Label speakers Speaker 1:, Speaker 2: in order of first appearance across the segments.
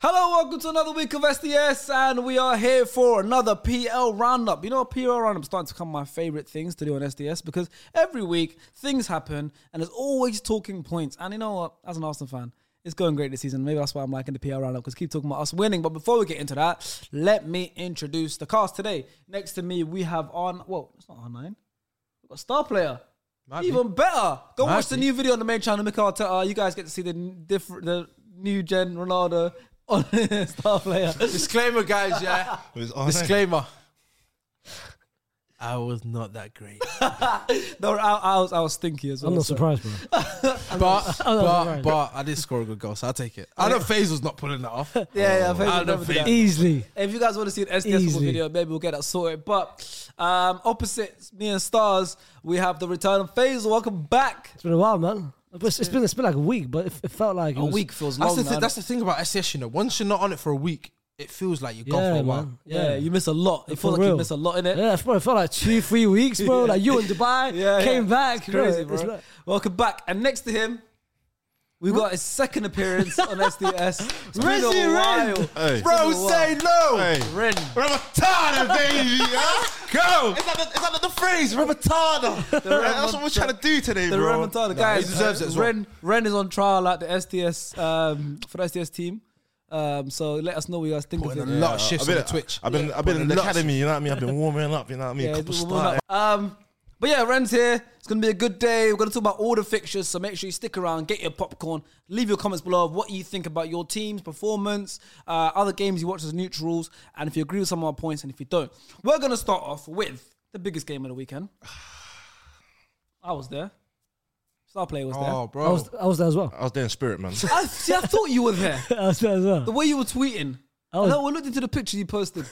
Speaker 1: Hello, welcome to another week of SDS, and we are here for another PL roundup. You know, what, PL roundup is starting to become my favorite things to do on SDS because every week things happen, and there's always talking points. And you know what? As an Arsenal fan, it's going great this season. Maybe that's why I'm liking the PL roundup because keep talking about us winning. But before we get into that, let me introduce the cast today. Next to me, we have on well, it's not R nine. We've got a star player. Even better. Go
Speaker 2: Might
Speaker 1: watch the
Speaker 2: be.
Speaker 1: new video on the main channel, Mikel Arteta. You guys get to see the n- different, the new gen Ronaldo on star player.
Speaker 2: Disclaimer, guys. Yeah. Disclaimer. I was not that great,
Speaker 1: No, I, I was I was stinky as well.
Speaker 3: I'm not
Speaker 1: so-
Speaker 3: surprised, bro.
Speaker 2: but but
Speaker 3: right.
Speaker 2: but I did score a good goal, so I'll take it. I know FaZe was not pulling that off.
Speaker 1: Yeah,
Speaker 4: Oh,
Speaker 1: yeah. I think
Speaker 2: I
Speaker 1: we
Speaker 2: don't
Speaker 1: covered
Speaker 2: think-
Speaker 1: that.
Speaker 3: Easily.
Speaker 1: If you guys want to see an SDS football
Speaker 3: Easily.
Speaker 1: video, maybe we'll get that sorted. But um, opposite me and Stars, we have the return of Faisal. Welcome back.
Speaker 3: It's been a while, man. It's, it's been it's been like a week, but it, it felt like it
Speaker 1: A
Speaker 3: was-
Speaker 1: week feels
Speaker 2: That's
Speaker 1: long.
Speaker 2: the
Speaker 1: now,
Speaker 2: thing. That's the thing about SES. You know, once you're not on it for a week, it feels like you're
Speaker 3: Yeah,
Speaker 2: gone for a
Speaker 3: man.
Speaker 2: while.
Speaker 1: yeah, you miss a lot. It
Speaker 3: For
Speaker 1: feels like you
Speaker 3: real.
Speaker 1: miss a lot in it.
Speaker 3: Yeah, it felt it felt like two, three weeks, bro. Like you in Dubai,
Speaker 1: Yeah,
Speaker 3: came
Speaker 1: yeah.
Speaker 3: back.
Speaker 1: It's crazy, bro.
Speaker 3: It's like-
Speaker 1: Welcome back. And next to him, we've got his second appearance on SDS. It's been
Speaker 3: Rizzy
Speaker 1: a
Speaker 3: Ren.
Speaker 1: while.
Speaker 4: Hey.
Speaker 2: Bro, say no.
Speaker 1: Ren.
Speaker 4: Ramatada, baby. huh?
Speaker 2: Go.
Speaker 4: Is that, the, is that the phrase? Ramatada. That's what we're trying to do today,
Speaker 1: The
Speaker 4: bro.
Speaker 1: Remontada.
Speaker 2: Nah, he
Speaker 1: Guys,
Speaker 2: deserves it as well.
Speaker 1: Ren, Ren is on trial at the SDS um, for the SDS team. Um, so let us know what you guys think
Speaker 2: Putting
Speaker 1: of
Speaker 2: a
Speaker 1: it.
Speaker 2: lot of shifts
Speaker 4: I've
Speaker 2: on
Speaker 4: been,
Speaker 2: the Twitch.
Speaker 4: I've been, I've been in the academy. You know what I mean? I've been warming up. You know what I mean?
Speaker 1: Yeah,
Speaker 4: Couple
Speaker 1: we'll
Speaker 4: stars.
Speaker 1: warm up. Um, but yeah, Ren's here. It's gonna be a good day. We're gonna talk about all the fixtures, so make sure you stick around, get your popcorn, leave your comments below of what you think about your team's performance, uh, other games you watch as neutrals, and if you agree with some of our points, and if you don't, we're gonna start off with the biggest game of the weekend. I was there. Star player was
Speaker 2: Oh,
Speaker 3: I
Speaker 2: bro.
Speaker 3: was I was there as well.
Speaker 4: I was there in spirit, man.
Speaker 1: there. I, see, I thought you were there.
Speaker 3: I was there as
Speaker 1: The
Speaker 3: well.
Speaker 1: way you were tweeting.
Speaker 3: I
Speaker 1: And
Speaker 3: was-
Speaker 1: I looked into the picture you posted,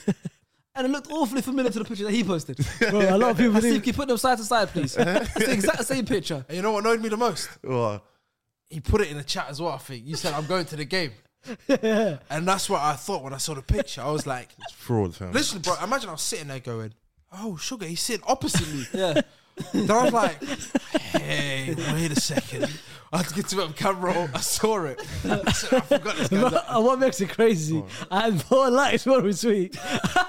Speaker 1: and it looked awfully familiar to the picture that he posted.
Speaker 3: Bro, a lot of people
Speaker 1: See,
Speaker 3: didn't.
Speaker 1: can you put them side to side, please? it's the exact same picture.
Speaker 2: And you know what annoyed me the most?
Speaker 4: Well,
Speaker 2: He put it in the chat as well. I think you said I'm going to the game. And that's what I thought when I saw the picture. I was like,
Speaker 4: it's fraud, fam.
Speaker 2: Literally, bro, imagine I was sitting there going, Oh, sugar, he's sitting opposite me.
Speaker 1: Yeah.
Speaker 2: Then I was like, Hey, wait a second. I had to get to it on camera. I saw it. I said, I forgot this guy.
Speaker 3: But what makes it crazy? I had more likes, more retweets,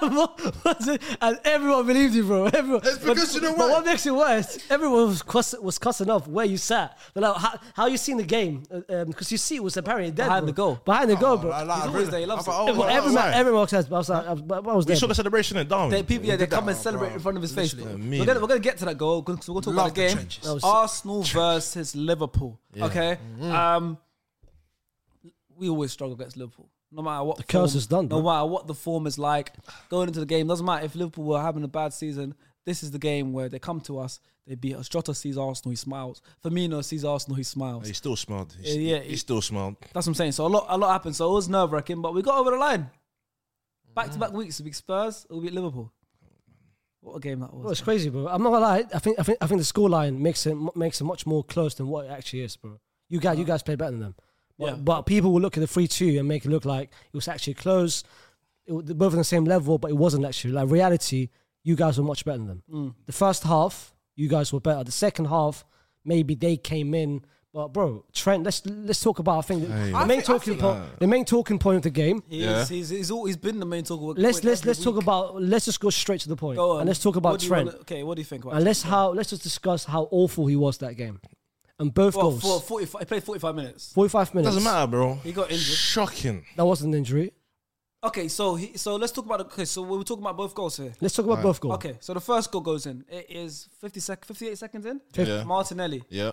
Speaker 3: and more- what's it- and everyone believed you, bro. Everyone.
Speaker 2: It's because
Speaker 3: but,
Speaker 2: you know
Speaker 3: But
Speaker 2: what?
Speaker 3: what makes it worse? Everyone was cuss, was cussing off where you sat. They're like, how, how you seen the game? Because you see, it was apparently dead
Speaker 1: Behind
Speaker 3: bro.
Speaker 1: the goal.
Speaker 3: Behind the goal,
Speaker 2: Bro,
Speaker 3: bro.
Speaker 2: Oh, I like-
Speaker 1: He's
Speaker 2: I
Speaker 1: always there, he loves
Speaker 2: I
Speaker 1: it.
Speaker 2: thought,
Speaker 3: Well,
Speaker 2: oh,
Speaker 3: every
Speaker 2: wow.
Speaker 3: man, every man says, but I was, like, I was, but I was
Speaker 4: we
Speaker 3: there.
Speaker 4: shook
Speaker 3: bro.
Speaker 4: a celebration at down.
Speaker 1: They, people, yeah,
Speaker 2: we
Speaker 1: they
Speaker 2: did that,
Speaker 1: come and
Speaker 2: bro.
Speaker 1: celebrate in front of his face.
Speaker 2: Literally.
Speaker 4: I
Speaker 1: We're
Speaker 4: mean
Speaker 1: gonna,
Speaker 4: it.
Speaker 1: we're gonna get to that goal because we're gonna talk
Speaker 2: Love
Speaker 1: about the
Speaker 2: the
Speaker 1: game.
Speaker 2: trenches. That
Speaker 3: was-
Speaker 1: Arsenal versus Liverpool. Okay, um, we always struggle against Liverpool. No matter what the
Speaker 3: curse is done,
Speaker 1: No
Speaker 3: bro.
Speaker 1: matter what the form is like going into the game, doesn't matter if Liverpool were having a bad season. This is the game where they come to us. They beat us. Jota sees Arsenal, he smiles. Firmino sees Arsenal, he smiles.
Speaker 4: He still smiled. He,
Speaker 1: Yeah, yeah,
Speaker 4: he,
Speaker 1: he-
Speaker 4: still smiled.
Speaker 1: That's what I'm saying. So a lot, a lot happened. So it was nerve wracking, but we got over the line. Back to back weeks, we beat Spurs, we beat Liverpool. What a game that
Speaker 3: Well,
Speaker 1: was!
Speaker 3: it's crazy, bro. I'm not gonna lie. I think I think I think the scoreline makes it mu- makes it much more close than what it actually is, bro. You guys, you guys play better than them. But,
Speaker 1: Uh-huh. Yeah.
Speaker 3: but people will look at the three two and make it look like it was actually close. It, wa- they're both on the same level, but it wasn't actually. Like reality, you guys were much better than them.
Speaker 1: Mm.
Speaker 3: The first half, you guys were better. The second half, maybe they came in. But bro, Trent, let's let's talk about. I think
Speaker 4: Hey.
Speaker 3: the
Speaker 4: I
Speaker 3: main
Speaker 2: think- I
Speaker 3: talking
Speaker 2: think-
Speaker 3: point, the main talking point of the game.
Speaker 1: He
Speaker 4: Yeah.
Speaker 1: is, he's, he's always been the main talk. of-
Speaker 3: Let's
Speaker 1: wait,
Speaker 3: let's
Speaker 1: every
Speaker 3: let's talk
Speaker 1: week.
Speaker 3: about. Let's just go straight to the point,
Speaker 1: Go on.
Speaker 3: and let's talk about
Speaker 1: What do you
Speaker 3: Trent.
Speaker 1: wanna- okay, what do you think about?
Speaker 3: And
Speaker 1: Trent?
Speaker 3: let's how let's just discuss how awful he was that game, and both
Speaker 1: Well,
Speaker 3: goals,
Speaker 1: for 45, he played 45 minutes.
Speaker 3: forty-five minutes.
Speaker 4: Doesn't matter, bro.
Speaker 1: He got injured.
Speaker 4: Shocking.
Speaker 3: That wasn't an injury.
Speaker 1: Okay, so he, so let's talk about okay. So we were talking about both goals here.
Speaker 3: Let's talk about both goals.
Speaker 1: Okay, so the first goal goes in. It is 50 sec, 58 seconds in.
Speaker 4: Yeah.
Speaker 1: Martinelli.
Speaker 4: Yeah.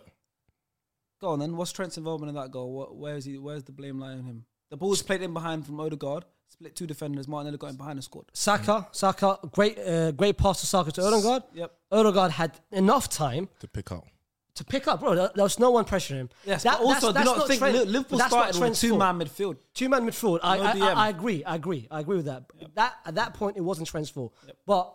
Speaker 1: Go on then. What's Trent's involvement in that goal? What, where is he? Where's the blame lying on him? The ball's played in behind from Odegaard, split two defenders. Martinelli got in behind and scored.
Speaker 3: Saka, Saka, great, uh, great pass to Saka to Odegaard.
Speaker 1: Yep.
Speaker 3: Odegaard had enough time
Speaker 4: To pick up.
Speaker 3: to pick up, bro. There, there was no one pressuring him.
Speaker 1: Yes,
Speaker 3: That-
Speaker 1: but also
Speaker 3: that's- that's
Speaker 1: do not think
Speaker 3: Trent-
Speaker 1: Li- Liverpool
Speaker 3: that's not
Speaker 1: started with
Speaker 3: Trent's
Speaker 1: two
Speaker 3: fault.
Speaker 1: man midfield.
Speaker 3: Two man midfield. I,
Speaker 1: No
Speaker 3: I,
Speaker 1: DM.
Speaker 3: I, I agree. I agree. I agree with that. That at that point, it wasn't Trent's fault. But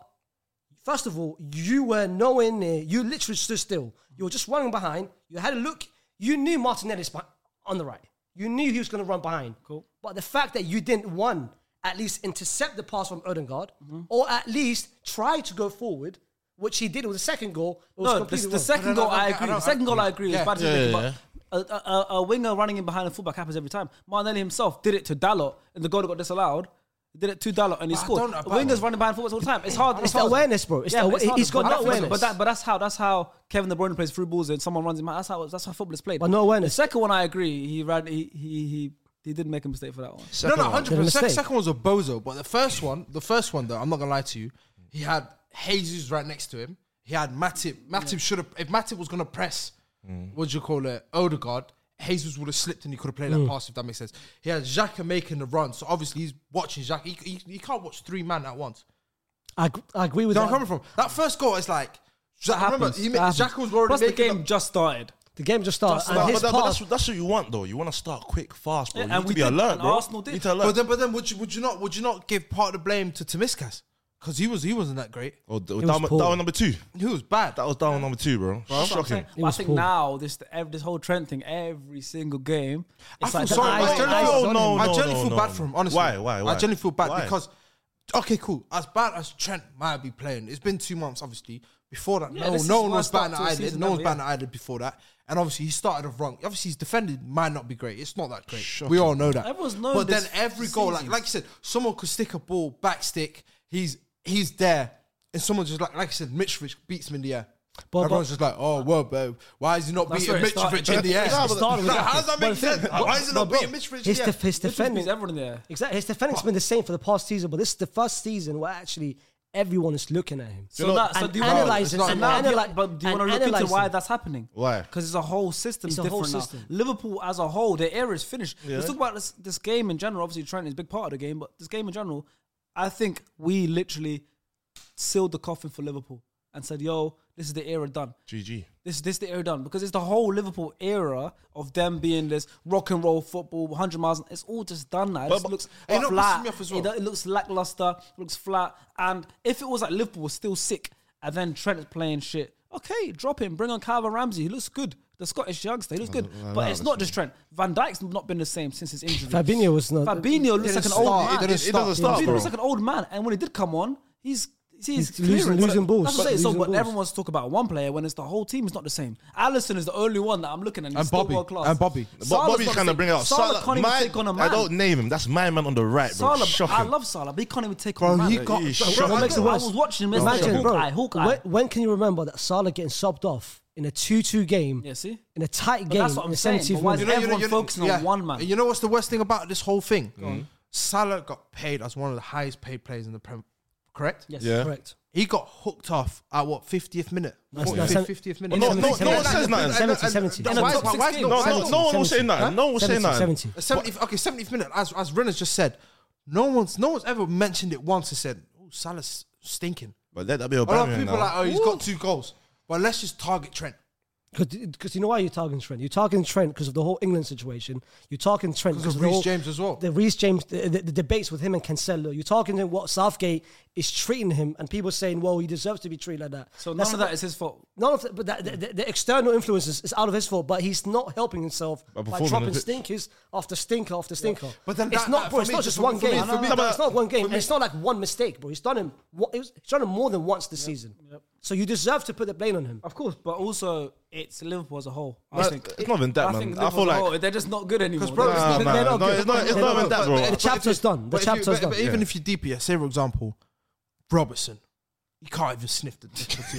Speaker 3: first of all, you were nowhere near. You literally stood still. You were just running behind. You had a look. You knew Martinelli's beh- on the right. You knew he was going to run behind. Cool. But the fact that you didn't one at least intercept the pass from Odegaard,
Speaker 1: Mm-hmm.
Speaker 3: or at least try to go forward, which he did with the second goal. It was
Speaker 1: No, the,
Speaker 3: completely
Speaker 1: the
Speaker 3: wrong.
Speaker 1: second
Speaker 2: No, no,
Speaker 1: goal
Speaker 2: no,
Speaker 1: I
Speaker 2: I
Speaker 1: agree.
Speaker 2: don't-
Speaker 1: The second goal I agree was
Speaker 2: Yeah.
Speaker 1: bad
Speaker 4: Yeah,
Speaker 1: decision,
Speaker 4: yeah,
Speaker 1: but a, a, a winger running in behind a fullback happens every time. Martinelli himself did it to Dalot, and the goal that got disallowed. He Did it to Dalot and he
Speaker 2: But I
Speaker 1: scored.
Speaker 2: don't know about
Speaker 1: Wingers
Speaker 2: that.
Speaker 1: running behind fullbacks all the time. It's hard.
Speaker 3: It's the
Speaker 1: hard.
Speaker 3: awareness, bro. It's the
Speaker 1: but
Speaker 3: awa-
Speaker 1: hard.
Speaker 3: he's
Speaker 1: But
Speaker 3: got no
Speaker 1: that's-
Speaker 3: awareness.
Speaker 1: But, that, but that's how that's how Kevin De Bruyne plays through balls and someone runs him out. That's how that's how football is played.
Speaker 3: But no awareness.
Speaker 1: The second one I agree. He ran. He he he, he did make a mistake for that one.
Speaker 2: No, no, hundred
Speaker 3: Did a
Speaker 2: percent. Second,
Speaker 3: mistake.
Speaker 2: second one was a bozo, but the first one, the first one though, I'm not gonna lie to you, he had Jesus right next to him. He had Matip. Matip should have. If Matip was gonna press,
Speaker 3: Mm.
Speaker 2: what do you call it, Odegaard, Jesus would have slipped and he could have played that
Speaker 3: Mm.
Speaker 2: pass if that makes sense. He had Xhaka making the run, so obviously he's watching Xhaka. He, he, he can't watch three man at once.
Speaker 3: I, gr- I agree with
Speaker 2: You know
Speaker 3: that.
Speaker 2: where I'm coming from? That first goal is like.
Speaker 1: That
Speaker 2: remember,
Speaker 1: happens.
Speaker 2: he
Speaker 1: That
Speaker 2: ma-
Speaker 1: happens.
Speaker 2: Xhaka was already
Speaker 1: Plus, the
Speaker 2: making
Speaker 1: game just started.
Speaker 3: The game just started,
Speaker 1: Just
Speaker 3: and
Speaker 1: start.
Speaker 3: his
Speaker 4: But, that, but
Speaker 3: pass.
Speaker 4: that's, that's what you want, though. You want to start quick, fast, bro.
Speaker 1: Yeah,
Speaker 4: you
Speaker 1: and
Speaker 4: need
Speaker 1: we
Speaker 4: to be
Speaker 1: did,
Speaker 4: alert,
Speaker 1: and
Speaker 4: bro.
Speaker 1: Arsenal did.
Speaker 4: You need to alert.
Speaker 2: But then, but then, would you, would you not would you not give part of the blame to Timiskas because he was he wasn't that great.
Speaker 4: oh, that was
Speaker 3: was
Speaker 4: down, that
Speaker 3: poor.
Speaker 4: was number two.
Speaker 2: He was bad.
Speaker 4: That was down number two, bro. Shocking.
Speaker 1: But I
Speaker 3: was
Speaker 1: think
Speaker 3: poor.
Speaker 1: now this ev- this whole Trent thing, every single game, it's
Speaker 2: I
Speaker 1: like
Speaker 2: feel
Speaker 3: the
Speaker 2: sorry.
Speaker 3: eyes-
Speaker 2: I
Speaker 3: the eyes
Speaker 2: generally
Speaker 3: on
Speaker 2: feel,
Speaker 3: him.
Speaker 2: I
Speaker 4: No,
Speaker 2: generally
Speaker 4: no,
Speaker 2: feel
Speaker 4: no,
Speaker 2: bad
Speaker 4: no.
Speaker 2: for him. Honestly,
Speaker 4: Why, why,
Speaker 2: I
Speaker 4: why?
Speaker 2: generally feel bad
Speaker 4: Why?
Speaker 2: because okay, cool. As bad as Trent might be playing, it's been two months. Obviously, before that,
Speaker 1: Yeah,
Speaker 2: no,
Speaker 1: this is
Speaker 2: no one
Speaker 1: worst
Speaker 2: was
Speaker 1: start
Speaker 2: batting at
Speaker 1: to a
Speaker 2: eyelid.
Speaker 1: season
Speaker 2: No one was
Speaker 1: ever, yeah.
Speaker 2: batting at eyelid before that, and obviously he started off wrong. Obviously, his defending might not be great. It's not that great. We all know that.
Speaker 1: Everyone's known
Speaker 2: But
Speaker 1: this
Speaker 2: then every goal, like
Speaker 1: season.
Speaker 2: like you said, someone could stick a ball back stick. He's he's there, and someone just like like I said, Mitrovic beats him in the air.
Speaker 3: But-
Speaker 2: Everyone's
Speaker 3: but-
Speaker 2: just like, oh, well, babe, why is he not
Speaker 1: That's
Speaker 2: beating
Speaker 1: where it started.
Speaker 2: Mitrovic in the air?
Speaker 1: It started with
Speaker 2: Like,
Speaker 1: that.
Speaker 2: how does
Speaker 1: But
Speaker 2: that make
Speaker 1: the thing-
Speaker 2: sense? Why is it
Speaker 3: No,
Speaker 2: not
Speaker 3: bro,
Speaker 2: being Mitrovic?
Speaker 3: His,
Speaker 2: Yeah.
Speaker 3: def- his
Speaker 1: This just means
Speaker 3: defending,
Speaker 1: everyone there.
Speaker 3: exactly. His defending's been the same for the past season, but this is the first season where actually everyone is looking at him.
Speaker 1: So,
Speaker 4: know-
Speaker 1: that, so
Speaker 3: And
Speaker 1: do you
Speaker 3: analyse
Speaker 1: so
Speaker 3: it, and
Speaker 1: now do you-
Speaker 3: analyse-
Speaker 1: but do you
Speaker 3: and
Speaker 1: want to look into
Speaker 3: analyse
Speaker 1: why
Speaker 3: it.
Speaker 1: that's happening?
Speaker 4: Why?
Speaker 1: Because it's a whole system
Speaker 3: It's a
Speaker 1: different
Speaker 3: whole
Speaker 1: now.
Speaker 3: system.
Speaker 1: Liverpool as a whole, their era is finished. Let's talk about this, this game in general. Obviously, Trent is a big part of the game, but this game in general, I think we literally sealed the coffin for Liverpool and said, "Yo, this is the era done."
Speaker 4: GG.
Speaker 1: This this the era done because it's the whole Liverpool era of them being this rock and roll football, 100 miles. an- It's all just done now. It
Speaker 4: But-
Speaker 1: just
Speaker 4: but-
Speaker 1: looks
Speaker 2: Hey, you know what pisses
Speaker 1: flat.
Speaker 2: me off as well?
Speaker 1: It, do- it looks lackluster. Looks flat. And if it was like Liverpool was still sick, and then Trent is playing shit, okay, drop him. Bring on Calvin Ramsey. He looks good. The Scottish youngster, he looks good. but it's not just Trent. Van Dijk's not been the same since his injury.
Speaker 3: Fabinho was not-
Speaker 1: Fabinho looks
Speaker 2: Didn't
Speaker 1: like an
Speaker 2: start,
Speaker 1: old
Speaker 2: it
Speaker 1: man.
Speaker 2: didn't
Speaker 4: It doesn't start,
Speaker 1: Fabinho
Speaker 4: bro.
Speaker 1: looks like an old man. And when he did come on, he's he's,
Speaker 3: He's losing-
Speaker 1: clearing.
Speaker 3: losing balls.
Speaker 1: That's what I'm saying. So,
Speaker 3: Losing
Speaker 1: but
Speaker 3: balls.
Speaker 1: everyone wants to talk about one player when it's the whole team is not the same. Allison is the only one that I'm looking at. And,
Speaker 2: And
Speaker 1: he's still
Speaker 2: Bobby.
Speaker 1: world class.
Speaker 2: And Bobby.
Speaker 4: But
Speaker 1: Salah's
Speaker 4: Bobby's
Speaker 1: not the
Speaker 4: trying to
Speaker 1: same.
Speaker 4: bring it out.
Speaker 1: Salah,
Speaker 4: Salah
Speaker 1: can't even
Speaker 4: my-
Speaker 1: take on a man.
Speaker 4: I don't name him. That's my man on the right, bro.
Speaker 1: Salah, I
Speaker 4: Shocking.
Speaker 1: love Salah, but he can't even take
Speaker 2: Bro,
Speaker 1: on a man.
Speaker 2: he got-
Speaker 4: He's
Speaker 2: bro,
Speaker 4: shocking,
Speaker 1: what makes it
Speaker 4: bro.
Speaker 1: worse? I was watching him yesterday.
Speaker 3: Imagine, bro.
Speaker 1: Hawkeye, Hawkeye.
Speaker 3: When, when can you remember that Salah getting subbed off in a 2-2 game?
Speaker 1: Yeah, see?
Speaker 3: In a tight
Speaker 1: But
Speaker 3: game,
Speaker 1: that's what
Speaker 3: in
Speaker 1: I'm
Speaker 3: the
Speaker 1: saying,
Speaker 3: 70th
Speaker 1: but why
Speaker 3: minute.
Speaker 1: is everyone focusing on one man.
Speaker 2: You know what's the worst thing about this whole thing? Salah got paid as one of the highest paid players in the Prem, correct?
Speaker 1: Yes.
Speaker 4: Yeah.
Speaker 3: Correct.
Speaker 2: He got hooked off at what 50th minute,
Speaker 3: That's-
Speaker 2: 45th,
Speaker 3: that's-
Speaker 2: 50th
Speaker 4: But
Speaker 2: minute.
Speaker 4: no, no, no, one
Speaker 3: Seventy,
Speaker 4: says nothing.
Speaker 3: seventy,
Speaker 2: And- and-
Speaker 3: seventy.
Speaker 2: and-
Speaker 1: In the
Speaker 2: why-
Speaker 1: top
Speaker 2: why- why is
Speaker 1: 16.
Speaker 2: no-
Speaker 4: No,
Speaker 2: why
Speaker 4: no,
Speaker 2: is
Speaker 4: no one will say
Speaker 3: Seventy.
Speaker 4: nothing. No one will say
Speaker 3: 70,
Speaker 4: nothing.
Speaker 3: 70.
Speaker 2: Uh, 70, okay, 70th minute. As as Renner's just said, no one's no one's ever mentioned it once. and said, "Oh, Salah's stinking."
Speaker 4: But let that be a
Speaker 2: A lot of
Speaker 4: banger
Speaker 2: people are like,
Speaker 4: now.
Speaker 2: "Oh, he's got two goals." But let's just target Trent.
Speaker 3: Because you know why you're targeting Trent? You're targeting Trent because of the whole England situation. You're targeting Trent
Speaker 2: 'Cause of
Speaker 3: the
Speaker 2: Reece
Speaker 3: whole-
Speaker 2: James as well.
Speaker 3: The Reece James, the, the, the debates with him and Cancelo. You're targeting what Southgate is treating him, and people saying, "Well, he deserves to be treated like that."
Speaker 1: So none
Speaker 3: That's
Speaker 1: of
Speaker 3: not-
Speaker 1: that is his fault.
Speaker 3: None of that, but that, the, the, the external influences is out of his fault, but he's not helping himself
Speaker 4: By
Speaker 3: by
Speaker 4: performing
Speaker 3: dropping
Speaker 4: on the pitch.
Speaker 3: stinkers after stinker after stinker.
Speaker 2: But then
Speaker 3: it's
Speaker 2: that-
Speaker 3: not,
Speaker 2: that
Speaker 3: bro,
Speaker 2: for
Speaker 3: it's
Speaker 2: me-
Speaker 3: not just
Speaker 2: for
Speaker 3: one
Speaker 2: me- for
Speaker 3: game.
Speaker 2: me- for me-
Speaker 3: No,
Speaker 2: but-
Speaker 3: it's not one game.
Speaker 2: for
Speaker 3: and
Speaker 2: me-
Speaker 3: It's not like one mistake, bro. He's done him. What, he's done him more than once this season. So you deserve to put the blame on him.
Speaker 1: Of course, but also it's Liverpool as a whole. I
Speaker 4: But
Speaker 1: think
Speaker 4: it's not even that,
Speaker 1: I
Speaker 4: man.
Speaker 1: think
Speaker 4: I
Speaker 1: Liverpool
Speaker 4: feel
Speaker 1: as a
Speaker 4: like-
Speaker 1: whole, they're just not good anymore.
Speaker 2: bro,
Speaker 1: They're
Speaker 2: it's
Speaker 1: just-
Speaker 4: Nah,
Speaker 2: not-
Speaker 4: man.
Speaker 2: they're
Speaker 4: No,
Speaker 2: not good.
Speaker 4: it's not. It's
Speaker 2: They're
Speaker 4: not
Speaker 2: not
Speaker 4: even
Speaker 2: good.
Speaker 4: that, bro.
Speaker 2: But
Speaker 3: The
Speaker 2: if you-
Speaker 3: chapter's done. The
Speaker 2: but if you-
Speaker 3: chapter's
Speaker 2: but-
Speaker 3: done.
Speaker 2: But even
Speaker 4: Yeah.
Speaker 2: if you deep it, say for example, Robertson, he can't even sniff the.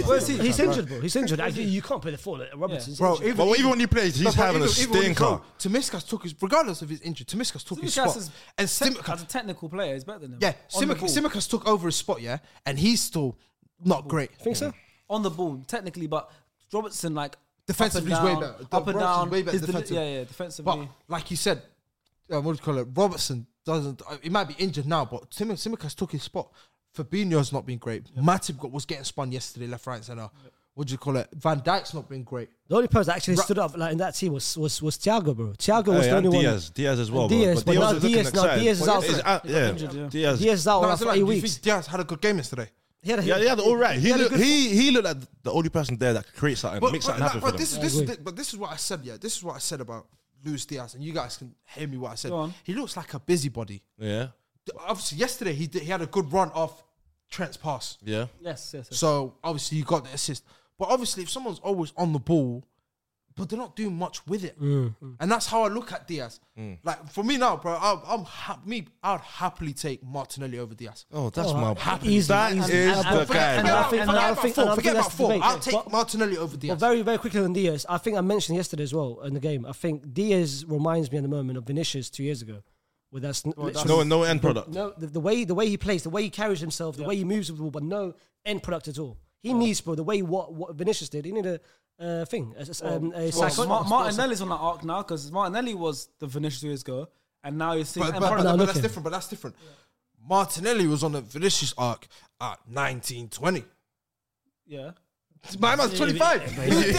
Speaker 1: Where's he?
Speaker 3: He's injured, bro. He's injured. I, you can't play the full. Robertson's
Speaker 2: Bro,
Speaker 3: injured.
Speaker 2: even,
Speaker 4: But even when he plays, he's
Speaker 2: No, but
Speaker 4: having a
Speaker 2: even- even when he
Speaker 4: stinker.
Speaker 2: go, Tomiskas took his, regardless of his injury, Tomiskas took his
Speaker 1: Tsimikas
Speaker 2: spot.
Speaker 1: is
Speaker 2: and
Speaker 1: te- as a
Speaker 2: Simicas,
Speaker 1: technical player, is better than him.
Speaker 2: yeah,
Speaker 1: On the ball.
Speaker 2: Simicas, Simicas took over his spot, yeah, and he's still not great.
Speaker 3: think so?
Speaker 1: on the ball technically, but Robertson like
Speaker 2: Defensively,
Speaker 1: up
Speaker 2: he's
Speaker 1: and
Speaker 2: way
Speaker 1: down,
Speaker 2: better. The-
Speaker 1: Up and
Speaker 2: Robertson's
Speaker 1: down,
Speaker 2: way better
Speaker 1: His deli-
Speaker 2: defensively.
Speaker 1: yeah, yeah,
Speaker 2: But
Speaker 1: defensively.
Speaker 2: like you said, uh, what do you call it? Robertson doesn't. Uh, he might be injured now, but Sim- Simicas took his spot. Fabinho's not been great. Matip got, was getting spun yesterday, left, right, and centre. what do you call it? Van Dijk's not been great.
Speaker 3: The only person that actually
Speaker 2: Ra-
Speaker 3: stood up like in that team was was was Thiago, bro. Thiago was
Speaker 5: Hey,
Speaker 3: the only
Speaker 5: and
Speaker 3: one.
Speaker 5: Diaz, Diaz as well.
Speaker 3: And Diaz,
Speaker 5: bro.
Speaker 3: but now
Speaker 5: was looking
Speaker 3: Diaz- no,
Speaker 5: excited.
Speaker 3: Diaz is out.
Speaker 5: He's out, yeah.
Speaker 1: injured, yeah.
Speaker 5: Diaz.
Speaker 3: Diaz is out
Speaker 1: Oh,
Speaker 2: No, I
Speaker 3: like,
Speaker 2: said,
Speaker 3: for
Speaker 2: like,
Speaker 3: eight
Speaker 2: do you
Speaker 3: weeks.
Speaker 2: think Diaz had a good game yesterday?
Speaker 3: He had a-
Speaker 5: Yeah, yeah, all right. He
Speaker 3: had a
Speaker 5: looked,
Speaker 3: good-
Speaker 5: he he looked like the only person there that could create something,
Speaker 2: But,
Speaker 5: make
Speaker 2: but,
Speaker 5: something
Speaker 2: like,
Speaker 5: happen
Speaker 2: but
Speaker 5: for
Speaker 2: this
Speaker 5: them.
Speaker 2: is this is the, but this is what I said. Yeah, this is what I said about Luis Diaz, and you guys can hear me what I said.
Speaker 1: Go on.
Speaker 2: He looks like a busybody.
Speaker 5: Yeah,
Speaker 2: Obviously, yesterday he did, he had a good run off Trent's pass.
Speaker 5: yeah.
Speaker 1: Yes, yes, yes.
Speaker 2: So obviously you got the assist. But obviously, if someone's always on the ball, but they're not doing much with it,
Speaker 3: Mm,
Speaker 2: and that's how I look at Diaz.
Speaker 5: Mm.
Speaker 2: Like for me now, bro, I, I'm ha- me. I'd happily take Martinelli over Diaz.
Speaker 5: Oh, that's
Speaker 3: Oh,
Speaker 5: my
Speaker 3: happy. Easy,
Speaker 5: That
Speaker 3: easy. And-
Speaker 5: is the
Speaker 3: and-
Speaker 5: guy.
Speaker 3: and
Speaker 2: Forget
Speaker 3: I
Speaker 2: about-
Speaker 3: think- and
Speaker 2: forget
Speaker 3: I
Speaker 2: about
Speaker 3: think-
Speaker 2: four.
Speaker 3: and I think
Speaker 2: Forget
Speaker 3: that's
Speaker 2: about
Speaker 3: the
Speaker 2: four.
Speaker 3: debate.
Speaker 2: I'll take
Speaker 3: But-
Speaker 2: Martinelli over Diaz.
Speaker 3: Well, very, very quickly on Diaz. I think I mentioned yesterday as well in the game. I think Diaz reminds me at the moment of Vinicius two years ago, with that. sn-
Speaker 1: that's-
Speaker 5: No, no end product.
Speaker 3: no, the, the way the way he plays, the way he carries himself, the way he moves with the ball, but no end product at all. He needs, bro, the way what what Vinicius did. He needed a uh, thing, a, a, um, a
Speaker 1: Well,
Speaker 3: psycho-
Speaker 1: Ma- Martinelli's on that arc now because Martinelli was the Vinicius two years ago, and now you're seeing.
Speaker 2: But,
Speaker 1: and
Speaker 2: but,
Speaker 1: Parra-
Speaker 2: but
Speaker 3: no, look
Speaker 2: that's
Speaker 3: here.
Speaker 2: different. But that's different. Martinelli was on the Vinicius arc at 19, 20.
Speaker 1: yeah.
Speaker 2: My man's 25. He's a
Speaker 5: he's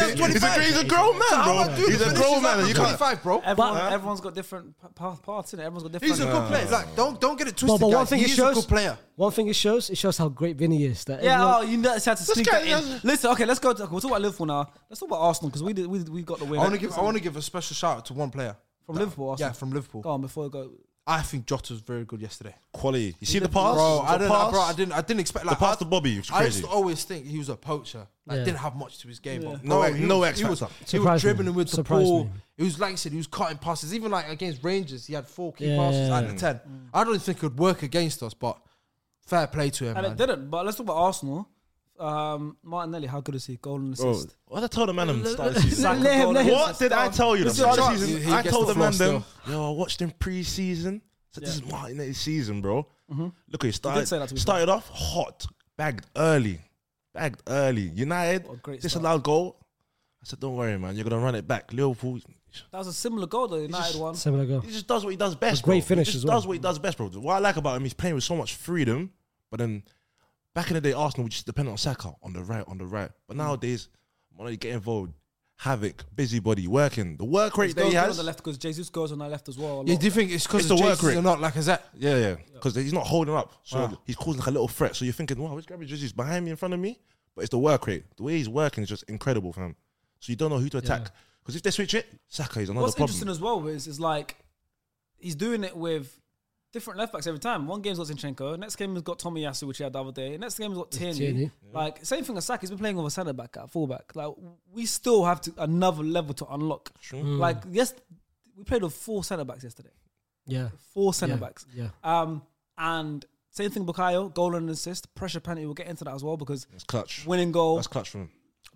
Speaker 5: a grown man, bro. He's a grown man, and you
Speaker 2: He's
Speaker 5: can't-
Speaker 2: 25, bro.
Speaker 1: Everyone,
Speaker 3: But-
Speaker 1: everyone's got different p- pa- parts in it. Everyone's got different.
Speaker 2: He's a good player. Like, don't don't get it
Speaker 3: But,
Speaker 2: twisted.
Speaker 3: but one
Speaker 2: guys.
Speaker 3: thing
Speaker 2: he
Speaker 3: it
Speaker 2: is
Speaker 3: shows,
Speaker 2: a good player.
Speaker 3: one thing it shows, it shows how great Vinny is. That
Speaker 1: Yeah,
Speaker 3: everyone-
Speaker 1: oh, you know, it's had to sneak
Speaker 5: guy
Speaker 1: that in.
Speaker 5: doesn't-
Speaker 1: Listen, okay, let's go. To, we'll talk about Liverpool now. Let's talk about Arsenal because we did, we, we got the win.
Speaker 2: I want to give I want to give a special shout out to one player
Speaker 1: from Liverpool. Arsenal.
Speaker 2: Yeah, from Liverpool.
Speaker 1: Go
Speaker 3: Oh.
Speaker 1: on before we go.
Speaker 2: I think Jota was very good yesterday.
Speaker 5: Quality. You see the pass,
Speaker 2: Bro, I
Speaker 5: The
Speaker 2: didn't,
Speaker 5: pass?
Speaker 2: bro, I didn't, I didn't expect like,
Speaker 5: The pass
Speaker 2: I-
Speaker 5: to Bobby was
Speaker 2: I
Speaker 5: crazy.
Speaker 2: used to always think he was a poacher. Like,
Speaker 3: Yeah.
Speaker 2: didn't have much to his game. but
Speaker 5: No-
Speaker 2: he
Speaker 5: no
Speaker 2: was-
Speaker 5: X
Speaker 2: He was,
Speaker 5: factor.
Speaker 2: he was
Speaker 3: Surprised me.
Speaker 2: dribbling with the
Speaker 3: Surprised
Speaker 2: ball.
Speaker 3: me.
Speaker 2: He was like I said, he was cutting passes. Even like against Rangers, he had four key
Speaker 3: Yeah.
Speaker 2: passes out of ten. I don't think it would work against us, but fair play to him.
Speaker 1: And
Speaker 2: man.
Speaker 1: it didn't. But let's talk about Arsenal. Um, Martinelli, how good is he? Goal and
Speaker 5: Bro,
Speaker 1: assist.
Speaker 5: Oh. what did I tell the man at the start of the
Speaker 3: Let
Speaker 5: season?
Speaker 3: him- let him-
Speaker 5: What did I tell you? at
Speaker 2: Listen,
Speaker 5: The start of the
Speaker 2: Charles, he-
Speaker 5: season,
Speaker 2: he
Speaker 5: I
Speaker 2: gets
Speaker 5: told
Speaker 2: the
Speaker 5: the man
Speaker 2: floor
Speaker 5: them, yo, I watched him pre-season. So this is Martinelli's season, bro. Look, he started
Speaker 1: say that to me,
Speaker 5: started off hot, bagged early, bagged early. United
Speaker 1: What a great
Speaker 5: disallowed goal. I said, don't worry, man, you're gonna run it back. Liverpool,
Speaker 1: That was a similar goal, though. United one.
Speaker 3: similar goal.
Speaker 5: he just does what he does best.
Speaker 3: A great
Speaker 5: bro.
Speaker 3: finish
Speaker 5: He just
Speaker 3: as well.
Speaker 5: does what he does best, bro. What I like about him, he's playing with so much freedom. But then, back in the day, Arsenal would just depend on Saka on the right, on the right.
Speaker 3: Mm.
Speaker 5: But nowadays, when you get involved, havoc, busybody, working. The work rate
Speaker 1: His
Speaker 5: that
Speaker 1: goals
Speaker 5: he
Speaker 1: good on the
Speaker 5: has,
Speaker 1: left because Jesus goes on the left as well. a lot.
Speaker 2: Yeah, do you think it's because
Speaker 5: It's
Speaker 2: the
Speaker 5: the work
Speaker 2: work rate?
Speaker 5: rate.
Speaker 2: Or not like is that?
Speaker 5: yeah, yeah, because he's not holding up. So
Speaker 1: Wow.
Speaker 5: he's causing like a little threat. So you're thinking, wow, this grabbing is behind me, in front of me. But it's the work rate. The way he's working is just incredible, fam. So you don't know who to attack. Because if they switch it, Saka is another
Speaker 1: What's
Speaker 5: problem.
Speaker 1: interesting as well is is like he's doing it with different left backs every time. One game's got Zinchenko, next game has got Tommy Yasu, which he had the other day. Next game's got Tierney.
Speaker 3: Tierney.
Speaker 1: Like same thing as Saka, he's been playing with a centre back at fullback. Like we still have to another level to unlock.
Speaker 5: Mm.
Speaker 1: Like yes, we played with four centre backs yesterday.
Speaker 3: Yeah,
Speaker 1: Four centre
Speaker 3: Yeah,
Speaker 1: backs.
Speaker 3: yeah.
Speaker 1: Um and same thing Bukayo, goal and assist, pressure penalty. We'll get into that as well because
Speaker 5: That's clutch.
Speaker 1: winning goal,
Speaker 5: That's clutch from him.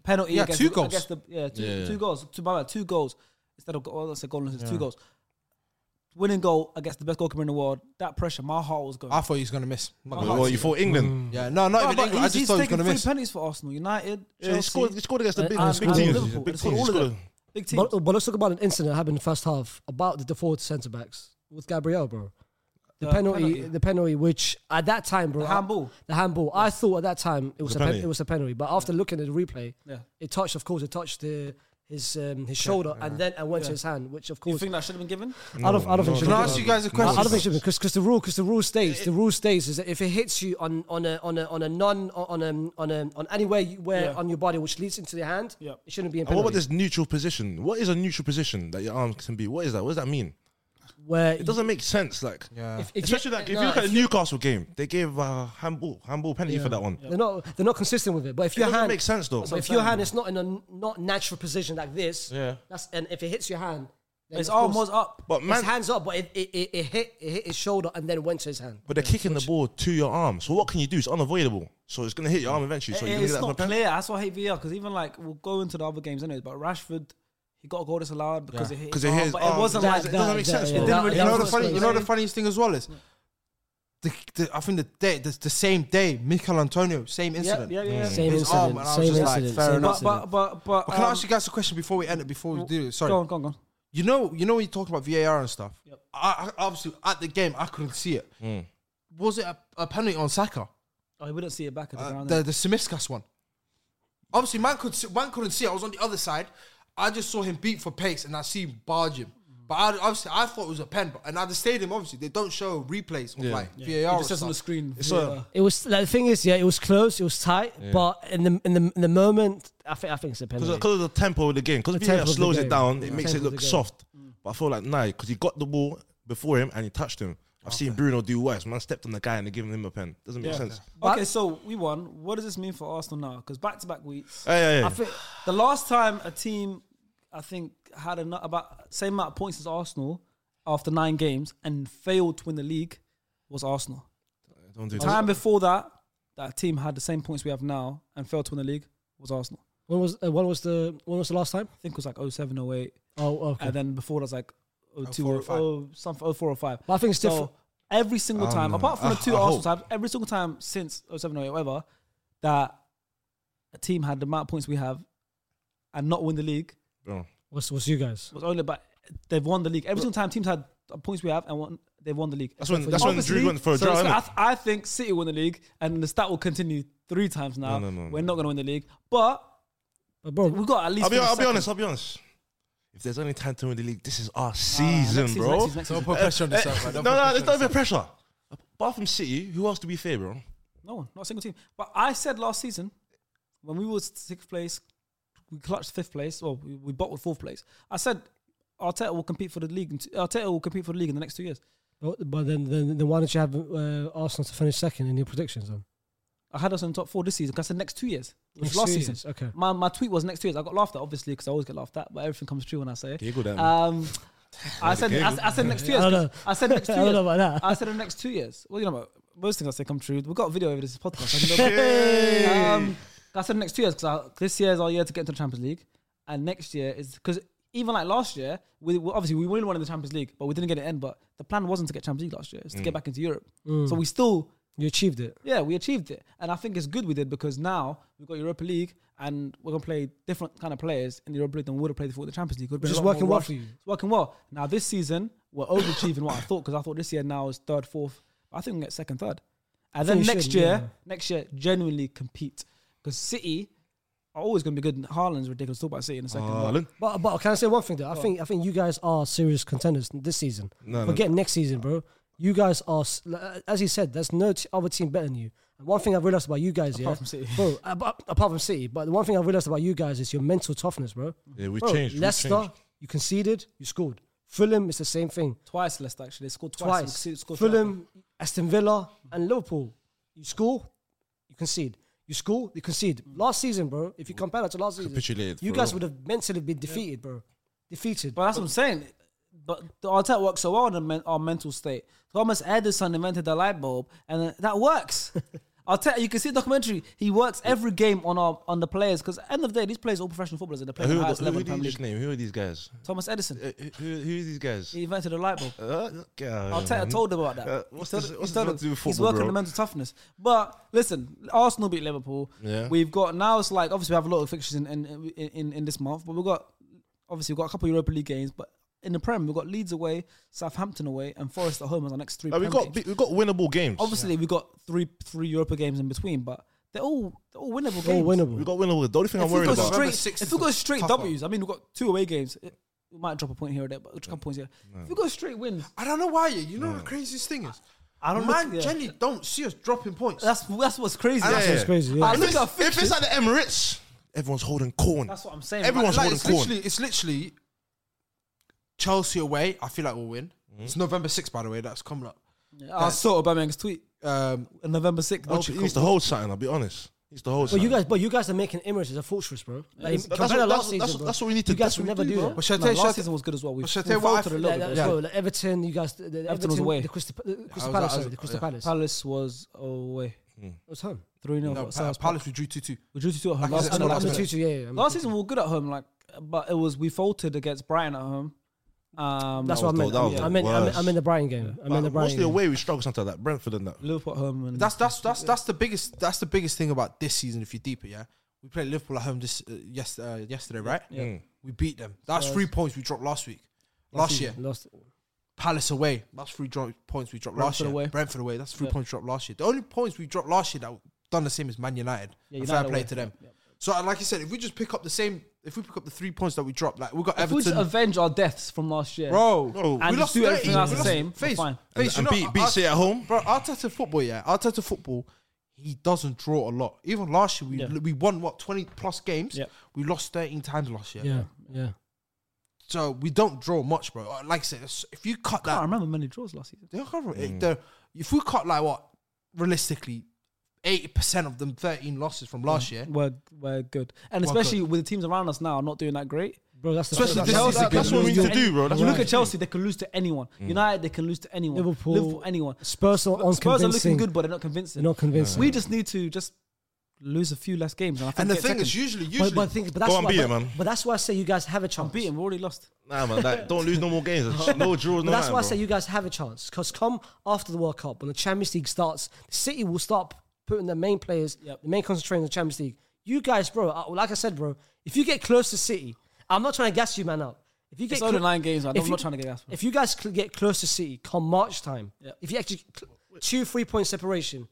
Speaker 1: penalty.
Speaker 2: Yeah,
Speaker 1: against
Speaker 2: two
Speaker 1: the,
Speaker 2: goals.
Speaker 1: Against the, yeah, two,
Speaker 5: Yeah, yeah.
Speaker 1: two goals. Two, my bad, two goals instead of go- well, that's a goal. It's two goals. Winning goal against the best goalkeeper in the world. That pressure, my heart was going.
Speaker 2: I thought he was gonna miss.
Speaker 1: Oh,
Speaker 2: Not gonna
Speaker 5: Well,
Speaker 2: lie to
Speaker 5: you thought England.
Speaker 2: Yeah, no, not
Speaker 1: Bro,
Speaker 2: even
Speaker 1: but
Speaker 2: England. I
Speaker 1: he's-
Speaker 2: just thought
Speaker 1: he's
Speaker 2: he was
Speaker 1: taking
Speaker 2: gonna
Speaker 1: three
Speaker 2: miss.
Speaker 1: penalties for Arsenal, United,
Speaker 5: Yeah, he scored. He scored against the
Speaker 3: Uh,
Speaker 5: big,
Speaker 3: and-
Speaker 5: big
Speaker 3: and
Speaker 5: teams.
Speaker 3: Liverpool.
Speaker 5: Big
Speaker 1: They
Speaker 5: teams.
Speaker 1: scored
Speaker 5: He
Speaker 1: all of
Speaker 5: scored
Speaker 1: them. big teams.
Speaker 3: But, but let's talk about an incident that happened in the first half about the default centre backs with Gabriel, bro. The
Speaker 1: Uh,
Speaker 3: penalty,
Speaker 1: penalty.
Speaker 3: the penalty, which at that time, bro,
Speaker 1: The
Speaker 3: I-
Speaker 1: handball.
Speaker 3: the handball. I thought at that time it was, a,
Speaker 5: a
Speaker 3: pen,
Speaker 5: penalty.
Speaker 3: it was a penalty, but after looking at the replay,
Speaker 1: Yeah.
Speaker 3: it touched, of course, it touched the, his um, his shoulder and then and went to his hand, which of
Speaker 1: Uh-huh. You
Speaker 3: course
Speaker 1: think that should have been given?
Speaker 3: I don't, I don't think. it should
Speaker 2: Can I
Speaker 3: be.
Speaker 2: ask you guys a
Speaker 3: I- I
Speaker 2: question?
Speaker 3: don't think it should because because the rule because the rule states the rule states is that if it hits you on on a on a on a non on a on a on anywhere you wear
Speaker 1: Yeah.
Speaker 3: on your body which leads into the hand,
Speaker 1: Yeah.
Speaker 3: it shouldn't be in
Speaker 5: And what
Speaker 3: penalty.
Speaker 5: about this neutral position? What is a neutral position that your arms can be? What is that? What does that mean?
Speaker 3: Where
Speaker 5: It doesn't make sense. Like,
Speaker 2: Yeah.
Speaker 3: you-
Speaker 5: especially like if
Speaker 3: no,
Speaker 5: you look at the Newcastle game, they gave uh, handball, handball penalty for that one.
Speaker 3: They're not they're not consistent with it. But if
Speaker 5: It
Speaker 3: your
Speaker 5: doesn't
Speaker 3: hand
Speaker 5: make sense though.
Speaker 3: But if your hand is not in a n- not natural position like this,
Speaker 5: Yeah.
Speaker 3: that's and if it hits your hand, then
Speaker 1: His
Speaker 3: of
Speaker 1: arm
Speaker 3: course-
Speaker 1: was up.
Speaker 5: But
Speaker 3: His
Speaker 5: man,
Speaker 3: hands up, but it, it, it, it hit it hit his shoulder and then went to his hand.
Speaker 5: but they're kicking the ball to your arm. So what can you do? It's unavoidable. So it's gonna hit your arm eventually. So
Speaker 1: It-
Speaker 5: you're gonna
Speaker 1: it's
Speaker 5: get that
Speaker 1: not
Speaker 5: penalty.
Speaker 1: clear. That's why I hate VR because even like we'll go into the other games anyways. But Rashford, he got a goal disallowed because it hit.
Speaker 5: Because
Speaker 1: his
Speaker 5: it
Speaker 1: arm,
Speaker 5: hits.
Speaker 1: Oh, but it wasn't
Speaker 3: That-
Speaker 1: like
Speaker 5: it
Speaker 3: that-
Speaker 5: doesn't make
Speaker 3: that-
Speaker 5: sense.
Speaker 3: yeah.
Speaker 5: bro.
Speaker 1: It didn't really-
Speaker 2: You know
Speaker 1: That
Speaker 2: the
Speaker 1: was
Speaker 2: funny, you know the
Speaker 1: crazy.
Speaker 2: funniest thing as well is, the, the, I think the day, the, the same day, Mikel Antonio, same incident.
Speaker 1: yeah, yeah.
Speaker 3: Same
Speaker 2: His arm, and
Speaker 3: incident.
Speaker 2: I was
Speaker 3: Same
Speaker 2: just like,
Speaker 3: incident.
Speaker 2: fair
Speaker 3: same
Speaker 1: But
Speaker 2: enough.
Speaker 3: incident.
Speaker 1: but but but.
Speaker 2: But can I
Speaker 1: um,
Speaker 2: ask you guys a question before we end it? Before we do, sorry.
Speaker 1: Go on, go on, go on.
Speaker 2: You know, you know when you're talking about VAR and stuff. I, I obviously at the game I couldn't see it. Was it a, a penalty on Saka?
Speaker 1: Oh, he wouldn't see it back at the
Speaker 2: Uh,
Speaker 1: ground.
Speaker 2: the the Simiskas one. Obviously, man could see, man couldn't see. I was on the other side. I just saw him beat for pace, and I see him barge him. But I, obviously, I thought it was a pen. But and at the stadium, obviously, they don't show replays of like VAR.
Speaker 1: It
Speaker 2: or
Speaker 1: just says on the
Speaker 2: stuff.
Speaker 1: screen.
Speaker 5: It's
Speaker 1: yeah.
Speaker 5: a-
Speaker 3: It was like, the thing is, yeah, it was close, it was tight, but in the in the in the moment, I think I think it's a penalty.
Speaker 5: Because of the tempo of the game. Because
Speaker 3: The
Speaker 5: VAR
Speaker 3: tempo of the
Speaker 5: uh, slows it
Speaker 3: game.
Speaker 5: down, it
Speaker 3: Yeah.
Speaker 5: makes
Speaker 3: Tempo
Speaker 5: it
Speaker 3: of the
Speaker 5: look
Speaker 3: game.
Speaker 5: soft. But I feel like, nah, because he got the ball before him and he touched him. I've seen Bruno do worse. Man stepped on the guy and they're giving him a pen. Doesn't make sense.
Speaker 1: Okay, so we won. What does this mean for Arsenal now? Because back to back weeks.
Speaker 5: Hey, hey, hey.
Speaker 1: I think the last time a team, I think, had enough, about same amount of points as Arsenal after nine games and failed to win the league was Arsenal.
Speaker 5: Don't do
Speaker 1: The time before that, that team had the same points we have now and failed to win the league was Arsenal.
Speaker 3: When was uh, when was the when was the last time?
Speaker 1: I think it was like 07, 08.
Speaker 3: Oh, okay.
Speaker 1: And then before that was like
Speaker 5: Oh,
Speaker 1: 02
Speaker 2: 04,
Speaker 1: or oh, 05. something 04 or 05.
Speaker 3: But I think it's
Speaker 1: So
Speaker 3: different.
Speaker 1: Every
Speaker 5: Oh,
Speaker 1: single time, apart from
Speaker 5: I-
Speaker 1: the two
Speaker 5: I
Speaker 1: Arsenal
Speaker 5: hope.
Speaker 1: times, every single time since 07 or 08, whatever, that a team had the amount of points we have and not win the league
Speaker 5: Bro.
Speaker 3: What's what's you guys?
Speaker 1: was only about they've won the league. Every single time teams had the points we have and won, they've won the league.
Speaker 5: That's when- that's when
Speaker 1: Obviously,
Speaker 5: Drew went for a
Speaker 1: so
Speaker 5: draw,
Speaker 1: it's-
Speaker 5: innit?
Speaker 1: I, th- I think City win the league and the stat will continue three times now.
Speaker 5: No, no, no,
Speaker 1: We're
Speaker 5: no.
Speaker 1: not going to win the league, but
Speaker 3: But bro,
Speaker 1: we've got at least.
Speaker 5: I'll be,
Speaker 1: finish
Speaker 5: I'll be
Speaker 1: second.
Speaker 5: honest. I'll be honest. If there's only time to win the league, this is our
Speaker 1: next
Speaker 5: season,
Speaker 1: season,
Speaker 5: bro.
Speaker 1: next season, next
Speaker 2: Don't
Speaker 1: season.
Speaker 2: put pressure on
Speaker 5: Eh,
Speaker 2: yourself. man.
Speaker 5: no,
Speaker 2: Don't put
Speaker 5: no,
Speaker 2: pressure on
Speaker 5: there's not
Speaker 2: yourself.
Speaker 5: even pressure. Apart from City, who else to be fair, bro?
Speaker 1: No one, not a single team. But I said last season when we was sixth place, we clutched fifth place, or we, we bottled fourth place. I said Arteta will compete for the league. In t- Arteta will compete for the league in the next two years.
Speaker 3: but, but then, then then why don't you have uh, Arsenal to finish second in your predictions then?
Speaker 1: I had us in top four this season. 'cause I said next two years, which
Speaker 3: Next
Speaker 1: last
Speaker 3: two
Speaker 1: season.
Speaker 3: years, okay.
Speaker 1: My, my tweet was next two years. I got laughed at obviously because I always get laughed at, but everything comes true when I say it.
Speaker 5: Giggle then.
Speaker 1: Um, I said I, s- I said next two years.
Speaker 3: I don't
Speaker 1: 'cause I said next two
Speaker 3: I
Speaker 1: years.
Speaker 3: don't know about that.
Speaker 1: I said the next two years. Well, you know, most things I say come true. We've got a video over this podcast. I can Um, I said the next two years because this year is our year to get into the Champions League, and next year is because even like last year, we we- obviously we really wanted the Champions League, but we didn't get it in. But the plan wasn't to get Champions League last year; it's to get back into Europe. So we still,
Speaker 3: You achieved it.
Speaker 1: yeah, we achieved it, and I think it's good we did because now we've got Europa League, and we're gonna play different kind of players in the Europa League than we would have played before the Champions League. Would've been a
Speaker 3: Which
Speaker 1: lot
Speaker 3: is
Speaker 1: more
Speaker 3: working well
Speaker 1: rush.
Speaker 3: for you.
Speaker 1: It's working well. Now this season we're overachieving what I thought because I thought this year now is third, fourth. I think we can get second, third, and then
Speaker 3: think you
Speaker 1: next
Speaker 3: should,
Speaker 1: year,
Speaker 3: yeah.
Speaker 1: next year genuinely compete because City are always going to be good. And Haaland's ridiculous. Talk about City in a
Speaker 3: Ah,
Speaker 1: second. but-
Speaker 5: Haaland.
Speaker 3: But but can I say one thing though? I think I think you guys are serious contenders this season.
Speaker 5: No,
Speaker 3: Forget next season, bro. You guys are, s- like, as you said, there's no t- other team better than you. And one thing I've realized about you guys, yeah,
Speaker 1: from City.
Speaker 3: bro, apart, apart from City, but the one thing I've realized about you guys is your mental toughness, bro.
Speaker 5: Yeah, we
Speaker 3: Bro,
Speaker 5: changed.
Speaker 3: Leicester, you conceded, you scored. Fulham, it's the same thing.
Speaker 1: Twice Leicester actually. They scored twice. and
Speaker 3: Twice.
Speaker 1: City scored
Speaker 3: Fulham, Aston Villa, and Liverpool. You score, you concede. You score, you concede. Last season, bro, if you compare that to last season,
Speaker 5: Capitulated
Speaker 3: you
Speaker 5: for
Speaker 3: guys
Speaker 5: real.
Speaker 3: would have mentally been defeated, bro. Defeated.
Speaker 1: But that's what I'm saying. But the Arteta works so well on the men- our mental state. Thomas Edison invented the light bulb, and uh, that works. Arteta, you can see the documentary. He works every game on our on the players because end of the day, these players are all professional footballers and they play at
Speaker 5: Who,
Speaker 1: the
Speaker 5: are
Speaker 1: highest
Speaker 5: the, who,
Speaker 1: level
Speaker 5: are
Speaker 1: in the
Speaker 5: these-
Speaker 1: Premier League.
Speaker 5: just name? who are these guys?
Speaker 1: Thomas Edison,
Speaker 5: Uh, Who, who, who are these guys?
Speaker 1: he invented the light bulb.
Speaker 5: Uh, get out of here,
Speaker 1: Arteta
Speaker 5: man.
Speaker 1: told him about that.
Speaker 5: Uh, what's
Speaker 1: He
Speaker 5: this,
Speaker 1: told- he
Speaker 5: what's this
Speaker 1: told
Speaker 5: got
Speaker 1: him
Speaker 5: to do with
Speaker 1: He's
Speaker 5: football,
Speaker 1: working on
Speaker 5: bro?
Speaker 1: the mental toughness. But listen, Arsenal beat Liverpool.
Speaker 5: Yeah.
Speaker 1: We've got now. It's like obviously we have a lot of fixtures in in, in, in, in this month, but we've got obviously we've got a couple of Europa League games, but. In the Prem, we've got Leeds away, Southampton away, and Forest at home as our next three.
Speaker 5: Like, we
Speaker 1: Prem
Speaker 5: got
Speaker 1: games.
Speaker 5: big- we got winnable games.
Speaker 1: Obviously, we got three three Europa games in between, but they're all they're all winnable
Speaker 3: All
Speaker 1: games.
Speaker 3: winnable.
Speaker 5: we got winnable. The only thing I'm
Speaker 1: If we
Speaker 5: worried
Speaker 1: go
Speaker 5: about.
Speaker 2: November
Speaker 1: straight,
Speaker 2: 6th
Speaker 1: if
Speaker 2: is
Speaker 1: we go
Speaker 2: the
Speaker 1: straight
Speaker 2: tough one.
Speaker 1: W's, I mean, we have got two away games. It- we might drop a point here or there, but a couple points here. If we go straight wins,
Speaker 2: I don't know why. You You know the craziest thing is,
Speaker 1: I don't
Speaker 2: man
Speaker 1: look- yeah.
Speaker 2: generally don't see us dropping points.
Speaker 1: that's that's what's crazy.
Speaker 5: Yeah,
Speaker 1: That's,
Speaker 5: yeah.
Speaker 3: It's crazy. Yeah.
Speaker 1: I
Speaker 5: If
Speaker 1: look at our
Speaker 5: it's, if
Speaker 1: fixtures.
Speaker 5: it's at the Emirates, everyone's holding corn.
Speaker 1: That's what I'm saying.
Speaker 5: Everyone's
Speaker 2: like,
Speaker 5: holding
Speaker 2: it's
Speaker 5: corn.
Speaker 2: literally, it's literally Chelsea away. I feel like we'll win.
Speaker 5: Mm-hmm.
Speaker 2: It's November 6th, by the way. That's coming up.
Speaker 1: I saw Aubameyang's tweet
Speaker 2: Um,
Speaker 1: on November sixth.
Speaker 5: He needs to hold something. I'll be honest. He needs to hold
Speaker 3: But you
Speaker 5: something.
Speaker 3: guys, but you guys are making Emirates as a fortress, bro. Like,
Speaker 5: That's
Speaker 3: compared
Speaker 5: what-
Speaker 3: to
Speaker 5: that's
Speaker 3: last
Speaker 5: what-
Speaker 3: season,
Speaker 5: that's what-
Speaker 3: bro,
Speaker 5: that's what we need to-
Speaker 3: You guys
Speaker 5: that's
Speaker 3: would
Speaker 5: what
Speaker 3: never
Speaker 5: we
Speaker 3: do,
Speaker 5: do, bro.
Speaker 3: that.
Speaker 2: but shall I
Speaker 1: No,
Speaker 2: tell you- shall I
Speaker 1: last
Speaker 2: tell-
Speaker 1: season was good as well. We,
Speaker 2: But shall I
Speaker 1: we
Speaker 2: tell you what I
Speaker 1: faltered a
Speaker 2: think-
Speaker 3: Like,
Speaker 1: little
Speaker 3: that's
Speaker 1: bit.
Speaker 3: what- like, Everton, you guys, the, the
Speaker 1: Everton
Speaker 3: Everton
Speaker 1: was away.
Speaker 3: the Crystal, Pa- the Crystal
Speaker 2: was-
Speaker 3: Palace,
Speaker 2: I was-
Speaker 3: sorry, the Crystal
Speaker 2: yeah.
Speaker 3: Palace.
Speaker 1: Palace was away.
Speaker 3: It was home.
Speaker 1: Three 0
Speaker 2: no, Pa- Palace, we drew 2 2.
Speaker 1: We drew two at home.
Speaker 2: Like
Speaker 1: Last
Speaker 2: I said,
Speaker 1: season,
Speaker 2: I'm
Speaker 1: last
Speaker 2: not
Speaker 1: season.
Speaker 2: too
Speaker 3: yeah, yeah, I'm
Speaker 1: Last
Speaker 3: not
Speaker 1: season we were good at home, like, but it was we faltered against Brighton at home. Um,
Speaker 3: That's
Speaker 5: That
Speaker 3: what I
Speaker 5: was
Speaker 3: meant.
Speaker 5: the- that
Speaker 3: I
Speaker 5: was
Speaker 3: meant-
Speaker 5: the
Speaker 3: I meant, I meant,
Speaker 5: worst.
Speaker 3: I meant the Brighton game. I meant the
Speaker 5: But
Speaker 3: Brighton.
Speaker 5: mostly
Speaker 3: game.
Speaker 5: away, we struggle sometimes like Brentford and that.
Speaker 1: Liverpool at home, and
Speaker 2: That's that's that's that's the biggest that's the biggest thing about this season. If you deep it, yeah, we played Liverpool at home this uh, yes uh, yesterday, right?
Speaker 1: Yeah. Mm.
Speaker 2: we beat them. That's three points we dropped last week, last year.
Speaker 3: Lost.
Speaker 2: Palace away. That's three dro- points we dropped last
Speaker 1: Brentford
Speaker 2: year.
Speaker 1: away.
Speaker 2: Brentford away. That's three
Speaker 1: Yeah.
Speaker 2: points dropped last year. The only points we dropped last year that done the same as Man United.
Speaker 1: Yeah, United
Speaker 2: And fair play
Speaker 1: away.
Speaker 2: to them. So uh, like you said, if we just pick up the same, if we pick up the three points that we dropped, like we got
Speaker 1: If we just
Speaker 2: Everton,
Speaker 1: avenge our deaths from last year,
Speaker 2: bro,
Speaker 5: Bro.
Speaker 2: we
Speaker 1: And
Speaker 2: lost
Speaker 1: just do everything
Speaker 2: 30.
Speaker 1: else
Speaker 2: We
Speaker 1: the
Speaker 2: lost-
Speaker 1: same,
Speaker 2: Face,
Speaker 1: we're fine.
Speaker 2: face,
Speaker 5: And-
Speaker 2: you
Speaker 5: and
Speaker 2: know,
Speaker 5: beat- beat
Speaker 2: Art-
Speaker 5: City at home.
Speaker 2: bro. Arteta football, yeah, Arteta football. He doesn't draw a lot. Even last year, we
Speaker 1: Yeah.
Speaker 2: we won what twenty plus games.
Speaker 1: Yeah.
Speaker 2: We lost thirteen times last year.
Speaker 3: Yeah, yeah.
Speaker 2: So we don't draw much, bro. Uh, Like I said, it's- if you cut
Speaker 1: I can't
Speaker 2: that,
Speaker 1: remember many draws last season.
Speaker 2: they can't remember.
Speaker 5: Mm.
Speaker 2: It- the- if we cut like what realistically eighty percent of them thirteen losses from last year,
Speaker 1: We're we're good, and
Speaker 2: We're
Speaker 1: especially with the teams around us now not doing that great.
Speaker 3: Bro, that's the
Speaker 2: Especially
Speaker 3: that's-
Speaker 2: this
Speaker 3: that's-
Speaker 2: season,
Speaker 3: that's-
Speaker 2: because
Speaker 3: that's
Speaker 2: we
Speaker 3: what we
Speaker 2: need
Speaker 3: do.
Speaker 2: to do,
Speaker 5: bro.
Speaker 1: If
Speaker 5: That's
Speaker 1: you
Speaker 5: what
Speaker 1: look at Chelsea; they can lose to anyone.
Speaker 5: Hmm.
Speaker 1: United; they can lose to anyone.
Speaker 3: Liverpool-
Speaker 1: anyone.
Speaker 3: Spurs are
Speaker 1: Spurs are looking
Speaker 3: unconvincing.
Speaker 1: good, but they're not convincing.
Speaker 3: They're not convincing.
Speaker 1: We just need to just lose a few less games. And, I think
Speaker 2: and the
Speaker 1: get
Speaker 2: thing
Speaker 1: second.
Speaker 2: is, usually, usually,
Speaker 3: But, but, I think, but that's
Speaker 5: Go and
Speaker 3: why,
Speaker 5: beat
Speaker 3: but,
Speaker 5: it, man.
Speaker 3: but that's why I say you guys have a chance.
Speaker 1: beat him. We're already lost.
Speaker 5: Nah, man, like, don't lose no more games. No draws,
Speaker 3: But
Speaker 5: no
Speaker 3: that's
Speaker 5: nothing,
Speaker 3: why I
Speaker 5: bro.
Speaker 3: say you guys have a chance. Because come after the World Cup, when the Champions League starts, City will start putting their main players,
Speaker 1: Yep.
Speaker 3: the main concentration on the Champions League. You guys, bro, uh, like I said, bro, if you get close to City, I'm not trying to gas you, man, up. If you get
Speaker 1: It's only
Speaker 3: clo-
Speaker 1: nine games. man.
Speaker 3: if
Speaker 1: I'm
Speaker 3: you-
Speaker 1: not trying to get gassed.
Speaker 3: If you guys cl- get close to City come March time,
Speaker 1: Yep.
Speaker 3: if you actually cl- two three point separation,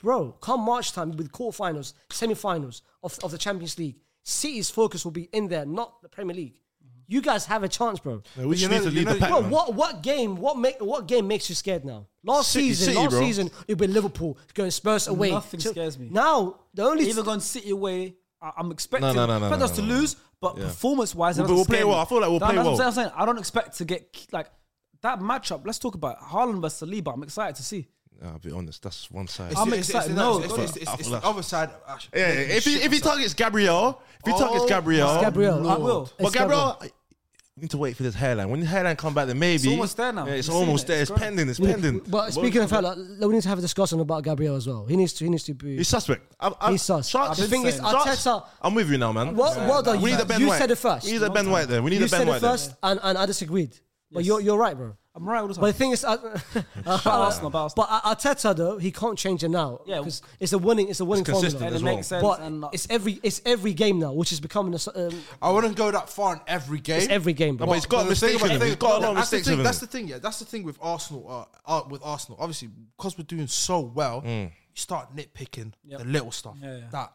Speaker 3: bro, come March time with quarterfinals, semi-finals of, of the Champions League, City's focus will be in there, not the Premier League.
Speaker 1: Mm-hmm.
Speaker 3: You guys have a chance, bro.
Speaker 5: Yeah, we
Speaker 2: you
Speaker 5: just
Speaker 2: know-
Speaker 5: need to
Speaker 2: you
Speaker 5: lead
Speaker 2: know-
Speaker 5: the pack,
Speaker 3: Bro,
Speaker 5: man.
Speaker 3: what what game? What make what game makes you scared now? Last
Speaker 5: City-
Speaker 3: season,
Speaker 5: City,
Speaker 3: last
Speaker 5: bro.
Speaker 3: season, it'd be Liverpool going Spurs away.
Speaker 1: Nothing
Speaker 3: So
Speaker 1: scares me.
Speaker 3: Now the only
Speaker 1: Even going City away, I- I'm expecting
Speaker 5: No, no, no, no,
Speaker 1: expect
Speaker 5: no,
Speaker 1: us to
Speaker 5: no, no.
Speaker 1: lose, but
Speaker 5: Yeah.
Speaker 1: performance wise,
Speaker 5: We'll- we'll play well. I feel like we'll play
Speaker 1: that's What
Speaker 5: well.
Speaker 1: I'm saying I don't expect to get k- like that matchup. Let's talk about Haaland versus Saliba. I'm excited to see.
Speaker 5: Nah, I'll be honest, that's one side.
Speaker 1: I'm
Speaker 2: it's- it's-
Speaker 1: excited.
Speaker 2: it's-
Speaker 1: No,
Speaker 2: it's-
Speaker 1: God.
Speaker 2: it's, it's- it's- it's the
Speaker 5: After that.
Speaker 2: other side. uh, of Ash.
Speaker 5: yeah, yeah, if he if he targets Gabriel, if he targets
Speaker 2: Oh,
Speaker 5: Gabriel,
Speaker 3: Gabriel, I
Speaker 1: Lord.
Speaker 3: will.
Speaker 5: but
Speaker 3: It's
Speaker 5: Gabriel, you need to wait for this hairline. When the hairline come back, then maybe
Speaker 1: It's almost there now.
Speaker 5: Yeah, it's
Speaker 1: We've seen
Speaker 5: almost
Speaker 1: it.
Speaker 5: there.
Speaker 1: It's
Speaker 5: It's,
Speaker 1: growing.
Speaker 5: pending. It's pending.
Speaker 3: But speaking of fella, we need to have a discussion about Gabriel as well. He needs to he needs to be.
Speaker 5: he's suspect. I, I,
Speaker 3: He's sus.
Speaker 5: Shots,
Speaker 3: The thing is, Arteta-
Speaker 5: I'm with you now, man.
Speaker 3: Well- well done,
Speaker 5: We
Speaker 3: you
Speaker 5: need a
Speaker 3: guys.
Speaker 5: Ben
Speaker 3: You
Speaker 5: White.
Speaker 3: said it first.
Speaker 5: We need a Ben White there. We need
Speaker 3: you
Speaker 5: a Ben
Speaker 3: said
Speaker 5: White
Speaker 3: it
Speaker 5: there.
Speaker 3: first, and, and I disagreed. But you're you're right, bro.
Speaker 1: I'm right all the time.
Speaker 3: But the thing is, uh,
Speaker 1: Arsenal, but Arsenal.
Speaker 3: but Arteta though he can't change it now.
Speaker 1: Yeah.
Speaker 3: because it's a winning, it's a winning
Speaker 5: consistent
Speaker 3: formula.
Speaker 5: as
Speaker 1: and it
Speaker 5: well.
Speaker 1: makes sense.
Speaker 3: But
Speaker 1: and not-
Speaker 3: it's every it's every game now, which is becoming a s- um,
Speaker 2: I wouldn't go that far in every game.
Speaker 3: it's every game. Bro.
Speaker 5: But he's got
Speaker 2: the thing
Speaker 5: mistakes.
Speaker 2: about-
Speaker 5: in him.
Speaker 2: the
Speaker 5: He's
Speaker 2: thing-
Speaker 5: got a lot of
Speaker 2: that's the
Speaker 5: mistakes.
Speaker 2: thing-
Speaker 5: in him.
Speaker 2: That's the thing, yeah. That's the thing with Arsenal. Uh, uh, with Arsenal, obviously, because we're doing so well,
Speaker 5: Mm.
Speaker 2: you start nitpicking
Speaker 1: Yep.
Speaker 2: the little stuff
Speaker 1: Yeah, yeah.
Speaker 2: that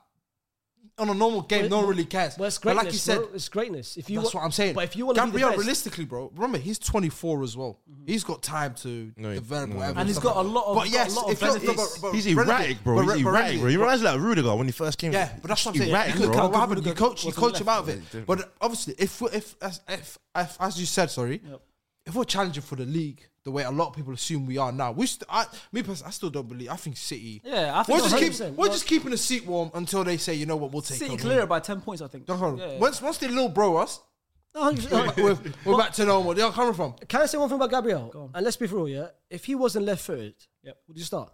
Speaker 2: on a normal game,
Speaker 3: Well,
Speaker 2: no one
Speaker 3: well,
Speaker 2: really cares.
Speaker 3: Well, it's
Speaker 2: But
Speaker 3: greatness.
Speaker 2: like you said,
Speaker 3: bro. it's greatness. If you
Speaker 2: that's
Speaker 3: wa-
Speaker 2: what I'm saying.
Speaker 3: But if you want to be the
Speaker 2: Gabriel,
Speaker 3: best, Mm-hmm.
Speaker 2: realistically, bro, remember he's 24 as well. He's got time to
Speaker 5: No, he-
Speaker 2: develop
Speaker 5: no,
Speaker 2: whatever.
Speaker 5: no. And
Speaker 1: he's
Speaker 2: stuff.
Speaker 1: got a lot of-
Speaker 2: But
Speaker 1: got
Speaker 2: yes,
Speaker 1: a lot of
Speaker 2: if you're-
Speaker 1: benefits.
Speaker 2: but- but-
Speaker 5: He's
Speaker 2: but-
Speaker 5: erratic, bro.
Speaker 2: but-
Speaker 5: He's
Speaker 2: but-
Speaker 5: erratic, bro. You
Speaker 2: but-
Speaker 5: realize like Rudiger when he first came.
Speaker 2: Yeah, but that's what I'm
Speaker 5: he's
Speaker 2: saying.
Speaker 5: Erratic,
Speaker 2: Look
Speaker 5: bro.
Speaker 2: how what happened. You
Speaker 1: Rudiger
Speaker 2: coach, you
Speaker 1: wasn't
Speaker 2: coach
Speaker 1: left.
Speaker 2: him out of it. But obviously, if we- if as if, if as you said, sorry, if we're challenging for the league the way a lot of people assume we are now, we st- I, me personally, I still don't believe. I think City.
Speaker 1: Yeah, I think
Speaker 2: we're just, keep,
Speaker 3: 100%.
Speaker 2: we're just keeping the seat warm until they say, you know what, we'll take
Speaker 1: City
Speaker 2: over.
Speaker 1: clear by ten points. I think.
Speaker 2: Don't worry.
Speaker 1: Yeah, yeah.
Speaker 2: Once once they little bro us,
Speaker 3: No, I'm just-
Speaker 2: we're, we're, we're back to normal. They're coming from.
Speaker 3: can I say one thing about Gabriel? And let's be real, yeah. If he wasn't left-footed,
Speaker 1: Yep.
Speaker 3: would you start?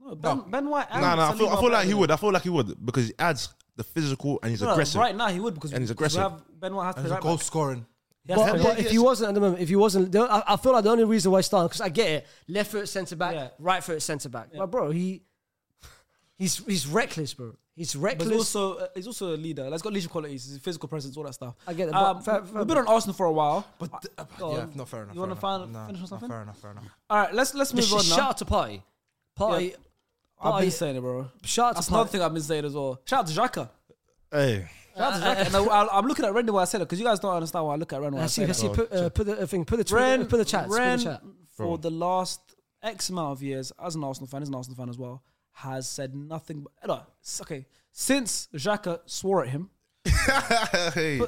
Speaker 1: No, ben, Ben White. and
Speaker 5: No, no,
Speaker 1: Saliba
Speaker 5: I feel, I
Speaker 1: are
Speaker 5: feel like
Speaker 1: better
Speaker 5: he
Speaker 1: than
Speaker 5: would. I feel like he would because he adds the physical and he's
Speaker 1: No, no,
Speaker 5: aggressive.
Speaker 1: Right now he would because
Speaker 5: And he's
Speaker 1: because we
Speaker 5: aggressive.
Speaker 1: have Ben White has to
Speaker 2: And
Speaker 1: be
Speaker 2: there's a
Speaker 1: right
Speaker 2: goal
Speaker 1: back.
Speaker 2: scoring.
Speaker 1: Yes,
Speaker 3: But,
Speaker 1: Ben
Speaker 3: but
Speaker 1: White.
Speaker 3: if he wasn't at the moment, if he wasn't, the- I, I feel like the only reason why he's starting because I get it, left foot centre back,
Speaker 1: Yeah.
Speaker 3: right foot centre back. But bro, he he's he's reckless, bro. He's
Speaker 1: But
Speaker 3: reckless.
Speaker 1: he's also uh, he's also a leader. Let's got leadership qualities, his physical presence, all that stuff.
Speaker 3: I get it, but
Speaker 1: Um,
Speaker 3: fair- fair-
Speaker 1: we've been on Arsenal for a while,
Speaker 2: But th-
Speaker 1: Uh,
Speaker 2: yeah,
Speaker 1: go on.
Speaker 2: not fair enough.
Speaker 1: You want
Speaker 2: fair
Speaker 1: to
Speaker 2: enough.
Speaker 1: find,
Speaker 2: No,
Speaker 1: finish on
Speaker 2: no,
Speaker 1: something?
Speaker 2: Fair enough. Fair enough.
Speaker 1: All right, let's let's move
Speaker 3: Sh-
Speaker 1: on
Speaker 3: shout
Speaker 1: now.
Speaker 3: out to Party, Party,
Speaker 1: Yeah. I've
Speaker 3: Party.
Speaker 1: been saying it, bro.
Speaker 3: Shout out
Speaker 1: That's
Speaker 3: to
Speaker 1: another
Speaker 3: Party.
Speaker 1: thing I've been saying as well. Shout out to Xhaka.
Speaker 5: Hey,
Speaker 1: Shout out to Xhaka. And I, I'm looking at Ren while I said it because you guys don't understand why I look at Ren when I
Speaker 3: I see,
Speaker 1: say
Speaker 3: I
Speaker 1: it.
Speaker 3: see. Put, uh, put the uh, thing. Put the tweet,
Speaker 1: Ren,
Speaker 3: put the chat. Put the
Speaker 1: Ren
Speaker 3: chat.
Speaker 1: for the last X amount of years, as an Arsenal fan, as an Arsenal fan as well, has said nothing. But, no, s- okay, since Xhaka swore at him
Speaker 5: hey,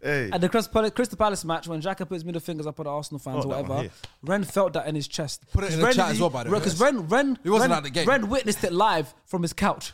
Speaker 5: hey.
Speaker 1: at the Crystal Palace, Crystal Palace match, when Xhaka put his middle fingers up at the Arsenal fans
Speaker 5: Oh,
Speaker 1: or
Speaker 5: that one
Speaker 1: whatever,
Speaker 5: here.
Speaker 1: Ren felt that in his chest.
Speaker 2: Put it in the chat as well, by the way.
Speaker 1: Because Ren, Ren,
Speaker 2: He wasn't
Speaker 1: Ren-
Speaker 2: at the game.
Speaker 1: Ren witnessed it live from his couch.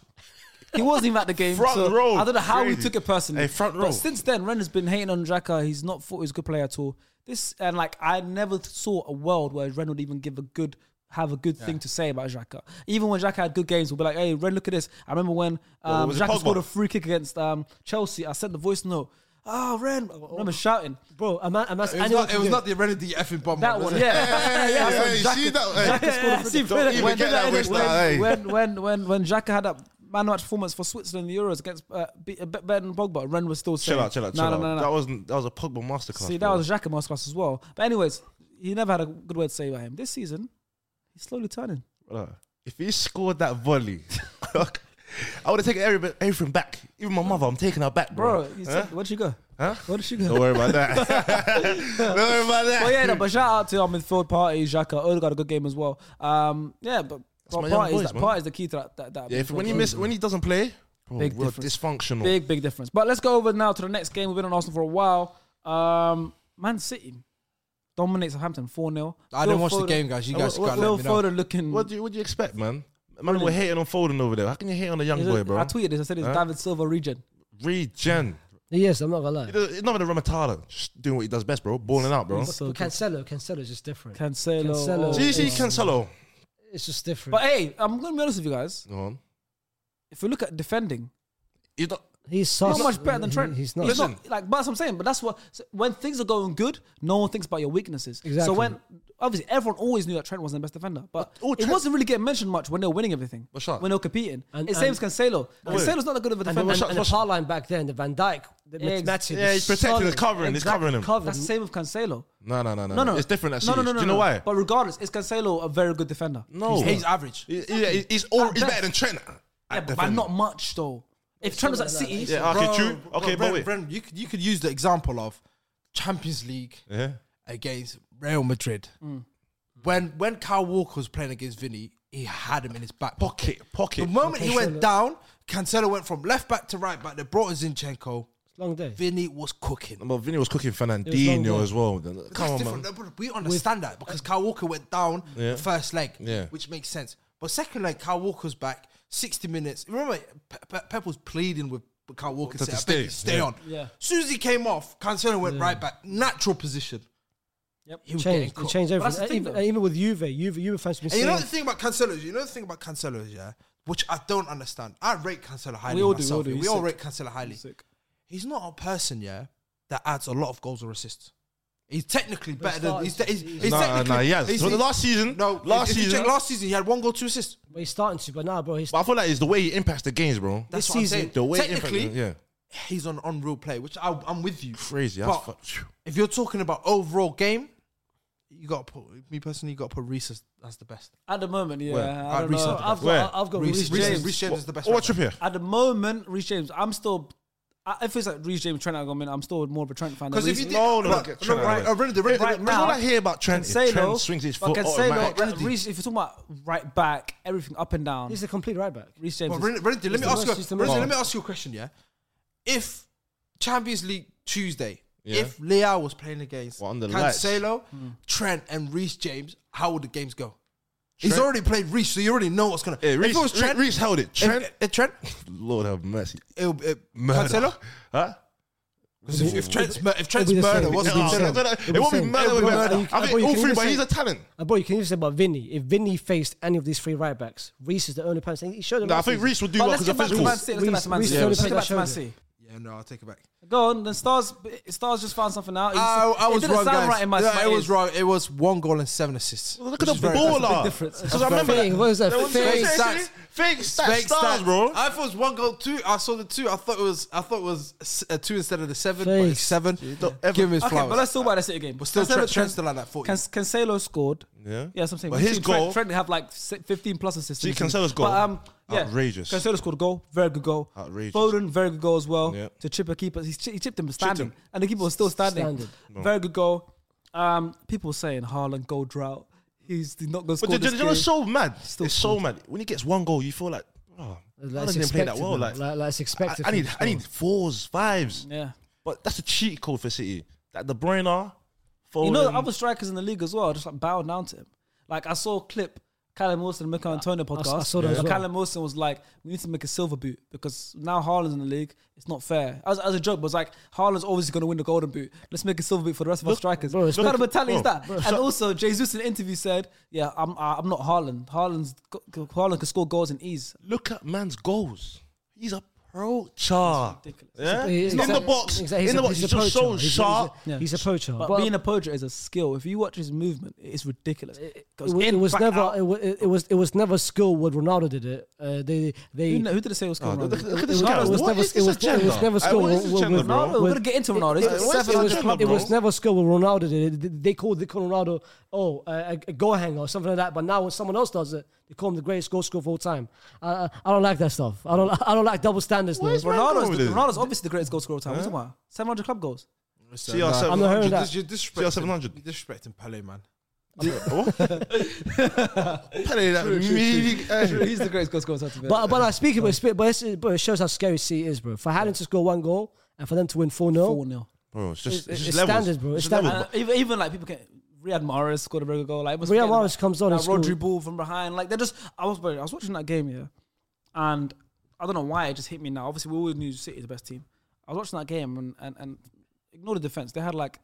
Speaker 1: He wasn't even at the game.
Speaker 5: Front
Speaker 1: so
Speaker 5: row.
Speaker 1: I don't know how he
Speaker 5: Crazy.
Speaker 1: took it personally.
Speaker 5: Hey, front
Speaker 1: But
Speaker 5: row.
Speaker 1: since then, Ren has been hating on Xhaka. He's not thought he was a good player at all. This and like I never saw a world where Ren would even give a good have a good thing to say about Xhaka. Even when Xhaka had good games, we'll be like, "Hey, Ren, look at this." I remember when
Speaker 5: Well,
Speaker 1: um,
Speaker 5: was it
Speaker 1: Xhaka
Speaker 5: Pogba?
Speaker 1: scored a free kick against um, Chelsea. I sent the voice note. Oh, Ren! I remember shouting.
Speaker 3: Bro, a man, a man,
Speaker 2: It was, not, it was not the Renedy effing bomb.
Speaker 1: That one, yeah. yeah, yeah,
Speaker 5: hey,
Speaker 1: that's
Speaker 5: hey,
Speaker 1: what
Speaker 5: see
Speaker 1: Xhaka-
Speaker 5: that- hey.
Speaker 1: Xhaka scored a
Speaker 3: Yeah,
Speaker 1: free
Speaker 3: see,
Speaker 1: kick.
Speaker 3: Don't
Speaker 5: even get that wish now, hey.
Speaker 1: when, when, when, when Xhaka had that man match performance for Switzerland in the Euros against uh, B- uh, Ben Pogba, Ren was still saying,
Speaker 5: chill out, chill out,
Speaker 1: no,
Speaker 5: chill
Speaker 1: no,
Speaker 5: out.
Speaker 1: no, no.
Speaker 5: That wasn't that was a Pogba masterclass.
Speaker 1: See, that was Xhaka masterclass as well. But anyways, he never had a good word to say about him. This season, he's slowly turning.
Speaker 5: If he scored that volley, I would have taken every, everything back. Even my mother, I'm taking her back, bro.
Speaker 1: Bro, you said, where'd she go?
Speaker 5: Huh?
Speaker 1: Where'd she go?
Speaker 5: Don't worry about that. Don't worry about that.
Speaker 1: Well, yeah, no, but shout out to our midfield party, Xhaka. Odegaard, a good game as well. Um, yeah, but
Speaker 5: my
Speaker 1: but
Speaker 5: young
Speaker 1: party, is,
Speaker 5: boys,
Speaker 1: that,
Speaker 5: man.
Speaker 1: party is the key to that. that, that
Speaker 5: Yeah, if,
Speaker 1: midfield
Speaker 5: when he
Speaker 1: team.
Speaker 5: miss, when he doesn't play, bro,
Speaker 1: Big
Speaker 5: we're
Speaker 1: difference.
Speaker 5: dysfunctional.
Speaker 1: big, big difference. But let's go over now to the next game. We've been on Arsenal for a while. Um, Man City dominates Southampton 4 0.
Speaker 2: I didn't watch the game, guys. You guys gotta
Speaker 1: Phil
Speaker 2: let me know.
Speaker 1: Foden looking.
Speaker 5: What do you, what do you expect, man? Man, we're hating on Foden over there. How can you hate on a young boy, bro?
Speaker 1: I tweeted this. I said it's
Speaker 5: Huh?
Speaker 1: David Silva region.
Speaker 5: Regen.
Speaker 3: Yes, I'm not gonna lie.
Speaker 5: It's not even a Ramatala. Just doing what he does best, bro. Balling out, bro.
Speaker 1: So
Speaker 3: But
Speaker 1: good.
Speaker 3: Cancelo, Cancelo is just different.
Speaker 1: Cancelo.
Speaker 3: Cancelo.
Speaker 1: oh,
Speaker 5: Do you see
Speaker 1: it's-
Speaker 5: Cancelo?
Speaker 3: It's just different.
Speaker 1: But hey, I'm going to be honest with you guys.
Speaker 5: Go on.
Speaker 1: If we look at defending,
Speaker 5: You don't,
Speaker 3: he's
Speaker 1: not
Speaker 3: sus.
Speaker 1: much better than Trent.
Speaker 3: He- He's not.
Speaker 1: He's
Speaker 5: Listen.
Speaker 1: not- like, but that's what I'm saying. But that's what so when things are going good, no one thinks about your weaknesses. So
Speaker 3: Exactly.
Speaker 1: when obviously everyone always knew that Trent wasn't the best defender, but
Speaker 5: But all
Speaker 1: it
Speaker 5: Trent-
Speaker 1: wasn't really getting mentioned much when they were winning everything.
Speaker 5: But shut up.
Speaker 1: When they were competing,
Speaker 3: And-
Speaker 1: it's same as
Speaker 3: and-
Speaker 1: Cancelo. Cancelo's not that good of a
Speaker 3: And, the-
Speaker 1: defender.
Speaker 3: and, and the
Speaker 5: What's-
Speaker 3: part line back there, and the Van Dyke, the
Speaker 1: Ex-
Speaker 3: Matip
Speaker 5: yeah, he's
Speaker 3: is
Speaker 5: protecting. He's
Speaker 3: solid.
Speaker 5: covering. He's covering him.
Speaker 3: Covered.
Speaker 1: That's the same with Cancelo.
Speaker 5: No, no, no, no.
Speaker 1: No, no,
Speaker 5: It's different at
Speaker 1: no,
Speaker 5: City.
Speaker 1: no, no, no,
Speaker 5: Do you know
Speaker 1: no.
Speaker 5: why?
Speaker 1: But regardless, is Cancelo a very good defender?
Speaker 5: No.
Speaker 2: He's average.
Speaker 5: He- he- Yeah, he's, all,
Speaker 1: At
Speaker 5: he's
Speaker 1: best.
Speaker 5: better than Trent.
Speaker 1: Yeah,
Speaker 5: at
Speaker 1: but by
Speaker 5: defending.
Speaker 1: not much though. If Trent was at City,
Speaker 5: Yeah, okay,
Speaker 2: Bro,
Speaker 5: true.
Speaker 2: bro,
Speaker 5: Okay,
Speaker 2: Bren-
Speaker 5: but wait.
Speaker 2: Bren, you could you could use the example of Champions League
Speaker 5: Yeah.
Speaker 2: against Real Madrid. When when Kyle Walker was playing against Vinny, he had him in his back
Speaker 5: Pocket, pocket.
Speaker 2: The moment he
Speaker 3: Cancelo.
Speaker 2: went down, Cancelo went from left back to right back. They brought in Zinchenko.
Speaker 3: Long day.
Speaker 2: Vinny was cooking.
Speaker 5: But Vinny was cooking
Speaker 3: It was
Speaker 5: Fernandinho
Speaker 3: long
Speaker 5: as well. Come
Speaker 2: That's
Speaker 5: on, man.
Speaker 2: different. No, but We understand that because Kyle Walker went down
Speaker 5: Yeah.
Speaker 2: the first leg,
Speaker 5: Yeah.
Speaker 2: which makes sense. But second leg, Kyle Walker's back, 60 minutes. Remember, Pe- Pe- Pep was pleading with Kyle Walker
Speaker 5: To-
Speaker 2: to, say,
Speaker 5: to
Speaker 2: I beg you,
Speaker 5: stay.
Speaker 2: stay
Speaker 5: Yeah.
Speaker 2: on.
Speaker 1: Yeah.
Speaker 2: Susie came off, Cancelo went right back. Natural position.
Speaker 1: Yep.
Speaker 2: He was
Speaker 3: Changed.
Speaker 2: getting
Speaker 3: It
Speaker 2: cooked.
Speaker 3: changed
Speaker 1: that's
Speaker 3: everything.
Speaker 1: the
Speaker 3: And
Speaker 1: thing,
Speaker 3: Even,
Speaker 1: though.
Speaker 3: and even with Juve, Juve, Juve fans have been
Speaker 2: And you know the
Speaker 3: saying
Speaker 2: thing about Cancelo is, you know the thing about Cancelo is, yeah, which I don't understand. I rate Cancelo highly.
Speaker 1: all do, we all
Speaker 2: myself.
Speaker 1: do.
Speaker 2: We
Speaker 1: He's
Speaker 2: all
Speaker 1: sick.
Speaker 2: rate Cancelo highly.
Speaker 1: Sick.
Speaker 2: He's not a person, yeah, that adds a lot of goals or assists. He's technically better than he's. he's, he's
Speaker 5: Nah,
Speaker 2: technically,
Speaker 5: nah, he has.
Speaker 2: he's-
Speaker 5: So the last season-
Speaker 2: no,
Speaker 5: last
Speaker 2: if you check
Speaker 5: season-
Speaker 2: last season, he had one goal, two assists.
Speaker 3: but he's starting to. But now, bro, he's
Speaker 5: But I feel like it's the way he impacts the games, bro.
Speaker 2: That's
Speaker 3: This
Speaker 2: what I'm
Speaker 3: season-
Speaker 2: saying.
Speaker 5: The way he impacts,
Speaker 2: technically,
Speaker 5: yeah,
Speaker 2: he's on unreal play, which I, I'm with you.
Speaker 5: crazy. That's
Speaker 2: But
Speaker 5: fu- phew.
Speaker 2: if you're talking about overall game, you got to put me personally. You got to put Reese as the best.
Speaker 1: At the moment, yeah,
Speaker 5: Where?
Speaker 1: I
Speaker 2: Uh,
Speaker 1: don't
Speaker 2: Reece
Speaker 1: know.
Speaker 2: had the
Speaker 3: I've
Speaker 5: Where?
Speaker 3: got, I've got
Speaker 2: Reece-
Speaker 3: Reece
Speaker 2: Reece-
Speaker 3: James.
Speaker 2: Reece James is the best.
Speaker 5: Or
Speaker 2: right back.
Speaker 5: trip here?
Speaker 1: At the moment, Reece James, I'm still. I- If it's like Reece James, Trent, I mean, I'm still more of a Trent fan. than
Speaker 2: Because if
Speaker 1: Reece.
Speaker 2: you did,
Speaker 5: No, no,
Speaker 2: but-
Speaker 5: get
Speaker 2: no,
Speaker 5: Trent
Speaker 2: right, uh,
Speaker 5: out of
Speaker 2: already, already,
Speaker 1: Right
Speaker 2: already,
Speaker 1: now,
Speaker 5: all I hear about Trent is
Speaker 1: Cancelo,
Speaker 5: Trent swings his
Speaker 1: but
Speaker 5: foot
Speaker 1: Cancelo,
Speaker 5: automatically.
Speaker 1: Reece, if you're talking about right back, everything up and down,
Speaker 3: He's the complete right back.
Speaker 1: Reece James.
Speaker 2: But
Speaker 1: is-
Speaker 2: Brendan, Brendan, let
Speaker 3: He's
Speaker 2: me
Speaker 3: the
Speaker 2: ask
Speaker 3: worst,
Speaker 2: you.
Speaker 3: he's the
Speaker 2: Brendan,
Speaker 3: worst.
Speaker 2: let me ask you a question. Yeah, if Champions League Tuesday,
Speaker 5: Yeah.
Speaker 2: if Leao was playing against
Speaker 5: Well, under the lights.
Speaker 2: Cancelo, Trent, and Reece James, how would the games go? He's
Speaker 5: Trent-
Speaker 2: already played Reece, so you already know what's gonna.
Speaker 5: Yeah,
Speaker 2: if
Speaker 5: Reece,
Speaker 2: it was Trent,
Speaker 5: Reece held it. Trent,
Speaker 2: if, if Trent,
Speaker 5: Lord have mercy.
Speaker 2: it'll, it,
Speaker 5: Murder.
Speaker 2: Cancelo.
Speaker 5: Huh?
Speaker 2: Because if, if Trent's mur- if Trent's
Speaker 3: be the
Speaker 2: murder
Speaker 3: same.
Speaker 2: wasn't
Speaker 3: It'll be
Speaker 5: No, no,
Speaker 3: the
Speaker 5: no,
Speaker 2: Cancelo,
Speaker 5: no,
Speaker 3: same.
Speaker 5: It won't be
Speaker 3: It'll be
Speaker 5: murder
Speaker 3: the
Speaker 5: with
Speaker 3: same.
Speaker 5: murder.
Speaker 3: You-
Speaker 5: I
Speaker 3: but
Speaker 5: think
Speaker 3: you
Speaker 5: all
Speaker 3: can
Speaker 5: three,
Speaker 3: even
Speaker 5: but
Speaker 3: say-
Speaker 5: he's a talent.
Speaker 3: Uh, boy, you can even say about Vinny. If Vinny faced any of these three right backs, Reese is the only person. He showed him.
Speaker 5: No, I
Speaker 3: last
Speaker 5: think
Speaker 3: season.
Speaker 5: Reese would do
Speaker 1: But
Speaker 5: well
Speaker 1: let's get
Speaker 5: because of
Speaker 1: back to Man City. Let's get back to Man
Speaker 3: Reece-
Speaker 1: City.
Speaker 3: Reece
Speaker 1: Let's get
Speaker 3: only
Speaker 1: back to
Speaker 3: played
Speaker 1: Man
Speaker 3: that
Speaker 1: City.
Speaker 2: yeah, no, I'll take it back.
Speaker 1: Go on, then Stars. Stars just found something out. He
Speaker 2: I, Ah, I
Speaker 1: it
Speaker 2: was
Speaker 1: didn't
Speaker 2: wrong,
Speaker 1: sound
Speaker 2: guys.
Speaker 1: right in my
Speaker 2: yeah,
Speaker 1: my
Speaker 2: it was
Speaker 1: ears.
Speaker 2: wrong. It was one goal and seven assists.
Speaker 5: Look at
Speaker 2: which
Speaker 5: the
Speaker 2: is very impressive.
Speaker 5: baller. Because I
Speaker 2: That's
Speaker 5: remember
Speaker 2: very-
Speaker 3: Fake, what is that?
Speaker 5: that.
Speaker 2: Fake
Speaker 3: Fake.
Speaker 2: stats.
Speaker 5: Fake stats. Stars,
Speaker 2: stats.
Speaker 5: bro.
Speaker 2: I thought it was one goal, two. I saw the two. I thought it was. I thought it was s- a two instead of the seven. But
Speaker 3: Fake
Speaker 2: it's seven. Give him his
Speaker 1: Okay,
Speaker 2: flowers.
Speaker 1: but let's talk about the City game.
Speaker 2: But still,
Speaker 1: Cancelo-
Speaker 2: Trent- Trent's still at that 40.
Speaker 1: Can- Cancelo scored.
Speaker 5: Yeah.
Speaker 1: Yeah, that's what I'm saying.
Speaker 5: But
Speaker 1: We've
Speaker 5: his
Speaker 1: seen Trent-
Speaker 5: goal-
Speaker 1: Trent, have like s- 15 plus assists. in
Speaker 5: See,
Speaker 1: the season.
Speaker 5: Cancelo's goal,
Speaker 1: But, um, yeah,
Speaker 5: outrageous.
Speaker 1: Cancelo scored a goal. Very good goal.
Speaker 5: Outrageous.
Speaker 1: Foden, very good goal as well.
Speaker 5: Yeah.
Speaker 1: To chip a keeper. He, chi- he chipped him standing.
Speaker 5: him.
Speaker 1: And the keeper was still standing.
Speaker 3: Standing.
Speaker 1: Very good goal. Um, people were saying Haaland goal drought. He's not going to score.
Speaker 5: But do, do,
Speaker 1: this
Speaker 5: do you know
Speaker 1: game.
Speaker 5: what's so mad?
Speaker 1: Still
Speaker 5: it's so mad. When he gets one goal, you feel like, oh,
Speaker 3: Like,
Speaker 5: I
Speaker 3: it's
Speaker 5: didn't play that
Speaker 3: expected
Speaker 5: well.
Speaker 3: now.
Speaker 5: Like,
Speaker 3: Like- like, it's expected
Speaker 5: I, I
Speaker 3: from
Speaker 5: need,
Speaker 3: him to
Speaker 5: I need fours, fives.
Speaker 1: Yeah.
Speaker 5: But that's a cheat code for City. That De Bruyne, Foden.
Speaker 1: You know, the other strikers in the league as well just like bowed down to him. Like I saw a clip, Callum Wilson and Mikel Antonio podcast.
Speaker 3: I saw that as
Speaker 1: where
Speaker 3: well.
Speaker 1: Callum Wilson was like, "We need to make a silver boot because now Haaland's in the league. It's not fair." As, as a joke, but it's like Haaland's obviously going to win the golden boot. Let's make a silver boot for the rest of our strikers.
Speaker 3: bro,
Speaker 1: what
Speaker 3: it's
Speaker 1: kind
Speaker 3: look-
Speaker 1: of mentality is
Speaker 5: bro,
Speaker 1: that?
Speaker 5: bro,
Speaker 1: and
Speaker 5: shut-
Speaker 1: also, Jesus in the interview said, "Yeah, I'm I- I'm not Haaland. Haaland's go- Haaland can score goals in ease."
Speaker 5: Look at man's goals. He's a pro char.
Speaker 1: ridiculous.
Speaker 5: Yeah?
Speaker 3: He-
Speaker 5: He's in
Speaker 3: exactly-
Speaker 5: the box.
Speaker 3: exactly,
Speaker 5: in the box.
Speaker 3: a-
Speaker 5: He's,
Speaker 3: a
Speaker 5: just so
Speaker 3: poacher. He's a-
Speaker 5: sharp.
Speaker 3: He's a, he's a poacher.
Speaker 1: But,
Speaker 3: But
Speaker 1: being a poacher is a skill. If you watch his movement, it's ridiculous. It, goes
Speaker 3: it, wa- it
Speaker 1: in,
Speaker 3: was
Speaker 1: back
Speaker 3: never.
Speaker 1: out.
Speaker 3: It, wa- it, it was. It was never skill when Ronaldo did it. Uh, they. They.
Speaker 1: Who, kn- who did it say was skill?
Speaker 5: Oh, look,
Speaker 1: Ronaldo?
Speaker 5: at- look at
Speaker 3: it
Speaker 5: this
Speaker 3: was-
Speaker 5: guy.
Speaker 3: it was
Speaker 5: What
Speaker 3: never-
Speaker 5: is
Speaker 3: it was-
Speaker 5: this
Speaker 3: it was
Speaker 5: agenda?
Speaker 3: never
Speaker 5: Like,
Speaker 3: scored
Speaker 5: What is
Speaker 3: with-
Speaker 5: this agenda,
Speaker 3: with-
Speaker 5: bro?
Speaker 1: Ronaldo, Oh, we're
Speaker 3: With-
Speaker 1: gonna get into Ronaldo. He's
Speaker 3: it-
Speaker 1: got
Speaker 3: it
Speaker 5: what is
Speaker 1: seven
Speaker 5: this
Speaker 3: it was,
Speaker 5: agenda,
Speaker 3: it was
Speaker 5: bro?
Speaker 3: never skill when Ronaldo did it. They- They called. They called Ronaldo oh, a, a- a goal hanger or something like that. But now when someone else does it, they call him the greatest goal scorer of all time. I, I, I don't like that stuff. I don't I don't like double standards. No.
Speaker 5: is What's wrong
Speaker 1: Ronaldo's,
Speaker 5: with
Speaker 1: the,
Speaker 5: it?
Speaker 1: Ronaldo's obviously the greatest goal scorer of all time. What's it about? 700 club goals.
Speaker 5: CR
Speaker 3: I'm not hearing
Speaker 5: 700.
Speaker 3: that.
Speaker 2: You're
Speaker 5: CR
Speaker 2: disrespecting,
Speaker 5: 700.
Speaker 2: you're disrespecting Pele, man.
Speaker 5: What? Pele, that meaty-
Speaker 1: True, He's the greatest goal scorer of all time.
Speaker 3: But but I speak about it, but, it's, but it shows how scary C is, bro. For Haaland to score one goal and for them to win four 0
Speaker 1: 4 0.
Speaker 5: Bro, it's just, it's
Speaker 3: It's
Speaker 5: just levels.
Speaker 3: standard, bro. It's
Speaker 5: just levels.
Speaker 3: standard.
Speaker 1: Even, even like people can. Riyad Mahrez scored a very good goal. Like
Speaker 3: Riyad Mahrez comes on
Speaker 1: Like,
Speaker 3: and scored.
Speaker 1: Rodri ball from behind. Like they're just. I was. I was watching that game yeah, and I don't know why it just hit me now. Obviously, we always knew City is the best team. I was watching that game and and, and ignore the defense. They had like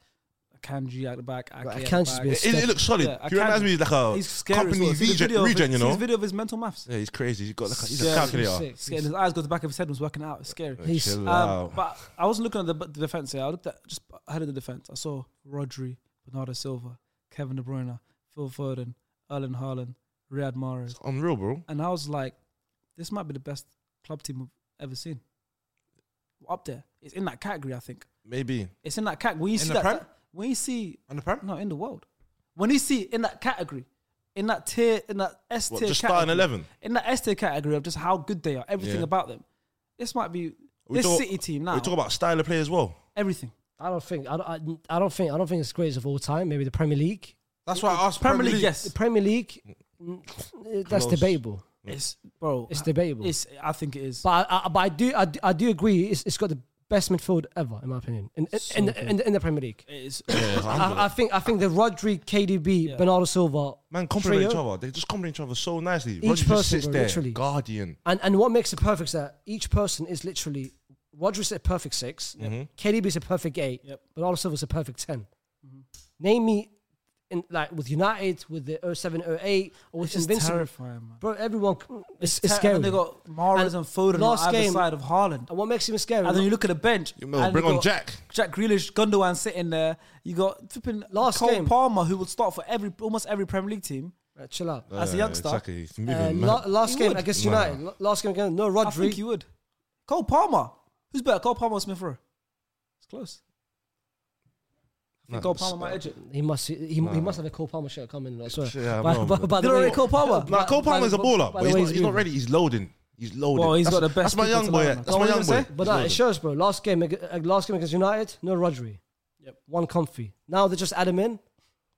Speaker 1: Kanji at the back. Ake at the
Speaker 3: Akanji's
Speaker 1: back.
Speaker 3: been
Speaker 5: It, it looks solid.
Speaker 1: Yeah,
Speaker 5: he reminds
Speaker 1: Akanji.
Speaker 5: me of like a
Speaker 1: He's scary. as
Speaker 5: company
Speaker 1: well. See the
Speaker 5: regen,
Speaker 1: video of
Speaker 5: regen,
Speaker 1: his-
Speaker 5: you
Speaker 1: see
Speaker 5: know?
Speaker 1: the video of his mental maths.
Speaker 5: Yeah, he's crazy. He's got like a, he's
Speaker 1: Yeah.
Speaker 5: a calculator.
Speaker 3: Sick.
Speaker 1: He's getting his eyes go to the back of his head and was working out. It's scary.
Speaker 3: He's-
Speaker 5: Chill
Speaker 1: Um,
Speaker 5: out.
Speaker 1: but I wasn't looking at the, the defense here. I looked at just ahead of the defense. I saw Rodri, Bernardo Silva, Kevin De Bruyne, Phil Foden, Erling Haaland, Riyad Mahrez,
Speaker 5: It's unreal, bro.
Speaker 1: and I was like, this might be the best club team I've ever seen. Up there, it's in that category. I think
Speaker 5: Maybe.
Speaker 1: it's in that category. When you
Speaker 2: In
Speaker 1: see
Speaker 2: the
Speaker 1: that,
Speaker 2: Prem?
Speaker 1: when you see
Speaker 2: On the prem?
Speaker 1: no in the world, when you see in that category, in that tier, in that S tier,
Speaker 5: What, just starting
Speaker 1: category,
Speaker 5: 11?
Speaker 1: in that S tier category of just how good they are, everything
Speaker 5: Yeah.
Speaker 1: about them. This might be
Speaker 5: We
Speaker 1: this
Speaker 5: talk-
Speaker 1: City team now.
Speaker 5: We talk about style of play as well.
Speaker 1: everything.
Speaker 3: I don't think I don't, I, I don't think I don't think it's greatest of all time. Maybe the Premier League.
Speaker 2: That's why I asked
Speaker 1: Premier
Speaker 2: Premier
Speaker 1: League,
Speaker 2: League.
Speaker 3: The
Speaker 1: yes.
Speaker 3: Premier League, mm, that's
Speaker 5: Close.
Speaker 3: debatable.
Speaker 1: It's bro.
Speaker 3: It's debatable.
Speaker 1: It's I think it is.
Speaker 3: But I, I, but I do I, do- I do agree. It's, it's got the best midfield ever, in my opinion, in in, in, the, in, the, in the Premier League.
Speaker 1: It is.
Speaker 3: I, I think I think the Rodri, KDB, Bernardo Silva,
Speaker 5: Man, compliment each
Speaker 3: trio-
Speaker 5: other. They just compliment each other so nicely. Each
Speaker 3: person,
Speaker 5: just sits
Speaker 3: bro,
Speaker 5: there,
Speaker 3: literally.
Speaker 5: guardian.
Speaker 3: And and what makes it perfect is that each person is literally Rodri's a perfect six,
Speaker 5: Mm-hmm.
Speaker 3: KDB is a perfect eight,
Speaker 1: Yep. Mm-hmm.
Speaker 3: Bernardo Silva's a perfect 10 Name me in like with United with the 07, 08, or with
Speaker 1: It's just
Speaker 3: Invincible.
Speaker 1: terrifying, man.
Speaker 3: Bro, everyone, it's, it's,
Speaker 1: Ter-
Speaker 3: scary.
Speaker 1: And they got Mahrez and,
Speaker 3: And
Speaker 1: Foden
Speaker 3: last
Speaker 1: on either
Speaker 3: game-
Speaker 1: side of Haaland.
Speaker 3: and what makes it even scary?
Speaker 1: And then you look at the bench.
Speaker 5: You know,
Speaker 1: and
Speaker 5: bring
Speaker 1: you
Speaker 5: on
Speaker 1: got
Speaker 5: Jack.
Speaker 1: Jack Grealish, Gundogan sitting there. You got flipping
Speaker 3: Last
Speaker 1: Cole
Speaker 3: game.
Speaker 1: Palmer, who would start for every almost every Premier League team
Speaker 3: Right, chill out.
Speaker 1: as a
Speaker 5: Yeah,
Speaker 1: youngster.
Speaker 5: Exactly. He's moving
Speaker 3: And
Speaker 5: mad.
Speaker 3: la- last
Speaker 1: You
Speaker 3: game
Speaker 1: would.
Speaker 3: against
Speaker 5: Nah.
Speaker 3: United, la- last game against no
Speaker 1: I think
Speaker 3: Rodri.
Speaker 1: you would. Cole Palmer, who's better, Cole Palmer or Smith Rowe? It's close. I think
Speaker 5: Nah,
Speaker 1: Cole Palmer might edge it.
Speaker 3: He must he, he, he must have a Cole Palmer shirt coming. I swear.
Speaker 5: Yeah, I
Speaker 3: By-
Speaker 5: know,
Speaker 3: by-
Speaker 5: man.
Speaker 3: by the
Speaker 1: Did I
Speaker 3: way-
Speaker 1: rate Cole Palmer?
Speaker 3: by-
Speaker 5: Nah, Cole
Speaker 3: by-
Speaker 5: Palmer's a baller,
Speaker 3: by
Speaker 5: but
Speaker 3: the
Speaker 5: he's
Speaker 3: way
Speaker 5: not, he's not
Speaker 3: moving.
Speaker 5: ready. He's loading. He's loaded.
Speaker 1: Well, he's
Speaker 5: that's,
Speaker 1: got the best
Speaker 5: That's my
Speaker 1: people
Speaker 5: young
Speaker 1: to
Speaker 5: boy.
Speaker 1: learn.
Speaker 5: That's my
Speaker 1: What were
Speaker 5: young
Speaker 1: you gonna
Speaker 5: boy.
Speaker 1: say?
Speaker 3: But nah, it shows, bro. Last game, ag- ag- last game against United, no Rodri.
Speaker 1: Yep.
Speaker 3: One comfy. Now they just add him in.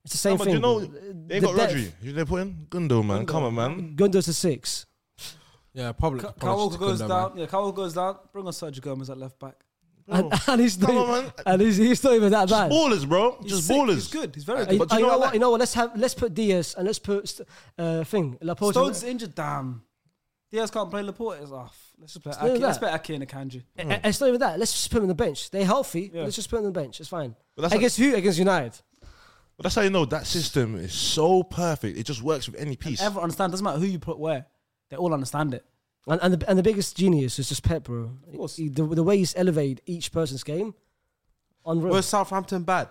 Speaker 3: It's the
Speaker 5: Nah,
Speaker 3: same
Speaker 5: but
Speaker 3: thing.
Speaker 5: you know,
Speaker 3: bro.
Speaker 5: they ain't
Speaker 3: The
Speaker 5: got
Speaker 3: depth.
Speaker 5: Rodri. You they put in Gundo, man. Come on, man.
Speaker 3: Gundo's a six.
Speaker 2: Yeah, public.
Speaker 1: Ka- Kyle
Speaker 2: apology
Speaker 1: Walker
Speaker 2: to
Speaker 1: goes
Speaker 2: Gundo,
Speaker 1: down.
Speaker 2: man.
Speaker 1: Yeah, Kyle Walker goes down. Bring on Sergio Gomez at left back.
Speaker 3: And, and he's not,
Speaker 5: Come
Speaker 3: even-
Speaker 5: on, man.
Speaker 3: and he's, he's not even that bad.
Speaker 5: Ballers, bro. Just
Speaker 1: sick,
Speaker 5: ballers.
Speaker 1: He's good. He's very
Speaker 5: Uh,
Speaker 1: good.
Speaker 3: And you,
Speaker 5: But do
Speaker 3: and
Speaker 5: you know
Speaker 3: you know
Speaker 5: what,
Speaker 3: what?
Speaker 5: like-
Speaker 3: You know what? Let's have let's put Diaz and let's put st- uh, thing Laporte.
Speaker 1: Stones injured. Damn. Diaz can't play. Laporte is off. Let's just play.
Speaker 3: look
Speaker 1: Ake.
Speaker 3: at
Speaker 1: Let's
Speaker 3: that.
Speaker 1: play Ake and Akanji.
Speaker 3: And and Eh, it's not even that. Let's just put him on the bench. They're healthy.
Speaker 1: Yeah.
Speaker 3: Let's just put him on the bench. It's fine.
Speaker 5: But that's
Speaker 3: Against who? Against United.
Speaker 5: But that's how you know that system is so perfect. It just works with any piece.
Speaker 1: Everyone understand. Doesn't matter who you put where. They all understand it.
Speaker 3: And and the, and the biggest genius is just Pep, bro. Of
Speaker 1: course.
Speaker 3: the, the way he's elevated each person's game, unreal.
Speaker 2: Was Southampton bad?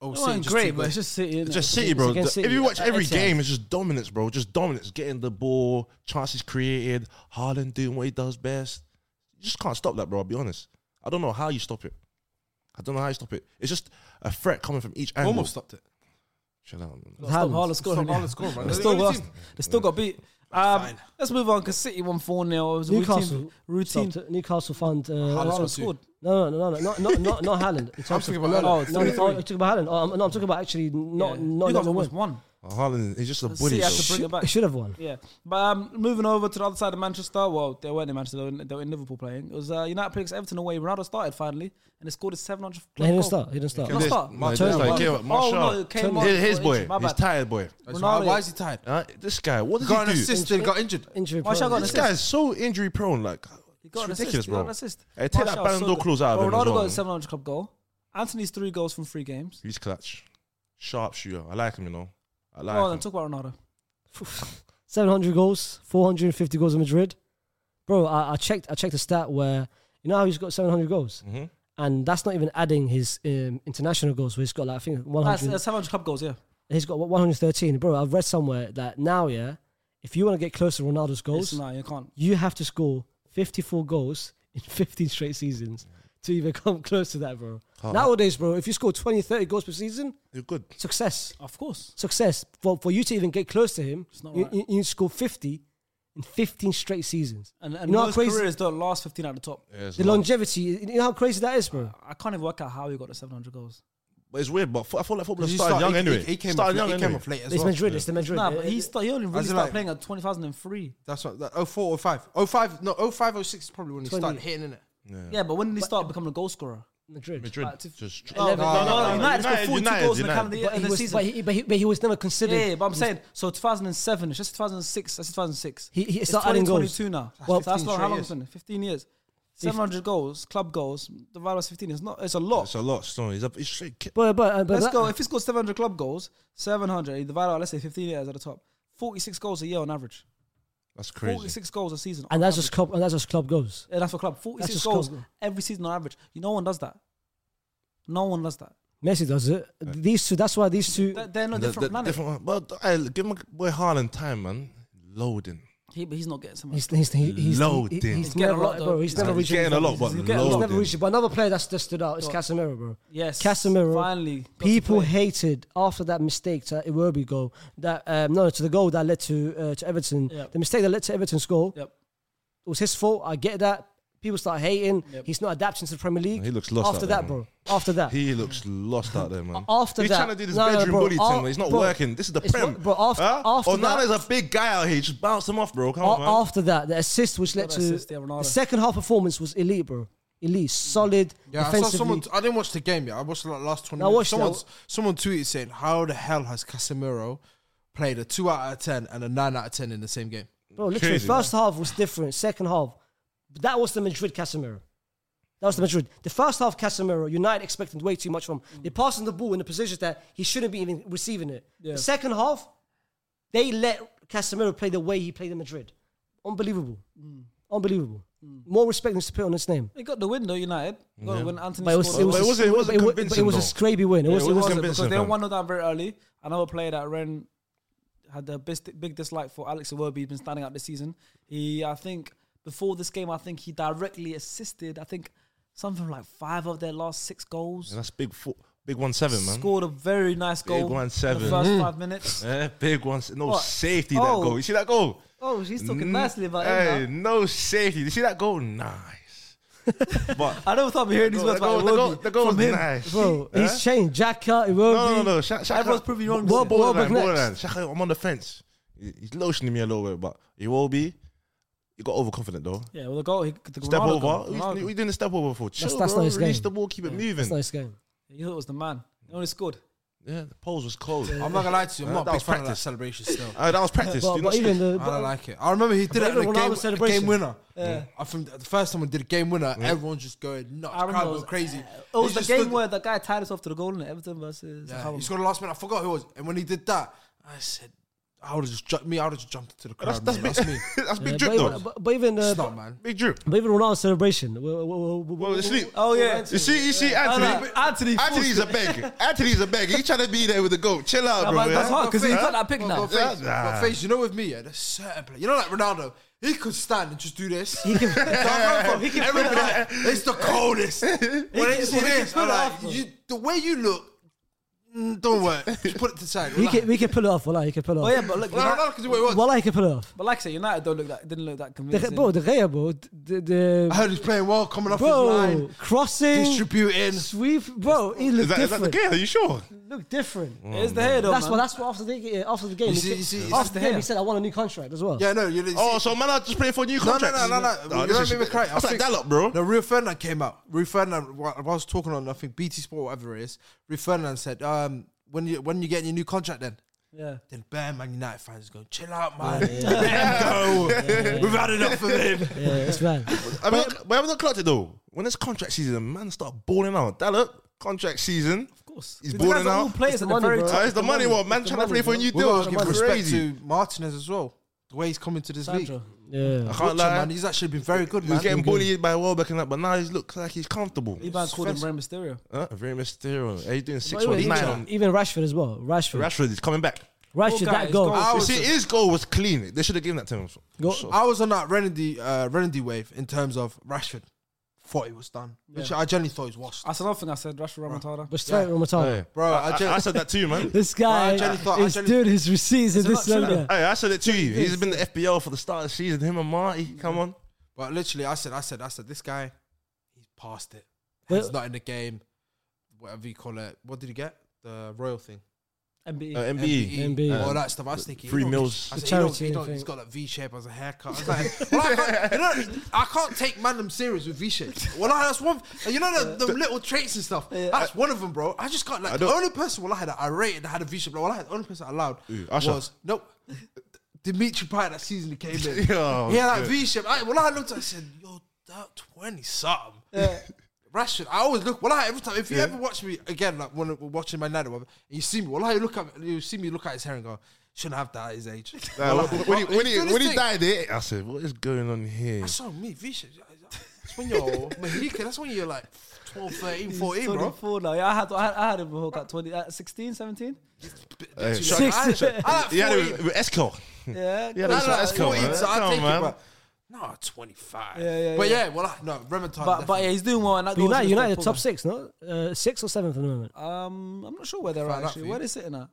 Speaker 2: Oh,
Speaker 1: It wasn't
Speaker 2: just
Speaker 1: great,
Speaker 2: too
Speaker 1: but
Speaker 2: good.
Speaker 1: it's just City.
Speaker 5: It's
Speaker 1: Innit?
Speaker 5: just City, bro.
Speaker 3: against
Speaker 5: If
Speaker 3: City.
Speaker 5: you watch every
Speaker 3: It's, uh,
Speaker 5: game, it's just dominance, bro. Just dominance. Getting the ball, chances created, Haaland doing what he does best. You just can't stop that, bro. I'll be honest. I don't know how you stop it. I don't know how you stop it. It's just a threat coming from each angle.
Speaker 2: almost stopped it.
Speaker 5: Shut up.
Speaker 1: Gotta Stop
Speaker 3: Haaland.
Speaker 1: Haaland scoring.
Speaker 2: Stop
Speaker 1: innit?
Speaker 2: Haaland scoring, man.
Speaker 1: They
Speaker 2: They're the
Speaker 1: still
Speaker 2: only
Speaker 1: lost.
Speaker 2: team.
Speaker 1: They still got beat. Um,
Speaker 2: Fine.
Speaker 1: let's move on because City won four 0 It was a
Speaker 3: Newcastle
Speaker 1: routine. routine.
Speaker 3: stopped it. Newcastle found uh, Haaland.
Speaker 2: got two.
Speaker 1: scored.
Speaker 3: No, no, no, no, no, not not not Haaland. In terms
Speaker 2: I'm
Speaker 3: of-
Speaker 2: talking about
Speaker 3: Oh,
Speaker 2: Lallana.
Speaker 3: no, no, no, I'm talking about Haaland. Oh, I'm, no, I'm talking about actually
Speaker 1: Yeah.
Speaker 3: not not
Speaker 1: Newcastle
Speaker 3: not
Speaker 1: was
Speaker 3: win.
Speaker 1: one.
Speaker 5: Uh, Haaland is just a
Speaker 1: City
Speaker 5: bully.
Speaker 1: has to
Speaker 5: bro.
Speaker 1: bring it back.
Speaker 3: It should have won.
Speaker 1: Yeah, but um, moving over to the other side of Manchester, well, they weren't in Manchester; they were in, they were in Liverpool playing. It was uh, United plays Everton away. Ronaldo started finally, and he scored his 700th.
Speaker 3: No, he
Speaker 1: goal.
Speaker 3: didn't start. He didn't start.
Speaker 1: Not
Speaker 5: This-
Speaker 1: start.
Speaker 5: no, this
Speaker 3: Turn
Speaker 5: guy
Speaker 3: it.
Speaker 5: came up,
Speaker 1: Oh, no,
Speaker 5: Marshall.
Speaker 1: it came Turn
Speaker 3: it.
Speaker 1: on
Speaker 5: His- His
Speaker 1: for
Speaker 5: boy.
Speaker 1: injury, my
Speaker 5: His
Speaker 1: bad.
Speaker 5: tired boy.
Speaker 2: That's why-
Speaker 1: Ronaldo-
Speaker 2: Why is he tired?
Speaker 5: Huh? this guy, what does
Speaker 2: Got an
Speaker 5: he do?
Speaker 2: assist and got injured.
Speaker 3: Injury.
Speaker 1: Martial
Speaker 3: prone.
Speaker 1: got
Speaker 5: This
Speaker 1: assist.
Speaker 5: guy is so injury prone. Like,
Speaker 1: He
Speaker 5: it's
Speaker 1: got an
Speaker 5: ridiculous,
Speaker 1: assist. He
Speaker 5: bro.
Speaker 1: got an assist.
Speaker 5: Hey, take that
Speaker 1: Martial
Speaker 5: Ballon d'Or
Speaker 1: scored.
Speaker 5: clause out of
Speaker 1: Well,
Speaker 5: him.
Speaker 1: Ronaldo
Speaker 5: as well,
Speaker 1: got
Speaker 5: man.
Speaker 1: his 700 club goal. Anthony's three goals from three games.
Speaker 5: He's clutch. Sharpshooter. I like him, you know. I like
Speaker 1: Oh,
Speaker 5: him.
Speaker 1: then talk about Ronaldo.
Speaker 3: 700 goals, 450 goals in Madrid. Bro, I, I checked. I checked a stat where you know how he's got 700 goals,
Speaker 1: Mm-hmm.
Speaker 5: Mhm.
Speaker 3: and that's not even adding his um, international goals. Where he's got like I think 100.
Speaker 1: That's, uh, that's 700 club goals. Yeah,
Speaker 3: he's got what, 113. Bro, I've read somewhere that now, yeah, if you want to get close to
Speaker 1: It's-
Speaker 3: Ronaldo's goals,
Speaker 1: nah, you can't.
Speaker 3: you have to score 54 goals in 15 straight seasons. to even come close to that, bro.
Speaker 5: Hard.
Speaker 3: Nowadays, bro, if you score 20, 30 goals per season,
Speaker 5: You're good.
Speaker 3: success.
Speaker 1: Of course.
Speaker 3: Success. For, for you to even get close to him,
Speaker 1: not
Speaker 3: you,
Speaker 1: right.
Speaker 3: you, you score 50 in 15 straight seasons.
Speaker 1: And, and
Speaker 3: you know how
Speaker 1: most
Speaker 3: crazy
Speaker 1: careers don't last 15 at the top.
Speaker 5: Yeah, it's
Speaker 3: the
Speaker 5: long.
Speaker 3: longevity, you know how crazy that is, bro?
Speaker 1: I can't even work out how he got to 700 goals.
Speaker 5: But it's weird. But fo- I feel like footballers
Speaker 2: He
Speaker 5: started
Speaker 2: start-
Speaker 5: young
Speaker 2: he-
Speaker 5: anyway.
Speaker 2: He, he came, off,
Speaker 5: started young
Speaker 2: he
Speaker 5: anyway.
Speaker 2: came off late as
Speaker 3: It's
Speaker 2: well.
Speaker 3: Madrid, it's the Madrid.
Speaker 1: Nah, but he, sta- he only really
Speaker 2: As in,
Speaker 1: started
Speaker 2: like-
Speaker 1: playing at 2003.
Speaker 2: That's what that, 04 or 05. 05, no, 05, 06 is probably when he
Speaker 3: 20.
Speaker 2: started hitting in it.
Speaker 1: Yeah. but when did he start becoming a goal scorer?
Speaker 3: Madrid.
Speaker 5: Madrid.
Speaker 1: Like, to-
Speaker 5: Just
Speaker 1: No, no, no,
Speaker 2: no, no,
Speaker 1: United scored 42 goals in the calendar year
Speaker 3: But
Speaker 1: in
Speaker 3: he,
Speaker 1: the
Speaker 3: was, but,
Speaker 1: season.
Speaker 3: he, but, he, but he was never considered.
Speaker 1: Yeah, but I'm saying, so 2007, it's just 2006, that's 2006.
Speaker 3: He- he
Speaker 1: it's
Speaker 3: started adding goals.
Speaker 1: 2022 now.
Speaker 3: Well,
Speaker 1: Well, that's
Speaker 2: 15
Speaker 1: not
Speaker 2: straight
Speaker 1: how long
Speaker 2: years.
Speaker 1: it's been, 15 years. 700 goals, club goals, divided by 15, it's not, it's a lot.
Speaker 5: It's a lot. So he's a he's straight kid.
Speaker 3: But, but, uh, but
Speaker 1: Let's
Speaker 3: that-
Speaker 1: go, if he scored 700 club goals, 700, you divide out, let's say 15 years at the top, 46 goals a year on average.
Speaker 5: That's crazy.
Speaker 1: 46 goals a season. on
Speaker 3: And that's
Speaker 1: average.
Speaker 3: just club. And that's just club goals.
Speaker 1: Yeah, that's for club. 46
Speaker 3: just
Speaker 1: goals
Speaker 3: club.
Speaker 1: every season on average. You, no one does that. No one does that.
Speaker 3: Messi does it. These two. That's why these two.
Speaker 1: They're, they're no
Speaker 5: The-
Speaker 1: different
Speaker 5: the-
Speaker 1: planet.
Speaker 5: different one. But hey, give my boy Haaland time, man. Loading.
Speaker 1: He, but he's not getting so much.
Speaker 3: He's he's he's, he's,
Speaker 5: Loaded.
Speaker 3: he- he's,
Speaker 5: He's
Speaker 1: getting
Speaker 3: never
Speaker 1: a lot,
Speaker 3: bro. He's
Speaker 1: though.
Speaker 3: never
Speaker 5: He's
Speaker 3: reached.
Speaker 5: getting a lot,
Speaker 1: he's
Speaker 5: but
Speaker 1: getting-
Speaker 3: He's never
Speaker 5: loading.
Speaker 3: reached it. But another player that's just stood out is Casemiro, bro.
Speaker 1: yes.
Speaker 3: Casemiro.
Speaker 1: Finally. got to
Speaker 3: People
Speaker 1: play.
Speaker 3: hated after that mistake to that Iwobi goal. That um, no, to the goal that led to uh, to Everton.
Speaker 1: Yep.
Speaker 3: The mistake that led to Everton's goal.
Speaker 1: Yep.
Speaker 3: It was his fault. I get that. People start hating.
Speaker 1: Yep.
Speaker 3: He's not adapting to the Premier League.
Speaker 5: He looks lost
Speaker 3: after
Speaker 5: out there,
Speaker 3: that, bro. After that.
Speaker 5: He looks lost out there, man.
Speaker 3: After
Speaker 5: he's
Speaker 3: that-
Speaker 5: trying to do this
Speaker 3: no, no,
Speaker 5: bedroom
Speaker 3: bro,
Speaker 5: bully
Speaker 3: af-
Speaker 5: thing. It's not
Speaker 3: bro,
Speaker 5: working. This is the
Speaker 3: it's
Speaker 5: prem,
Speaker 3: not- bro, af-
Speaker 5: Huh?
Speaker 3: after
Speaker 5: oh, now
Speaker 3: that-
Speaker 5: there's a big guy out here. Just bounce him off, bro. Come on,
Speaker 3: A-
Speaker 5: man.
Speaker 3: after that, the assist which led
Speaker 1: Got
Speaker 3: to
Speaker 1: an assist there, Ronaldo.
Speaker 3: the second half performance was elite, bro. Elite, solid,
Speaker 2: Yeah, I saw
Speaker 3: defensively.
Speaker 2: someone. I didn't watch the game yet. I watched the last twenty.
Speaker 3: No, I
Speaker 2: minutes.
Speaker 3: watched it.
Speaker 2: Someone, someone tweeted saying, "How the hell has Casemiro played a two out of ten and a nine out of ten in the same game?"
Speaker 3: Bro, literally,
Speaker 5: Crazy,
Speaker 3: first half was different. Second half, but that was the Madrid Casemiro. That was the Madrid. The first half Casemiro, United expected way too much from.
Speaker 5: Mm.
Speaker 3: him. They're passing the ball in a position that he shouldn't be even receiving it. The second half, they let Casemiro play the way he played in Madrid. Unbelievable.
Speaker 5: Mm.
Speaker 3: Unbelievable. More respect needs to put on his name.
Speaker 1: He got the win, though, United. Got the win. Anthony
Speaker 3: But it was,
Speaker 1: scored.
Speaker 3: it was,
Speaker 5: But it wasn't- it
Speaker 3: but
Speaker 5: wasn't
Speaker 3: wa- but
Speaker 5: convincing,
Speaker 3: it was a
Speaker 5: though.
Speaker 3: scraby win. It
Speaker 5: Yeah,
Speaker 3: was,
Speaker 5: it
Speaker 3: it
Speaker 5: wasn't
Speaker 3: was
Speaker 1: Because
Speaker 5: convincing,
Speaker 1: they
Speaker 5: fam.
Speaker 1: won down very early. Another player that Ren had the best, big dislike for Alex Iwobi. He's been standing out this season. He, I think, before this game, I think he directly assisted. I think something like five of their last six goals.
Speaker 5: And that's big, four, big one seven, man.
Speaker 1: Scored a very nice
Speaker 5: Big
Speaker 1: goal.
Speaker 5: one
Speaker 1: In
Speaker 5: seven.
Speaker 1: the
Speaker 3: Mm.
Speaker 1: first five minutes.
Speaker 5: Eh, big one. se- No
Speaker 1: What?
Speaker 5: safety
Speaker 1: Oh.
Speaker 5: that goal. You see that goal?
Speaker 1: Oh, he's talking
Speaker 5: Mm,
Speaker 1: nicely about
Speaker 5: hey,
Speaker 1: him. Now.
Speaker 5: No safety. You see that goal? Nice. but
Speaker 1: I never thought I'd be hearing these
Speaker 5: the
Speaker 1: words
Speaker 5: goal,
Speaker 1: about
Speaker 5: the goal,
Speaker 1: Iwobi
Speaker 5: the goal was
Speaker 1: from him.
Speaker 5: nice.
Speaker 3: Bro,
Speaker 5: Eh?
Speaker 3: he's changed. Jacker, it will
Speaker 5: No,
Speaker 3: be.
Speaker 5: no, no. Sha- Shaka,
Speaker 1: Everyone's proving you wrong this
Speaker 5: Bo-
Speaker 1: year.
Speaker 5: borderline,
Speaker 3: Welbeck next.
Speaker 5: borderline. Shaka, I'm on the fence. He- He's lotioning me a little bit, but he will be. He got overconfident though.
Speaker 1: Yeah, well, the goal. He, the
Speaker 5: Step
Speaker 1: Ronaldo goal,
Speaker 5: over. What
Speaker 1: Ronaldo.
Speaker 5: are you doing a step over for? Chill,
Speaker 3: That's- that's
Speaker 5: bro.
Speaker 3: not his
Speaker 5: Release
Speaker 3: game.
Speaker 5: the ball, keep it moving.
Speaker 3: It's not his game.
Speaker 1: He thought it was the man. He only scored.
Speaker 5: Yeah, the pose was cold.
Speaker 2: I'm not gonna lie to you. I'm
Speaker 5: Uh,
Speaker 2: not
Speaker 5: that
Speaker 2: a big
Speaker 5: was
Speaker 2: fan of that
Speaker 5: practice.
Speaker 2: celebration. Still,
Speaker 5: Uh, that was practice.
Speaker 3: But,
Speaker 5: Do
Speaker 3: but
Speaker 5: you not
Speaker 3: even the,
Speaker 2: I don't like it. I remember he did
Speaker 3: But
Speaker 2: it in
Speaker 3: even
Speaker 2: the
Speaker 3: Ronaldo's
Speaker 2: game, the
Speaker 3: celebration.
Speaker 2: game winner.
Speaker 1: Yeah.
Speaker 2: I think the first time we did a game winner, everyone's just going nuts.
Speaker 1: I remember
Speaker 2: Crowd
Speaker 1: it
Speaker 2: was
Speaker 1: was- uh,
Speaker 2: crazy.
Speaker 1: It was
Speaker 2: He
Speaker 1: the
Speaker 2: just
Speaker 1: game
Speaker 2: stood-
Speaker 1: where the guy tied us off to the goal in Everton versus.
Speaker 2: Yeah,
Speaker 1: Hallam.
Speaker 2: he scored the last minute. I forgot who it was. And when he did that, I said, I would have just jumped me. I would have just jumped into the crowd.
Speaker 5: that's
Speaker 2: man.
Speaker 5: big-
Speaker 2: That's, me.
Speaker 5: That's big
Speaker 3: Yeah,
Speaker 5: drip
Speaker 3: but, even,
Speaker 5: though.
Speaker 3: but, but even uh,
Speaker 2: It's not, man.
Speaker 5: Big drip.
Speaker 3: But even Ronaldo's celebration. Well, well, well, well,
Speaker 5: Well,
Speaker 3: well,
Speaker 5: asleep.
Speaker 1: Oh yeah.
Speaker 5: You see, you see, Anthony.
Speaker 1: no, Anthony
Speaker 5: Anthony's a
Speaker 1: forced
Speaker 5: beg. Anthony's a beg. He's trying to be there with the goal. Chill out,
Speaker 1: Yeah,
Speaker 5: bro.
Speaker 1: but that's
Speaker 5: yeah?
Speaker 1: hard because he
Speaker 5: Huh?
Speaker 1: got that pick
Speaker 2: But-
Speaker 1: now.
Speaker 2: but face,
Speaker 5: Nah.
Speaker 2: but face, you know, with me, yeah, there's certain players. You know, like Ronaldo, he could stand and just do this.
Speaker 3: He can-
Speaker 2: Everybody, like, it's the coldest. when they
Speaker 1: just-
Speaker 2: see
Speaker 1: he can
Speaker 2: this,
Speaker 1: pull
Speaker 2: I'm
Speaker 1: it
Speaker 2: like,
Speaker 1: off, though.
Speaker 2: you, the way you look, mm, don't work. Just put it to the side.
Speaker 3: we can we can pull it off. Wallah, he can pull it
Speaker 1: Oh
Speaker 3: off.
Speaker 1: yeah, but look,
Speaker 2: Well, Ronaldo
Speaker 1: United,
Speaker 2: could do what he wants.
Speaker 3: Wallah, he can pull it off.
Speaker 1: but like I said, United don't look that didn't look that
Speaker 3: The,
Speaker 1: convincing.
Speaker 3: bro, the Gea, bro, the,
Speaker 2: I
Speaker 3: the
Speaker 2: heard he's playing well, coming off his
Speaker 3: bro
Speaker 2: line,
Speaker 3: crossing,
Speaker 2: distributing.
Speaker 3: sweep, bro, he
Speaker 5: Is
Speaker 3: looked
Speaker 5: that, is that the
Speaker 3: different.
Speaker 5: game? Are you sure?
Speaker 3: Looked different.
Speaker 1: it is the hair though.
Speaker 3: that's
Speaker 1: man.
Speaker 3: why. That's why after the uh, after the game,
Speaker 2: You
Speaker 3: he
Speaker 2: see-
Speaker 3: said-
Speaker 2: you see- it's
Speaker 3: after the
Speaker 1: the
Speaker 3: game,
Speaker 1: hair.
Speaker 3: he said, "I want a new contract as well."
Speaker 2: Yeah, no, you didn't
Speaker 5: Oh, so man, I just playing for new
Speaker 2: No, no,
Speaker 5: contracts.
Speaker 2: no, no, no.
Speaker 5: Nah,
Speaker 2: you
Speaker 5: this
Speaker 2: don't
Speaker 5: is-
Speaker 2: make me cry. I
Speaker 5: That's like
Speaker 2: think-
Speaker 5: Dalot, bro.
Speaker 2: No, Rio Ferdinand came out. Rio Ferdinand, wh- I was talking on, I think, BT Sport, whatever it is. Rio Ferdinand said, um, when you when you getting your new contract then?
Speaker 1: yeah.
Speaker 2: Then bare Man United fans going, chill out, man. Let him go. We've had enough of him.
Speaker 3: yeah it's mad.
Speaker 5: I mean, but haven't not clocked it though. When it's contract season, man, start balling out. Dalot, contract season. Of
Speaker 1: course.
Speaker 5: he's
Speaker 1: These
Speaker 5: balling
Speaker 1: guys are all
Speaker 5: out.
Speaker 1: players
Speaker 3: It's
Speaker 1: at
Speaker 3: the
Speaker 1: the
Speaker 3: money,
Speaker 1: very
Speaker 3: bro.
Speaker 5: Ah,
Speaker 1: top.
Speaker 5: it's the money, one man
Speaker 3: It's the
Speaker 5: trying to
Speaker 3: money,
Speaker 5: play for
Speaker 3: bro.
Speaker 5: a new
Speaker 2: We
Speaker 5: deal.
Speaker 2: gotta
Speaker 5: It's
Speaker 2: give respect
Speaker 5: crazy.
Speaker 2: to Martinez as well. The way he's coming to this league.
Speaker 1: Sandro.
Speaker 3: Yeah,
Speaker 5: I
Speaker 2: Watch him, man.
Speaker 5: can't lie.
Speaker 2: He's actually been very good,
Speaker 5: He was
Speaker 2: man.
Speaker 5: getting bullied by Welbeck and that, but now he looks like he's comfortable.
Speaker 1: Iban called him Rey Mysterio.
Speaker 5: Huh? Very mysterious. Hey, he's doing
Speaker 3: But
Speaker 5: six
Speaker 3: even,
Speaker 5: or
Speaker 3: even,
Speaker 5: nine. on-
Speaker 3: even Rashford as well. Rashford,
Speaker 5: Rashford is coming back.
Speaker 3: Rashford,
Speaker 1: Poor guy,
Speaker 3: that
Speaker 1: he's
Speaker 3: goal.
Speaker 1: gone.
Speaker 5: You see, his goal was clean. They should have given that to him.
Speaker 3: Go-
Speaker 5: So-
Speaker 2: I was on that Renedy uh, Renedy wave in terms of Rashford. thought it was done, which I generally thought it was washed.
Speaker 1: That's another thing I said. Rashford Ramatada.
Speaker 3: But straight on Matata.
Speaker 2: Bro, I,
Speaker 5: I,
Speaker 2: gen-
Speaker 5: I said that too, man.
Speaker 3: This guy
Speaker 2: I generally thought- I
Speaker 3: is
Speaker 2: generally-
Speaker 3: doing his receipts in
Speaker 1: it
Speaker 3: this
Speaker 1: not true?
Speaker 3: longer.
Speaker 5: Hey, I said it to you. He's been the FBL for the start of the season. Him and Marty, come on.
Speaker 2: but literally, I said, I said, I said, this guy, he's past it.
Speaker 3: Well-
Speaker 2: He's not in the game. Whatever you call it. What did he get? The royal thing.
Speaker 5: Uh,
Speaker 1: MBE.
Speaker 5: MBE.
Speaker 3: MBE.
Speaker 2: all that stuff. I was thinking, he
Speaker 5: Free
Speaker 2: don't-
Speaker 5: meals.
Speaker 2: I
Speaker 3: The
Speaker 2: said, he don't-
Speaker 3: charity
Speaker 2: he don't-
Speaker 3: thing.
Speaker 2: he's got like V shape as a haircut. I was like, well, I, can't, you know, I can't take man them serious with V shape. Well, I, that's one. You know the, the little traits and stuff. That's one of them, bro. I just can't.
Speaker 5: I
Speaker 2: Like the
Speaker 5: don't-
Speaker 2: only person well I had that I rated that had a V shape. Like, well, I had the only person I allowed
Speaker 5: Ooh, Usher.
Speaker 2: was nope. Dimitri Pie that season he came in.
Speaker 5: Yeah,
Speaker 2: he had that
Speaker 5: Oh, good.
Speaker 2: V shape. I, well, I looked at it, I said, yo, that 20 something. Rashford, I always look. Well, I every time if you ever watch me again, like when we're watching my night, and you see me, well, I look at you see me look at his hair and go, shouldn't have that at his age.
Speaker 5: Nah,
Speaker 2: Wallahi.
Speaker 5: when he, when
Speaker 2: He's
Speaker 5: he,
Speaker 2: doing his
Speaker 5: when he
Speaker 2: thing.
Speaker 5: died, it, I said, what is going on here?
Speaker 2: that's on me, vicious. That's when you're Mahika. That's when you're like 12, 13, 14, bro.
Speaker 1: 24 now. Yeah, I had, I had, I had him before like 20, uh, 16, 17.
Speaker 5: Hey,
Speaker 2: You're like, I, I like
Speaker 5: yeah,
Speaker 2: 14.
Speaker 5: with, with Esco.
Speaker 1: Yeah,
Speaker 5: Yeah,
Speaker 2: I
Speaker 5: that's-
Speaker 2: like
Speaker 5: that's cool,
Speaker 2: 14,
Speaker 5: man.
Speaker 2: so I
Speaker 5: Come on,
Speaker 2: take it,
Speaker 5: man.
Speaker 2: bro. No, 25.
Speaker 1: Yeah, yeah,
Speaker 2: But
Speaker 1: yeah.
Speaker 2: yeah, well, I, no, Remington.
Speaker 1: but but yeah, he's doing well. And that
Speaker 3: But
Speaker 1: goes
Speaker 3: United,
Speaker 1: against
Speaker 3: United
Speaker 1: Liverpool.
Speaker 3: top six, no? Uh, six or seventh at the moment.
Speaker 1: Um, I'm not sure where they're
Speaker 2: Fair
Speaker 1: at
Speaker 2: enough,
Speaker 1: actually.
Speaker 2: yeah.
Speaker 1: Where they sitting at?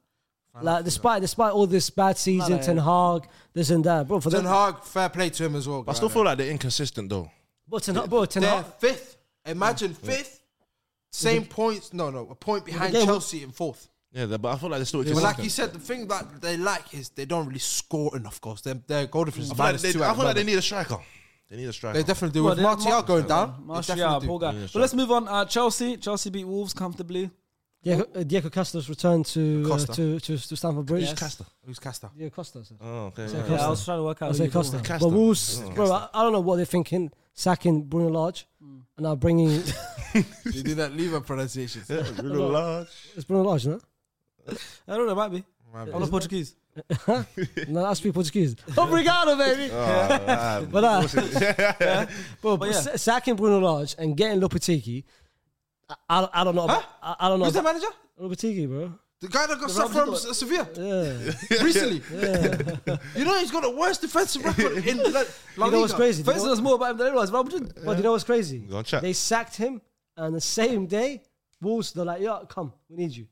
Speaker 3: like despite despite all this bad season,
Speaker 1: Nah,
Speaker 3: Ten Hag, this and that, bro. For
Speaker 2: Ten
Speaker 3: them,
Speaker 2: Hag, fair play to him as well.
Speaker 5: I still feel like they're inconsistent, though.
Speaker 3: bro, Ten Hag, bro, Ten
Speaker 2: They're
Speaker 3: Hag.
Speaker 2: fifth. Imagine fifth. Same points. No, no, a point behind
Speaker 3: they-
Speaker 2: Chelsea in fourth.
Speaker 5: Yeah, they- but I feel like they're still
Speaker 2: But
Speaker 5: inconsistent.
Speaker 2: like you said, the thing that they lack is they don't really score enough goals. Their, their goal difference
Speaker 5: I
Speaker 2: is
Speaker 5: feel like
Speaker 2: minus
Speaker 5: they,
Speaker 2: two.
Speaker 5: I
Speaker 2: at
Speaker 5: feel
Speaker 2: the
Speaker 5: like they
Speaker 2: moment.
Speaker 5: need a striker. They need a striker.
Speaker 2: They definitely do.
Speaker 1: Well,
Speaker 2: With
Speaker 1: they're-
Speaker 2: Martial going down, they
Speaker 1: Martial,
Speaker 2: definitely do.
Speaker 1: poor guy.
Speaker 5: Yeah,
Speaker 1: but
Speaker 5: sure.
Speaker 1: let's move on. Uh, Chelsea, Chelsea beat Wolves comfortably.
Speaker 3: Diego, uh, Diego Costa's return to, uh,
Speaker 2: Costa.
Speaker 3: to to to Stamford Bridge.
Speaker 1: Yes.
Speaker 5: Caster.
Speaker 2: Who's Castor?
Speaker 3: Diego Costa. I said.
Speaker 5: Oh, okay.
Speaker 3: So
Speaker 5: yeah.
Speaker 3: Costa.
Speaker 1: Yeah, I was Oh, trying to work out.
Speaker 3: I
Speaker 1: who
Speaker 3: said
Speaker 1: you're talking
Speaker 3: Costa.
Speaker 1: about.
Speaker 5: Costa.
Speaker 3: But Wolves, bro, I, I don't know what they're thinking. Sacking Bruno Large, and now bringing
Speaker 2: You do that lever pronunciation.
Speaker 5: Bruno Large.
Speaker 3: it's Bruno Large, no?
Speaker 1: I don't know. Might be. I'm not Portuguese.
Speaker 3: No, that's people Portuguese. Obrigado, baby. But uh, bro,
Speaker 1: But yeah.
Speaker 3: s- sacking Bruno Large and getting Lopetegui, I, I, I don't know. About, I, I don't know.
Speaker 2: Who's the
Speaker 3: About,
Speaker 2: manager?
Speaker 3: Lopetegui, bro.
Speaker 2: The guy that got sacked from S- Sevilla
Speaker 3: Yeah.
Speaker 2: recently. You know he's got the worst defensive record in La, La
Speaker 3: You know what's
Speaker 2: Liga.
Speaker 3: crazy? Do you
Speaker 1: First,
Speaker 3: know-
Speaker 1: there's more about him than I realized. Real Madrid.
Speaker 3: But you know what's crazy?
Speaker 5: Go and check.
Speaker 3: They sacked him, and the same day, Wolves they're like, "Yeah, come, we need you."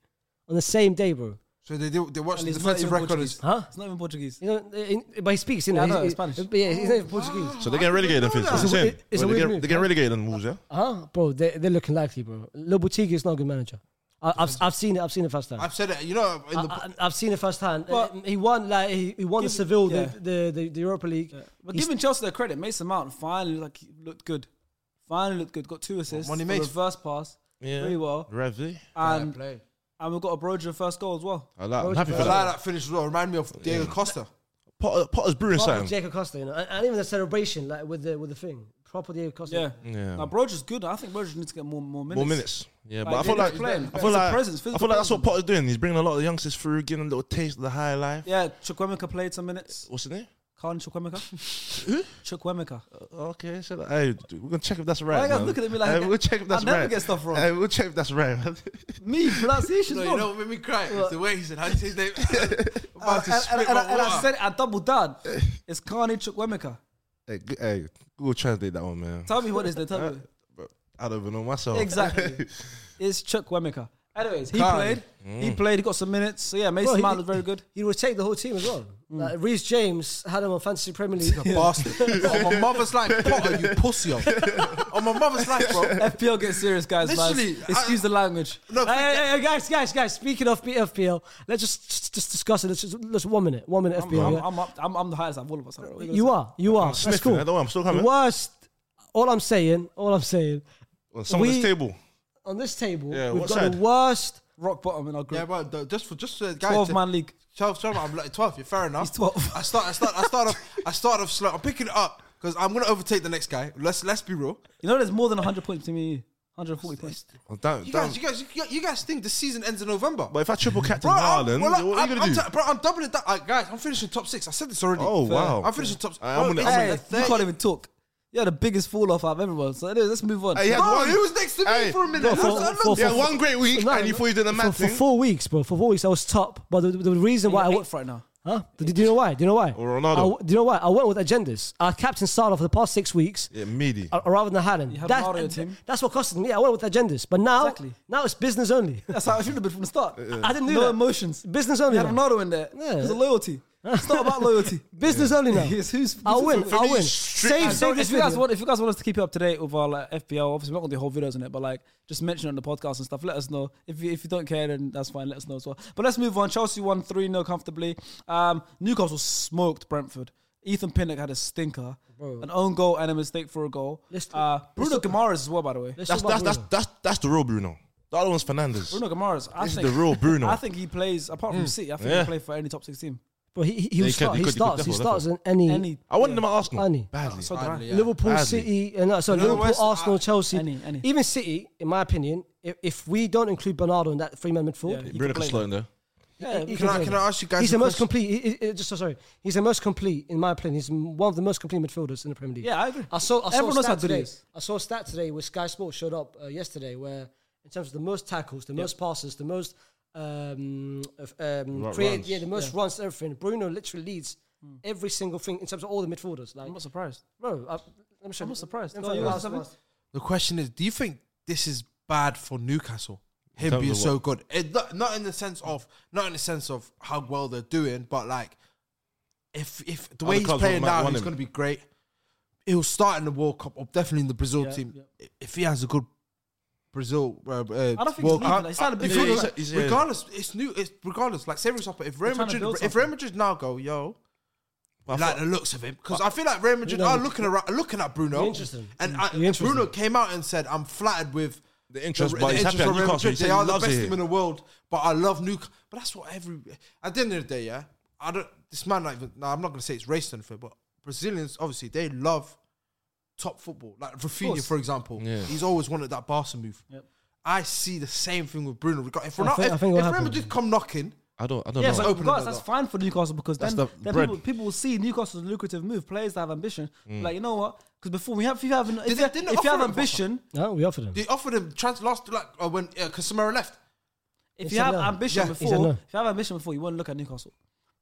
Speaker 3: On the same day, bro.
Speaker 2: So they do, they watch
Speaker 1: And
Speaker 2: the
Speaker 1: he's not
Speaker 2: defensive
Speaker 1: even
Speaker 2: record. Is,
Speaker 1: Portuguese.
Speaker 3: Huh?
Speaker 1: It's not even Portuguese.
Speaker 3: You know, in, but he speaks, you
Speaker 1: Yeah,
Speaker 3: know.
Speaker 1: I know, it's
Speaker 3: he's,
Speaker 1: Spanish.
Speaker 3: but yeah, he's not even Portuguese.
Speaker 5: So they're getting relegated in fifth. It's the
Speaker 3: It's a
Speaker 5: same.
Speaker 3: weird- it's a
Speaker 5: Well, they
Speaker 3: weird
Speaker 5: get-
Speaker 3: move.
Speaker 5: They're getting relegated in Wolves, yeah?
Speaker 3: Huh? Uh-huh. Bro, they, they're looking likely, bro. Lopetegui is not a good manager. I, I've, I've seen it. I've seen it first time.
Speaker 2: I've said it. You know, in the,
Speaker 3: I, I, have seen it firsthand.
Speaker 1: But-
Speaker 3: Uh, he won like he, he won
Speaker 1: Give-
Speaker 3: Seville
Speaker 1: yeah.
Speaker 3: the, the, the the Europa League.
Speaker 1: But
Speaker 3: He's-
Speaker 1: giving Chelsea their credit, Mason Mount finally like he looked good. Finally looked good. Got two assists.
Speaker 2: Money
Speaker 1: a
Speaker 2: made.
Speaker 1: reverse pass.
Speaker 5: Yeah.
Speaker 1: Really well.
Speaker 5: Revy.
Speaker 1: And
Speaker 2: play.
Speaker 1: and we've got a Broja first goal as well.
Speaker 5: I like, I'm happy for
Speaker 2: I like
Speaker 5: that.
Speaker 2: that finish as well. Remind me of Diego Costa.
Speaker 5: Potter, Potter's brewing
Speaker 3: Proper
Speaker 5: something.
Speaker 3: Diego Costa, you know, and, and even the celebration like with the with the thing. Proper Diego Costa.
Speaker 1: Yeah.
Speaker 5: Yeah.
Speaker 1: Now Broja's good. I think Broja needs to get more more minutes.
Speaker 5: More minutes. Yeah, but
Speaker 1: Like,
Speaker 5: I feel
Speaker 1: they're
Speaker 5: like
Speaker 1: playing.
Speaker 5: I
Speaker 1: It's a
Speaker 5: feel like
Speaker 1: presence,
Speaker 5: I
Speaker 1: physical
Speaker 5: feel like that's what
Speaker 1: presence.
Speaker 5: Potter's doing. He's bringing a lot of the youngsters through, giving them a little taste of the high life.
Speaker 1: Yeah, Chukwemeka played some minutes.
Speaker 5: What's his name? Uh,
Speaker 1: Khan Chukwemeka. Chukwemeka.
Speaker 5: Okay, so hey, dude, we're gonna check if that's right.
Speaker 1: Why you guys
Speaker 5: man.
Speaker 1: looking at me like I
Speaker 5: Hey,
Speaker 1: get-
Speaker 5: we'll check if that's
Speaker 1: I
Speaker 5: right.
Speaker 1: never get stuff wrong.
Speaker 5: Hey, we'll check if that's right. Man.
Speaker 1: Me pronunciation
Speaker 2: No,
Speaker 1: wrong.
Speaker 2: you know what made me cry? It's the way he said, how do you say his name? I'm about to
Speaker 1: and, and, and,
Speaker 2: spit my
Speaker 1: I- and I
Speaker 2: water.
Speaker 1: said it, I doubled down. It's Kani Chukwemeka.
Speaker 5: hey, g- hey, Google translate that one, man.
Speaker 1: Tell me what is the tell me.
Speaker 5: I don't even know myself.
Speaker 1: Exactly. It's Chukwemeka. Anyways, he
Speaker 2: Khan.
Speaker 1: played.
Speaker 5: Mm.
Speaker 1: He played. He got some minutes. So yeah,
Speaker 3: Bro,
Speaker 1: Mason
Speaker 3: he-
Speaker 1: Mount was very good.
Speaker 3: He rotated the whole team as well.
Speaker 5: Mm.
Speaker 3: Like Reece James had him on Fantasy Premier League.
Speaker 2: The bastard. on my mother's life, Potter, you pussy. yo. on my mother's life, bro.
Speaker 1: FPL gets serious, guys.
Speaker 2: Literally,
Speaker 1: guys. excuse
Speaker 2: I-
Speaker 1: the language.
Speaker 2: No,
Speaker 3: Hey, hey, hey, guys, guys, guys! Speaking of FPL, let's just just, just discuss it. Let's just let's one minute, one minute FPL.
Speaker 1: I'm,
Speaker 3: yeah?
Speaker 1: I'm up. I'm, I'm the highest of all of us. I don't know what you're
Speaker 3: you
Speaker 1: gonna
Speaker 3: are, you are.
Speaker 5: I'm
Speaker 3: That's
Speaker 5: sniffing.
Speaker 3: cool.
Speaker 5: I don't know, I'm still coming.
Speaker 3: The worst. All I'm saying, all I'm saying,
Speaker 5: On Someone's
Speaker 3: We-
Speaker 5: table.
Speaker 3: on this table,
Speaker 5: Yeah,
Speaker 3: we've
Speaker 5: what
Speaker 3: got the
Speaker 5: side?
Speaker 3: worst.
Speaker 1: say. rock bottom in our
Speaker 2: Yeah,
Speaker 1: group.
Speaker 2: bro, th- just for just uh, guys.
Speaker 1: 12 man league.
Speaker 2: 12, 12, I'm like 12, you're fair enough.
Speaker 1: He's 12.
Speaker 2: I start, I start, I start off, I start off slow. I'm picking it up because I'm going to overtake the next guy. Let's let's be real.
Speaker 1: You know, there's more than 100 points to me. 140 points.
Speaker 5: Oh, damn,
Speaker 2: You
Speaker 5: damn.
Speaker 2: guys, you guys, you, you guys think the season ends in November.
Speaker 5: but if I triple captain
Speaker 2: Bro, I'm,
Speaker 5: Haaland,
Speaker 2: well, I-
Speaker 5: what are you
Speaker 2: I'm-
Speaker 5: gonna do?
Speaker 2: I'm t- bro, I'm doubling that. Uh, guys, I'm finishing top six. I said this already.
Speaker 5: Oh, wow.
Speaker 2: I'm finishing top six.
Speaker 5: I- I'm gonna- I'm
Speaker 1: Hey,
Speaker 5: gonna-
Speaker 1: you can't even talk. You're the biggest fall off out of everyone. So anyways, let's move on.
Speaker 5: Hey, he had
Speaker 2: Bro,
Speaker 5: one-
Speaker 2: he was next to me
Speaker 5: Hey,
Speaker 2: for a minute.
Speaker 3: for-
Speaker 2: I was- I
Speaker 3: for-
Speaker 2: looked-
Speaker 3: for-
Speaker 5: Yeah, one great week,
Speaker 3: No,
Speaker 5: and you
Speaker 3: no.
Speaker 5: thought you did a mad
Speaker 3: for, for
Speaker 5: thing.
Speaker 3: four weeks, bro. For four weeks, I was top. But the, the reason why I
Speaker 1: You're
Speaker 3: wa-
Speaker 1: eighth right now.
Speaker 3: Huh? Do, do you know why? Do you know why?
Speaker 5: Or Ronaldo.
Speaker 3: I w- do you know why? I went with agendas. Our captain started for the past six weeks
Speaker 5: Yeah, meaty.
Speaker 3: uh, rather than Haaland.
Speaker 1: had Ronaldo in your team.
Speaker 3: That's what costed me. I went with agendas. But now,
Speaker 1: Exactly.
Speaker 3: now it's business only.
Speaker 1: That's how it should have been from the start.
Speaker 3: I didn't do
Speaker 1: no
Speaker 3: that.
Speaker 1: emotions.
Speaker 3: business only.
Speaker 1: You had
Speaker 3: now.
Speaker 1: Ronaldo in there.
Speaker 3: Yeah.
Speaker 1: It's a loyalty. It's not about loyalty.
Speaker 3: Business only now.
Speaker 1: Yes, who's-
Speaker 3: I'll win.
Speaker 1: For
Speaker 3: I'll
Speaker 5: me,
Speaker 3: win.
Speaker 5: it's strict-
Speaker 3: Save,
Speaker 1: And so
Speaker 3: save this
Speaker 1: if you guys
Speaker 3: video.
Speaker 1: want, if you guys want us to keep you up to date with our like, FPL, obviously we're not gonna do whole videos on it, but like just mention it on the podcast and stuff. Let us know if you, if you don't care, then that's fine. Let us know as well. But let's move on. Chelsea won three 0 comfortably. Um, Newcastle smoked Brentford. Ethan Pinnock had a stinker, an own goal and a mistake for a goal.
Speaker 3: Let's do-
Speaker 1: Uh, Bruno Guimaraes as well, by the way.
Speaker 3: Let's
Speaker 5: That's
Speaker 3: talk about
Speaker 5: that's, that's
Speaker 3: Bruno.
Speaker 5: that's that's the real Bruno. The other one's Fernandez.
Speaker 1: Bruno Guimaraes. I
Speaker 5: This is
Speaker 1: think
Speaker 5: the real Bruno.
Speaker 1: I think he plays apart
Speaker 3: Mm.
Speaker 1: from City. I think
Speaker 5: Yeah.
Speaker 1: he play for any top six team.
Speaker 3: Bro, he, he, he,
Speaker 5: he could-
Speaker 3: start, he,
Speaker 5: he could- he could
Speaker 3: starts. He
Speaker 5: definitely
Speaker 3: starts
Speaker 5: look
Speaker 3: in any.
Speaker 1: Any.
Speaker 5: I wanted them at Arsenal.
Speaker 3: Any.
Speaker 5: Badly.
Speaker 1: So do I.
Speaker 2: Yeah.
Speaker 3: Liverpool,
Speaker 5: Badly.
Speaker 3: City, uh, no, sorry,
Speaker 2: You know
Speaker 3: Liverpool,
Speaker 2: what's-
Speaker 3: Arsenal,
Speaker 2: I-
Speaker 3: Chelsea,
Speaker 1: Any, any.
Speaker 3: even City. In my opinion, if, if we don't include Bernardo in that three-man midfield,
Speaker 1: Yeah. can play
Speaker 5: Bruno can slot in there.
Speaker 3: he- he
Speaker 2: Can I-
Speaker 3: play
Speaker 2: can
Speaker 3: there.
Speaker 2: I ask you guys
Speaker 3: He's
Speaker 2: a
Speaker 3: the most
Speaker 2: question?
Speaker 3: complete. He, he- he- just so sorry, he's the most complete in my opinion. He's m- one of the most complete midfielders in the Premier League.
Speaker 1: Yeah, I agree.
Speaker 3: I saw. I saw
Speaker 1: Everyone
Speaker 3: Everyone a
Speaker 1: knows how
Speaker 3: stat
Speaker 1: good he
Speaker 3: today.
Speaker 1: is.
Speaker 3: I saw a stat today where Sky Sports showed up uh, yesterday, where in terms of the most tackles, the most passes, the most um, of, um,
Speaker 5: Right,
Speaker 3: create,
Speaker 5: runs.
Speaker 3: yeah, the most runs, everything. Bruno literally leads every single thing in terms of all the midfielders. Like,
Speaker 1: Hmm. I'm not surprised.
Speaker 3: bro, I, let me show
Speaker 1: I'm
Speaker 3: you.
Speaker 1: not surprised.
Speaker 3: Let me
Speaker 1: Go
Speaker 3: show
Speaker 1: on,
Speaker 3: you
Speaker 1: you
Speaker 3: what
Speaker 1: got
Speaker 3: I was-
Speaker 1: something?
Speaker 2: The question is, do you think this is bad for Newcastle? Him
Speaker 5: terms
Speaker 2: being
Speaker 5: of
Speaker 2: so
Speaker 5: what?
Speaker 2: good, it, not, not in the sense of not in the sense of how well they're doing, but like if if the way
Speaker 5: Other
Speaker 2: he's
Speaker 5: clubs
Speaker 2: playing
Speaker 5: might
Speaker 2: now,
Speaker 5: want
Speaker 2: he's
Speaker 5: him.
Speaker 2: going to be great. He'll start in the World Cup or definitely in the Brazil
Speaker 1: Yeah,
Speaker 2: team
Speaker 1: yeah.
Speaker 2: if he has a good Brazil. Uh, uh,
Speaker 1: I don't think
Speaker 2: World
Speaker 1: he's leaving.
Speaker 2: Cup.
Speaker 1: He's had a bit
Speaker 2: If
Speaker 1: of
Speaker 5: Yeah,
Speaker 2: you
Speaker 5: he's-
Speaker 2: look-
Speaker 5: he's- yeah.
Speaker 2: regardless, it's new. It's regardless. Like serious up. If Real
Speaker 1: trying to
Speaker 2: Madrid,
Speaker 1: build
Speaker 2: if
Speaker 1: something.
Speaker 2: Real Madrid now go, yo,
Speaker 5: But I
Speaker 2: like
Speaker 5: thought-
Speaker 2: the looks of him because I feel like Real Madrid are looking around, looking at Bruno.
Speaker 3: You're interested.
Speaker 2: And
Speaker 3: You're
Speaker 2: I,
Speaker 3: interested.
Speaker 2: Bruno came out and said, "I'm flattered with
Speaker 5: The interest, but he's happy
Speaker 2: interest
Speaker 5: at
Speaker 2: of Real
Speaker 5: Newcastle.
Speaker 2: Madrid.
Speaker 5: He said
Speaker 2: They
Speaker 5: he
Speaker 2: are the
Speaker 5: loves
Speaker 2: best
Speaker 5: it
Speaker 2: team in the world, but I love Newcastle. But that's what every at the end of the day, yeah. I don't. This man, not even. No, I'm not going to say it's racist and fair, but Brazilians obviously they love top football. Like Rafinha,
Speaker 1: course.
Speaker 2: for example,
Speaker 5: Yeah.
Speaker 2: he's always wanted that Barca move.
Speaker 1: Yep.
Speaker 2: I see the same thing with Bruno. Rega- If, we're
Speaker 3: I
Speaker 2: not,
Speaker 3: think-
Speaker 2: if,
Speaker 3: I
Speaker 2: if
Speaker 3: think what
Speaker 2: Real
Speaker 3: happened-
Speaker 2: Madrid come knocking,
Speaker 5: I don't. I
Speaker 1: Yeah,
Speaker 5: don't know.
Speaker 2: That's
Speaker 1: but
Speaker 2: opening
Speaker 1: regardless,
Speaker 2: it
Speaker 1: that's
Speaker 2: up.
Speaker 1: fine for Newcastle because
Speaker 5: That's
Speaker 1: then,
Speaker 5: the
Speaker 1: then
Speaker 5: bread. Mm.
Speaker 1: people, people will see Newcastle as a lucrative move. Players that have ambition, like you know what? Because before we have, if you have, an, if,
Speaker 2: Did they-
Speaker 1: you,
Speaker 2: didn't they
Speaker 1: if you
Speaker 2: offer
Speaker 1: have
Speaker 2: him
Speaker 1: ambition,
Speaker 3: No, we offered him.
Speaker 2: they offered him trans last like uh, when uh, Casemiro left.
Speaker 1: if
Speaker 3: It's
Speaker 1: you
Speaker 3: a
Speaker 1: have
Speaker 3: no.
Speaker 1: ambition
Speaker 2: Yeah.
Speaker 3: It's a
Speaker 1: before,
Speaker 3: no.
Speaker 1: if you have ambition before, you won't look at Newcastle.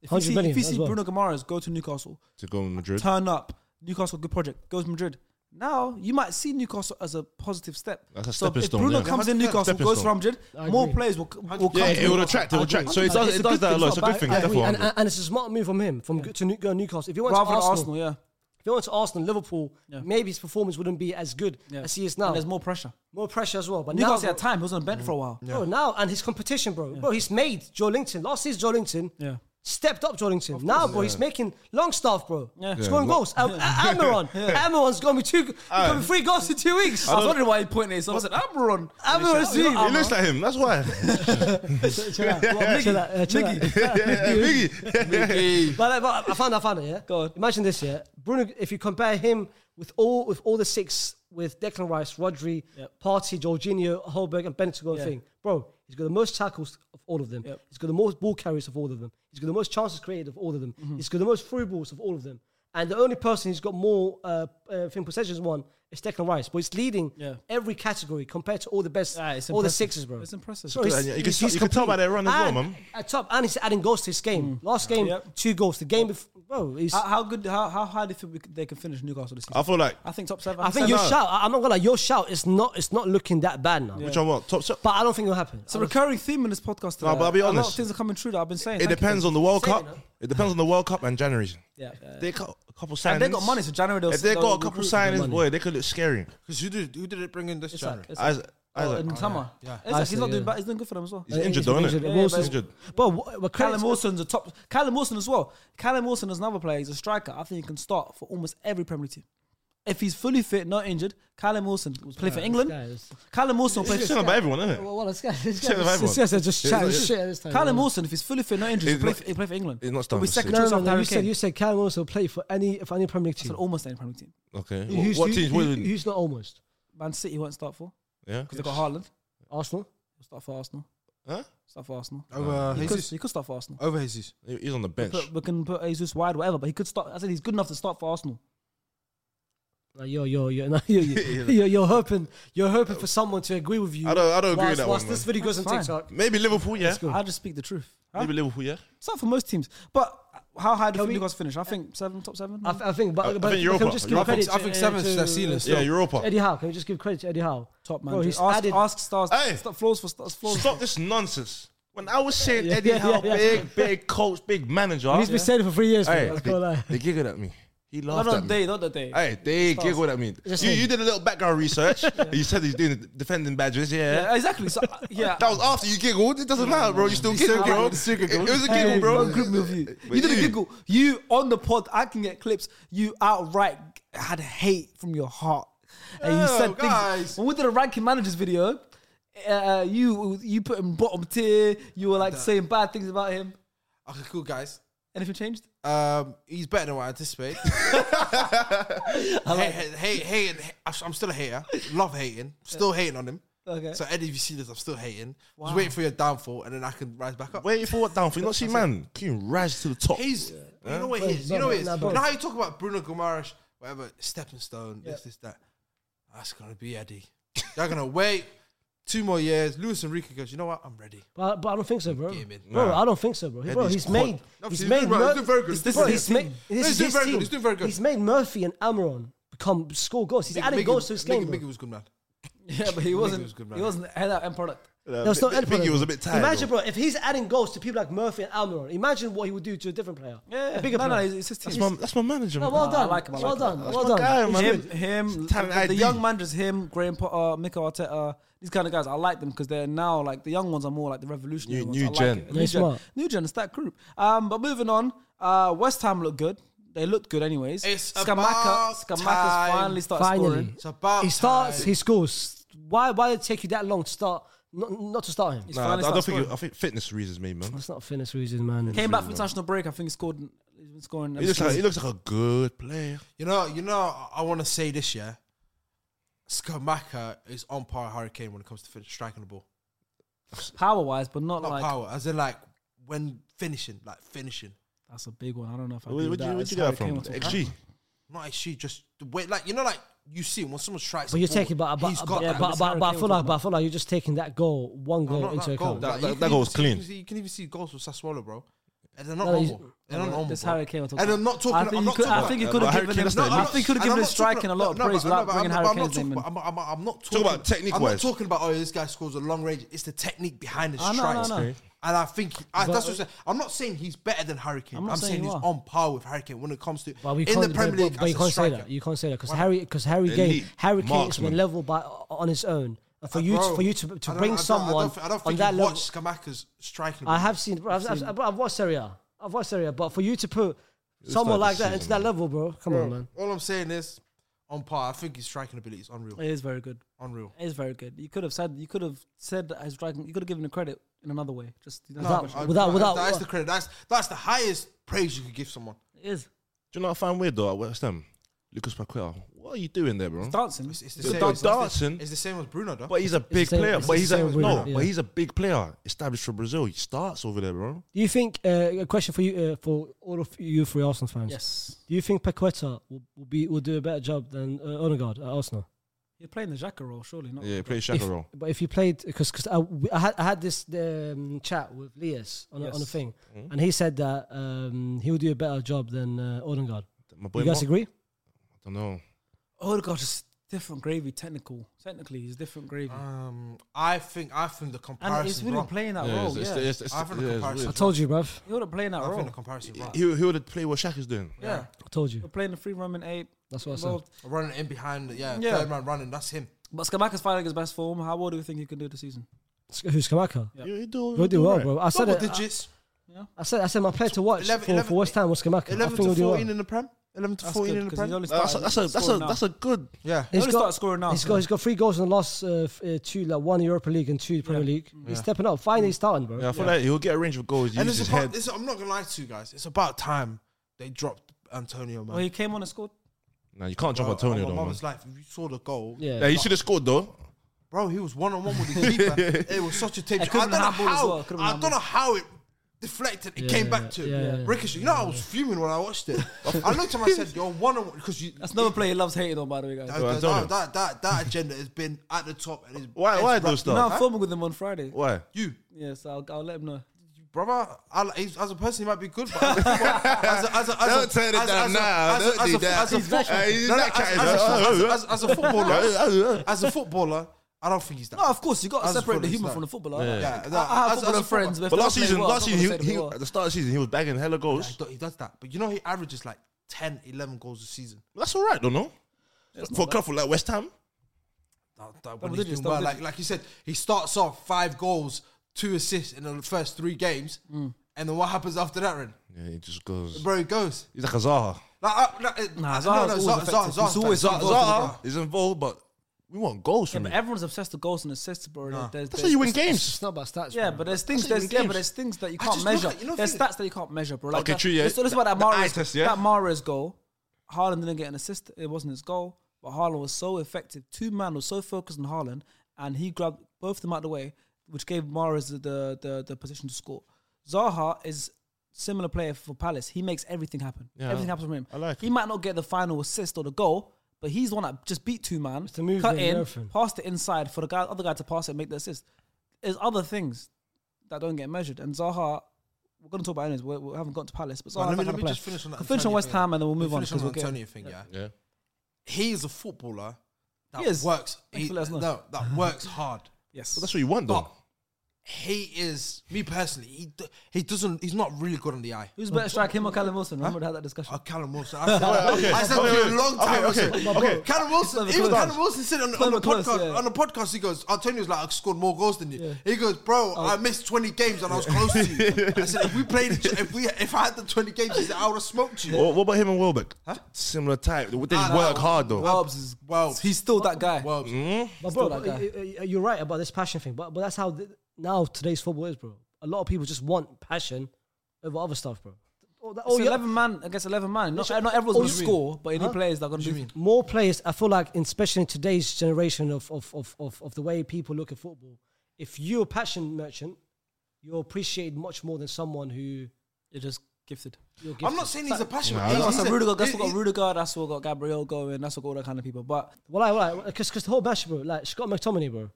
Speaker 1: If you
Speaker 3: 100
Speaker 1: see,
Speaker 3: million
Speaker 1: if you
Speaker 3: as
Speaker 1: see
Speaker 3: well.
Speaker 1: Bruno Gamara's go to Newcastle,
Speaker 5: to go in Madrid.
Speaker 1: turn up, Newcastle good project, goes Madrid. Now you might see Newcastle as a positive step.
Speaker 5: That's a
Speaker 1: so
Speaker 5: stepping
Speaker 1: if
Speaker 5: stone,
Speaker 1: Bruno
Speaker 5: yeah.
Speaker 1: comes in
Speaker 2: Stepping
Speaker 1: Newcastle,
Speaker 5: stone.
Speaker 1: goes from Madrid,
Speaker 3: I
Speaker 1: more
Speaker 3: agree.
Speaker 1: players will, c- will come.
Speaker 5: yeah,
Speaker 1: to
Speaker 5: it would
Speaker 1: Newcastle.
Speaker 5: attract. It would
Speaker 3: I
Speaker 5: attract.
Speaker 3: agree.
Speaker 5: So it
Speaker 1: It's
Speaker 5: does.
Speaker 1: a
Speaker 5: It does
Speaker 1: good
Speaker 5: that a
Speaker 1: thing,
Speaker 5: lot.
Speaker 1: it's
Speaker 5: It's a
Speaker 1: not
Speaker 5: good
Speaker 1: bad.
Speaker 5: thing.
Speaker 3: I
Speaker 5: It's
Speaker 3: agree.
Speaker 5: definitely.
Speaker 3: and,
Speaker 5: one.
Speaker 3: and, and it's a smart move from him from go- to New- go Newcastle. If you went
Speaker 1: Rather
Speaker 3: to
Speaker 1: than
Speaker 3: Arsenal,
Speaker 1: Arsenal, yeah.
Speaker 3: if you went to Arsenal, Liverpool,
Speaker 1: Yeah.
Speaker 3: maybe his performance wouldn't be as good
Speaker 1: yeah.
Speaker 3: as he is now.
Speaker 1: And there's more pressure.
Speaker 3: more pressure as well. But
Speaker 1: Newcastle
Speaker 3: now,
Speaker 1: had time. He was on the bench for a while.
Speaker 3: Bro, now and his competition, bro. Bro, he's made Joe Linton. Last season, Joe Linton
Speaker 1: Yeah.
Speaker 3: stepped up Joe Linton. Now, bro, he's making long stuff, bro.
Speaker 1: Yeah. Yeah,
Speaker 3: Scoring
Speaker 5: lo-
Speaker 3: goals. Um, A- Amaron. Amaron's going to be two, he's gonna be three goals in two weeks.
Speaker 1: I was wondering why he pointed at his son. I said, Amaron.
Speaker 3: Amaron's
Speaker 1: You know,
Speaker 3: doing
Speaker 5: He looks like him. That's why.
Speaker 3: Chill out. Chill out. uh, chill out.
Speaker 5: Biggie.
Speaker 3: But, uh, but I found, I found it. Yeah.
Speaker 1: Go on.
Speaker 3: Imagine this. Yeah. Bruno, if you compare him with all with all the six with Declan Rice, Rodri,
Speaker 1: Yep.
Speaker 3: Party, Jorginho, Holberg, and Bennett to go
Speaker 1: Yeah.
Speaker 3: thing, bro. He's got the most tackles of all of them.
Speaker 1: Yep.
Speaker 3: He's got the most ball carries of all of them. He's got the most chances created of all of them.
Speaker 1: Mm-hmm.
Speaker 3: He's got the most through balls of all of them. And the only person who's got more uh, uh, thing possessions one is Declan Rice, but he's leading
Speaker 1: Yeah.
Speaker 3: every category compared to all the best,
Speaker 1: Ah, it's
Speaker 3: all the
Speaker 1: impressive.
Speaker 3: sixes, bro.
Speaker 1: It's impressive.
Speaker 3: So he's-
Speaker 5: Yeah, you can
Speaker 3: he's-
Speaker 5: tell-
Speaker 3: he's
Speaker 5: you can tell
Speaker 3: complete.
Speaker 5: by their run as well,
Speaker 3: And
Speaker 5: man.
Speaker 3: At top, and he's adding goals to his game. Last game,
Speaker 1: Mm. Yep.
Speaker 3: two goals. The game before, bro. He's,
Speaker 1: How,
Speaker 3: I,
Speaker 1: how good? How, how high do you think we c- they can finish Newcastle this season?
Speaker 5: I feel like
Speaker 1: I think top seven.
Speaker 3: think
Speaker 1: seven.
Speaker 3: your shout. I, am not gonna lie. Your shout is not. It's not looking that bad now.
Speaker 5: which one? What top? So,
Speaker 3: But I don't think it'll happen.
Speaker 1: It's a
Speaker 3: I don't-
Speaker 1: recurring theme in this podcast. Today.
Speaker 5: No, but I'll be
Speaker 1: A lot of
Speaker 5: honest.
Speaker 1: things are coming true that I've been saying.
Speaker 5: it
Speaker 1: Thank you.
Speaker 5: depends on the World
Speaker 3: Say it,
Speaker 5: Cup.
Speaker 3: no?
Speaker 5: It depends on the World Cup and January.
Speaker 1: Yeah, yeah.
Speaker 5: They got a couple signings.
Speaker 1: And they got money, so January they'll-
Speaker 5: If they
Speaker 1: they'll
Speaker 5: got a couple
Speaker 1: recruit with the
Speaker 5: signings,
Speaker 1: money.
Speaker 5: boy, they could look scary.
Speaker 2: Because who did who did it bring in this January?
Speaker 1: Isak, Isak.
Speaker 5: Isaac,
Speaker 1: Oh,
Speaker 5: Isaac,
Speaker 1: in summer,
Speaker 2: yeah.
Speaker 1: Isak, he's
Speaker 3: Isak,
Speaker 1: not doing
Speaker 3: yeah.
Speaker 1: bad. He's doing good for them as well.
Speaker 5: he's injured,
Speaker 3: been
Speaker 5: though, isn't
Speaker 3: injured.
Speaker 5: it?
Speaker 3: Yeah,
Speaker 5: He's
Speaker 3: but-
Speaker 5: injured.
Speaker 3: But what, what
Speaker 1: Callum
Speaker 3: Callum
Speaker 1: Wilson's a top. Callum Wilson as well. Callum Wilson is another player. He's a striker. I think he can start for almost every Premier League team. If he's fully fit, not injured, Callum Wilson will play for England.
Speaker 3: guy is-
Speaker 1: Callum Wilson will play
Speaker 5: It's
Speaker 1: for
Speaker 5: same about everyone, isn't it?
Speaker 3: Well, this guy. This
Speaker 5: Check the vibe
Speaker 3: guy.
Speaker 5: on.
Speaker 3: Yes, just
Speaker 5: Yeah,
Speaker 3: chatting
Speaker 5: it's-
Speaker 3: shit at this time.
Speaker 1: Callum Wilson. If he's fully fit, not injured, he'll
Speaker 5: He's
Speaker 1: play,
Speaker 5: not-
Speaker 1: for, he'll play for England.
Speaker 5: he's not
Speaker 1: He'll be
Speaker 5: starting for
Speaker 1: second
Speaker 3: No,
Speaker 1: choice
Speaker 3: no,
Speaker 1: after
Speaker 3: no. You
Speaker 1: Harry
Speaker 3: said
Speaker 1: Kane.
Speaker 3: you said Callum Wilson will play for any for any Premier League
Speaker 1: Said
Speaker 3: team.
Speaker 1: almost any Premier League team.
Speaker 5: Okay.
Speaker 3: Who's,
Speaker 5: What, what
Speaker 3: who-
Speaker 5: teams?
Speaker 3: who-
Speaker 5: What,
Speaker 3: who's not almost?
Speaker 1: Man City won't start for
Speaker 5: yeah.
Speaker 1: because they got Haaland.
Speaker 3: Arsenal.
Speaker 1: He'll start for Arsenal.
Speaker 5: Huh?
Speaker 1: Start for Arsenal.
Speaker 2: Over
Speaker 1: He could,
Speaker 2: Jesus.
Speaker 1: he could start for Arsenal.
Speaker 2: Over Jesus.
Speaker 5: He- He's on the bench.
Speaker 1: Put, we can put Jesus wide, whatever. But he could start. I said he's good enough to start for Arsenal.
Speaker 3: Like, yo, yo, yo, no, yo, yo, yo, you're hoping, you're hoping for someone to agree with you.
Speaker 5: I don't- I don't agree
Speaker 3: whilst-
Speaker 5: with that
Speaker 3: whilst
Speaker 5: one,
Speaker 3: this
Speaker 5: man.
Speaker 3: video goes on
Speaker 1: That's
Speaker 3: TikTok,
Speaker 5: Maybe Liverpool, yeah.
Speaker 3: Let's go.
Speaker 1: I just speak the truth. Huh?
Speaker 5: Maybe Liverpool, yeah.
Speaker 1: It's not for most teams, but how high do you
Speaker 3: Can
Speaker 1: think
Speaker 3: we-
Speaker 1: Lucas finish? I think seven, top seven.
Speaker 3: I, th- I think, but,
Speaker 5: I- I
Speaker 3: but
Speaker 5: think
Speaker 3: can
Speaker 5: Europa.
Speaker 3: we just give
Speaker 5: Europa.
Speaker 3: credit
Speaker 2: I think
Speaker 3: to-
Speaker 2: seven's
Speaker 3: to-
Speaker 2: the ceiling still.
Speaker 5: Yeah, Europa.
Speaker 3: Eddie Howe. Can we just give credit to Eddie Howe?
Speaker 1: top man.
Speaker 3: Bro,
Speaker 1: just
Speaker 3: he's
Speaker 1: ask,
Speaker 3: added-
Speaker 1: ask stars.
Speaker 5: Hey.
Speaker 1: Stop floors for stars. Floors.
Speaker 5: Stop this nonsense. When I was saying
Speaker 3: Yeah,
Speaker 5: Eddie
Speaker 3: yeah,
Speaker 5: Howe,
Speaker 3: yeah.
Speaker 5: big, big coach, big manager.
Speaker 3: He's been saying it for three years. bro.
Speaker 5: Hey,
Speaker 3: That's all
Speaker 5: they,
Speaker 3: I-
Speaker 5: they giggled at me. He
Speaker 1: No,
Speaker 5: laughed
Speaker 1: no,
Speaker 5: at me.
Speaker 1: they, not the day.
Speaker 5: Hey, they
Speaker 1: Stars.
Speaker 5: giggled at me.
Speaker 3: Just
Speaker 5: You,
Speaker 3: saying.
Speaker 5: you did a little background research. You said he's doing the defending badges. Yeah.
Speaker 1: Yeah, exactly. So uh, yeah,
Speaker 5: That was after you giggled. It doesn't matter, bro. You still giggled, bro. It, it was a
Speaker 1: Hey,
Speaker 5: giggle, bro.
Speaker 1: don't group me with you.
Speaker 5: But
Speaker 1: You did a giggle. You on the pod. I can get clips. You outright had hate from your heart, and you
Speaker 2: Oh,
Speaker 1: said things.
Speaker 2: guys.
Speaker 1: When we did a ranking managers video, uh, you you put him bottom tier. You were like saying bad things about him.
Speaker 2: Okay, cool, guys.
Speaker 1: Anything changed?
Speaker 2: Um, he's better than what I anticipate. hey, hey, hey, hey, and- I'm still a hater. Love hating. Still hating on him.
Speaker 1: Okay.
Speaker 2: So Eddie, if you see this, I'm still hating. Just waiting for your downfall, and then I can rise back up.
Speaker 5: Waiting for what down for? You not see, man. King rise to the top.
Speaker 2: He's, you know what it is. You
Speaker 3: no,
Speaker 2: know what
Speaker 3: no,
Speaker 2: it is.
Speaker 3: no,
Speaker 2: You
Speaker 3: bro.
Speaker 2: know how you talk about Bruno Guimaraes, whatever, stepping stone, this, this, that. That's gonna be Eddie. They're gonna wait two more years. Luis Enrique goes, you know what? I'm ready.
Speaker 3: But, but I don't think so, bro.
Speaker 2: Game in.
Speaker 3: Bro,
Speaker 5: Nah.
Speaker 3: I don't think so, bro. Bro,
Speaker 5: Eddie's
Speaker 3: he's
Speaker 5: caught.
Speaker 3: made.
Speaker 2: No,
Speaker 3: He's
Speaker 2: he's
Speaker 3: made.
Speaker 2: doing very-
Speaker 3: Mur-
Speaker 2: he's doing very good.
Speaker 3: This- this
Speaker 2: Bro,
Speaker 3: is
Speaker 2: he's
Speaker 3: his ma-
Speaker 2: doing-
Speaker 3: this
Speaker 2: he's doing
Speaker 3: is his
Speaker 2: very good.
Speaker 3: team.
Speaker 2: He's doing very good.
Speaker 3: He's made Murphy and Amaron become score goals. He's
Speaker 2: Miggy-
Speaker 3: adding
Speaker 2: Miggy-
Speaker 3: goals to his
Speaker 2: Miggy-
Speaker 3: game. bro.
Speaker 2: Miggy was good man.
Speaker 1: yeah, but he wasn't.
Speaker 2: was good, man.
Speaker 1: he wasn't head out end product.
Speaker 5: There
Speaker 3: There was no
Speaker 5: I
Speaker 3: end
Speaker 5: think he
Speaker 3: product.
Speaker 5: was a bit tired.
Speaker 3: Imagine,
Speaker 5: bro.
Speaker 3: bro, if he's adding goals to people like Murphy and Almiron, imagine what he would do to a different player.
Speaker 1: Yeah,
Speaker 3: a bigger
Speaker 1: no, no,
Speaker 3: player.
Speaker 1: it's his team.
Speaker 5: That's my, that's my manager.
Speaker 3: No,
Speaker 5: man.
Speaker 3: well
Speaker 1: Nah, I
Speaker 3: done.
Speaker 1: like him, I
Speaker 3: well
Speaker 1: like
Speaker 3: done.
Speaker 1: him.
Speaker 3: well
Speaker 5: my
Speaker 3: done.
Speaker 5: guy, man.
Speaker 3: Him-
Speaker 5: It's
Speaker 1: him, him
Speaker 5: talent
Speaker 1: the, the
Speaker 5: ID.
Speaker 1: young managers, him, Graham Potter, Mikel Arteta, these kind of guys. I like them because they're now like the young ones are more like the revolutionary
Speaker 5: New-
Speaker 1: ones.
Speaker 5: new
Speaker 1: I like
Speaker 5: gen.
Speaker 1: it.
Speaker 3: They're
Speaker 1: new gen,
Speaker 3: smart.
Speaker 1: new gen, it's that group. Um, but moving on, uh, West Ham looked good. They looked good, anyways.
Speaker 2: It's
Speaker 1: Skamaka,
Speaker 2: about
Speaker 1: Skamaka's
Speaker 2: time.
Speaker 1: finally started
Speaker 3: Finally,
Speaker 1: scoring.
Speaker 2: It's about
Speaker 3: he starts.
Speaker 2: time.
Speaker 3: He scores. Why? Why did it take you that long to start? Not, not to start him.
Speaker 1: He's
Speaker 5: Nah, I
Speaker 1: finally
Speaker 5: don't
Speaker 1: started
Speaker 5: think. it-
Speaker 1: scoring.
Speaker 5: I think fitness reasons, made man.
Speaker 3: That's not a finish reason, man.
Speaker 1: Came back from international break. I think he scored. He's been scoring.
Speaker 5: He looks like he looks like a good player.
Speaker 2: You know, you know, I- I want to say this year, Skamaka is on par with Harry Kane when it comes to fin- striking the ball.
Speaker 1: power wise, but not,
Speaker 2: Not
Speaker 1: like
Speaker 2: power, as in like when finishing, like finishing.
Speaker 1: that's a big one. I don't know if I.
Speaker 5: What
Speaker 1: do
Speaker 5: would you
Speaker 1: that.
Speaker 5: what
Speaker 1: It's
Speaker 5: you get
Speaker 1: Harry
Speaker 5: that from?
Speaker 1: Kane we're talking
Speaker 5: XG.
Speaker 2: Not actually just the way, like you know, like you see when someone strikes.
Speaker 3: But
Speaker 2: a
Speaker 3: you're
Speaker 2: ball,
Speaker 3: taking, but but,
Speaker 2: he's
Speaker 3: but,
Speaker 2: got
Speaker 3: yeah,
Speaker 2: that.
Speaker 3: but,
Speaker 1: It's
Speaker 3: but,
Speaker 1: Harry
Speaker 3: but I
Speaker 1: Kane
Speaker 3: feel like,
Speaker 1: we're
Speaker 3: but I feel like you're just taking that goal, one
Speaker 2: No,
Speaker 3: goal
Speaker 2: not
Speaker 3: into
Speaker 2: that goal.
Speaker 3: account.
Speaker 5: That-
Speaker 2: Like,
Speaker 5: that-
Speaker 2: you
Speaker 5: that
Speaker 2: can
Speaker 5: goal
Speaker 2: even
Speaker 5: was
Speaker 2: see-
Speaker 5: clean.
Speaker 2: You can, see, you can even see goals with Sassuolo, bro. And they're not
Speaker 3: No, he's-
Speaker 2: humble. They're not
Speaker 1: about.
Speaker 2: humble.
Speaker 1: This
Speaker 2: bro.
Speaker 1: Harry Kane. we're talking
Speaker 2: And
Speaker 1: about.
Speaker 2: I'm not talking.
Speaker 1: I think
Speaker 2: I'm
Speaker 1: you
Speaker 2: not
Speaker 1: could-
Speaker 2: talking
Speaker 1: I think you
Speaker 2: about-
Speaker 1: could have
Speaker 5: Harry
Speaker 1: given
Speaker 5: Kane,
Speaker 1: him.
Speaker 5: that's
Speaker 1: No,
Speaker 5: the
Speaker 1: I
Speaker 5: issue.
Speaker 1: think you could
Speaker 2: And
Speaker 1: have
Speaker 2: I'm
Speaker 1: given
Speaker 2: not
Speaker 1: striking
Speaker 2: talking-
Speaker 1: a lot of
Speaker 2: no, no,
Speaker 1: praise
Speaker 2: no,
Speaker 1: without
Speaker 2: but I'm
Speaker 1: bringing
Speaker 2: not-
Speaker 1: Harry
Speaker 2: but I'm not
Speaker 1: Kane's name
Speaker 2: talking-
Speaker 1: in.
Speaker 2: I'm, I'm, I'm not talking,
Speaker 5: Talk about technique
Speaker 2: I'm
Speaker 5: wise.
Speaker 2: not talking about oh this guy scores a long range. It's the technique behind his
Speaker 1: I know, I
Speaker 2: strikes.
Speaker 1: know. Okay.
Speaker 2: And I think I,
Speaker 3: But-
Speaker 2: that's what I'm saying. I'm not saying he's better than Hurricane.
Speaker 1: I'm
Speaker 2: I'm,
Speaker 1: not saying
Speaker 2: saying,
Speaker 1: you
Speaker 2: he's
Speaker 1: are.
Speaker 2: on par with Hurricane when it comes to
Speaker 3: But we
Speaker 2: in
Speaker 3: can't,
Speaker 2: the Premier
Speaker 3: but,
Speaker 2: League.
Speaker 3: but you
Speaker 2: as a
Speaker 3: can't say
Speaker 2: striker.
Speaker 3: that. You can't say that because
Speaker 2: Why not?
Speaker 3: Harry, because Harry Kane,
Speaker 5: Elite
Speaker 3: Harry Kane has
Speaker 5: marksman.
Speaker 3: been level by on his own. And for
Speaker 2: Uh,
Speaker 3: you, to,
Speaker 2: bro,
Speaker 3: for you to, to
Speaker 2: I don't-
Speaker 3: bring
Speaker 2: I don't- I
Speaker 3: someone
Speaker 2: don't, thi- I don't
Speaker 3: on
Speaker 2: think
Speaker 3: that
Speaker 2: you
Speaker 3: level,
Speaker 2: watched Skamaka's striking.
Speaker 3: I have seen. Bro, I've, I've, I've, I've watched Serie A. I've watched Serie A, but for you to put someone
Speaker 5: like
Speaker 3: like
Speaker 5: the
Speaker 3: that into
Speaker 5: season,
Speaker 3: that
Speaker 5: man.
Speaker 3: level, bro, come on, man.
Speaker 2: All I'm saying is on par. I think his striking ability is unreal.
Speaker 1: It is very good.
Speaker 2: Unreal.
Speaker 1: It is very good. You could have said you could have said that his dragon. You could have given him credit in another way. Just you know,
Speaker 3: Without-
Speaker 1: it
Speaker 2: I-
Speaker 3: without- without-
Speaker 2: that's the credit. That's that's the highest praise you could give someone.
Speaker 1: is
Speaker 5: Do you know what I find weird though at West Ham? Lucas Paqueta. What are you doing there, bro?
Speaker 1: dancing.
Speaker 2: It's, it's the
Speaker 5: Dude,
Speaker 2: same.
Speaker 5: that
Speaker 2: it's, the-
Speaker 5: Dancing-
Speaker 2: it's the same as Bruno, though.
Speaker 5: But he's a big
Speaker 3: the same-
Speaker 5: player.
Speaker 3: it's
Speaker 5: But
Speaker 3: the
Speaker 5: he's a,
Speaker 3: same with
Speaker 5: no.
Speaker 3: Bruno,
Speaker 5: But
Speaker 3: yeah.
Speaker 5: he's a big player, established for Brazil. He starts over there, bro.
Speaker 3: Do you think uh, a question for you uh, for all of you three Arsenal fans?
Speaker 1: Yes,
Speaker 3: Do you think Paqueta will, will be will do a better job than uh, Odegaard at Arsenal?
Speaker 1: you're playing the Xhaka role, surely not.
Speaker 5: Yeah, he plays
Speaker 3: If-
Speaker 5: Shaka role.
Speaker 3: But if you played, because because I, we- I had I had this um, chat with Lias on a, on a
Speaker 1: Yes.
Speaker 3: thing, and he said that um, he will do a better job than uh, Odegaard.
Speaker 5: My boy,
Speaker 3: You guys
Speaker 5: Mark-
Speaker 3: agree?
Speaker 5: I don't know.
Speaker 1: Oh god, just different gravy. Technical, technically, he's different gravy.
Speaker 2: Um, I think I think the
Speaker 1: and he's
Speaker 2: comparison.
Speaker 1: really
Speaker 2: wrong.
Speaker 1: playing that
Speaker 5: Yeah,
Speaker 1: role.
Speaker 5: it's- it's-
Speaker 1: yeah,
Speaker 5: it's- it's-
Speaker 2: I've had a
Speaker 5: yeah, it's
Speaker 2: comparison.
Speaker 3: I
Speaker 5: weird.
Speaker 3: told you, bruv.
Speaker 1: he would have playing that
Speaker 2: I
Speaker 1: role.
Speaker 2: think the comparison is wrong.
Speaker 5: He, he would have played what Shaka's doing.
Speaker 1: yeah,
Speaker 3: I told you.
Speaker 1: we're playing the free roaming eight.
Speaker 3: That's what I said.
Speaker 1: involved.
Speaker 2: running in behind, the, yeah,
Speaker 1: Yeah.
Speaker 2: third man running. That's him.
Speaker 1: But Skamaka's finding his best form. How well do you think he can do this season?
Speaker 3: It's- Who's Kamaka?
Speaker 5: He- he do,
Speaker 3: He'll do well,
Speaker 5: right.
Speaker 3: bro. I said
Speaker 2: Double
Speaker 3: it. I,
Speaker 2: digits,
Speaker 3: I said I said my player to watch
Speaker 2: 11
Speaker 3: for, for West Ham was Kamaka. I
Speaker 2: eleven
Speaker 3: think he'll
Speaker 2: to
Speaker 3: do well.
Speaker 2: fourteen in the prem, eleven to
Speaker 1: That's
Speaker 2: fourteen
Speaker 1: good
Speaker 2: in the
Speaker 1: because
Speaker 2: prem.
Speaker 1: he's only
Speaker 5: That's a,
Speaker 1: started.
Speaker 5: that's a that's a
Speaker 1: scoring now.
Speaker 5: that's a good.
Speaker 2: Uh, yeah,
Speaker 3: He's
Speaker 1: only started scoring now,
Speaker 3: He's
Speaker 1: so-
Speaker 3: got he's got three goals in the last uh, f- uh, two, like one Europa League and two Premier League. He's stepping up.
Speaker 2: Mm.
Speaker 3: Finally, he's starting, bro.
Speaker 5: Yeah, I feel like he'll get a range of goals.
Speaker 2: and
Speaker 5: Use
Speaker 2: it's
Speaker 5: his
Speaker 2: about.
Speaker 5: head.
Speaker 2: It's, I'm not gonna lie to you guys. It's about time they dropped Antonio. Man,
Speaker 1: Well, he came on and scored.
Speaker 5: Nah, you can't jump
Speaker 2: Bro, on
Speaker 5: Antonio though,
Speaker 2: my
Speaker 5: man.
Speaker 2: mama's life. If you saw the goal,
Speaker 3: Yeah.
Speaker 5: Yeah, he should have scored though.
Speaker 2: bro, he was one on one with the keeper. it was such a tape.
Speaker 1: It
Speaker 2: I
Speaker 1: could've
Speaker 2: don't know
Speaker 1: been handball as
Speaker 2: how.
Speaker 1: well, it could've been
Speaker 2: I don't know how it deflected. It
Speaker 3: Yeah,
Speaker 2: came
Speaker 3: yeah,
Speaker 2: back to
Speaker 3: yeah, yeah,
Speaker 2: Ricochet. You know, I was fuming when I watched it. I looked at him. I said, "You're one on one," because you.
Speaker 1: That's another player he loves hating on, by the way, guys.
Speaker 2: That,
Speaker 5: Yo,
Speaker 2: that,
Speaker 5: Antonio.
Speaker 2: that, that, that, that agenda has been at the top and it's
Speaker 5: Why
Speaker 2: it's
Speaker 5: why
Speaker 2: wrapped
Speaker 5: those
Speaker 2: up.
Speaker 1: No,
Speaker 5: stuff?
Speaker 1: I'm filming with him on Friday.
Speaker 5: Why?
Speaker 2: You
Speaker 1: Yes, I'll, I'll let him know.
Speaker 2: brother, I, li- he's- as a person, he might be good, but as a as a- as a- as a-
Speaker 4: Don't turn it
Speaker 2: as-
Speaker 4: down
Speaker 2: as a-
Speaker 4: now.
Speaker 2: as a-
Speaker 4: Don't
Speaker 2: as
Speaker 4: do
Speaker 2: a-
Speaker 4: that.
Speaker 2: as a
Speaker 4: He's not-
Speaker 2: footballer-
Speaker 4: Hey, he's
Speaker 2: No, no,
Speaker 4: not
Speaker 2: as-
Speaker 4: chatting.
Speaker 2: as a- as- as- As a footballer, as a footballer, I don't think he's that.
Speaker 1: No, of course you got to
Speaker 2: As a
Speaker 1: separate the
Speaker 2: footballer,
Speaker 1: human
Speaker 2: he's
Speaker 1: from the
Speaker 2: not.
Speaker 1: footballer. Yeah. I,
Speaker 2: Yeah.
Speaker 1: I
Speaker 2: As-
Speaker 1: have
Speaker 2: as a
Speaker 1: footballer
Speaker 2: footballer.
Speaker 1: friends, if
Speaker 5: But
Speaker 1: they're
Speaker 5: last
Speaker 1: playing
Speaker 5: season,
Speaker 1: well,
Speaker 5: last
Speaker 1: I'm not
Speaker 5: season,
Speaker 1: gonna
Speaker 5: he,
Speaker 1: say
Speaker 5: he
Speaker 1: they were.
Speaker 5: at the start of the season he was bagging hella
Speaker 2: He
Speaker 5: goals.
Speaker 2: do- He does that, but you know he averages like 10, 11 goals a season.
Speaker 5: That's all right, don't know. For a club like West Ham,
Speaker 2: That- that when
Speaker 1: Double
Speaker 2: he's
Speaker 1: digits,
Speaker 2: doing
Speaker 1: double
Speaker 2: well, like
Speaker 1: digits.
Speaker 2: like you said, he starts off five goals, two assists in the first three games,
Speaker 1: Mm.
Speaker 2: and then what happens after that, Ren?
Speaker 5: yeah, he just goes.
Speaker 2: Bro, he goes.
Speaker 5: He's like a Zaha.
Speaker 2: Like, uh, like, uh,
Speaker 1: Nah,
Speaker 2: uh,
Speaker 1: Zaha's
Speaker 2: no, no,
Speaker 1: always
Speaker 2: Zaha-
Speaker 1: effective.
Speaker 2: Zaha-
Speaker 1: He's
Speaker 2: Zaha's
Speaker 1: always
Speaker 2: effective.
Speaker 1: Zaha-
Speaker 2: Zaha-
Speaker 5: Zaha is involved, but we want goals
Speaker 1: Yeah,
Speaker 5: from
Speaker 1: but
Speaker 5: him.
Speaker 1: everyone's obsessed with goals and assists, bro. There's- there's-
Speaker 5: That's how you win
Speaker 3: It's
Speaker 5: games.
Speaker 3: not about stats.
Speaker 1: Yeah,
Speaker 3: bro.
Speaker 1: but there's things.
Speaker 5: That's not
Speaker 1: There's,
Speaker 5: even
Speaker 1: yeah,
Speaker 5: games.
Speaker 1: but there's things that you
Speaker 2: I
Speaker 1: can't
Speaker 2: just look
Speaker 1: measure.
Speaker 2: at- you know
Speaker 1: there's
Speaker 2: things-
Speaker 1: stats that you can't measure, bro. Like
Speaker 5: Okay,
Speaker 1: that,
Speaker 5: true, yeah.
Speaker 1: Let's talk about that
Speaker 5: The- the
Speaker 1: Mahrez.
Speaker 5: eye test, yeah.
Speaker 1: That Mahrez goal. Haaland didn't get an assist. It wasn't his goal, but Haaland was so effective. Two man was so focused on Haaland, and he grabbed both of them out of the way, which gave Mahrez the the the, the position to score. Zaha is similar player for Palace. He makes everything happen.
Speaker 5: Yeah,
Speaker 1: everything
Speaker 5: I-
Speaker 1: happens from him.
Speaker 5: I like
Speaker 1: He
Speaker 5: it.
Speaker 1: might not get the final assist or the goal. But he's the one that just beat two man,
Speaker 3: the movement
Speaker 1: cut
Speaker 3: and
Speaker 1: in,
Speaker 3: everything.
Speaker 1: passed it inside for the guy, other guy to pass it, and make the assist. There's other things that don't get measured. And Zaha, we're going to talk about it anyways. We, we haven't gotten to Palace, but
Speaker 2: Zaha-
Speaker 1: Zaha's
Speaker 2: let me,
Speaker 1: that
Speaker 2: let
Speaker 1: kind
Speaker 2: me
Speaker 1: of player.
Speaker 2: just finish on that.
Speaker 1: I'll finish on
Speaker 2: Antonio
Speaker 1: West
Speaker 2: thing.
Speaker 1: Ham and then we'll
Speaker 2: Let me
Speaker 1: move on
Speaker 2: finish
Speaker 1: because we'll
Speaker 2: the
Speaker 1: get-
Speaker 2: Antonio thing. Yeah,
Speaker 5: Yeah.
Speaker 2: he is a footballer that
Speaker 1: He is.
Speaker 2: works.
Speaker 1: Thanks
Speaker 2: He,
Speaker 1: for letting us know.
Speaker 2: no, that works hard.
Speaker 1: Yes.
Speaker 5: But that's what you want, though.
Speaker 2: But he is me personally. He d- he doesn't. He's not really good on the eye.
Speaker 1: Who's better strike, him or Callum Wilson? Remember we had that discussion.
Speaker 2: Uh, Callum Wilson. I said,
Speaker 5: okay.
Speaker 2: I said
Speaker 5: Okay,
Speaker 2: for
Speaker 5: okay.
Speaker 2: a long time.
Speaker 5: Okay,
Speaker 2: I
Speaker 5: okay,
Speaker 2: said, "Oh,
Speaker 5: okay.
Speaker 2: Callum
Speaker 1: It's
Speaker 2: Wilson.
Speaker 1: never
Speaker 2: Even
Speaker 1: close.
Speaker 2: Callum Wilson said on,
Speaker 1: It's
Speaker 2: the- on the
Speaker 1: never close,
Speaker 2: podcast.
Speaker 1: yeah.
Speaker 2: On the podcast, he goes, Antonio's like, I've scored more goals than you. He goes, bro,
Speaker 1: Oh.
Speaker 2: I missed twenty games and I was close to you. I said, if we played, each, if we, if I had the twenty games, he said, I would have smoked you.
Speaker 5: What, what about him and Welbeck? Similar type. They just
Speaker 2: Ah,
Speaker 5: work
Speaker 2: no.
Speaker 5: hard, though.
Speaker 1: Welbs is
Speaker 2: Welbs.
Speaker 1: He's still that guy.
Speaker 2: Well,
Speaker 1: Still
Speaker 3: But bro,
Speaker 1: that
Speaker 3: but y- y- y- you're right about this passion thing. But but that's how th- now today's football is, bro. A lot of people just want passion over other stuff, bro. Oh, that-
Speaker 1: It's
Speaker 3: oh, yeah.
Speaker 1: eleven man against eleven man. Not, eh,
Speaker 3: Listen,
Speaker 1: not everyone's
Speaker 3: oh,
Speaker 1: going to
Speaker 3: you mean-
Speaker 1: score, but any
Speaker 3: Huh?
Speaker 1: players that are going to
Speaker 2: do
Speaker 1: do.
Speaker 2: you mean?
Speaker 3: more players. I feel like, in- especially in today's generation of of, of, of of the way people look at football, if you're a passion merchant, you're appreciated much more than someone who
Speaker 1: You're just gifted.
Speaker 3: you're gifted.
Speaker 2: I'm not saying he's a passionate.
Speaker 5: Nah,
Speaker 2: he's,
Speaker 5: I
Speaker 1: That's
Speaker 2: he's
Speaker 1: what
Speaker 2: a-
Speaker 1: Rudiger. That's
Speaker 2: he-
Speaker 1: what got
Speaker 2: he-
Speaker 1: Rudiger. That's what got Gabriel going. That's what got all that kind of people. But
Speaker 3: Well, I, well, because the whole match, bro, like Scott McTominay, bro.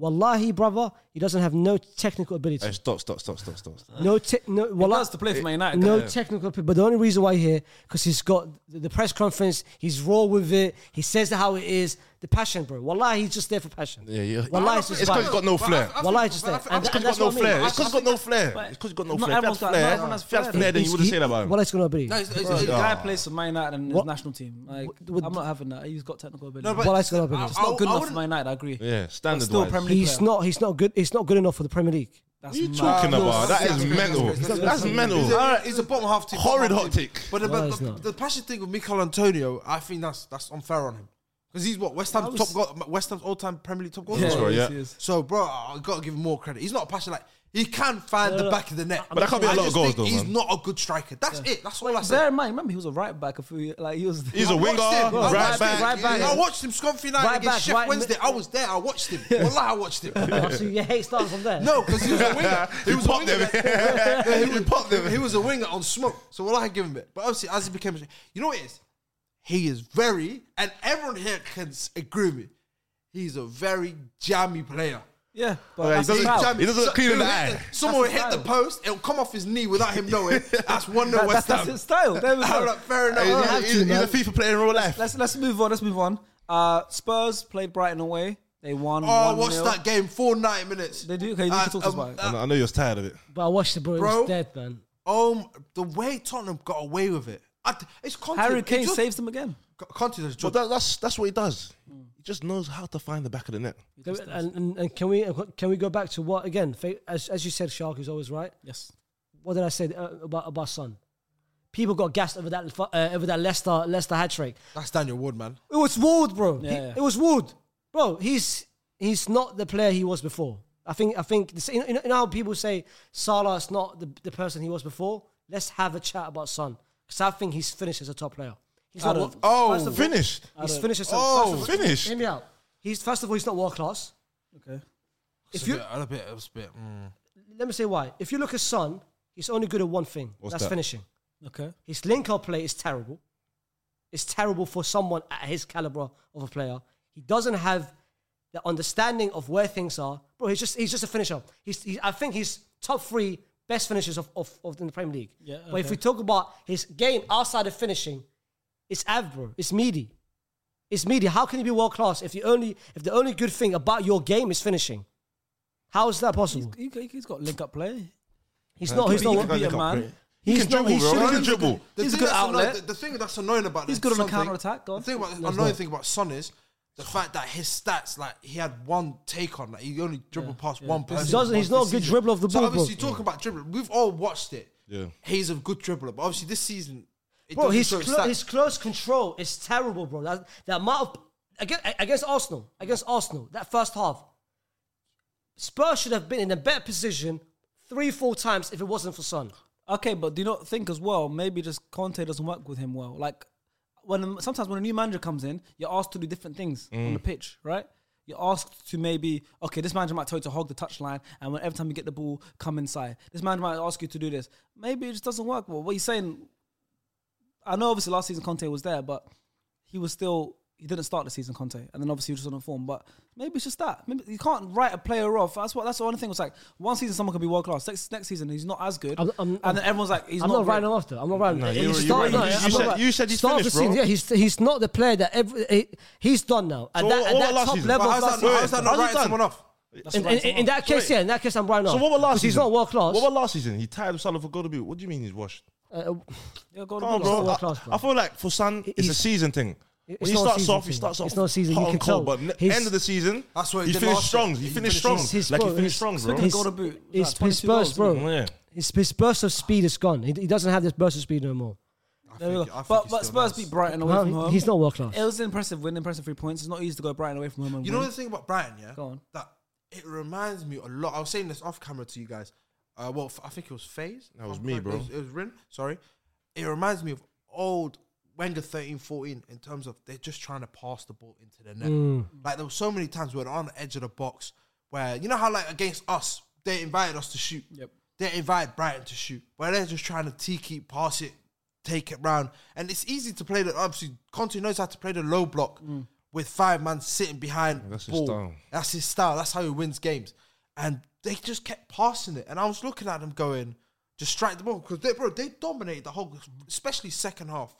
Speaker 3: Wallahi, brother, he doesn't have no technical ability.
Speaker 5: Hey, stop, stop, stop, stop, stop.
Speaker 3: no, te- no.
Speaker 1: he
Speaker 3: Wallahi,
Speaker 1: loves to play for Man United.
Speaker 3: no
Speaker 1: guy.
Speaker 3: technical, pe- but the only reason why here because he's got the, the press conference. He's raw with it. He says how it is. The passion, bro. Wallahi, he's just there for passion.
Speaker 5: Yeah, yeah.
Speaker 3: Wallahi, it's
Speaker 5: It's
Speaker 3: just
Speaker 5: 'cause he's
Speaker 3: vibes.
Speaker 5: got no
Speaker 2: But
Speaker 5: flair.
Speaker 2: I- I-
Speaker 3: Wallahi, just there.
Speaker 2: I- I-
Speaker 3: And,
Speaker 2: I-
Speaker 3: and
Speaker 5: He's
Speaker 3: that's
Speaker 5: got no
Speaker 3: what I mean.
Speaker 5: flair. It's because he's got no flair.
Speaker 1: But
Speaker 5: It's because he's got no
Speaker 1: not
Speaker 5: flair. If he had
Speaker 1: everyone's got- not
Speaker 5: flair,
Speaker 1: everyone has
Speaker 5: if he had
Speaker 1: flair.
Speaker 5: flair, then you
Speaker 3: He's-
Speaker 5: wouldn't
Speaker 3: he-
Speaker 5: say that about him.
Speaker 3: Wallahi's got no ability.
Speaker 2: No, it's- it's-
Speaker 1: The
Speaker 2: it's-
Speaker 1: guy plays for Man United and his
Speaker 3: What-
Speaker 1: national team. Like,
Speaker 3: what-
Speaker 1: I'm not having that. He's got technical ability.
Speaker 2: No, but
Speaker 3: Wallahi's got no
Speaker 2: I-
Speaker 3: ability.
Speaker 2: I-
Speaker 3: It's
Speaker 1: It's not good
Speaker 2: I
Speaker 1: enough for
Speaker 2: wouldn't-
Speaker 1: Man United. I agree.
Speaker 5: Yeah, standard
Speaker 1: still
Speaker 5: wise.
Speaker 1: Premier League.
Speaker 3: He's
Speaker 1: player.
Speaker 3: not. He's not good. He's not good enough for the Premier League.
Speaker 1: That's
Speaker 5: What are you
Speaker 1: mad.
Speaker 5: talking
Speaker 2: No,
Speaker 5: about? That
Speaker 2: that's-
Speaker 5: is
Speaker 2: that's-
Speaker 5: mental.
Speaker 2: that's- that's-
Speaker 5: That's
Speaker 2: He's
Speaker 5: mental.
Speaker 2: a, he's a bottom half team.
Speaker 5: Horrid
Speaker 2: bottom
Speaker 5: hot
Speaker 2: half team.
Speaker 5: take.
Speaker 2: But, the-
Speaker 3: No,
Speaker 2: but
Speaker 3: it's
Speaker 2: the,
Speaker 3: not.
Speaker 2: the passion thing with Mikel Antonio, I think that's that's unfair on him because he's what West Ham's top goal, West Ham's all-time Premier League top goal.
Speaker 5: Yeah. Sorry, yeah.
Speaker 2: So, bro, I gotta give him more credit. He's not a passion like he can find the back of the net,
Speaker 5: But that can't be a
Speaker 2: I
Speaker 5: lot of
Speaker 2: just
Speaker 5: goals
Speaker 2: think
Speaker 5: though,
Speaker 2: He's
Speaker 5: man.
Speaker 2: not a good striker. That's it. That's all I
Speaker 1: Bear
Speaker 2: said.
Speaker 1: in mind, remember he was a right back a few years. Like he was.
Speaker 5: He's a
Speaker 2: I
Speaker 5: winger,
Speaker 2: watched him. I
Speaker 5: right
Speaker 2: watched him.
Speaker 5: back.
Speaker 2: I watched him Scunthorpe United
Speaker 1: Right
Speaker 2: against
Speaker 1: back,
Speaker 2: Chef
Speaker 1: right
Speaker 2: Wednesday.
Speaker 1: mid-
Speaker 2: I was there. I watched him. Wallah, I watched him.
Speaker 3: so you hate starting from there.
Speaker 2: No, because he was a winger. He,
Speaker 5: He
Speaker 2: was a
Speaker 5: popped
Speaker 2: winger.
Speaker 5: them.
Speaker 2: that- No, he,
Speaker 5: He
Speaker 2: was,
Speaker 5: popped them.
Speaker 2: he was a winger on smoke. So what I give him it. But obviously, as he became, a- you know what it is? He is very, and everyone here can s- agree with me. He's a very jammy player.
Speaker 1: yeah, but
Speaker 5: Okay, he
Speaker 1: that's his
Speaker 5: doesn't-
Speaker 1: style.
Speaker 5: he doesn't look clean in
Speaker 2: he'll
Speaker 5: the
Speaker 2: hit
Speaker 5: eye.
Speaker 2: someone will
Speaker 1: That's his
Speaker 2: hit the
Speaker 1: style.
Speaker 2: post. It'll come off his knee without him knowing. That's one
Speaker 1: That-
Speaker 2: no
Speaker 1: that's,
Speaker 2: West
Speaker 1: that's
Speaker 2: Ham.
Speaker 1: his style. There we
Speaker 2: I'm
Speaker 1: go.
Speaker 2: like, fair enough.
Speaker 5: He's-
Speaker 1: have
Speaker 5: he's-
Speaker 1: to,
Speaker 5: He's
Speaker 1: man.
Speaker 5: a FIFA player in real life.
Speaker 1: Let's let's move on. Let's move on. Uh, Spurs played Brighton away. They won.
Speaker 2: Oh,
Speaker 1: one
Speaker 2: what's
Speaker 1: nil.
Speaker 2: that game? Four ninety minutes. um,
Speaker 1: They do- okay, you can talk to us about it.
Speaker 5: I know- I know you're tired of it.
Speaker 3: But I watched the bro. It
Speaker 2: Bro.
Speaker 3: was dead, man.
Speaker 2: Um, the way Tottenham got away with it, I, it's Conte.
Speaker 1: Harry
Speaker 2: It
Speaker 1: Kane
Speaker 2: just-
Speaker 1: saves them again.
Speaker 2: Conte does a
Speaker 5: But
Speaker 2: job.
Speaker 5: that, that's that's what he does. He just knows how to find the back of the net.
Speaker 3: Can we- And, and, and can we uh, can we go back to what again? fa- As as you said, Shark is always right.
Speaker 1: Yes.
Speaker 3: what did I say uh, about about Son? People got gassed over that fu- uh, over that Leicester Leicester hat trick.
Speaker 2: That's Daniel Wood, man.
Speaker 3: It was Wood, bro.
Speaker 1: Yeah,
Speaker 3: He-
Speaker 1: yeah.
Speaker 3: It was Wood, bro. He's he's not the player he was before. I think I think the, sa- you, know, you know how people say Salah's not the, the person he was before. Let's have a chat about Son because I think he's finished as a top player. He's
Speaker 1: I
Speaker 3: not.
Speaker 1: don't-
Speaker 3: wo- first
Speaker 5: Oh,
Speaker 3: of all-
Speaker 5: finished.
Speaker 3: He's finished as a
Speaker 5: Oh,
Speaker 3: first of all-
Speaker 5: finished.
Speaker 3: Hear me out. He's first of all he's not world class.
Speaker 1: Okay.
Speaker 3: If you
Speaker 2: a bit, a bit. Mm.
Speaker 3: let me say why. If you look at Son, he's only good at one thing.
Speaker 5: What's
Speaker 3: that's
Speaker 5: that?
Speaker 3: finishing.
Speaker 1: Okay.
Speaker 3: His link up play is terrible. It's terrible for someone at his caliber of a player. He doesn't have the understanding of where things are. Bro, he's just he's just a finisher. He's he, I think he's top three best finishers of, of, of in the Premier League.
Speaker 1: Yeah,
Speaker 3: But if
Speaker 1: okay.
Speaker 3: we talk about his game outside of finishing, it's Avro, it's Meaty. It's Meaty. How can you be world class if you only if the only good thing about your game is finishing? How is that possible?
Speaker 1: He- he- He's got link up play.
Speaker 3: He's,
Speaker 5: Uh,
Speaker 3: not. He's
Speaker 1: he
Speaker 3: not.
Speaker 1: can be a man.
Speaker 5: He
Speaker 3: He's
Speaker 5: can
Speaker 3: not-
Speaker 5: dribble,
Speaker 3: he
Speaker 5: bro. He
Speaker 3: shouldn't-
Speaker 5: can dribble.
Speaker 2: The
Speaker 1: He's a
Speaker 2: thing
Speaker 1: good
Speaker 2: that's annoying-
Speaker 1: outlet.
Speaker 2: the, the thing that's annoying about
Speaker 1: He's
Speaker 2: that
Speaker 1: good on the
Speaker 2: Son thing-
Speaker 1: counter-attack, go on.
Speaker 2: The thing about,
Speaker 3: Let's
Speaker 2: annoying
Speaker 3: go.
Speaker 2: thing about Son is the fact that his stats, like he had one take on, like he only dribbled past one person.
Speaker 3: He doesn't-
Speaker 2: once
Speaker 3: he's not a
Speaker 2: this
Speaker 3: good
Speaker 2: season.
Speaker 3: dribbler of the
Speaker 2: so
Speaker 3: ball,
Speaker 2: Obviously,
Speaker 3: bro.
Speaker 2: talking about dribbling, we've all watched it.
Speaker 5: Yeah.
Speaker 2: he's a good dribbler, but obviously this season, it
Speaker 3: Bro,
Speaker 2: doesn't
Speaker 3: his,
Speaker 2: show his
Speaker 3: clo-
Speaker 2: stats.
Speaker 3: his close control is terrible, bro. That, the amount of against, against Arsenal, against Arsenal, that first half, Spurs should have been in a better position three, four times if it wasn't for Son.
Speaker 1: Okay, but do you not think as well? Maybe just Conte doesn't work with him well. Like when sometimes when a new manager comes in, you're asked to do different things on the pitch, right? You're asked to maybe okay, this manager might tell you to hog the touchline, and when every time you get the ball, come inside. This manager might ask you to do this. Maybe it just doesn't work. Well, what you saying? I know obviously last season Conte was there, but he was still he didn't start the season Conte, and then obviously he was just on form. But maybe it's just that. Maybe you can't write a player off. That's what. That's the only thing. Was like one season someone can be world class. Next next season he's not as good,
Speaker 3: I'm- I'm-
Speaker 1: and then everyone's like he's
Speaker 3: I'm
Speaker 1: not,
Speaker 3: not
Speaker 1: great.
Speaker 3: writing him off though. I'm not writing.
Speaker 5: No,
Speaker 3: him
Speaker 5: you're-
Speaker 3: He's
Speaker 5: you're
Speaker 3: not-
Speaker 5: right.
Speaker 3: no,
Speaker 5: You- you
Speaker 3: I'm not
Speaker 5: said-
Speaker 3: right.
Speaker 5: you said he's
Speaker 3: Start of
Speaker 5: finished,
Speaker 3: the season,
Speaker 5: bro.
Speaker 3: Yeah, he's he's not the player that every he, he's done now at
Speaker 5: So
Speaker 3: that,
Speaker 5: what-
Speaker 3: at
Speaker 5: what
Speaker 3: that
Speaker 5: last
Speaker 3: top
Speaker 5: season?
Speaker 3: level.
Speaker 2: But how's
Speaker 3: of
Speaker 2: that,
Speaker 3: first-
Speaker 2: how's that
Speaker 5: How's
Speaker 2: not
Speaker 5: he
Speaker 2: writing
Speaker 5: done?
Speaker 2: someone off?
Speaker 3: in, in, in that case, yeah, in that case, I'm writing off.
Speaker 5: So what was last
Speaker 3: Because
Speaker 5: season?
Speaker 3: He's not world class.
Speaker 5: What was last season? He tied himself up for goal to be. What do you mean he's washed?
Speaker 3: Uh,
Speaker 1: Yeah, go to
Speaker 5: Come on,
Speaker 1: Balogun.
Speaker 5: Oh, bro.
Speaker 3: world
Speaker 5: I-
Speaker 3: class, bro.
Speaker 5: I feel like for Sun, it's
Speaker 3: He's-
Speaker 5: a season thing. When
Speaker 3: it's
Speaker 5: he
Speaker 3: not a
Speaker 5: starts
Speaker 3: season
Speaker 5: off, he
Speaker 3: thing.
Speaker 5: starts off.
Speaker 3: It's not a season.
Speaker 5: hot
Speaker 3: You
Speaker 5: and
Speaker 3: can
Speaker 5: cold,
Speaker 3: tell.
Speaker 5: But n-
Speaker 3: He's-
Speaker 5: end of the season,
Speaker 2: That's why he
Speaker 5: he
Speaker 2: did
Speaker 5: finished
Speaker 2: last
Speaker 5: strong.
Speaker 2: year.
Speaker 5: He
Speaker 2: He
Speaker 5: finished
Speaker 2: finished
Speaker 5: strong.
Speaker 3: his- his
Speaker 5: Like he
Speaker 3: bro-
Speaker 5: finished
Speaker 3: his-
Speaker 5: strong,
Speaker 1: Look
Speaker 5: bro.
Speaker 1: at
Speaker 3: His-
Speaker 1: Golden Boot. Like
Speaker 3: his, his
Speaker 1: 22
Speaker 3: burst,
Speaker 1: goals.
Speaker 3: bro.
Speaker 5: Yeah.
Speaker 3: His, his burst of speed is gone. He, he doesn't have this burst of speed no more.
Speaker 1: There we go.
Speaker 2: I think
Speaker 1: But but
Speaker 2: he still
Speaker 1: Spurs
Speaker 2: does.
Speaker 1: beat Brighton away
Speaker 3: No,
Speaker 1: from home.
Speaker 3: he's not world class.
Speaker 1: It was an impressive win, impressive three points. It's not easy to go Brighton away from home. And
Speaker 2: You know
Speaker 1: win.
Speaker 2: the thing about Brighton, yeah?
Speaker 1: Go on.
Speaker 2: That it reminds me a lot. I was saying this off camera to you guys. Uh, well, f- I think it was Phase.
Speaker 5: That was me, bro.
Speaker 2: It was, it was Rin. Sorry. It reminds me of old Wenger 13, 14 in terms of they're just trying to pass the ball into the net. Like there were so many times where they're on the edge of the box where you know how like against us they invited us to shoot.
Speaker 1: Yep.
Speaker 2: They invited Brighton to shoot, where they're just trying to tee keep pass it, take it round, and it's easy to play the. Obviously, Conte knows how to play the low block with five man sitting behind
Speaker 5: That's his
Speaker 2: ball.
Speaker 5: style.
Speaker 2: That's his style. That's how he wins games. And they just kept passing it. And I was looking at them going, just strike the ball. Because they, bro, they dominated the whole, especially second half.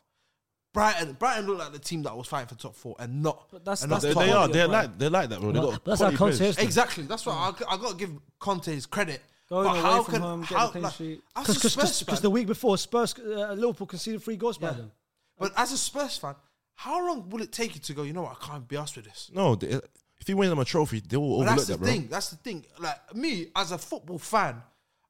Speaker 2: Brighton, Brighton looked like the team that was fighting for top four and not.
Speaker 1: But that's-
Speaker 2: and
Speaker 1: that's
Speaker 2: not
Speaker 5: They,
Speaker 1: the
Speaker 2: top
Speaker 5: they
Speaker 2: four.
Speaker 5: are.
Speaker 1: quality
Speaker 5: They're
Speaker 1: of Brighton.
Speaker 5: like. They're like that, bro. They
Speaker 3: But
Speaker 5: got
Speaker 3: that's how
Speaker 5: quality players.
Speaker 3: Conte is.
Speaker 2: Exactly. That's why I, I got to give Conte his credit.
Speaker 1: Going
Speaker 2: but
Speaker 1: away
Speaker 2: how
Speaker 1: from
Speaker 2: can
Speaker 1: home, getting
Speaker 2: how,
Speaker 1: a clean
Speaker 2: like,
Speaker 1: sheet.
Speaker 2: as a Spurs fan-
Speaker 3: Because the week before, Spurs uh, Liverpool conceded three goals by them.
Speaker 2: But as a Spurs fan, how long will it take you to go? You know what? I can't be asked with this.
Speaker 5: No, they, if he wins them a trophy, they will
Speaker 2: But
Speaker 5: overlook
Speaker 2: that's the
Speaker 5: that, bro.
Speaker 2: thing. That's the thing. Like me as a football fan,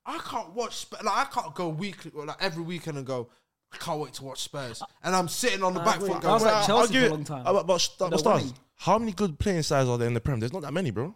Speaker 2: I can't watch. Sp- Like I can't go weekly or like every weekend and go. I can't wait to watch Spurs, and I'm sitting on the back
Speaker 1: agree.
Speaker 2: foot.
Speaker 1: Uh, I was
Speaker 2: Going,
Speaker 1: like
Speaker 2: "Ah,
Speaker 1: Chelsea
Speaker 5: I'll
Speaker 1: for
Speaker 5: give
Speaker 1: a
Speaker 5: it.
Speaker 1: long time.
Speaker 5: uh, But, but st-
Speaker 1: They're
Speaker 5: stars,
Speaker 1: winning.
Speaker 5: how many good playing sides are there in the Prem? There's not that many, bro.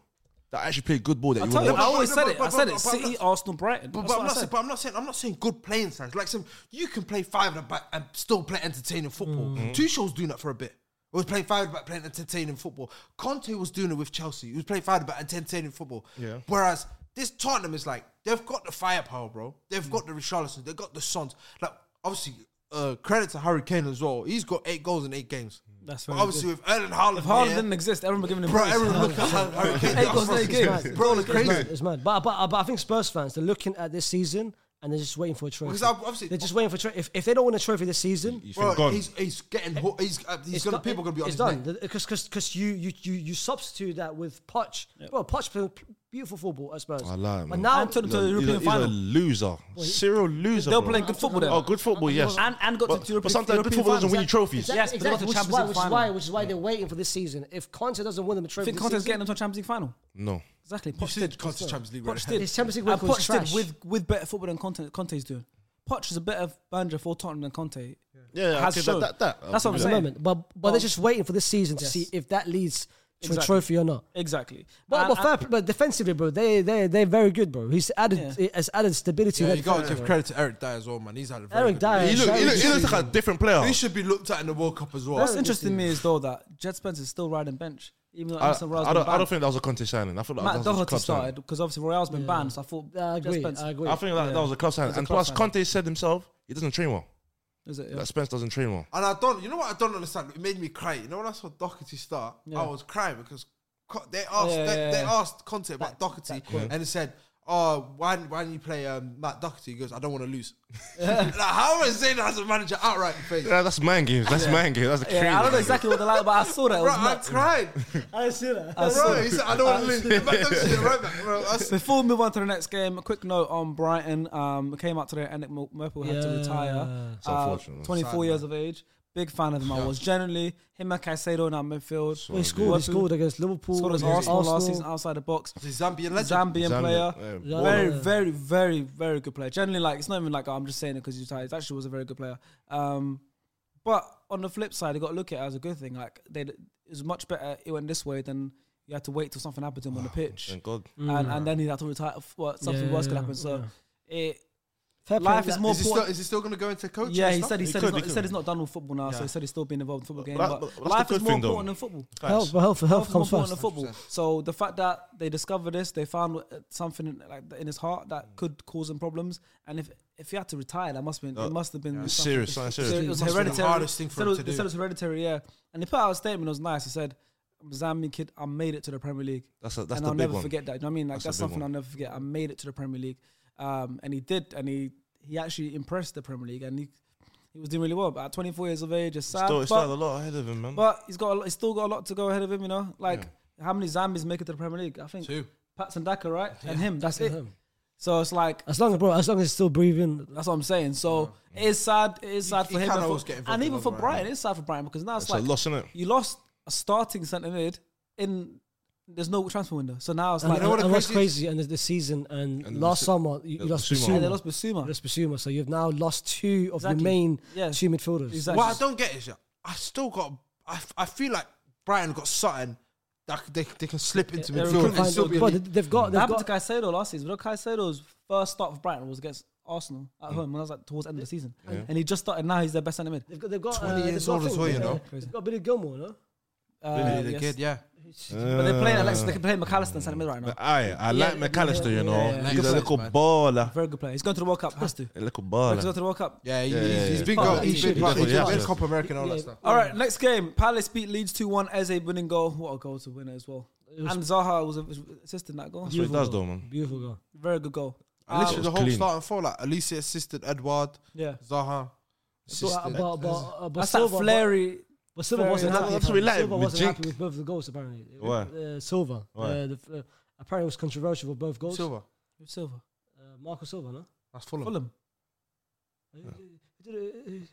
Speaker 5: That actually play good ball.
Speaker 1: I
Speaker 5: That you
Speaker 1: tell
Speaker 5: want
Speaker 1: you,
Speaker 5: to
Speaker 1: I
Speaker 5: watch.
Speaker 1: always
Speaker 2: But-
Speaker 1: said
Speaker 2: but-
Speaker 1: it. I
Speaker 2: but-
Speaker 1: said
Speaker 2: but-
Speaker 1: it.
Speaker 2: but I'm
Speaker 1: City,
Speaker 2: not-
Speaker 1: Arsenal, Brighton.
Speaker 2: But,
Speaker 1: That's
Speaker 2: but
Speaker 1: what
Speaker 2: I'm
Speaker 1: I
Speaker 2: not
Speaker 1: said.
Speaker 2: saying, but I'm not saying I'm not saying good playing sides. Like some you can play five at the back and still play entertaining football.
Speaker 1: Mm.
Speaker 2: Two shows doing that for a bit. He was playing five at the back, playing entertaining football. Conte was doing it with Chelsea. He was playing five at the back, entertaining football.
Speaker 5: Yeah.
Speaker 2: Whereas this Tottenham is like they've got the firepower, bro. They've got the Richarlison. They've got the Sons. Like obviously, uh, credit to Harry Kane as well. He's got eight goals in eight games.
Speaker 1: That's
Speaker 2: But
Speaker 1: very
Speaker 2: obviously with Erling Haaland.
Speaker 1: If Harlan
Speaker 2: here,
Speaker 1: didn't exist, everyone would be giving him
Speaker 2: Bro,
Speaker 1: praise.
Speaker 2: everyone look at Harry Kane.
Speaker 1: Eight goals in eight games.
Speaker 3: mad.
Speaker 2: Bro, it's
Speaker 3: It's
Speaker 2: crazy.
Speaker 3: mad. It's mad. But, but, but I think Spurs fans, they're looking at this season and they're just waiting for a trophy.
Speaker 2: Because I've- obviously-
Speaker 3: they're just waiting for a trophy. If, if they don't win a trophy this season,
Speaker 5: You think
Speaker 2: Bro,
Speaker 5: gone.
Speaker 2: he's he's getting ho- he's uh, he's gonna
Speaker 3: done-
Speaker 2: people gonna be on
Speaker 3: It's
Speaker 2: his neck.
Speaker 3: done because because you you you you substitute that with Poch. Bro, Poch played beautiful football at Spurs.
Speaker 5: I lie,
Speaker 3: But
Speaker 5: man.
Speaker 3: now
Speaker 1: And turned into the
Speaker 5: He's a-
Speaker 1: European
Speaker 5: he's a
Speaker 1: final.
Speaker 5: loser, serial loser.
Speaker 1: They'll
Speaker 5: bro.
Speaker 1: play good football then.
Speaker 5: Oh, good football, yes.
Speaker 1: And- and got to
Speaker 5: but,
Speaker 1: European-
Speaker 5: But sometimes
Speaker 1: European
Speaker 5: good football doesn't
Speaker 1: finals.
Speaker 5: win you trophies.
Speaker 1: Yes, but they got to
Speaker 3: which is
Speaker 1: Champions
Speaker 3: why,
Speaker 1: League
Speaker 3: which is
Speaker 1: final.
Speaker 3: why, which is why they're waiting for this season. If Conte doesn't win them
Speaker 1: I
Speaker 3: a trophy,
Speaker 1: think
Speaker 3: this
Speaker 1: Conte's
Speaker 3: season,
Speaker 1: getting into a Champions League final.
Speaker 5: No.
Speaker 1: Exactly.
Speaker 2: You've
Speaker 1: Poch
Speaker 2: seen
Speaker 1: did.
Speaker 2: Conte's Champions League
Speaker 1: Poch
Speaker 2: right
Speaker 1: did.
Speaker 3: His Champions League
Speaker 1: And
Speaker 3: record was
Speaker 1: Poch
Speaker 3: trash.
Speaker 1: did with, with better football than Conte, Conte's doing. Poch is a better manager for Tottenham than Conte.
Speaker 5: Yeah, yeah,
Speaker 1: Has
Speaker 5: okay, that-
Speaker 1: shown.
Speaker 5: that- that- I'll
Speaker 1: That's what
Speaker 5: give
Speaker 1: I'm
Speaker 3: at the
Speaker 5: you
Speaker 1: saying.
Speaker 3: moment, but but
Speaker 1: Well,
Speaker 3: they're just waiting for this season to
Speaker 1: yes.
Speaker 3: see if that leads to
Speaker 1: Exactly.
Speaker 3: a trophy or not.
Speaker 1: Exactly.
Speaker 3: But,
Speaker 1: And-
Speaker 3: but, fair, but defensively, bro, they they they're very good, bro. He's added
Speaker 1: Yeah.
Speaker 3: he has added stability.
Speaker 2: Yeah,
Speaker 3: in
Speaker 2: you
Speaker 3: that
Speaker 2: gotta
Speaker 3: defense,
Speaker 2: give
Speaker 3: bro.
Speaker 2: credit to Eric Dyer as well, man. He's had a very
Speaker 3: Eric
Speaker 2: good
Speaker 3: Dyer.
Speaker 5: He, look, he, look, he
Speaker 3: Very
Speaker 5: looks like a different player.
Speaker 2: He should be looked at in the World Cup as well.
Speaker 1: What's interesting to me is though that Jed Spence is still riding bench, even though
Speaker 5: I, I
Speaker 1: Emerson Royal's been
Speaker 5: don't, I don't
Speaker 1: banned.
Speaker 5: think that was a contest signing. I feel like
Speaker 1: Matt
Speaker 5: that was a
Speaker 1: Doherty
Speaker 5: club
Speaker 1: started
Speaker 5: signing.
Speaker 1: because obviously Royal's been banned, so I thought
Speaker 3: I
Speaker 1: Jed
Speaker 3: agree.
Speaker 1: Spence.
Speaker 3: I agree.
Speaker 5: I think that,
Speaker 1: Yeah.
Speaker 5: that was a club signing.
Speaker 1: It's a
Speaker 5: And
Speaker 1: club
Speaker 5: plus,
Speaker 1: signing.
Speaker 5: Conte said himself he doesn't train well.
Speaker 1: Is it? Yeah.
Speaker 5: That Spence doesn't train well.
Speaker 2: And I don't, you know what I don't understand? It made me cry. You know when I saw Doherty start, I was crying because Co- they asked
Speaker 1: yeah,
Speaker 2: they,
Speaker 1: yeah,
Speaker 2: they
Speaker 1: yeah.
Speaker 2: asked Conte about Doherty and he said, oh, why didn't, why didn't you play um, Matt Doherty? He goes, I don't want to lose. like, how am I saying that as a manager outright in face?
Speaker 5: Yeah, that's man games. That's man games. That's a crazy.
Speaker 1: Yeah, I don't know exactly what they like, but I saw that. It
Speaker 2: Bro,
Speaker 1: was
Speaker 2: I
Speaker 1: nuts.
Speaker 2: cried.
Speaker 3: I didn't see that.
Speaker 1: I saw
Speaker 2: Bro,
Speaker 1: it.
Speaker 2: he said, I don't want to lose. The Matt Doherty shit, right back, bro. That's-
Speaker 1: Before we move on to the next game, a quick note on Brighton. Um, it came out today, Nick Murple had to
Speaker 3: Yeah.
Speaker 1: retire.
Speaker 3: It's
Speaker 1: Uh,
Speaker 5: unfortunate.
Speaker 1: 24 years of age. Big fan of him. I was generally him and Caicedo in our midfield.
Speaker 3: Well, he scored. He scored against Liverpool.
Speaker 1: Scored against
Speaker 3: against
Speaker 1: Arsenal, last season outside the box.
Speaker 2: He's a Zambian legend.
Speaker 1: Zambian
Speaker 5: Zambia,
Speaker 1: player.
Speaker 5: yeah,
Speaker 3: Yeah.
Speaker 1: Very,
Speaker 3: baller.
Speaker 1: very, very, very good player. Generally, like it's not even like oh, I'm just saying it because he's tired. He actually was a very good player. Um, but on the flip side, you got to look at it as a good thing. Like they, it was much better. It went this way than you had to wait till something happened to him on the pitch, Mm.
Speaker 5: Thank God.
Speaker 1: and, and then he had to retire. f- Well, something
Speaker 3: Yeah,
Speaker 1: worse could
Speaker 3: yeah,
Speaker 1: happen. So it,
Speaker 3: Fair play.
Speaker 1: life is more
Speaker 2: Is he, still,
Speaker 1: important.
Speaker 2: is he still going to go into coaching?
Speaker 1: Yeah,
Speaker 2: and
Speaker 1: he
Speaker 2: stuff?
Speaker 1: said he,
Speaker 5: He
Speaker 1: said
Speaker 5: could,
Speaker 1: he's not,
Speaker 5: he
Speaker 1: he said
Speaker 5: could.
Speaker 1: he's not done with football now, so he said he's still being involved in football games. But,
Speaker 5: that- but that's the
Speaker 1: life is
Speaker 5: good
Speaker 1: more
Speaker 5: thing, though.
Speaker 1: important than football.
Speaker 3: Health, but health, health
Speaker 1: Health
Speaker 3: comes
Speaker 1: is more important
Speaker 3: first.
Speaker 1: than football. So the fact that they discovered this, they found uh, something like in his heart
Speaker 5: Mm.
Speaker 1: that could cause him problems. And if if he had to retire, that must have
Speaker 5: Uh,
Speaker 1: been it must have been
Speaker 5: It's
Speaker 1: something-
Speaker 5: serious, something serious.
Speaker 1: It was
Speaker 2: Must have been the
Speaker 1: hereditary.
Speaker 2: hardest thing for
Speaker 1: Said it
Speaker 2: him
Speaker 1: was-
Speaker 2: to
Speaker 1: they
Speaker 2: do.
Speaker 1: said it was hereditary, yeah. And he put out a statement. It was nice. He said, "I'm a Zambian kid. I made it to the Premier League."
Speaker 5: That's a- that's
Speaker 1: and
Speaker 5: the
Speaker 1: I'll
Speaker 5: big
Speaker 1: never
Speaker 5: one.
Speaker 1: forget that. You know what I mean? Like
Speaker 5: That's
Speaker 1: that's,
Speaker 5: the big
Speaker 1: something
Speaker 5: one.
Speaker 1: I'll never forget. I made it to the Premier League, um, and he did, and he he actually impressed the Premier League, and he he was doing really well. But at 24 years of age, it's sad.
Speaker 5: Still, it's
Speaker 1: but-
Speaker 5: still a lot ahead of him, man.
Speaker 1: but he's got a lot, he's still got a lot to go ahead of him, you know. Like how many Zambians make it to the Premier League? I think
Speaker 2: Two.
Speaker 1: Pat Sandaka, right? And him. That's it.
Speaker 3: him.
Speaker 1: So it's like
Speaker 3: As long as bro, as long as he's still breathing,
Speaker 1: that's what I'm saying. So it is sad. It is sad
Speaker 2: he
Speaker 1: for him,
Speaker 2: can
Speaker 1: and,
Speaker 2: always
Speaker 1: for-
Speaker 2: get involved
Speaker 1: and
Speaker 2: in
Speaker 1: even
Speaker 2: other
Speaker 1: for
Speaker 2: right
Speaker 1: Brighton, it's sad for Brighton because now it's,
Speaker 5: It's a
Speaker 1: like
Speaker 5: loss, innit?
Speaker 1: you lost a starting centre mid in there's no transfer window. So now it's
Speaker 3: and,
Speaker 1: like
Speaker 3: and,
Speaker 2: know what the
Speaker 3: and what's
Speaker 2: crazy
Speaker 3: crazy, and the, the season and,
Speaker 5: And
Speaker 3: last
Speaker 5: the-
Speaker 3: summer you,
Speaker 5: the
Speaker 3: you lost
Speaker 5: Basuma.
Speaker 3: Basuma.
Speaker 1: and they lost Basuma.
Speaker 3: You lost Basuma, so you've now lost two of
Speaker 1: Exactly.
Speaker 3: the main
Speaker 1: Yeah.
Speaker 3: two midfielders.
Speaker 1: Exactly.
Speaker 2: What I don't get is, yeah, I still got. I, f- I feel like Brighton got something that they, they can slip into
Speaker 1: they're
Speaker 2: midfield and
Speaker 1: recruiting
Speaker 2: still be.
Speaker 3: But
Speaker 2: elite.
Speaker 3: they've got
Speaker 1: That
Speaker 3: they've
Speaker 1: happened
Speaker 3: got
Speaker 1: to Caicedo last season. But Caicedo's first start for Brighton was against Arsenal at
Speaker 2: Mm.
Speaker 1: home, and that was like towards the end of the season. And he just started. Now he's their best centre mid.
Speaker 3: They've got, they've got
Speaker 2: 20
Speaker 3: uh,
Speaker 2: years
Speaker 3: they've got
Speaker 2: old
Speaker 3: I
Speaker 2: as
Speaker 3: think
Speaker 2: well, you
Speaker 3: they've
Speaker 2: know.
Speaker 3: got- They've got Billy Gilmore, no?
Speaker 1: Uh,
Speaker 2: Really, the
Speaker 1: yes.
Speaker 2: kid, yeah.
Speaker 1: But they're playing Alex.
Speaker 3: Uh.
Speaker 1: They're playing McAllister in centre mid right now.
Speaker 5: But I, I like
Speaker 3: yeah,
Speaker 5: McAllister, you know.
Speaker 2: yeah.
Speaker 5: He's a
Speaker 2: Like
Speaker 5: little
Speaker 2: a man.
Speaker 5: baller.
Speaker 1: Very good player. He's going to the World Cup. Has to.
Speaker 5: A little
Speaker 1: He's going
Speaker 5: baller.
Speaker 1: to the World Cup.
Speaker 2: Yeah, he,
Speaker 5: Yeah,
Speaker 2: he's,
Speaker 5: yeah,
Speaker 2: he's
Speaker 5: yeah.
Speaker 2: been
Speaker 3: Oh,
Speaker 2: going.
Speaker 3: he
Speaker 2: He's
Speaker 3: should,
Speaker 2: been,
Speaker 3: he
Speaker 2: he's
Speaker 5: should,
Speaker 2: been
Speaker 5: he should.
Speaker 2: Copa America and all that stuff.
Speaker 1: All right, next game. Palace beat Leeds 2 1 as a winning goal. What a goal to win it as well. And Zaha was assisting that goal.
Speaker 5: That's what he does, though, man.
Speaker 3: Beautiful goal.
Speaker 1: Very good goal.
Speaker 2: And literally
Speaker 5: Um,
Speaker 2: the whole
Speaker 5: clean.
Speaker 2: starting four, like Alicia assisted Edward,
Speaker 1: Yeah.
Speaker 2: Zaha,
Speaker 3: But,
Speaker 2: assisted.
Speaker 3: but, but, uh, but
Speaker 1: That's that
Speaker 3: Silva,
Speaker 1: flary.
Speaker 3: But Silva wasn't
Speaker 1: That's
Speaker 3: happy.
Speaker 5: what we
Speaker 3: apparently.
Speaker 5: like
Speaker 3: Silva
Speaker 5: with
Speaker 3: wasn't happy
Speaker 5: Jink.
Speaker 3: with both of the goals apparently.
Speaker 5: Why?
Speaker 3: Uh, Silva.
Speaker 5: Why?
Speaker 3: Uh, the, uh, apparently it was controversial with both goals.
Speaker 2: Silver.
Speaker 1: Silver.
Speaker 3: Uh, Marco Silva, no?
Speaker 2: That's Fulham.
Speaker 1: Fulham.
Speaker 3: Who did it-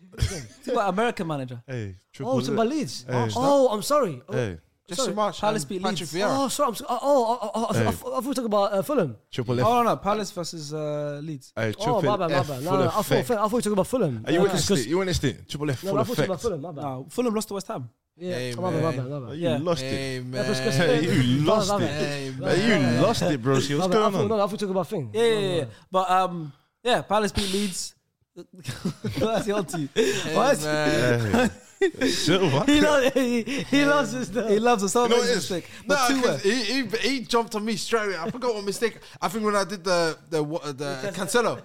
Speaker 1: He's got American manager.
Speaker 5: Hey, triple
Speaker 3: oh,
Speaker 5: li-
Speaker 3: it's about Leeds.
Speaker 5: Hey.
Speaker 3: Oh, I'm sorry. Oh,
Speaker 5: Hey,
Speaker 2: Jesse
Speaker 3: Sorry,
Speaker 2: Marsh.
Speaker 1: Palace
Speaker 2: and
Speaker 1: beat
Speaker 2: um, Patrick
Speaker 1: Leeds.
Speaker 2: Vieira.
Speaker 3: oh, sorry. I'm, so- oh, oh, oh, oh, I thought- I thought I
Speaker 5: Hey.
Speaker 3: thought we were talking about uh, Fulham.
Speaker 5: triple F.
Speaker 1: Oh, no, no. Palace versus uh, Leeds.
Speaker 5: Hey,
Speaker 3: Oh,
Speaker 5: triple
Speaker 3: my bad, my
Speaker 5: F.
Speaker 3: bad.
Speaker 5: full
Speaker 3: No, no, I thought, I
Speaker 5: effect.
Speaker 3: thought we were talking about Fulham.
Speaker 5: Are you
Speaker 3: Uh,
Speaker 5: witnessed
Speaker 3: because-
Speaker 5: it? You witnessed it? Triple F.
Speaker 3: No,
Speaker 5: Full
Speaker 3: but I thought we were talking about
Speaker 5: effect.
Speaker 3: Fulham. My bad.
Speaker 1: No, Fulham lost to West Ham.
Speaker 3: Yeah,
Speaker 2: Hey,
Speaker 3: my bad, my bad,
Speaker 2: man.
Speaker 3: my bad.
Speaker 5: You
Speaker 1: Yeah.
Speaker 5: lost it.
Speaker 2: Hey,
Speaker 3: Yeah, because-
Speaker 2: man.
Speaker 3: because-
Speaker 5: Hey, you
Speaker 3: Bye,
Speaker 5: lost
Speaker 3: bye,
Speaker 5: it.
Speaker 2: Hey, man.
Speaker 5: Hey, you lost it, bro. See,
Speaker 3: My
Speaker 5: What's
Speaker 3: bad, I
Speaker 5: going
Speaker 3: thought,
Speaker 5: on?
Speaker 3: no, I thought we were talking about Thing.
Speaker 1: Yeah, yeah, yeah. yeah. But, um, yeah, Palace beat Leeds. That's the odd team. What?
Speaker 2: Man.
Speaker 5: Hey. Silva.
Speaker 1: He loves, he, he loves his stuff. He loves it. So
Speaker 5: You know what it
Speaker 1: makes
Speaker 5: is?
Speaker 1: mistake.
Speaker 2: No,
Speaker 1: But two uh,
Speaker 2: 'cause he, he he jumped on me straight away. I forgot what mistake. I think when I did the the what, uh, the Cancelo,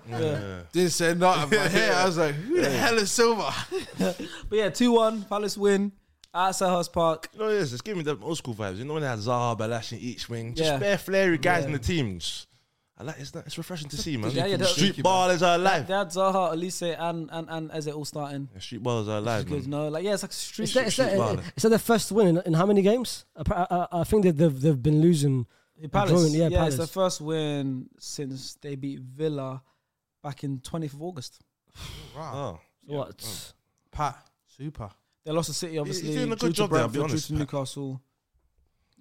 Speaker 2: didn't say nothing. But here I was like, who the hell is Silva?
Speaker 1: But yeah, 2 1, Palace win at Selhurst Park.
Speaker 5: You know what it is? It's giving me them old school vibes. You know when they had Zaha, Balash in each wing? Just
Speaker 1: Yeah.
Speaker 5: bare flary guys in the teams. I like, it's, not- it's refreshing to see, man.
Speaker 1: Yeah, yeah, that-
Speaker 5: Street ballers are alive.
Speaker 1: They had Zaha, Elise, and, and, and Eze all starting.
Speaker 5: Yeah, Street ballers are
Speaker 1: It's
Speaker 5: alive,
Speaker 1: good,
Speaker 5: man.
Speaker 1: no? Like, yeah, it's like street.
Speaker 3: Is that, is,
Speaker 5: She's
Speaker 3: that,
Speaker 5: violent.
Speaker 3: is that their first win in, in how many games? I, I, I think that they've, they've been losing.
Speaker 1: Palace.
Speaker 3: Drawing, yeah,
Speaker 1: yeah,
Speaker 3: Palace.
Speaker 1: it's their first win since they beat Villa back in 20th of August.
Speaker 5: Oh.
Speaker 3: What?
Speaker 2: Pat, super.
Speaker 1: They lost to City, obviously.
Speaker 5: doing
Speaker 1: drew
Speaker 5: a good
Speaker 1: to
Speaker 5: job there, I'll be
Speaker 1: Brentford, drew
Speaker 5: honest,
Speaker 1: to
Speaker 5: Pat.
Speaker 1: Newcastle,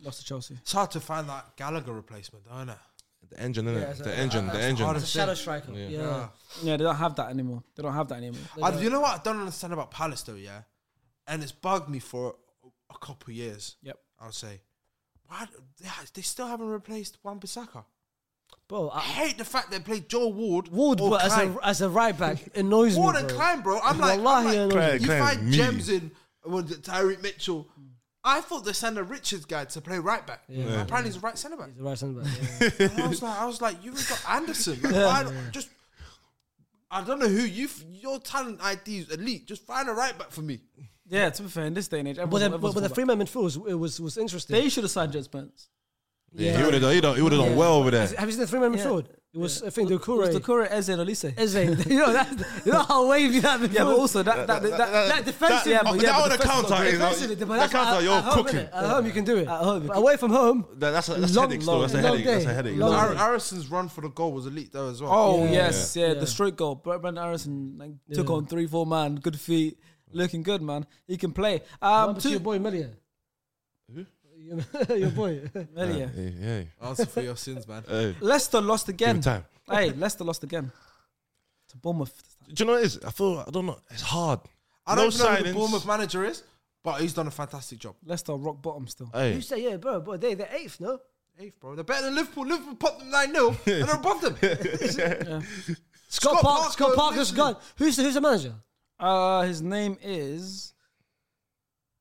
Speaker 1: lost to Chelsea.
Speaker 2: It's hard to find that Gallagher replacement, don't it?
Speaker 5: The engine, innit?
Speaker 3: Yeah, it's
Speaker 5: the
Speaker 3: a-
Speaker 5: engine, the engine.
Speaker 2: hardest- shadow
Speaker 3: striker. Yeah.
Speaker 1: Yeah, they don't have that anymore. They don't have that anymore.
Speaker 2: I, you know what I don't understand about Palace though, yeah, and it's bugged me for a couple of years.
Speaker 1: Yep.
Speaker 2: I'll say, why do- they, ha- they still haven't replaced Wan Bissaka?
Speaker 3: Bro,
Speaker 2: I
Speaker 3: I,
Speaker 2: hate the fact they played Joe Ward,
Speaker 3: Ward
Speaker 2: or
Speaker 3: bro, as,
Speaker 2: Klein.
Speaker 3: a, as a right back annoys
Speaker 2: Ward
Speaker 3: me.
Speaker 2: and
Speaker 3: bro.
Speaker 2: Klein, bro. I'm like, I'm
Speaker 3: Wallahi,
Speaker 2: like,
Speaker 3: I know.
Speaker 5: Klein-
Speaker 2: you
Speaker 5: Klein's
Speaker 2: find
Speaker 5: meaty.
Speaker 2: gems in with the Tyreek Mitchell. I thought they sent a Richards guy to play right back. Apparently he's a right centre back.
Speaker 3: He's a right centre back. yeah.
Speaker 2: And I was like, I was like, you even got Anderson. Like, why not just? I don't know who you. f- Your talent ID is elite. Just find a right back for me.
Speaker 1: Yeah, to be fair, in this day and age,
Speaker 3: But
Speaker 1: everyone's,
Speaker 3: the, but,
Speaker 1: everyone's
Speaker 3: but
Speaker 1: fullback.
Speaker 3: the three man midfield was, it was was interesting.
Speaker 1: they should have signed Jed Spence.
Speaker 5: Yeah. He would have done, he done- he would've done well over there.
Speaker 3: Have you seen the three-man
Speaker 1: Yeah.
Speaker 3: midfield? It was, I think,
Speaker 1: It was
Speaker 3: Doucouré.
Speaker 1: Dakura, Eze, and Olise.
Speaker 3: Eze. you know that. You know how wavy that.
Speaker 1: Yeah, but
Speaker 3: midfield-
Speaker 1: also that that that, that,
Speaker 3: that defensive-
Speaker 1: yeah, but,
Speaker 5: oh, that
Speaker 1: yeah, but
Speaker 5: would have
Speaker 1: defensive-
Speaker 5: counted, you know.
Speaker 3: Defensively, but
Speaker 5: That
Speaker 3: that's
Speaker 5: counts
Speaker 3: at-
Speaker 5: like you're
Speaker 3: at home,
Speaker 5: cooking.
Speaker 3: innit? At home, you can do it.
Speaker 1: At home, you
Speaker 3: But
Speaker 1: can-
Speaker 3: away from home,
Speaker 5: That- that's a, that's
Speaker 3: Long-
Speaker 5: headache still. That's a
Speaker 3: long
Speaker 5: headache. That's a
Speaker 3: day.
Speaker 5: headache.
Speaker 3: Long
Speaker 5: That's a
Speaker 3: day.
Speaker 5: headache.
Speaker 2: Harrison's run for the goal was elite though as well.
Speaker 1: Oh
Speaker 3: Yeah.
Speaker 1: yes, yeah,
Speaker 3: Yeah.
Speaker 1: the straight goal. Brendan Harrison like, took
Speaker 3: Yeah.
Speaker 1: on three, four man, good feet, looking good, man. He can play. Um,
Speaker 3: What happened to
Speaker 1: two,
Speaker 3: your boy Melia. Who? your boy.
Speaker 1: Melia.
Speaker 5: Yeah, yeah.
Speaker 2: answer for your sins, man.
Speaker 5: Hey,
Speaker 1: Leicester lost
Speaker 5: give
Speaker 1: again.
Speaker 5: it time.
Speaker 1: Hey, Leicester lost again to Bournemouth.
Speaker 5: Do you know what it is? I feel I don't know. It's hard.
Speaker 2: I don't
Speaker 5: no
Speaker 2: know who the
Speaker 5: signings.
Speaker 2: Bournemouth manager is, but he's done a fantastic job.
Speaker 1: Leicester are rock bottom still.
Speaker 5: Hey,
Speaker 3: You say yeah, bro, bro. They they're eighth, no?
Speaker 2: Eighth, bro. They're better than Liverpool. Liverpool popped them 9 0 and they're above them.
Speaker 3: Scott,
Speaker 2: Scott
Speaker 3: Park,
Speaker 2: Parker,
Speaker 3: Scott Parker's
Speaker 2: literally.
Speaker 3: gone. Who's the, who's the manager?
Speaker 1: Uh, his name is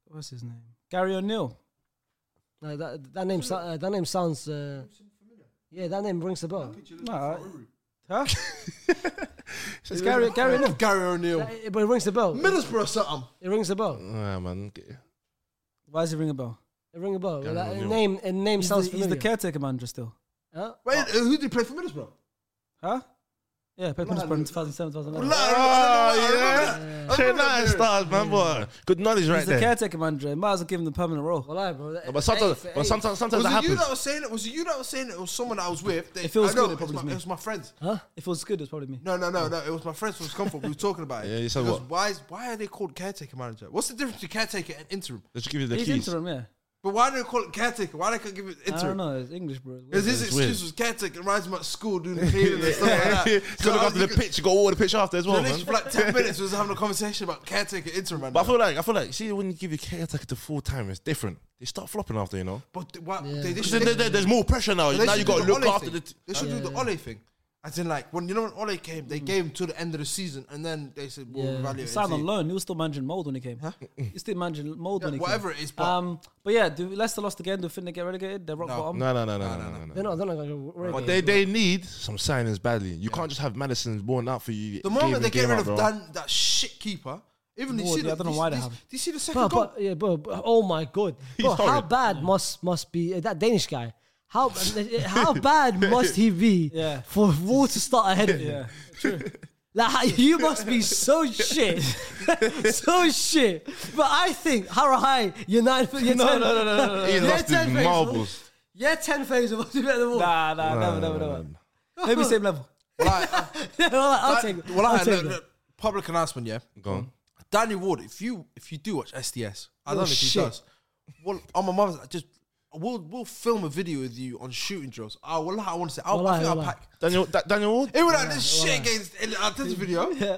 Speaker 1: what's his name? Gary O'Neill.
Speaker 3: No, that that name sou- uh, that name sounds. Uh, yeah, that name rings a bell.
Speaker 1: Nah, huh? it's Gary Gary O'Neill.
Speaker 2: Gary O'Neill.
Speaker 3: That- but it rings a bell.
Speaker 2: Middlesbrough or something.
Speaker 3: It rings a bell.
Speaker 5: Ah, man. G-
Speaker 1: Why does he ring a bell?
Speaker 3: It rings a bell.
Speaker 5: Gary
Speaker 3: Like, a
Speaker 5: O'Neill.
Speaker 3: name a name
Speaker 1: He's the,
Speaker 3: sounds
Speaker 1: he's the
Speaker 3: familiar.
Speaker 1: caretaker manager still.
Speaker 3: Huh?
Speaker 2: Wait, uh, who did he play for Middlesbrough?
Speaker 1: Huh? Yeah, Pep Middlesbrough in 2007, 2008.
Speaker 5: Ah, Oh, yeah. Share
Speaker 2: remember
Speaker 5: that
Speaker 2: that.
Speaker 5: stars, man. Boy, good knowledge right
Speaker 1: He's the
Speaker 5: there.
Speaker 1: caretaker manager. Might as well give him the permanent role.
Speaker 3: Well, I bro.
Speaker 5: No, But sometimes, but sometimes, sometimes
Speaker 2: Was it
Speaker 5: that
Speaker 2: you
Speaker 5: happens.
Speaker 2: that was saying it? Was it you that was saying it? It was someone that I was with. They,
Speaker 1: If it was
Speaker 2: I know,
Speaker 1: good, it probably
Speaker 2: was
Speaker 1: was
Speaker 2: my,
Speaker 1: me.
Speaker 2: It was my friends.
Speaker 1: If it was good, it's probably me.
Speaker 2: No, no, no, no. It was my friends from Comfort. We were talking about it.
Speaker 5: Yeah, you said
Speaker 2: Because
Speaker 5: what?
Speaker 2: Why, is, why are they called caretaker manager? What's the difference between caretaker and interim?
Speaker 5: Let's give you the
Speaker 1: He's
Speaker 5: keys.
Speaker 1: interim, yeah.
Speaker 2: But why do they call it caretaker? Why they can't give it
Speaker 1: I don't
Speaker 2: interim?
Speaker 1: know. It's English, bro. It's
Speaker 2: Because his
Speaker 5: It's
Speaker 2: excuse
Speaker 5: weird.
Speaker 2: was caretaker. It reminds me of school doing the cleaning and stuff like
Speaker 5: Yeah,
Speaker 2: that.
Speaker 5: Go look
Speaker 2: I
Speaker 5: after the
Speaker 2: was-
Speaker 5: pitch. Go all the pitch after as
Speaker 2: The
Speaker 5: well,
Speaker 2: next
Speaker 5: man.
Speaker 2: for like 10 minutes was having a conversation about caretaker interim manager.
Speaker 5: But I feel like I feel like see when you give your caretaker to full time, it's different. They start flopping after you know.
Speaker 2: But th- why, they, they
Speaker 5: 'Cause
Speaker 2: should,
Speaker 5: there- there- there's more pressure now.
Speaker 2: they
Speaker 5: Now
Speaker 2: should
Speaker 5: you
Speaker 2: do
Speaker 5: got to
Speaker 2: the
Speaker 5: look
Speaker 2: Ole
Speaker 5: after
Speaker 2: thing.
Speaker 5: the. t-
Speaker 2: They should do the Ole thing. As in, like when you know when Ole came, they gave him to the end of the season, and then they said, "We'll
Speaker 1: Mm. Yeah.
Speaker 2: evaluate."
Speaker 1: He
Speaker 2: and
Speaker 1: signed on
Speaker 2: see."
Speaker 1: loan. He was still managing mold when he came. He was still managing mold
Speaker 2: Yeah,
Speaker 1: when he
Speaker 2: whatever
Speaker 1: came.
Speaker 2: it is, but-
Speaker 1: um, but yeah, do Leicester lost again. Do you think they get relegated? They're rock
Speaker 2: No.
Speaker 1: bottom.
Speaker 5: No, no, no, no, no, no, no.
Speaker 3: They're not. They're not going to.
Speaker 5: But they, they need some signings badly. You can't just have Madison's born out for you.
Speaker 2: The
Speaker 5: game
Speaker 2: moment
Speaker 5: in,
Speaker 2: they get
Speaker 5: game
Speaker 2: rid
Speaker 5: out,
Speaker 2: of
Speaker 5: bro.
Speaker 2: Dan, that shit keeper, even you
Speaker 1: Lord,
Speaker 2: see
Speaker 1: yeah,
Speaker 2: the,
Speaker 1: I don't know
Speaker 2: do you-
Speaker 1: why they
Speaker 2: do you-
Speaker 1: have him.
Speaker 2: Do you see the second
Speaker 3: Bro,
Speaker 2: goal?
Speaker 3: but, yeah, bro, but- oh my god, bro, how
Speaker 5: horrid.
Speaker 3: bad must must be uh, that Danish guy? How how bad must he be
Speaker 1: Yeah.
Speaker 3: for war to start ahead of you?
Speaker 1: Yeah.
Speaker 3: Like how- you must be so shit, so shit. But I think Harahai, you're nine, you're
Speaker 1: No,
Speaker 3: ten,
Speaker 1: no, no, no, no, no.
Speaker 5: He
Speaker 3: you're
Speaker 5: lost his
Speaker 3: ten phase,
Speaker 5: marbles.
Speaker 3: you're ten phase of better than war.
Speaker 1: Nah, nah, never, never, never. Maybe same level.
Speaker 2: Like, uh,
Speaker 3: I'll
Speaker 2: like,
Speaker 3: take, it.
Speaker 2: well,
Speaker 3: I'll
Speaker 2: like,
Speaker 3: take
Speaker 2: look,
Speaker 3: it.
Speaker 2: look, public announcement, yeah.
Speaker 5: Go on.
Speaker 2: Danny Ward, if you if you do watch SDS, I
Speaker 3: Oh,
Speaker 2: don't know if he
Speaker 3: shit.
Speaker 2: does. Well, on my mother's, I just we'll we'll film a video with you on shooting drills. I will. I want to say, I'll,
Speaker 3: Wallah,
Speaker 2: I think I'll
Speaker 3: wallah.
Speaker 2: pack.
Speaker 5: Daniel, da- Daniel Ward.
Speaker 2: It would have this shit against El- Arteta's video.
Speaker 1: Yeah.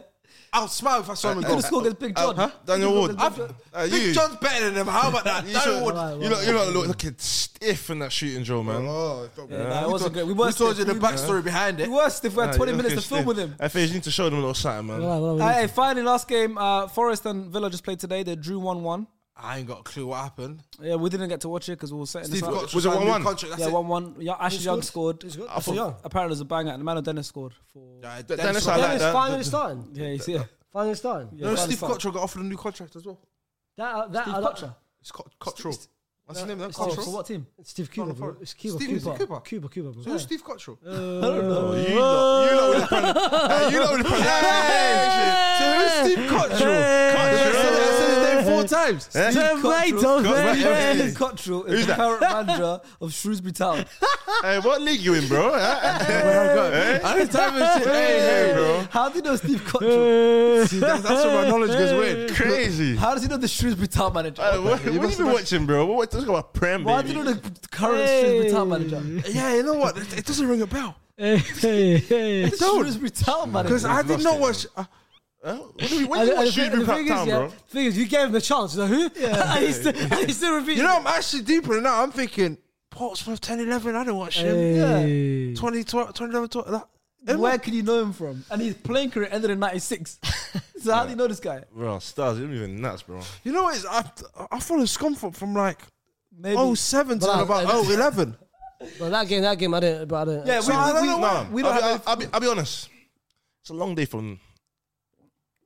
Speaker 2: I'll smile if I saw him.
Speaker 1: Could have scored against Big John.
Speaker 5: Huh? Daniel Ward.
Speaker 2: I've,
Speaker 5: Uh,
Speaker 2: Big
Speaker 5: you.
Speaker 2: John's better than him. How about that?
Speaker 5: You
Speaker 2: Danny
Speaker 5: should-
Speaker 2: Ward.
Speaker 3: Wallah,
Speaker 5: You look, you look, look, looking stiff in that shooting drill, man.
Speaker 2: Oh,
Speaker 1: nah, it
Speaker 2: we
Speaker 1: wasn't
Speaker 2: told,
Speaker 1: great. We
Speaker 2: We,
Speaker 1: were
Speaker 2: told you
Speaker 1: stiff.
Speaker 2: the
Speaker 1: We-
Speaker 2: backstory behind it.
Speaker 1: It was if we had
Speaker 5: Nah,
Speaker 1: 20
Speaker 5: you're
Speaker 1: minutes to
Speaker 5: looking
Speaker 1: film
Speaker 5: stiff.
Speaker 1: with him.
Speaker 5: I think you need to show them a little something, man.
Speaker 3: Well, well, well,
Speaker 1: Hey, finally, last game, uh, Forest and Villa just played today. They drew 1 1.
Speaker 2: I ain't got a clue what happened.
Speaker 1: Yeah, we didn't get to watch it because we were setting
Speaker 2: Steve
Speaker 1: this up.
Speaker 2: got
Speaker 5: Was it 1-1?
Speaker 2: Contract, that's
Speaker 1: Yeah,
Speaker 2: it.
Speaker 1: 1 1. Yeah, Ashley Young scored.
Speaker 3: I
Speaker 1: So Young. Apparently, it was a banger. And Mano Dennis scored for.
Speaker 2: Yeah,
Speaker 5: Dennis
Speaker 2: Dennis
Speaker 5: I like
Speaker 3: Dennis
Speaker 5: that.
Speaker 3: finally starting.
Speaker 1: Yeah, you see it.
Speaker 3: Finally starting.
Speaker 1: Yeah,
Speaker 2: No,
Speaker 1: finally
Speaker 2: Steve
Speaker 1: started.
Speaker 2: Cottrell got offered a new contract as well.
Speaker 3: That that
Speaker 1: Steve
Speaker 3: I don't-
Speaker 1: Cotcher.
Speaker 2: It's Cot- Cottrell. What's his name? then?
Speaker 3: Oh,
Speaker 1: Oh,
Speaker 3: Cottrell?
Speaker 1: for
Speaker 2: Cottrell.
Speaker 1: what team?
Speaker 3: It's Steve Cooper.
Speaker 2: Not
Speaker 3: bro.
Speaker 2: for-
Speaker 3: It's Cuba.
Speaker 2: Steve- is it
Speaker 3: Cuba.
Speaker 2: Cuba?
Speaker 3: Cuba. Cuba. Bro.
Speaker 2: Who's Steve Cottrell?
Speaker 5: Oh, you lot, you lot with the pro- Hey, you lot with the pronunciation.
Speaker 2: So who's Steve Cottrell? I said it- I said his name four times.
Speaker 5: Eh?
Speaker 1: Steve Cottrell is the current manager of Shrewsbury Town.
Speaker 5: Hey, what league you in, bro?
Speaker 2: I didn't type his shit. Hey, hey, bro.
Speaker 1: How do you know Steve Cottrell?
Speaker 2: See, that- That's where my knowledge goes weird.
Speaker 5: Crazy.
Speaker 1: How does he know the Shrewsbury Town manager?
Speaker 2: Uh,
Speaker 5: Hey, what, what have you been watching, bro? What, let's go about Prem,
Speaker 1: Why do
Speaker 5: baby.
Speaker 1: you know the current Shrewsbury Town manager?
Speaker 2: Yeah, you know what? It it doesn't ring a bell.
Speaker 3: Hey, hey, hey.
Speaker 1: The Shrewsbury Town manager.
Speaker 2: Because I did
Speaker 5: lost
Speaker 2: not
Speaker 5: it,
Speaker 2: watch. uh,
Speaker 5: Huh? When do we when
Speaker 3: And-
Speaker 5: do
Speaker 3: and the
Speaker 5: you watch
Speaker 3: thing-
Speaker 5: Shrewsbury
Speaker 3: the thing
Speaker 5: Park
Speaker 3: is,
Speaker 5: Town,
Speaker 3: yeah,
Speaker 5: bro?
Speaker 3: the thing is, you gave him a chance. Like, who? Yeah. and, he's still, and he's still repeating.
Speaker 2: You know, I'm actually deeper than that. I'm thinking, Portsmouth 1011, I didn't watch him.
Speaker 3: Hey.
Speaker 2: 2012, 2011, 12, that.
Speaker 1: Where can you know him from? And his playing career ended in 96. so how do you know this guy?
Speaker 5: Bro, stars, you're even nuts, bro.
Speaker 2: You know what? it is? I, I follow Scumford from like
Speaker 1: Maybe.
Speaker 2: oh seven to
Speaker 3: But I-
Speaker 2: about
Speaker 3: I-
Speaker 2: oh eleven.
Speaker 3: But that game, that game, I didn't. But I didn't.
Speaker 1: yeah,
Speaker 3: So-
Speaker 1: we,
Speaker 2: I don't
Speaker 1: we-
Speaker 2: know why-
Speaker 5: Nah,
Speaker 1: we don't
Speaker 5: I'll, be,
Speaker 1: have
Speaker 5: I'll, I'll be, I'll be honest. It's a long day from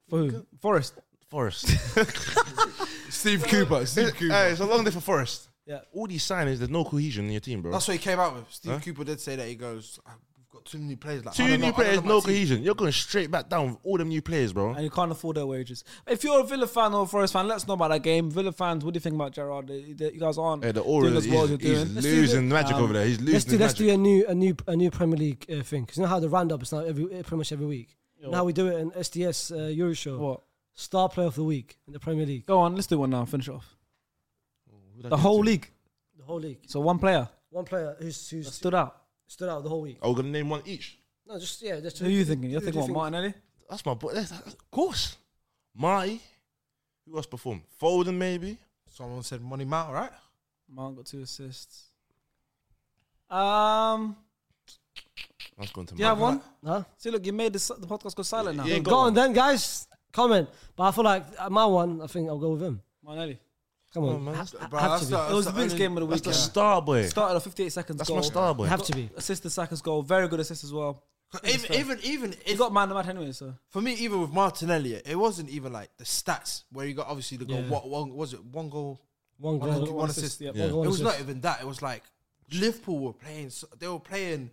Speaker 1: for who? Forest.
Speaker 5: Forest.
Speaker 2: Steve Cooper. Steve uh,
Speaker 5: hey, it's a long day for Forest.
Speaker 1: Yeah.
Speaker 5: All these signings, there's no cohesion in your team, bro.
Speaker 2: That's what he came out with. Steve
Speaker 5: Huh?
Speaker 2: Cooper did say that he goes, "Ah, "We've got too many players." Like I
Speaker 5: Two
Speaker 2: don't know- I
Speaker 5: new
Speaker 2: don't know
Speaker 5: players,
Speaker 2: about
Speaker 5: no
Speaker 2: team."
Speaker 5: cohesion. You're going straight back down with all them new players, bro.
Speaker 1: and you can't afford their wages. If you're a Villa fan or a Forest fan, let us know about that game. Villa fans, what do you think about Gerard? They- they- You guys aren't
Speaker 5: Yeah, the aura,
Speaker 1: doing as
Speaker 5: he's,
Speaker 1: well as you're
Speaker 5: he's
Speaker 1: doing. Let's do
Speaker 5: losing
Speaker 1: the- um,
Speaker 5: magic over there. He's losing
Speaker 3: Let's do
Speaker 5: his
Speaker 3: let's
Speaker 5: magic.
Speaker 3: do a new a new a new Premier League uh, thing because you know how the roundup is now every uh, pretty much every week. Now we do it in SDS uh, Euro Show.
Speaker 1: What?
Speaker 3: Star player of the week in the Premier League,
Speaker 1: Go on, let's do one now. Finish it off. The whole league.
Speaker 3: the whole league.
Speaker 1: So one player
Speaker 3: One player who's who's
Speaker 1: stood
Speaker 3: stood,
Speaker 1: out.
Speaker 3: out the whole week.
Speaker 5: Are we gonna name one each?
Speaker 3: No, just yeah. Just
Speaker 1: Who are you thinking? You're
Speaker 3: who
Speaker 1: thinking
Speaker 3: do
Speaker 1: what,
Speaker 3: you
Speaker 1: Martinelli?
Speaker 5: That's my boy. That's, that's- of course, Marty. Who else performed? Foden maybe.
Speaker 2: Someone said Money Mount, right?
Speaker 1: Mount got two assists. Um,
Speaker 5: That's going to.
Speaker 1: do you have
Speaker 5: Marty.
Speaker 1: one?
Speaker 3: Huh?
Speaker 1: See, look, you made the, the podcast go silent now.
Speaker 5: You ain't
Speaker 3: Go on then, guys. Comment. But I feel like uh, my one. I think I'll go with him.
Speaker 1: Martinelli.
Speaker 3: Come on,
Speaker 5: Oh, man, that's-
Speaker 3: Ha- ha-
Speaker 2: Bro,
Speaker 3: have
Speaker 2: that's
Speaker 3: to be.
Speaker 2: the- that's
Speaker 1: It was the biggest
Speaker 2: only-
Speaker 1: game of the
Speaker 5: That's
Speaker 1: week.
Speaker 5: the star boy.
Speaker 1: Started at 58 seconds.
Speaker 5: That's
Speaker 1: goal.
Speaker 5: my star boy.
Speaker 3: have to be.
Speaker 1: Assist to Saka's goal. Very good assist as well.
Speaker 2: Even even even
Speaker 1: He
Speaker 2: if
Speaker 1: got man of the match anyway, so.
Speaker 2: for me, even with Martinelli, it wasn't even like the stats where you got obviously the goal.
Speaker 3: Yeah.
Speaker 2: What one was it? One goal,
Speaker 3: One
Speaker 2: one,
Speaker 3: goal.
Speaker 2: goal, one assist.
Speaker 1: yeah.
Speaker 5: Yeah.
Speaker 3: One
Speaker 2: It was
Speaker 3: assist.
Speaker 2: not even that. It was like Liverpool were playing. so- They were playing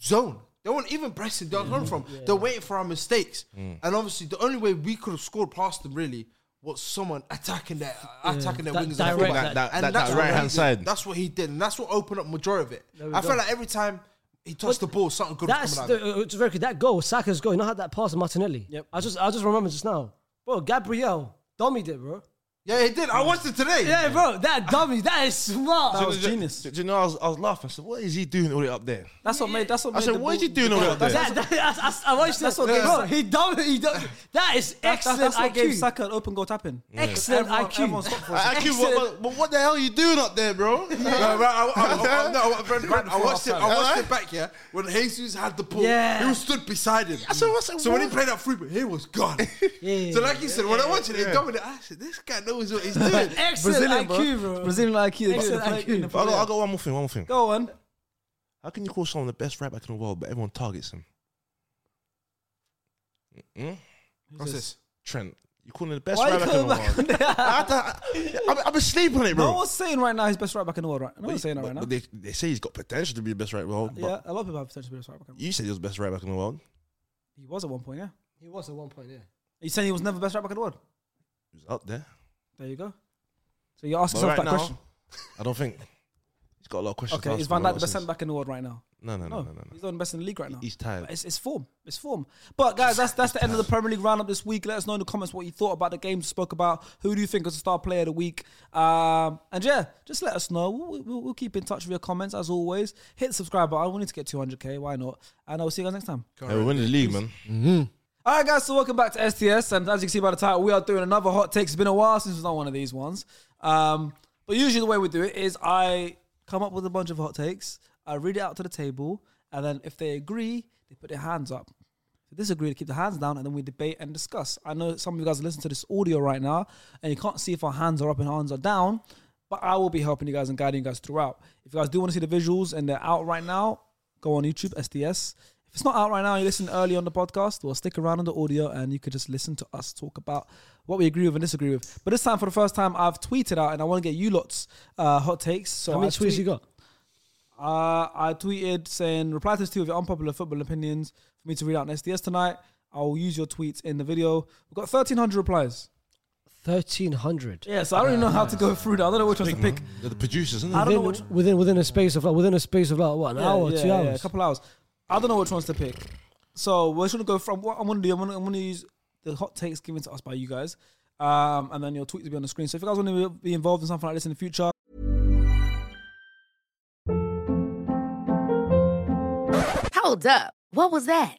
Speaker 2: zone. They weren't even pressing. They were running from. They're waiting for our mistakes. And obviously, the only way we could have scored past them really was someone attacking their attacking their
Speaker 3: That
Speaker 2: wings.
Speaker 3: direct-
Speaker 2: and fullback.
Speaker 3: that-
Speaker 5: that-
Speaker 2: And
Speaker 5: that-
Speaker 2: that's
Speaker 5: that
Speaker 2: what he
Speaker 5: right-hand
Speaker 2: did.
Speaker 5: side.
Speaker 2: That's what he did, and that's what opened up majority of it.
Speaker 3: we
Speaker 2: I
Speaker 3: go.
Speaker 2: felt like every time he touched the ball, something good was
Speaker 3: That's
Speaker 2: coming out. of it.
Speaker 3: the, uh, it's very good. That goal, Saka's goal. You know how that pass to Martinelli.
Speaker 1: Yep.
Speaker 3: I just I just remember just now, bro. Gabriel dummied it, bro.
Speaker 2: Yeah, he did. I watched it today.
Speaker 3: Yeah, bro. That dummy. That is smart.
Speaker 1: That was
Speaker 5: Do you-
Speaker 1: genius.
Speaker 5: Do, do you know? I was, I was laughing. I said, "What is he doing all the way up there?"
Speaker 1: That's what made. That's what
Speaker 5: I
Speaker 1: made
Speaker 5: said,
Speaker 1: the
Speaker 5: "What
Speaker 1: ball-
Speaker 5: is he doing all the way up there?"
Speaker 3: That, that, that's, that's, I watched
Speaker 1: That's
Speaker 3: that's
Speaker 1: what
Speaker 3: what
Speaker 1: gave
Speaker 3: bro,
Speaker 1: Saka-
Speaker 3: he dumb, he dumb, That is
Speaker 1: That's-
Speaker 3: excellent
Speaker 1: that's, that's what gave
Speaker 3: IQ.
Speaker 1: Saka an open goal tap in.
Speaker 3: excellent
Speaker 1: Everyone-
Speaker 3: IQ.
Speaker 1: everyone stopped for a
Speaker 5: I, I keep,
Speaker 3: Excellent.
Speaker 5: but, but what the hell are you doing up there, bro?
Speaker 2: No, bro, I, I, I, I, no, I- bro, bro, I
Speaker 1: before
Speaker 2: watched it. I
Speaker 5: half-time.
Speaker 2: watched it back. Yeah, when Jesus had the ball,
Speaker 3: Yeah.
Speaker 2: he was stood beside him.
Speaker 5: so what's that
Speaker 2: so when he
Speaker 5: wrong?
Speaker 2: played that free, ball, he was gone.
Speaker 3: Yeah.
Speaker 2: so like you said, when I watched it, he dominated. I said, "Ah, "This guy knows what he's doing."
Speaker 3: Excellent IQ, bro.
Speaker 1: Brazilian IQ. they
Speaker 3: Excellent
Speaker 1: got the play-
Speaker 3: IQ.
Speaker 1: in the
Speaker 5: But I got, I
Speaker 1: player.
Speaker 5: got one more thing. One more thing.
Speaker 1: Go on.
Speaker 5: How can you call someone the best right back in the world, but everyone targets him? Mm-mm.
Speaker 2: What's this?
Speaker 5: Trent, you calling him the best
Speaker 1: Why
Speaker 5: right
Speaker 1: you
Speaker 5: back in the
Speaker 1: calling back
Speaker 5: world? I, had to- I, I've- I've been sleeping on it, bro.
Speaker 1: No one's saying right now he's best right back in the world, right? No
Speaker 5: But-
Speaker 1: one's saying that
Speaker 5: but-
Speaker 1: right now.
Speaker 5: but They, they say he's got potential to be the best right back. in the world,
Speaker 1: Yeah,
Speaker 5: But
Speaker 1: a lot of people have potential to be best right back. in the world.
Speaker 5: you said he was the best right back in the world.
Speaker 1: He was at one point, yeah.
Speaker 3: He was at one point, yeah.
Speaker 1: Are you saying he was never best right back in the world?
Speaker 5: He was up there.
Speaker 1: There you go. So you ask
Speaker 5: But
Speaker 1: yourself
Speaker 5: right
Speaker 1: that
Speaker 5: now,
Speaker 1: question.
Speaker 5: I don't think he's got a lot of questions. to
Speaker 1: Okay,
Speaker 5: ask
Speaker 1: is Van
Speaker 5: him, a lot
Speaker 1: Dijk the
Speaker 5: of
Speaker 1: best
Speaker 5: sense.
Speaker 1: centre back in the world right now?
Speaker 5: No, no, no,
Speaker 1: No,
Speaker 5: no, no. no.
Speaker 1: he's not the best in the league right now.
Speaker 5: He's tired.
Speaker 1: But It's, it's form. It's form. But guys, that's that's the end of the Premier League roundup this week. Let us know in the comments what you thought about the games we spoke about. Who do you think was the star player of the week? Um, and yeah, just let us know. We'll, we'll, we'll keep in touch with your comments as always. Hit the subscribe button. We need to get 200k. Why not? And I'll see you guys next time.
Speaker 5: Hey, we're winning the league, man.
Speaker 1: All right, guys. So welcome back to STS, and as you can see by the title, we are doing another hot take. It's been a while since we've done one of these ones. Um, but usually the way we do it is I come up with a bunch of hot takes, I read it out to the table, and then if they agree, they put their hands up. If they disagree, they keep their hands down, and then we debate and discuss. I know some of you guys are listening to this audio right now, and you can't see if our hands are up and hands are down. But I will be helping you guys and guiding you guys throughout. If you guys do want to see the visuals and they're out right now, go on YouTube, SDS. If it's not out right now, you listen early on the podcast, well, stick around on the audio and you can just listen to us talk about what we agree with and disagree with. But this time, for the first time, I've tweeted out and I want to get you lot's uh, hot takes. So
Speaker 3: How many
Speaker 1: I
Speaker 3: tweets
Speaker 1: tweet-
Speaker 3: you got?
Speaker 1: Uh, I tweeted saying, reply to this two of your unpopular football opinions for me to read out in SDS tonight. I'll use your tweets in the video. We've got 1,300 replies. Uh,
Speaker 3: 1,300.
Speaker 1: Yeah, so I don't even know how to go through that. I don't know which one to pick.
Speaker 5: They're the producers, isn't
Speaker 1: I
Speaker 5: it?
Speaker 1: don't know
Speaker 3: Within,
Speaker 1: which
Speaker 3: within, within a space of like, within a space of like, what, an
Speaker 1: Yeah,
Speaker 3: hour,
Speaker 1: yeah,
Speaker 3: two
Speaker 1: yeah,
Speaker 3: hours?
Speaker 1: a couple hours. I don't know which ones to pick. So we're just gonna go from what I'm gonna do. I'm gonna, I'm gonna use the hot takes given to us by you guys, um, and then your tweets will be on the screen. So if you guys want to be involved in something like this in the future,
Speaker 6: Hold up. What was that?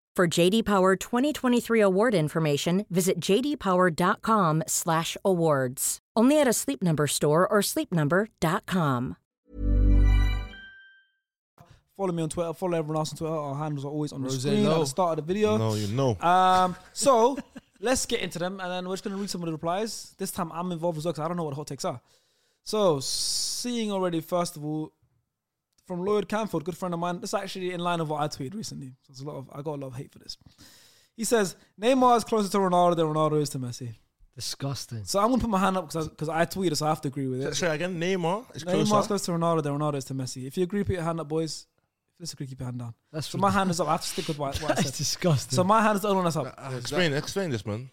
Speaker 7: For JD Power 2023 award information, visit jdpower.com/awards. Only at a Sleep Number store or sleepnumber.com.
Speaker 1: Follow me on Twitter. Follow everyone else on Twitter. Our handles are always on the
Speaker 2: Rose,
Speaker 1: screen at
Speaker 2: no.
Speaker 1: the start of the video.
Speaker 5: No, you know.
Speaker 1: Um, so let's get into them, and then we're just gonna read some of the replies. This time I'm involved as well because I don't know what hot takes are. So seeing already, first of all, from Lloyd Canford, good friend of mine. This is actually in line of what I tweeted recently. So there's a lot of I got a lot of hate for this. He says Neymar is closer to Ronaldo than Ronaldo is to Messi.
Speaker 3: Disgusting.
Speaker 1: So I'm gonna put my hand up because because I, tweeted, so I have to agree with it.
Speaker 5: Say again, Neymar is
Speaker 1: Neymar's
Speaker 5: closer.
Speaker 1: closer to Ronaldo than Ronaldo is to Messi. If you agree, put your hand up, boys. If you disagree, keep your hand down.
Speaker 3: That's
Speaker 1: so my hand is up. I have to stick with what, what I
Speaker 3: That's
Speaker 1: said.
Speaker 3: disgusting.
Speaker 1: So my hand is the only one that's up.
Speaker 5: Explain, explain this, man.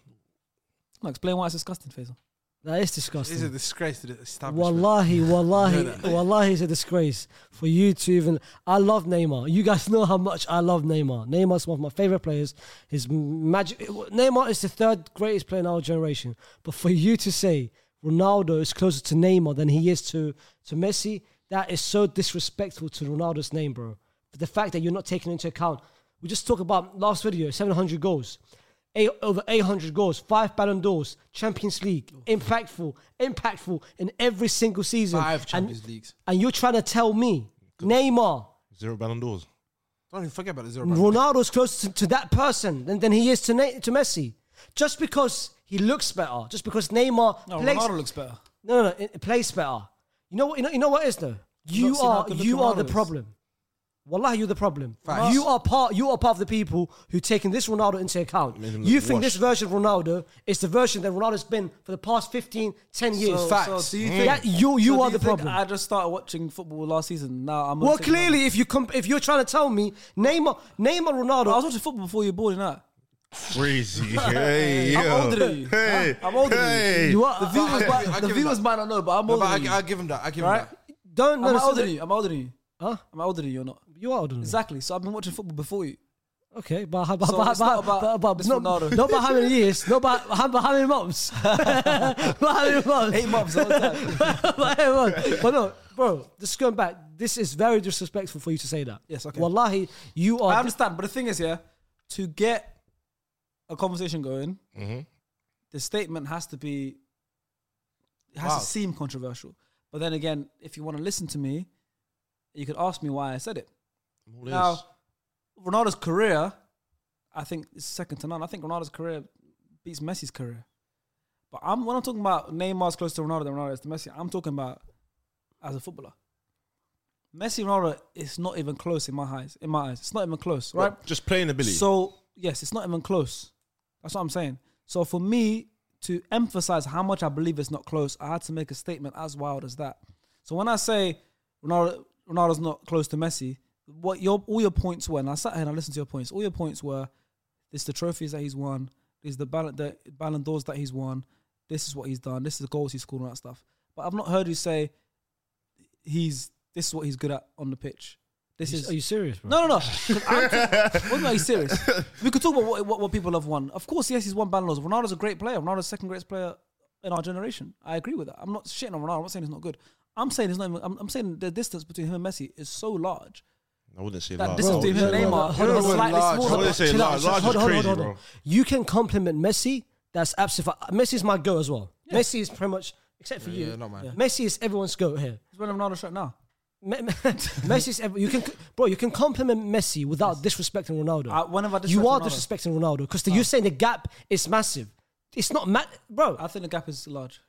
Speaker 1: No, explain why it's disgusting, Faisal.
Speaker 3: that is
Speaker 2: It's a
Speaker 3: disgusting.
Speaker 2: disgrace to the establishment.
Speaker 3: Wallahi, wallahi,
Speaker 2: No, no.
Speaker 3: wallahi is a disgrace for you to even. I love Neymar. You guys know how much I love Neymar. Neymar's one of my favorite players. His magic. Neymar is the third greatest player in our generation. But for you to say Ronaldo is closer to Neymar than he is to to Messi, that is so disrespectful to Ronaldo's name, bro. But the fact that you're not taking into account, we just talked about last video, 700 goals eight, over 800 goals, five Ballon d'Ors, Champions League,
Speaker 2: Oh.
Speaker 3: impactful, impactful in every single season.
Speaker 2: Five
Speaker 3: And-
Speaker 2: Champions Leagues.
Speaker 3: And you're trying to tell me Neymar,
Speaker 5: Zero Ballon d'Ors.
Speaker 2: Don't even forget about the zero. Ronaldo.
Speaker 3: Ronaldo's closer to, to that person than, than he is to, Na- to Messi. Just because he looks better, just because Neymar
Speaker 1: No,
Speaker 3: plays,
Speaker 1: Ronaldo looks better.
Speaker 3: no, no, no, it plays better. You know what? You know, you know what it is though. You
Speaker 1: not seen how
Speaker 3: are
Speaker 1: good
Speaker 3: you
Speaker 1: looking
Speaker 3: are the
Speaker 1: Ronaldo is.
Speaker 3: problem. Wallahi, you're the problem.
Speaker 2: Facts.
Speaker 3: You are part. You are part of the people who taking this Ronaldo into account.
Speaker 5: Made him
Speaker 3: You
Speaker 5: look
Speaker 3: think this
Speaker 5: washed.
Speaker 3: version of Ronaldo is the version that Ronaldo's been for the past 15, 10 years.
Speaker 2: Facts.
Speaker 1: So do you
Speaker 2: Mm.
Speaker 1: think
Speaker 3: Yeah, you you
Speaker 1: so
Speaker 3: are
Speaker 1: do you
Speaker 3: the
Speaker 1: think
Speaker 3: problem.
Speaker 1: I just started watching football last season. Now I'm
Speaker 3: well,
Speaker 1: gonna take
Speaker 3: clearly, if you comp- if you're trying to tell me Neymar, Neymar, Ronaldo,
Speaker 1: Ronaldo. I was watching football before you were born, innit?
Speaker 5: Crazy. hey,
Speaker 1: I'm
Speaker 5: yo.
Speaker 1: older than you.
Speaker 5: Hey,
Speaker 1: Huh? I'm older
Speaker 5: hey.
Speaker 1: than you.
Speaker 3: You are-
Speaker 1: the
Speaker 3: I-
Speaker 1: viewers,
Speaker 2: I-
Speaker 1: might,
Speaker 2: I
Speaker 1: the
Speaker 2: give him
Speaker 1: viewers
Speaker 2: that.
Speaker 1: might not know, but I'm
Speaker 2: No,
Speaker 1: older
Speaker 2: but I,
Speaker 1: than you.
Speaker 2: I give him that. I give him
Speaker 1: right?
Speaker 2: that.
Speaker 3: don't.
Speaker 1: Am I
Speaker 3: so
Speaker 1: older
Speaker 3: that-
Speaker 1: than you? Am I older than you?
Speaker 3: Huh?
Speaker 1: Am I older than you or not?
Speaker 3: You are older than me.
Speaker 1: Exactly. So I've been watching football before you.
Speaker 3: Okay, but how but,
Speaker 1: So
Speaker 3: but,
Speaker 1: it's not about
Speaker 3: but, but, but,
Speaker 1: this
Speaker 3: not,
Speaker 1: Ronaldo.
Speaker 3: not about how many years, not about how, about how many months, But how many months,
Speaker 1: Eight months all the time.
Speaker 3: but, hey, man, but no, bro, just going back, this is very disrespectful for you to say that.
Speaker 1: Yes, okay.
Speaker 3: Wallahi, you
Speaker 1: I
Speaker 3: are.
Speaker 1: understand, but the thing is, yeah, to get a conversation going, the statement has to be it has
Speaker 2: Wow.
Speaker 1: to seem controversial. But then again, if you want to listen to me, you could ask me why I said it.
Speaker 5: All this.
Speaker 1: Now, Ronaldo's career, I think, is second to none. I think Ronaldo's career beats Messi's career. But I'm when I'm talking about Neymar's close to Ronaldo than Ronaldo is to Messi, I'm talking about as a footballer. Messi Ronaldo is not even close in my eyes. In my eyes, it's not even close, right?
Speaker 5: What, Just playing ability.
Speaker 1: So yes, it's not even close. That's what I'm saying. So for me to emphasize how much I believe it's not close, I had to make a statement as wild as that. So when I say Ronaldo, Ronaldo's not close to Messi, what your all your points were, and I sat here and I listened to your points. All your points were this: the trophies that he's won, this the Ballon, the Ballon d'Ors that he's won, this is what he's done, this is the goals he's scored, and all that stuff. But I've not heard you say he's this is what he's good at on the pitch. This is
Speaker 3: Are you serious, bro?
Speaker 1: no, no, no. 'Cause I'm t- What are you serious? We could talk about what, what, what people have won. Of course, yes, he's won Ballon d'Ors. Ronaldo's a great player. Ronaldo's the second greatest player in our generation. I agree with that. I'm not shitting on Ronaldo. I'm not saying he's not good. I'm saying he's not. Even, I'm, I'm saying the distance between him and Messi is so large
Speaker 5: I wouldn't say
Speaker 1: that
Speaker 5: large.
Speaker 1: distance
Speaker 5: I
Speaker 1: between
Speaker 5: wouldn't
Speaker 1: him and
Speaker 5: say
Speaker 1: Neymar
Speaker 5: large.
Speaker 3: Hold on,
Speaker 1: is
Speaker 3: hold
Speaker 1: slightly
Speaker 2: large.
Speaker 5: I
Speaker 1: smaller.
Speaker 5: wouldn't
Speaker 1: but-
Speaker 5: say
Speaker 3: Chill out,
Speaker 5: large. Large
Speaker 3: hold
Speaker 5: is
Speaker 3: on, hold on,
Speaker 5: crazy,
Speaker 3: hold on.
Speaker 5: bro.
Speaker 3: You can compliment Messi. That's absolutely. fi- Messi is my go as well. Messi is pretty much, except for you.
Speaker 2: Yeah, not mine.
Speaker 3: Messi is everyone's go here.
Speaker 1: He's winning Ronaldo's right now.
Speaker 3: Me- me- Messi's every, you can bro you can compliment Messi without disrespecting Ronaldo.
Speaker 1: I- whenever I
Speaker 3: you
Speaker 1: disrespect
Speaker 3: are
Speaker 1: Ronaldo.
Speaker 3: disrespecting Ronaldo because you're saying the gap is massive. It's not ma- bro.
Speaker 1: I think the gap is large.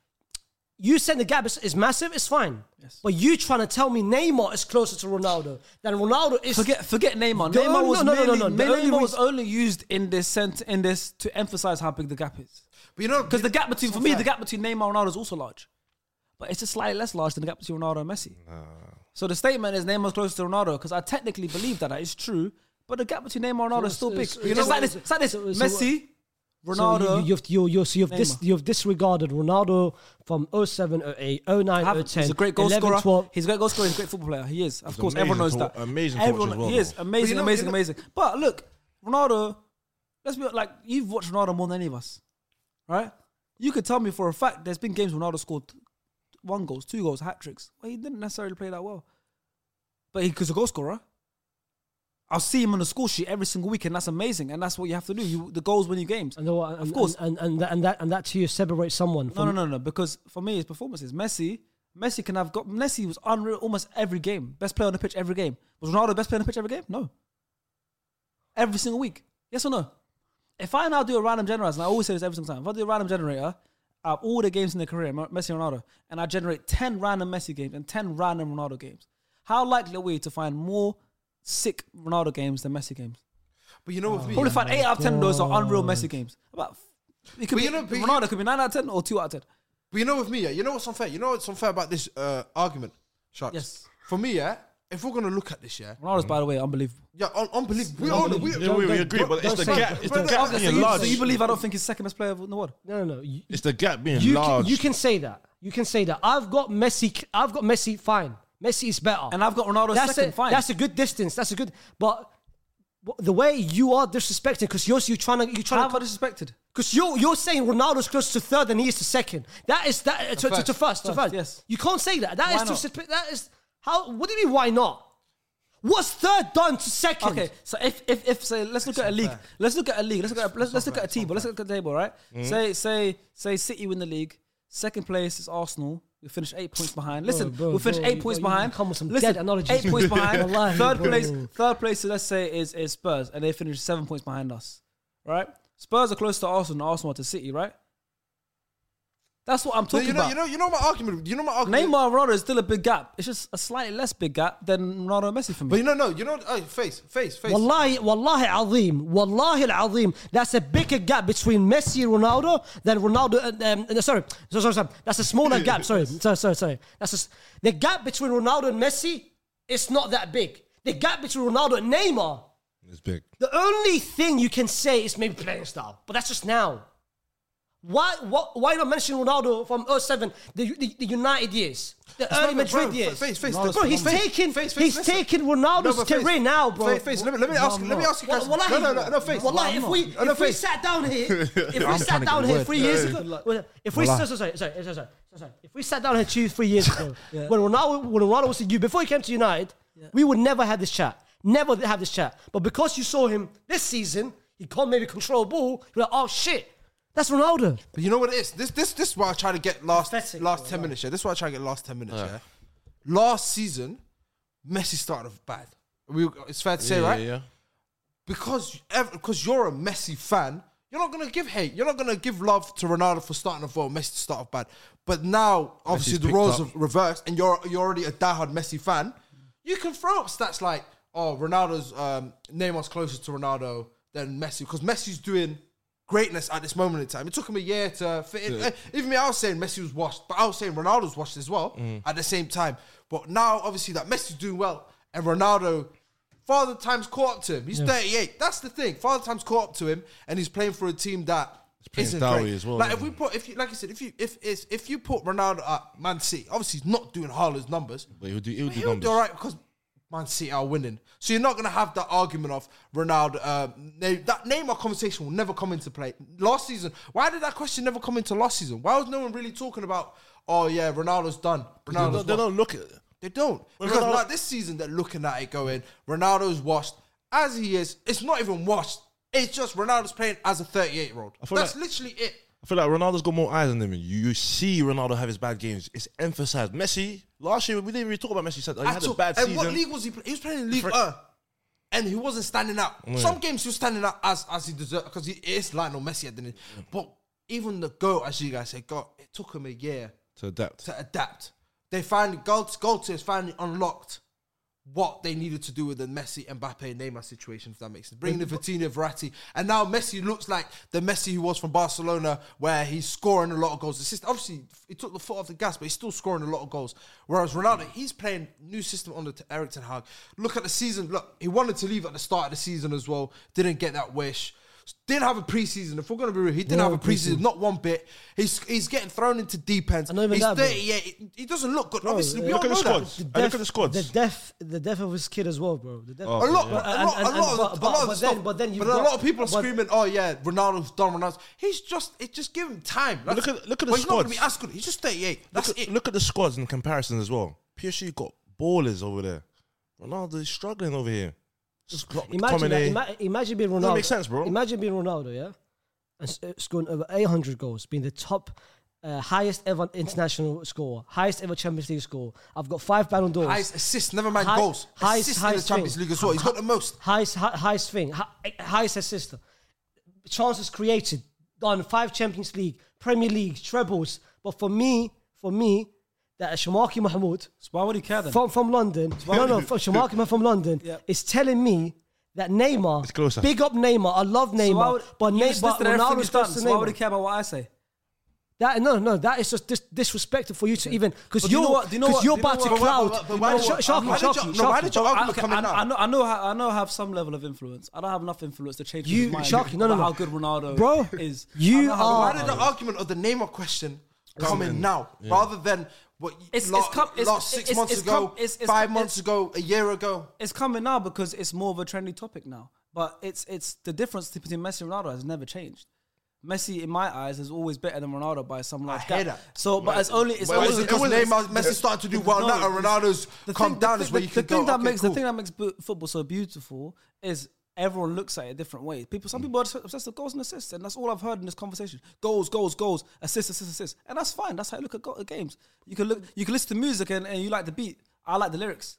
Speaker 3: you saying the gap is, is massive. It's fine, but you trying to tell me Neymar is closer to Ronaldo than Ronaldo is.
Speaker 1: Forget, forget Neymar.
Speaker 3: The
Speaker 1: Neymar
Speaker 3: only-
Speaker 1: was
Speaker 3: no, no,
Speaker 1: merely-
Speaker 3: no, no, the
Speaker 1: Neymar
Speaker 3: only
Speaker 1: was
Speaker 3: reason-
Speaker 1: only used in this sense, in this to emphasize how big the gap is.
Speaker 2: But you know,
Speaker 1: Because the gap between,
Speaker 2: it's
Speaker 1: for
Speaker 2: not
Speaker 1: me,
Speaker 2: fair.
Speaker 1: the gap between Neymar and Ronaldo is also large. But it's just slightly less large than the gap between Ronaldo and Messi. So the statement is Neymar's closer to Ronaldo because I technically believe that, that is true. But the gap between Neymar and Ronaldo is
Speaker 3: it's-
Speaker 1: still big.
Speaker 3: it's-
Speaker 1: It's,
Speaker 3: you know
Speaker 1: like
Speaker 3: what,
Speaker 1: this. It's like this.
Speaker 3: it's- it's-
Speaker 1: Messi
Speaker 3: So
Speaker 1: Ronaldo.
Speaker 3: you, you've, you you've, so you've, dis,
Speaker 1: Neymar.
Speaker 3: you've disregarded Ronaldo from 07, 08, 09,
Speaker 1: Have-
Speaker 3: 010,
Speaker 1: he's a great goal
Speaker 3: 11,
Speaker 1: scorer.
Speaker 3: 12.
Speaker 1: He's a great goal scorer. He's a great football player. He is. Of
Speaker 5: He's
Speaker 1: course, everyone knows
Speaker 5: amazing
Speaker 1: that.
Speaker 5: to- amazing to watch
Speaker 1: everyone,
Speaker 5: as well,
Speaker 1: he is
Speaker 5: though.
Speaker 1: amazing,
Speaker 2: But you know-
Speaker 1: amazing,
Speaker 2: you know-
Speaker 1: amazing. But look, Ronaldo. Let's be like you've watched Ronaldo more than any of us, right? You could tell me for a fact there's been games Ronaldo scored one goals, two goals, hat tricks. Well, he didn't necessarily play that well, but he was a goal scorer. I'll see him on the score sheet every single week, and that's amazing. And that's what you have to do. You the goals win you games.
Speaker 3: And, the- and,
Speaker 1: of course,
Speaker 3: and, and, and, that, and that and that to you separates someone.
Speaker 1: no,
Speaker 3: From,
Speaker 1: no, no, no. Because for me, his performances. Messi, Messi can have got. Messi was unreal almost every game. Best player on the pitch every game. Was Ronaldo best player on the pitch every game? No. Every single week. Yes or no? If I now do a random generator, and I always say this every single time, if I do a random generator out of all the games in their career, Messi and Ronaldo, and I generate 10 random Messi games and 10 random Ronaldo games, how likely are we to find more sick Ronaldo games than Messi games?
Speaker 2: But you know what?
Speaker 1: Probably find 8 out of 10 of those are unreal Messi
Speaker 3: God.
Speaker 1: games. About, it could
Speaker 2: But
Speaker 1: be,
Speaker 2: you know, but you-
Speaker 1: Ronaldo could be 9 out of 10 or 2 out of 10.
Speaker 2: But you know with me, yeah, you know what's unfair? You know what's unfair about this uh, argument, Sharks?
Speaker 1: Yes.
Speaker 2: For me, yeah, if we're gonna look at this, yeah,
Speaker 1: Ronaldo's, by the way, unbelievable.
Speaker 2: yeah, un- unbelievable. We all we,
Speaker 5: Yeah, we, we agree, but it's the
Speaker 3: don't-
Speaker 5: gap. It's the
Speaker 2: don't-
Speaker 5: gap
Speaker 2: don't-
Speaker 5: being
Speaker 2: don't-
Speaker 5: large.
Speaker 1: So you believe I don't think he's second best player in the world?
Speaker 3: no, no, no. You,
Speaker 5: It's the gap being
Speaker 3: you,
Speaker 5: large.
Speaker 3: can, you can say that. You can say that. I've got Messi. I've got Messi. Fine. Messi is better.
Speaker 1: And I've got Ronaldo
Speaker 3: that's
Speaker 1: second.
Speaker 3: a,
Speaker 1: fine.
Speaker 3: That's a good distance. That's a good. But but the way you are disrespecting, because you're you trying to you
Speaker 1: How
Speaker 3: trying
Speaker 1: have I
Speaker 3: to
Speaker 1: disrespected?
Speaker 3: because you're you're saying Ronaldo's close to third and he is to second. That is that to, to, to
Speaker 2: first.
Speaker 3: first to
Speaker 1: First,
Speaker 3: first.
Speaker 1: yes.
Speaker 3: You can't say that. That
Speaker 1: Why
Speaker 3: is
Speaker 1: not?
Speaker 3: to that is how. What do you mean? Why not? What's third done to second?
Speaker 1: Okay, so if if if say let's look at a league. Let's look at a league. Let's look at a, let's, let's look at a table. Let's look at a table, right?
Speaker 3: Mm.
Speaker 1: Say say say City win the league. Second place is Arsenal. We finish eight points behind. Listen,
Speaker 3: bro,
Speaker 1: we finish
Speaker 3: bro,
Speaker 1: eight
Speaker 3: you-
Speaker 1: points
Speaker 3: bro, you
Speaker 1: behind.
Speaker 3: come with some
Speaker 1: Listen,
Speaker 3: dead analogies.
Speaker 1: eight points behind.
Speaker 3: Wallahi,
Speaker 1: third
Speaker 3: bro.
Speaker 1: place, third place. So let's say is is Spurs, and they finish seven points behind us, right? Spurs are close to Arsenal. Arsenal are to City, right? That's what I'm
Speaker 2: So
Speaker 1: talking
Speaker 2: you know,
Speaker 1: about.
Speaker 2: you know, you know my argument. You know my argument.
Speaker 1: Neymar and Ronaldo is still a big gap. It's just a slightly less big gap than Ronaldo and Messi for me.
Speaker 2: But you know, no, you know, uh, face, face, face.
Speaker 3: Wallahi, wallahi azim, wallahi azim. That's a bigger gap between Messi and Ronaldo than Ronaldo. And, um, and- sorry, sorry, sorry, sorry. That's a smaller gap. Sorry, sorry, sorry, sorry. That's a s the gap between Ronaldo and Messi. It's not that big. The gap between Ronaldo and Neymar.
Speaker 5: It's big.
Speaker 3: The only thing you can say is maybe playing style, but that's just now. Why, what, why not mention Ronaldo from 07, the, the, the United years, the
Speaker 2: It's
Speaker 3: early
Speaker 2: not- bro,
Speaker 3: Madrid years?
Speaker 2: Face, face,
Speaker 3: bro,
Speaker 2: listen,
Speaker 3: he's
Speaker 2: face,
Speaker 3: taking,
Speaker 2: face, face,
Speaker 3: he's
Speaker 2: listen.
Speaker 3: taking
Speaker 2: No,
Speaker 3: Ronaldo's
Speaker 2: but face,
Speaker 3: career now, bro.
Speaker 2: Face, face. Let me, let me
Speaker 3: No,
Speaker 2: ask,
Speaker 3: I'm
Speaker 2: let me
Speaker 3: not.
Speaker 2: ask you guys.
Speaker 3: Wallahi,
Speaker 2: no, no, no, no, face.
Speaker 3: Wallahi, if we,
Speaker 2: No, no,
Speaker 3: if we
Speaker 2: face.
Speaker 3: sat down here, if we
Speaker 5: I'm trying
Speaker 3: sat
Speaker 5: to
Speaker 3: down
Speaker 5: get
Speaker 3: here
Speaker 5: word.
Speaker 3: three
Speaker 2: eh?
Speaker 3: years ago, if we, sorry, sorry, sorry, sorry, sorry, sorry, sorry, if we sat down here two, three years ago, when Ronaldo, when Ronaldo was you before he came to United, we would never have this chat, never have this chat. But because you saw him this season, he can't maybe control a ball. You're like, oh shit, that's Ronaldo.
Speaker 2: But you know what it is? This this this is what I try to get last
Speaker 3: Pathetic,
Speaker 2: last
Speaker 3: bro,
Speaker 2: ten
Speaker 3: yeah.
Speaker 2: minutes. Yeah, this is what I try to get last ten minutes. Yeah, last season, Messi started off bad. We, it's fair to say,
Speaker 5: yeah,
Speaker 2: right?
Speaker 5: Yeah, yeah.
Speaker 2: Because ev- because you're a Messi fan, you're not gonna give hate. You're not gonna give love to Ronaldo for starting off well. Messi to start off bad. But now, obviously,
Speaker 5: Messi's
Speaker 2: the
Speaker 5: picked
Speaker 2: roles
Speaker 5: up.
Speaker 2: have reversed, and you're you're already a diehard Messi fan. You can throw up stats like, oh, Ronaldo's um, Neymar's closer to Ronaldo than Messi because Messi's doing greatness at this moment in time. It took him a year to fit in. Eh, Even me, I was saying Messi was washed, but I was saying Ronaldo's washed as well
Speaker 5: Mm.
Speaker 2: at the same time. But now, obviously, that Messi's doing well, and Ronaldo, Father Time's caught up to him. He's 38. That's the thing. Father Time's caught up to him, and he's playing for a team that
Speaker 5: playing
Speaker 2: isn't
Speaker 5: Dowie
Speaker 2: great.
Speaker 5: as well,
Speaker 2: Like
Speaker 5: yeah.
Speaker 2: if we put, if you, like I said, if you if it's, if you put Ronaldo at Man City, obviously he's not doing Haaland's numbers.
Speaker 5: But he'll do, he'll
Speaker 2: But
Speaker 5: do
Speaker 2: he'll
Speaker 5: numbers.
Speaker 2: do all right because Man City are winning. So you're not going to have that argument of Ronaldo. Um, Ne- that Neymar conversation will never come into play. Last season, why did that question never come into last season? Why was no one really talking about? Oh yeah, Ronaldo's done.
Speaker 5: They're
Speaker 2: Ronaldo's
Speaker 5: not, they're
Speaker 2: washed."
Speaker 5: not looking.
Speaker 2: They don't.
Speaker 5: Well,
Speaker 2: because
Speaker 5: Ronaldo-
Speaker 2: like this season, they're looking at it going, Ronaldo's washed as he is. It's not even washed. It's just Ronaldo's playing as a 38 year old.
Speaker 5: I feel
Speaker 2: That's
Speaker 5: like-
Speaker 2: literally it.
Speaker 5: I feel like Ronaldo's got more eyes on him. You, you see Ronaldo have his bad games. It's emphasized. Messi last year we didn't really talk about Messi. He said, like, he
Speaker 2: At
Speaker 5: had a
Speaker 2: all.
Speaker 5: bad
Speaker 2: and
Speaker 5: season.
Speaker 2: what league was he playing? He was playing in League
Speaker 5: Fr-
Speaker 2: One. And he wasn't standing out.
Speaker 5: Yeah.
Speaker 2: Some games he was standing out as as he deserved because he is Lionel Messi at the end. But even the goal, as you guys said, God, it took him a year
Speaker 5: to adapt.
Speaker 2: to adapt. They finally Gold Gold has finally unlocked what they needed to do with the Messi, Mbappe, and Neymar situation, if that makes sense. Bringing in Vitinha, Verratti, and now Messi looks like the Messi who was from Barcelona, where he's scoring a lot of goals. It's just, obviously, he took the foot off the gas, but he's still scoring a lot of goals. Whereas Ronaldo, he's playing new system under T- Eric Ten Hag. Look at the season. Look, he wanted to leave at the start of the season as well. Didn't get that wish. Didn't have a preseason. If we're gonna be real, he didn't
Speaker 3: No
Speaker 2: have a preseason,
Speaker 3: preseason.
Speaker 2: not one bit. He's he's getting thrown into deep ends.
Speaker 3: And not even
Speaker 2: he's
Speaker 3: that, bro.
Speaker 2: 38. He, he doesn't look good.
Speaker 3: Bro,
Speaker 2: Obviously, we
Speaker 3: uh,
Speaker 2: all
Speaker 5: Look at the
Speaker 2: know that.
Speaker 5: squads. And look at the squads.
Speaker 3: The death, the death of his kid as well, bro. The death
Speaker 5: Oh,
Speaker 2: A lot,
Speaker 5: Yeah.
Speaker 2: a lot,
Speaker 3: And-
Speaker 2: a
Speaker 3: and-
Speaker 2: lot,
Speaker 3: but-
Speaker 2: of- a
Speaker 3: but-
Speaker 2: lot of
Speaker 3: but
Speaker 2: stuff.
Speaker 3: then- but then you've
Speaker 2: but a
Speaker 3: got-
Speaker 2: lot of people are
Speaker 3: but-
Speaker 2: screaming, "Oh yeah, Ronaldo's done, Ronaldo's." He's just, it just give him time.
Speaker 5: But look at- look at the
Speaker 2: But he's not gonna be
Speaker 5: squads.
Speaker 2: as good. He's just thirty-eight. That's
Speaker 5: look, at,
Speaker 2: it.
Speaker 5: look at the squads in comparison as well. PSG got ballers over there. Ronaldo is struggling over here. Scott
Speaker 3: Imagine, that,
Speaker 5: McTominay.
Speaker 3: ima- imagine being Ronaldo.
Speaker 5: Doesn't make sense, bro.
Speaker 3: Imagine being Ronaldo, yeah, and s- uh, scoring over 800 goals, being the top, uh, highest ever international scorer, highest ever Champions League scorer. I've got five Ballon d'Ors.
Speaker 2: Highest assists, never mind
Speaker 3: High-
Speaker 2: goals.
Speaker 3: highest-
Speaker 2: assists in the
Speaker 3: highest
Speaker 2: Champions
Speaker 3: thing.
Speaker 2: League as well. He's got the most.
Speaker 3: highest, hi- highest thing, hi- eh, highest assist, chances created, done five Champions League, Premier League, trebles. But for me, for me, that Shamaki Mahmoud
Speaker 1: So why would he care then?
Speaker 3: from, from London, no, no, from Shamaki Mahmoud from London
Speaker 1: Yeah.
Speaker 3: is telling me that Neymar,
Speaker 5: It's closer.
Speaker 3: big up Neymar, I love
Speaker 1: So why
Speaker 3: Neymar,
Speaker 1: would-
Speaker 3: but,
Speaker 1: you
Speaker 3: Ney-
Speaker 1: just
Speaker 3: but
Speaker 1: listed everything
Speaker 3: Ronaldo's
Speaker 1: he's done,
Speaker 3: close to
Speaker 1: so why would he
Speaker 3: Neymar.
Speaker 1: care about what I say?
Speaker 3: That, no, no, that is just dis- disrespectful for you to even because
Speaker 1: But do you
Speaker 3: you're
Speaker 1: know what- do you know
Speaker 3: because
Speaker 1: what-
Speaker 3: you're
Speaker 1: do you know
Speaker 3: about to
Speaker 1: what-
Speaker 3: cloud.
Speaker 2: but- but why did you-
Speaker 3: Sharky,
Speaker 2: why did you-
Speaker 3: Sharky,
Speaker 2: no, why
Speaker 3: Sharky.
Speaker 2: did you-
Speaker 1: I,
Speaker 2: Outlook
Speaker 1: okay,
Speaker 2: coming
Speaker 1: I,
Speaker 2: down.
Speaker 1: I know, I know, ha- I know, I have some level of influence. I don't have enough influence to change
Speaker 3: You-
Speaker 1: his mind
Speaker 3: Sharky, no, no,
Speaker 1: about
Speaker 3: no.
Speaker 1: how good Ronaldo
Speaker 3: Bro,
Speaker 1: is.
Speaker 3: you
Speaker 1: I know how
Speaker 3: are-
Speaker 2: Why
Speaker 1: good
Speaker 2: did
Speaker 1: Ronaldo
Speaker 2: the
Speaker 1: is.
Speaker 2: argument of the Neymar question come in now rather than what you-
Speaker 1: It's-
Speaker 2: la-
Speaker 1: it's come- it's-
Speaker 2: last six
Speaker 1: it's-
Speaker 2: months
Speaker 1: it's
Speaker 2: ago,
Speaker 1: come- it's- it's-
Speaker 2: five
Speaker 1: it's-
Speaker 2: months ago, a year ago?
Speaker 1: it's coming now because it's more of a trendy topic now. But it's it's the difference between Messi and Ronaldo has never changed. Messi, in my eyes, is always better than Ronaldo by some large
Speaker 2: hear
Speaker 1: gap.
Speaker 2: that.
Speaker 1: So, but it's only it's
Speaker 2: But
Speaker 1: only
Speaker 2: was it because Neymar, Messi started to do well
Speaker 1: No,
Speaker 2: now, and Ronaldo's
Speaker 1: the
Speaker 2: come
Speaker 1: thing- the
Speaker 2: down
Speaker 1: thing-
Speaker 2: is where
Speaker 1: the-
Speaker 2: you can
Speaker 1: the thing
Speaker 2: go.
Speaker 1: that
Speaker 2: okay,
Speaker 1: makes
Speaker 2: cool.
Speaker 1: the thing that makes bo- football so beautiful is everyone looks at it different ways. People,
Speaker 2: Mm.
Speaker 1: some people are just obsessed with goals and assists, and that's all I've heard in this conversation: goals, goals, goals, assists, assists, assists, and that's fine. That's how you look at go- at games. You can look, you can listen to music, and, and you like the beat. I like the lyrics.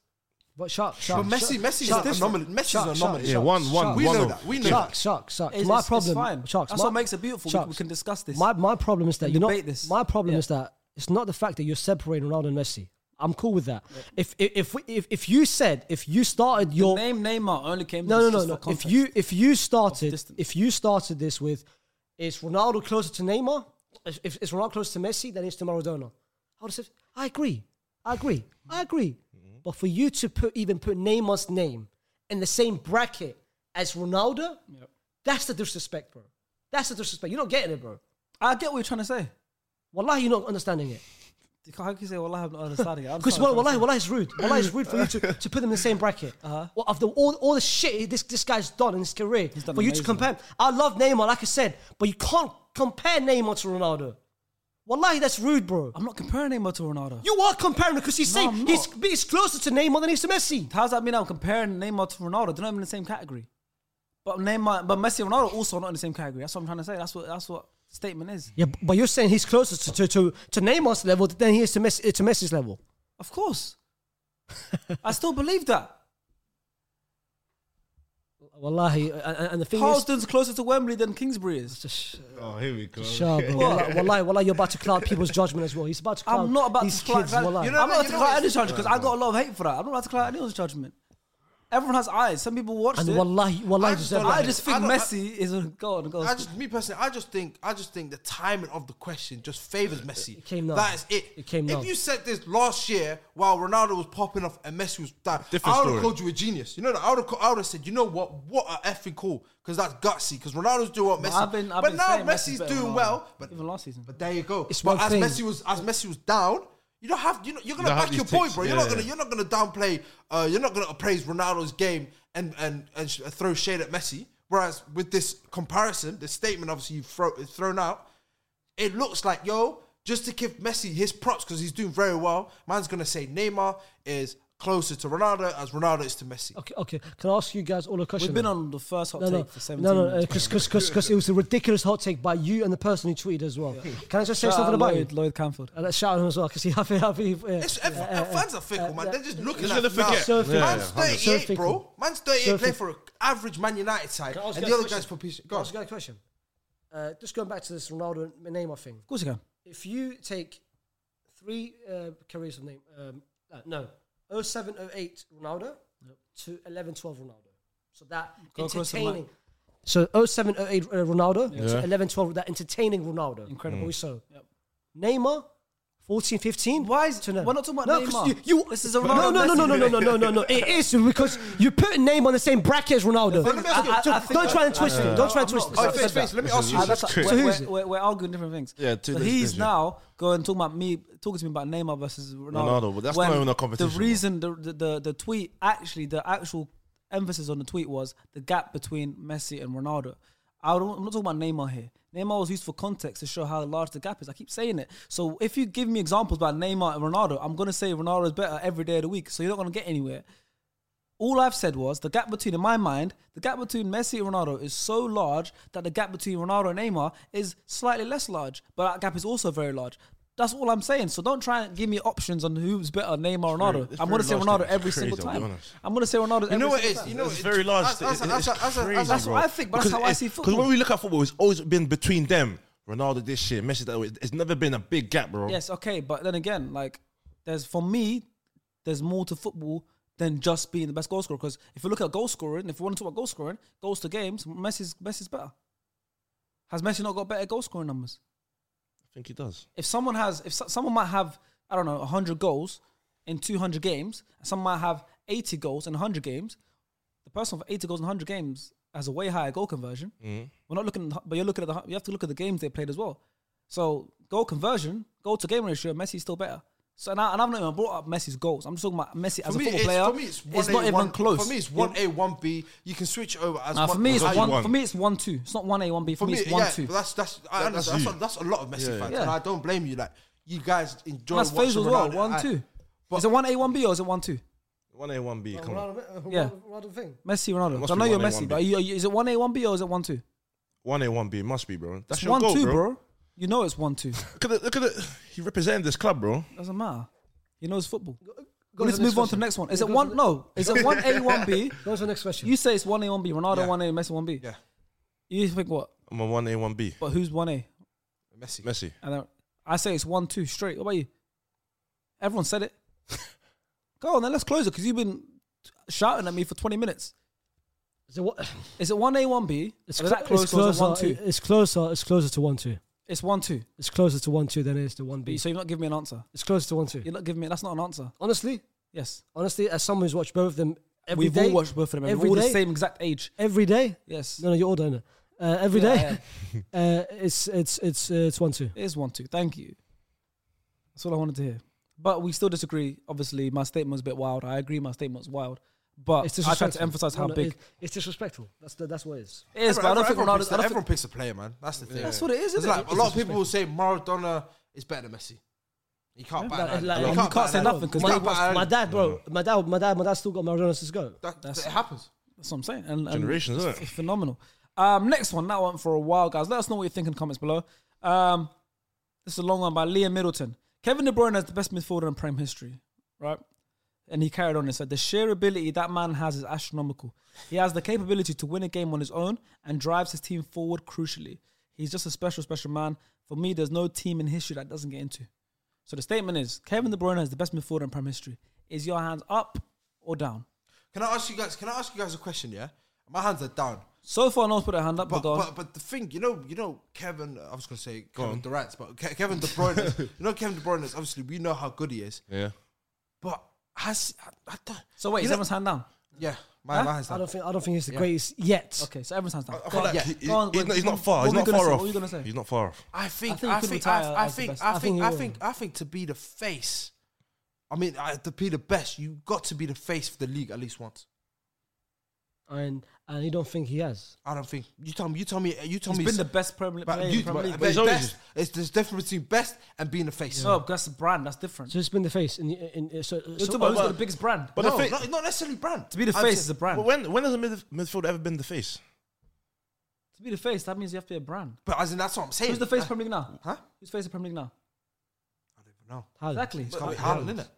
Speaker 3: But Shark,
Speaker 2: But
Speaker 3: Shark,
Speaker 2: Messi,
Speaker 3: Shark.
Speaker 2: Messi's an anomaly. Messi's an anomaly.
Speaker 5: Yeah, one- one-
Speaker 2: We
Speaker 5: one
Speaker 2: know
Speaker 5: of-
Speaker 2: that. We know that.
Speaker 3: Sharks, sharks, sharks.
Speaker 1: It's-
Speaker 3: my
Speaker 1: it's- it's
Speaker 3: problem.
Speaker 1: fine.
Speaker 3: Sharks,
Speaker 1: That's
Speaker 3: my-
Speaker 1: what makes it beautiful. We-
Speaker 3: sharks.
Speaker 1: we can discuss this.
Speaker 3: My, my problem is that
Speaker 1: and
Speaker 3: you're not.
Speaker 1: debate this.
Speaker 3: My problem
Speaker 1: Yeah.
Speaker 3: is that it's not the fact that you're separating Ronaldo and Messi. I'm cool with that. If if if, we, if if you said if you started your
Speaker 1: the name Neymar only came.
Speaker 3: no
Speaker 1: to
Speaker 3: no
Speaker 1: this
Speaker 3: no
Speaker 1: just
Speaker 3: no
Speaker 1: for
Speaker 3: if
Speaker 1: context.
Speaker 3: you if you started
Speaker 1: distance.
Speaker 3: if you started this with is Ronaldo closer to Neymar? If, if it's Ronaldo closer to Messi than it's to Maradona, I would say I agree, I agree, I agree.
Speaker 1: Mm-hmm.
Speaker 3: But for you to put even put Neymar's name in the same bracket as Ronaldo, that's the disrespect, bro. That's the disrespect. You're not getting it, bro.
Speaker 1: I get what you're trying to say.
Speaker 3: Wallahi, you're not understanding it.
Speaker 1: You can't- How can you say Wallah I'm not understanding it? I
Speaker 3: Because
Speaker 1: understand what you're trying
Speaker 3: wallahi,
Speaker 1: to
Speaker 3: wallahi is rude. Wallahi is rude for you to, to put them in the same bracket. Uh-huh. Well, after all, all the shit this, this guy's done in his career,
Speaker 1: done
Speaker 3: for you to
Speaker 1: amazing.
Speaker 3: compare. I love Neymar, like I said, but you can't compare Neymar to Ronaldo. Wallahi, that's rude, bro.
Speaker 1: say. I'm not comparing Neymar to Ronaldo.
Speaker 3: You are comparing because he's
Speaker 1: No,
Speaker 3: saying
Speaker 1: I'm
Speaker 3: he's,
Speaker 1: not.
Speaker 3: he's closer to Neymar than he's to Messi.
Speaker 1: How does that mean I'm comparing Neymar to Ronaldo? They're not even in the same category. But Neymar, but Messi and Ronaldo also not in the same category. That's what I'm trying to say. That's what that's what statement is.
Speaker 3: Yeah, b- but you're saying he's closer to, to, to, to Neymar's level than he is to, Messi, to Messi's level.
Speaker 1: Of course, I still believe that.
Speaker 3: Wallahi, and- and, and the thing
Speaker 1: Carlston's closer to Wembley than Kingsbury is.
Speaker 3: is. Sh-
Speaker 4: Oh, here we go.
Speaker 3: Sure, bro. Wallahi, wallahi, wallahi, you're about to cloud people's judgment as well. He's about to cloud
Speaker 1: I'm not about
Speaker 3: these
Speaker 1: to clout
Speaker 3: kids.
Speaker 1: that.
Speaker 3: wallahi.
Speaker 2: You know
Speaker 1: I'm
Speaker 2: what-
Speaker 1: not about
Speaker 2: you
Speaker 1: to
Speaker 2: know
Speaker 1: clout
Speaker 2: what-
Speaker 1: any judgment because I got a lot of hate for that. I'm not about to clout anyone's judgment. Everyone has eyes. Some people watch
Speaker 3: and
Speaker 1: it.
Speaker 3: wallahi, wallahi,
Speaker 2: I just
Speaker 3: deserve
Speaker 2: don't
Speaker 3: it.
Speaker 1: I just think
Speaker 2: I don't- I-
Speaker 1: Messi is a god. god.
Speaker 2: I just me personally, I just think I just think the timing of the question just favors Messi.
Speaker 3: It came now.
Speaker 2: That is it.
Speaker 3: It came
Speaker 2: if
Speaker 3: now.
Speaker 2: you said this last year while Ronaldo was popping off and Messi was down,
Speaker 5: Different
Speaker 2: I would have
Speaker 5: story.
Speaker 2: called you a genius. You know that I would have I would have said, you know what? What a effing call because that's gutsy. Because Ronaldo's doing what Messi.
Speaker 1: I've been- I've
Speaker 2: but
Speaker 1: been
Speaker 2: now
Speaker 1: saying
Speaker 2: Messi's
Speaker 1: Messi's better
Speaker 2: doing
Speaker 1: than
Speaker 2: well.
Speaker 1: Ronaldo,
Speaker 2: But
Speaker 1: even last season.
Speaker 2: But there you go.
Speaker 3: It's
Speaker 2: but
Speaker 3: one
Speaker 2: as
Speaker 3: thing.
Speaker 2: Messi was as Messi was down. You don't have you know, you're gonna
Speaker 5: don't have
Speaker 2: back your
Speaker 5: these
Speaker 2: boy,
Speaker 5: ticks.
Speaker 2: bro. You're
Speaker 5: Yeah,
Speaker 2: not gonna
Speaker 5: yeah.
Speaker 2: you're not gonna downplay. Uh, you're not gonna appraise Ronaldo's game and and and sh- uh, throw shade at Messi. Whereas with this comparison, the statement obviously you've throw, it's thrown out, it looks like yo just to give Messi his props because he's doing very well. Man's gonna say Neymar is closer to Ronaldo as Ronaldo is to Messi.
Speaker 3: Okay, okay. Can I ask you guys all a question?
Speaker 1: We've been
Speaker 3: now?
Speaker 1: on the first hot
Speaker 3: No,
Speaker 1: take
Speaker 3: no,
Speaker 1: for
Speaker 3: no,
Speaker 1: 17
Speaker 3: no,
Speaker 1: minutes.
Speaker 3: because it was a ridiculous hot take by you and the person who tweeted as well. Can I just say
Speaker 1: Shout
Speaker 3: something
Speaker 1: out
Speaker 3: about
Speaker 1: Lloyd,
Speaker 3: you?
Speaker 1: Lloyd Camford.
Speaker 3: Uh, let's shout out him as well because he happy, happy. Uh,
Speaker 2: It's, ev- fans are fickle, man. They're just looking
Speaker 5: Just
Speaker 2: at
Speaker 5: gonna
Speaker 2: it now.
Speaker 5: forget.
Speaker 3: So fickle.
Speaker 2: Man's
Speaker 5: Yeah, yeah,
Speaker 2: 38,
Speaker 3: So
Speaker 2: bro.
Speaker 3: fickle.
Speaker 2: Man's 38
Speaker 3: So
Speaker 2: play
Speaker 3: fickle.
Speaker 2: for an average Man United side,
Speaker 3: Can I ask
Speaker 2: and
Speaker 3: you
Speaker 2: the
Speaker 3: a
Speaker 2: other
Speaker 3: question?
Speaker 2: guy's for PC.
Speaker 3: Can
Speaker 2: Go
Speaker 3: I
Speaker 2: on.
Speaker 3: ask you a question. Uh, just going back to this Ronaldo and Neymar thing.
Speaker 1: Of course you can.
Speaker 3: If you take three uh, careers of name, um, uh, no, 07, 08 Ronaldo to 11, 12 Ronaldo. So that
Speaker 1: Go across the mic.
Speaker 3: entertaining. So 07, 08 uh, Ronaldo
Speaker 5: Yeah.
Speaker 3: to 11, 12, that entertaining Ronaldo.
Speaker 1: Incredible.
Speaker 3: Always so. Neymar, 14, 15.
Speaker 1: Why is-
Speaker 3: Tottenham.
Speaker 1: we're not talking about
Speaker 3: no, 'cause
Speaker 1: Neymar.
Speaker 3: You, you,
Speaker 1: This is a
Speaker 3: no,
Speaker 1: Ronaldo
Speaker 3: no, no, no, no,
Speaker 1: Messi
Speaker 3: no, no, no, no, no. It is because you put a name on the same bracket as Ronaldo.
Speaker 2: Let me ask you-
Speaker 3: I- I- I-
Speaker 1: think-
Speaker 3: don't try and twist it. Don't try and
Speaker 1: I'm
Speaker 3: twist
Speaker 1: not-
Speaker 3: it.
Speaker 2: Oh,
Speaker 1: I've
Speaker 2: face,
Speaker 1: said
Speaker 2: face,
Speaker 1: that.
Speaker 2: let me ask you
Speaker 1: Ah,
Speaker 2: this.
Speaker 1: that's- we're-
Speaker 3: So who's
Speaker 1: we're,
Speaker 3: it?
Speaker 1: we're, we're arguing different things.
Speaker 5: Yeah, two
Speaker 1: But
Speaker 5: different
Speaker 1: he's
Speaker 5: things, yeah.
Speaker 1: now going talking about me talking to me about Neymar versus Ronaldo.
Speaker 5: Ronaldo, but that's
Speaker 1: when
Speaker 5: not even a competition,
Speaker 1: The
Speaker 5: bro.
Speaker 1: reason the, the the the tweet actually the actual emphasis on the tweet was the gap between Messi and Ronaldo. I don't, I'm not talking about Neymar here. Neymar was used for context to show how large the gap is. I keep saying it. So if you give me examples about Neymar and Ronaldo, I'm gonna say Ronaldo is better every day of the week. So you're not gonna get anywhere. All I've said was the gap between, in my mind, the gap between Messi and Ronaldo is so large that the gap between Ronaldo and Neymar is slightly less large, but that gap is also very large. That's all I'm saying. So don't try and give me options on who's better, Neymar or
Speaker 5: very-
Speaker 1: Ronaldo.
Speaker 5: it's
Speaker 1: I'm
Speaker 5: very
Speaker 1: going to say
Speaker 5: large
Speaker 1: Ronaldo
Speaker 5: gap. It's
Speaker 1: every
Speaker 5: crazy,
Speaker 1: single
Speaker 5: I'll be
Speaker 1: time.
Speaker 5: honest.
Speaker 1: I'm going to say Ronaldo
Speaker 2: You
Speaker 1: every
Speaker 2: know what it
Speaker 1: single
Speaker 2: is?
Speaker 1: time.
Speaker 2: You know
Speaker 5: it's very large.
Speaker 2: That's, that's, that's, that's, that's,
Speaker 1: that's what I think, but that's how I see
Speaker 5: Because
Speaker 1: football.
Speaker 5: when we look at football, it's always been between them. Ronaldo this year, Messi that way. It's never been a big gap, bro.
Speaker 1: Yes, okay, but then again, like there's for me, there's more to football than just being the best goal scorer. Because if you look at goal scoring, if you want to talk about goal scoring, goals to games, Messi's Messi's better. Has Messi not got better goal scoring numbers?
Speaker 5: I think he does.
Speaker 1: if someone has if so- someone might have I don't know 100 goals in 200 games, and some might have 80 goals in 100 games. The person with 80 goals in 100 games has a way higher goal conversion.
Speaker 2: Mm-hmm.
Speaker 1: We're not looking, but you're looking at the you have to look at the games they played as well. So goal conversion, goal to game ratio, Messi's still better. So now, and I've not even brought up Messi's goals. I'm just talking about Messi as
Speaker 2: for
Speaker 1: a
Speaker 2: me,
Speaker 1: football
Speaker 2: it's,
Speaker 1: player.
Speaker 2: for me, it's, one a,
Speaker 1: not even
Speaker 2: one,
Speaker 1: close.
Speaker 2: For me, it's one A, one B. You can switch over as
Speaker 1: Nah,
Speaker 2: one.
Speaker 1: for me, it's
Speaker 2: as
Speaker 1: one.
Speaker 2: you want.
Speaker 1: For me, it's one two. It's not one A, one B. For, me, it's one
Speaker 2: yeah,
Speaker 1: two.
Speaker 2: but That's that's I
Speaker 5: That's
Speaker 2: understand.
Speaker 5: you.
Speaker 2: that's, a, that's a lot of Messi fans,
Speaker 1: Yeah.
Speaker 2: and I don't blame you. Like you guys enjoy
Speaker 1: That's
Speaker 2: watching
Speaker 1: Faisal as well.
Speaker 2: Ronaldo,
Speaker 1: One
Speaker 2: I-
Speaker 1: two.
Speaker 2: but-
Speaker 1: Is it one A, one B, or is it one two?
Speaker 5: One A, one B. Come on.
Speaker 1: Yeah. Messi, Ronaldo.
Speaker 5: must
Speaker 1: So I
Speaker 5: be
Speaker 1: know you're
Speaker 5: 1A,
Speaker 1: Messi,
Speaker 5: 1B.
Speaker 1: but are you, are you- is it one A, one B, or is it one two?
Speaker 5: One A, one B. It must be, bro. That's
Speaker 1: It's
Speaker 5: your
Speaker 1: one
Speaker 5: goal,
Speaker 1: two,
Speaker 5: bro.
Speaker 1: bro. You know it's one two.
Speaker 5: Look at it. Look at it. He represented this club, bro.
Speaker 1: Doesn't matter. He knows football.
Speaker 3: go
Speaker 1: Let's
Speaker 3: to the
Speaker 1: move
Speaker 3: next
Speaker 1: on to the
Speaker 3: question.
Speaker 1: next one. Is
Speaker 3: Yeah,
Speaker 1: it
Speaker 3: go
Speaker 1: one?
Speaker 3: to the-
Speaker 1: No. Is it one A, one B?
Speaker 3: Go on to the next question.
Speaker 1: You say it's one A, one B. Ronaldo
Speaker 2: Yeah.
Speaker 1: one A, Messi one B.
Speaker 2: Yeah.
Speaker 1: You think what?
Speaker 5: I'm a one A, one B.
Speaker 1: But who's one A?
Speaker 2: Messi.
Speaker 5: Messi.
Speaker 1: And then I say it's one two straight. What about you? Everyone said it. Go on, then let's close it because you've been shouting at me for twenty minutes.
Speaker 3: So what-
Speaker 1: Is it one A, one B? Is
Speaker 3: It's,
Speaker 1: that
Speaker 3: clo-
Speaker 1: close?
Speaker 3: it's
Speaker 1: or is
Speaker 3: closer.
Speaker 1: it one two.
Speaker 3: It's closer. It's closer to one two.
Speaker 1: It's one two.
Speaker 3: It's closer to one two than it is to one B.
Speaker 1: So you're not giving me an answer.
Speaker 3: It's closer to one two.
Speaker 1: You're not giving me. That's not an answer.
Speaker 3: Honestly,
Speaker 1: Yes.
Speaker 3: honestly, as someone who's watched both of them every
Speaker 1: We've
Speaker 3: day-
Speaker 1: all watched both of them. and
Speaker 3: every
Speaker 1: We're all the
Speaker 3: day-
Speaker 1: same exact age.
Speaker 3: every day.
Speaker 1: Yes.
Speaker 3: No, no, you're older. innit? Uh, every
Speaker 1: Yeah,
Speaker 3: day. Uh, it's it's it's uh, it's one two.
Speaker 1: It is one two. Thank you. That's all I wanted to hear. But we still disagree. Obviously, my statement's a bit wild. I agree, my statement's wild. But
Speaker 3: It's
Speaker 1: I tried
Speaker 3: disrespectful.
Speaker 1: to emphasize
Speaker 3: No,
Speaker 1: how
Speaker 3: no,
Speaker 1: big
Speaker 3: it- it's disrespectful. That's the, that's what it is.
Speaker 1: it is. But I don't think
Speaker 2: everyone, picks,
Speaker 1: Ronaldo's. I don't
Speaker 2: everyone
Speaker 1: think,
Speaker 2: picks a player, man. That's the thing.
Speaker 1: That's what it is,
Speaker 2: It's
Speaker 1: isn't it?
Speaker 2: like a lot of people will say Maradona is better than Messi. You can't
Speaker 3: Like-
Speaker 2: buy that.
Speaker 3: like-
Speaker 2: You
Speaker 3: you
Speaker 2: can't
Speaker 1: can't
Speaker 2: buy
Speaker 1: say
Speaker 2: that.
Speaker 1: nothing 'cause uh,
Speaker 2: You
Speaker 3: My,
Speaker 2: can't buy that.
Speaker 3: my dad, bro, my dad, my dad, my dad still got Maradona's go.
Speaker 2: That- that-
Speaker 1: That's-
Speaker 2: It happens.
Speaker 1: that's what I'm saying. And, and
Speaker 5: Generations,
Speaker 1: it's
Speaker 5: isn't it?
Speaker 1: ph- Phenomenal. Um, next one. That one for a while, guys. Let us know what you think in the comments below. Um, this is a long one by Liam Middleton. Kevin De Bruyne has the best midfielder in Prem history, right? And he carried on and said, The sheer ability that man has is astronomical. He has the capability to win a game on his own and drives his team forward crucially. He's just a special, special man. For me, there's no team in history that doesn't get into. So the statement is Kevin De Bruyne is the best midfielder in Prem history. Is your hands up or down?
Speaker 2: Can I ask you guys? Can I ask you guys a question? Yeah, my hands are down.
Speaker 1: So far, no one's put their hand up, but,
Speaker 2: But,
Speaker 1: go on.
Speaker 2: but but the thing, you know, you know, Kevin. I was gonna say Kevin Durant, but Ke- Kevin De Bruyne. is- you know, Kevin De Bruyne is obviously we know how good he is,
Speaker 5: Yeah.
Speaker 2: but has I, I don't,
Speaker 1: so wait,
Speaker 2: you
Speaker 1: is
Speaker 2: know-
Speaker 1: everyone's hand down?
Speaker 2: yeah, my,
Speaker 1: Huh?
Speaker 2: my hands
Speaker 3: I
Speaker 2: down.
Speaker 3: don't think I don't think he's the greatest yet.
Speaker 1: Okay, so everyone's hands down.
Speaker 5: I
Speaker 1: Go
Speaker 5: feel
Speaker 1: on.
Speaker 5: like
Speaker 2: yeah.
Speaker 5: he- he-
Speaker 1: Go on, go
Speaker 5: he's,
Speaker 1: on.
Speaker 5: not,
Speaker 1: What
Speaker 5: he's not
Speaker 1: were
Speaker 5: far. He's
Speaker 1: you
Speaker 5: not
Speaker 1: gonna say?
Speaker 5: far off.
Speaker 1: What were you gonna say?
Speaker 5: He's not far off.
Speaker 2: I think
Speaker 1: I think
Speaker 2: I
Speaker 1: he could
Speaker 2: think
Speaker 1: retire
Speaker 2: I, I
Speaker 1: as the
Speaker 2: think
Speaker 1: best.
Speaker 2: I
Speaker 3: I
Speaker 2: think
Speaker 3: think
Speaker 2: I
Speaker 3: he
Speaker 2: think I think to be the face. I mean, I, to be the best, you got to be the face for the league at least once.
Speaker 3: And and you don't think he has.
Speaker 2: I don't think you tell me. You tell me. You tell
Speaker 1: He's
Speaker 2: me.
Speaker 1: been the best Premier League player
Speaker 2: but
Speaker 1: in
Speaker 2: you,
Speaker 1: the Premier
Speaker 2: but,
Speaker 1: League.
Speaker 2: but
Speaker 5: he's always-
Speaker 2: best. It's there's difference between best and being the face.
Speaker 1: No, because that's a brand. That's different.
Speaker 3: So it's been the face. And, and, and so,
Speaker 1: You're
Speaker 3: so-
Speaker 1: talking about who's got the
Speaker 3: but-
Speaker 1: biggest brand.
Speaker 5: But
Speaker 2: no,
Speaker 5: the face.
Speaker 2: not, not necessarily brand.
Speaker 1: to be the
Speaker 2: I'm
Speaker 1: face
Speaker 2: saying-
Speaker 1: is a brand.
Speaker 5: But when when has a midf- midfielder ever been the face?
Speaker 1: to be the face, that means you have to be a brand.
Speaker 2: But as in that's what I'm saying.
Speaker 1: Who's the face
Speaker 2: I,
Speaker 1: of Premier League now?
Speaker 2: Huh?
Speaker 1: Who's face of Premier League now?
Speaker 2: I don't even know.
Speaker 3: Haaland.
Speaker 1: Exactly.
Speaker 2: It's gotta be Haaland, isn't it?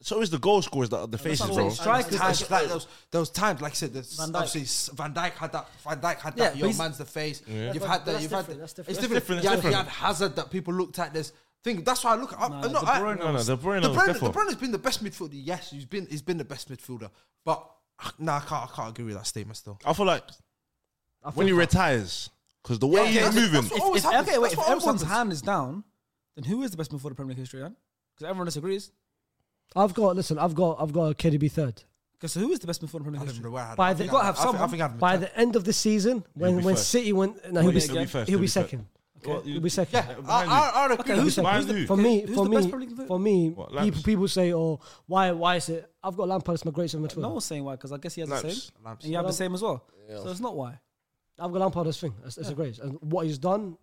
Speaker 5: So is the goal scorers that are the
Speaker 1: That's
Speaker 5: faces,
Speaker 1: what I'm
Speaker 5: bro.
Speaker 1: saying. Strikers,
Speaker 2: Times,
Speaker 1: that's-
Speaker 2: like those, those times, like I said, there's
Speaker 1: Van Dijk.
Speaker 2: obviously s- Van Dijk had that. Van Dijk had
Speaker 1: Yeah,
Speaker 2: that.
Speaker 1: but
Speaker 2: Your
Speaker 1: he's-
Speaker 2: man's the face. You've had
Speaker 3: But
Speaker 2: that.
Speaker 3: that's
Speaker 2: You've had that.
Speaker 3: different, that's different.
Speaker 2: It's
Speaker 3: That's
Speaker 2: different.
Speaker 5: different,
Speaker 2: You,
Speaker 5: that's
Speaker 2: had, you had
Speaker 5: different.
Speaker 2: Hazard that people looked at. This thing. That's why I look. I,
Speaker 1: Nah,
Speaker 2: I'm not.
Speaker 1: De
Speaker 2: I-
Speaker 1: Bruyne
Speaker 5: No, no,
Speaker 1: was-
Speaker 5: De Bruyne
Speaker 2: De
Speaker 5: was
Speaker 2: Bruyne,
Speaker 5: definitely-
Speaker 2: De Bruyne has been the best midfielder. Yes, he's been he's been the best midfielder. But uh, nah, I can't, I can't agree with that statement still.
Speaker 5: I feel like
Speaker 3: I
Speaker 5: when he
Speaker 3: think-
Speaker 5: retires, because the way
Speaker 2: Yeah,
Speaker 5: he's
Speaker 2: that's-
Speaker 5: moving,
Speaker 2: that's what
Speaker 1: If-
Speaker 2: always
Speaker 1: if-
Speaker 2: happens.
Speaker 1: okay, wait.
Speaker 2: That's
Speaker 1: If
Speaker 2: what always
Speaker 1: everyone's
Speaker 2: happens.
Speaker 1: hand is down, then who is the best midfielder in Premier League history, man? Because everyone disagrees.
Speaker 3: I've got listen. I've got I've got a KDB third.
Speaker 1: Because so who is the best midfielder in Premier League history?
Speaker 3: By the-
Speaker 1: You've got to have
Speaker 2: I think- I
Speaker 1: someone.
Speaker 2: think I have
Speaker 3: By
Speaker 2: Mkhitaryan.
Speaker 3: the end of the season, when
Speaker 5: be
Speaker 3: when
Speaker 5: first.
Speaker 3: City win, no, he'll be
Speaker 1: He'll be
Speaker 3: he'll
Speaker 5: first,
Speaker 3: be,
Speaker 5: he'll be first.
Speaker 3: second. He'll be second.
Speaker 2: yeah, I, I, I agree.
Speaker 1: ah, Okay,
Speaker 2: with
Speaker 1: who's
Speaker 2: you.
Speaker 5: Mine
Speaker 1: who's the-
Speaker 5: do.
Speaker 3: For me,
Speaker 1: who's
Speaker 3: for
Speaker 1: the best
Speaker 3: me,
Speaker 1: Premier League
Speaker 3: for me,
Speaker 5: What, Lamps?
Speaker 3: people, people say, "Oh, why, why is it?" I've got Lampard as my greatest midfielder.
Speaker 1: No one's saying why, because I guess he has the
Speaker 5: Lamps.
Speaker 1: same. And you have the same as well. So it's not why.
Speaker 3: I've got Lampard as thing as, as a greatest, and what he's done,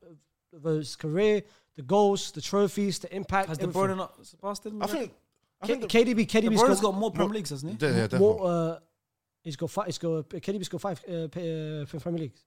Speaker 3: uh, his career, the goals, the trophies, the impact.
Speaker 1: Has De
Speaker 3: everything.
Speaker 1: Bruyne not surpassed him?
Speaker 5: I think. I
Speaker 3: K-
Speaker 5: think the-
Speaker 1: De
Speaker 3: KDB, KDB's
Speaker 1: Bruyne's
Speaker 3: got,
Speaker 1: got more Premier Leagues, hasn't he?
Speaker 4: Yeah, yeah, definitely.
Speaker 3: more. Uh, he's got five. He's got KDB's got five uh, p- uh, Premier Leagues.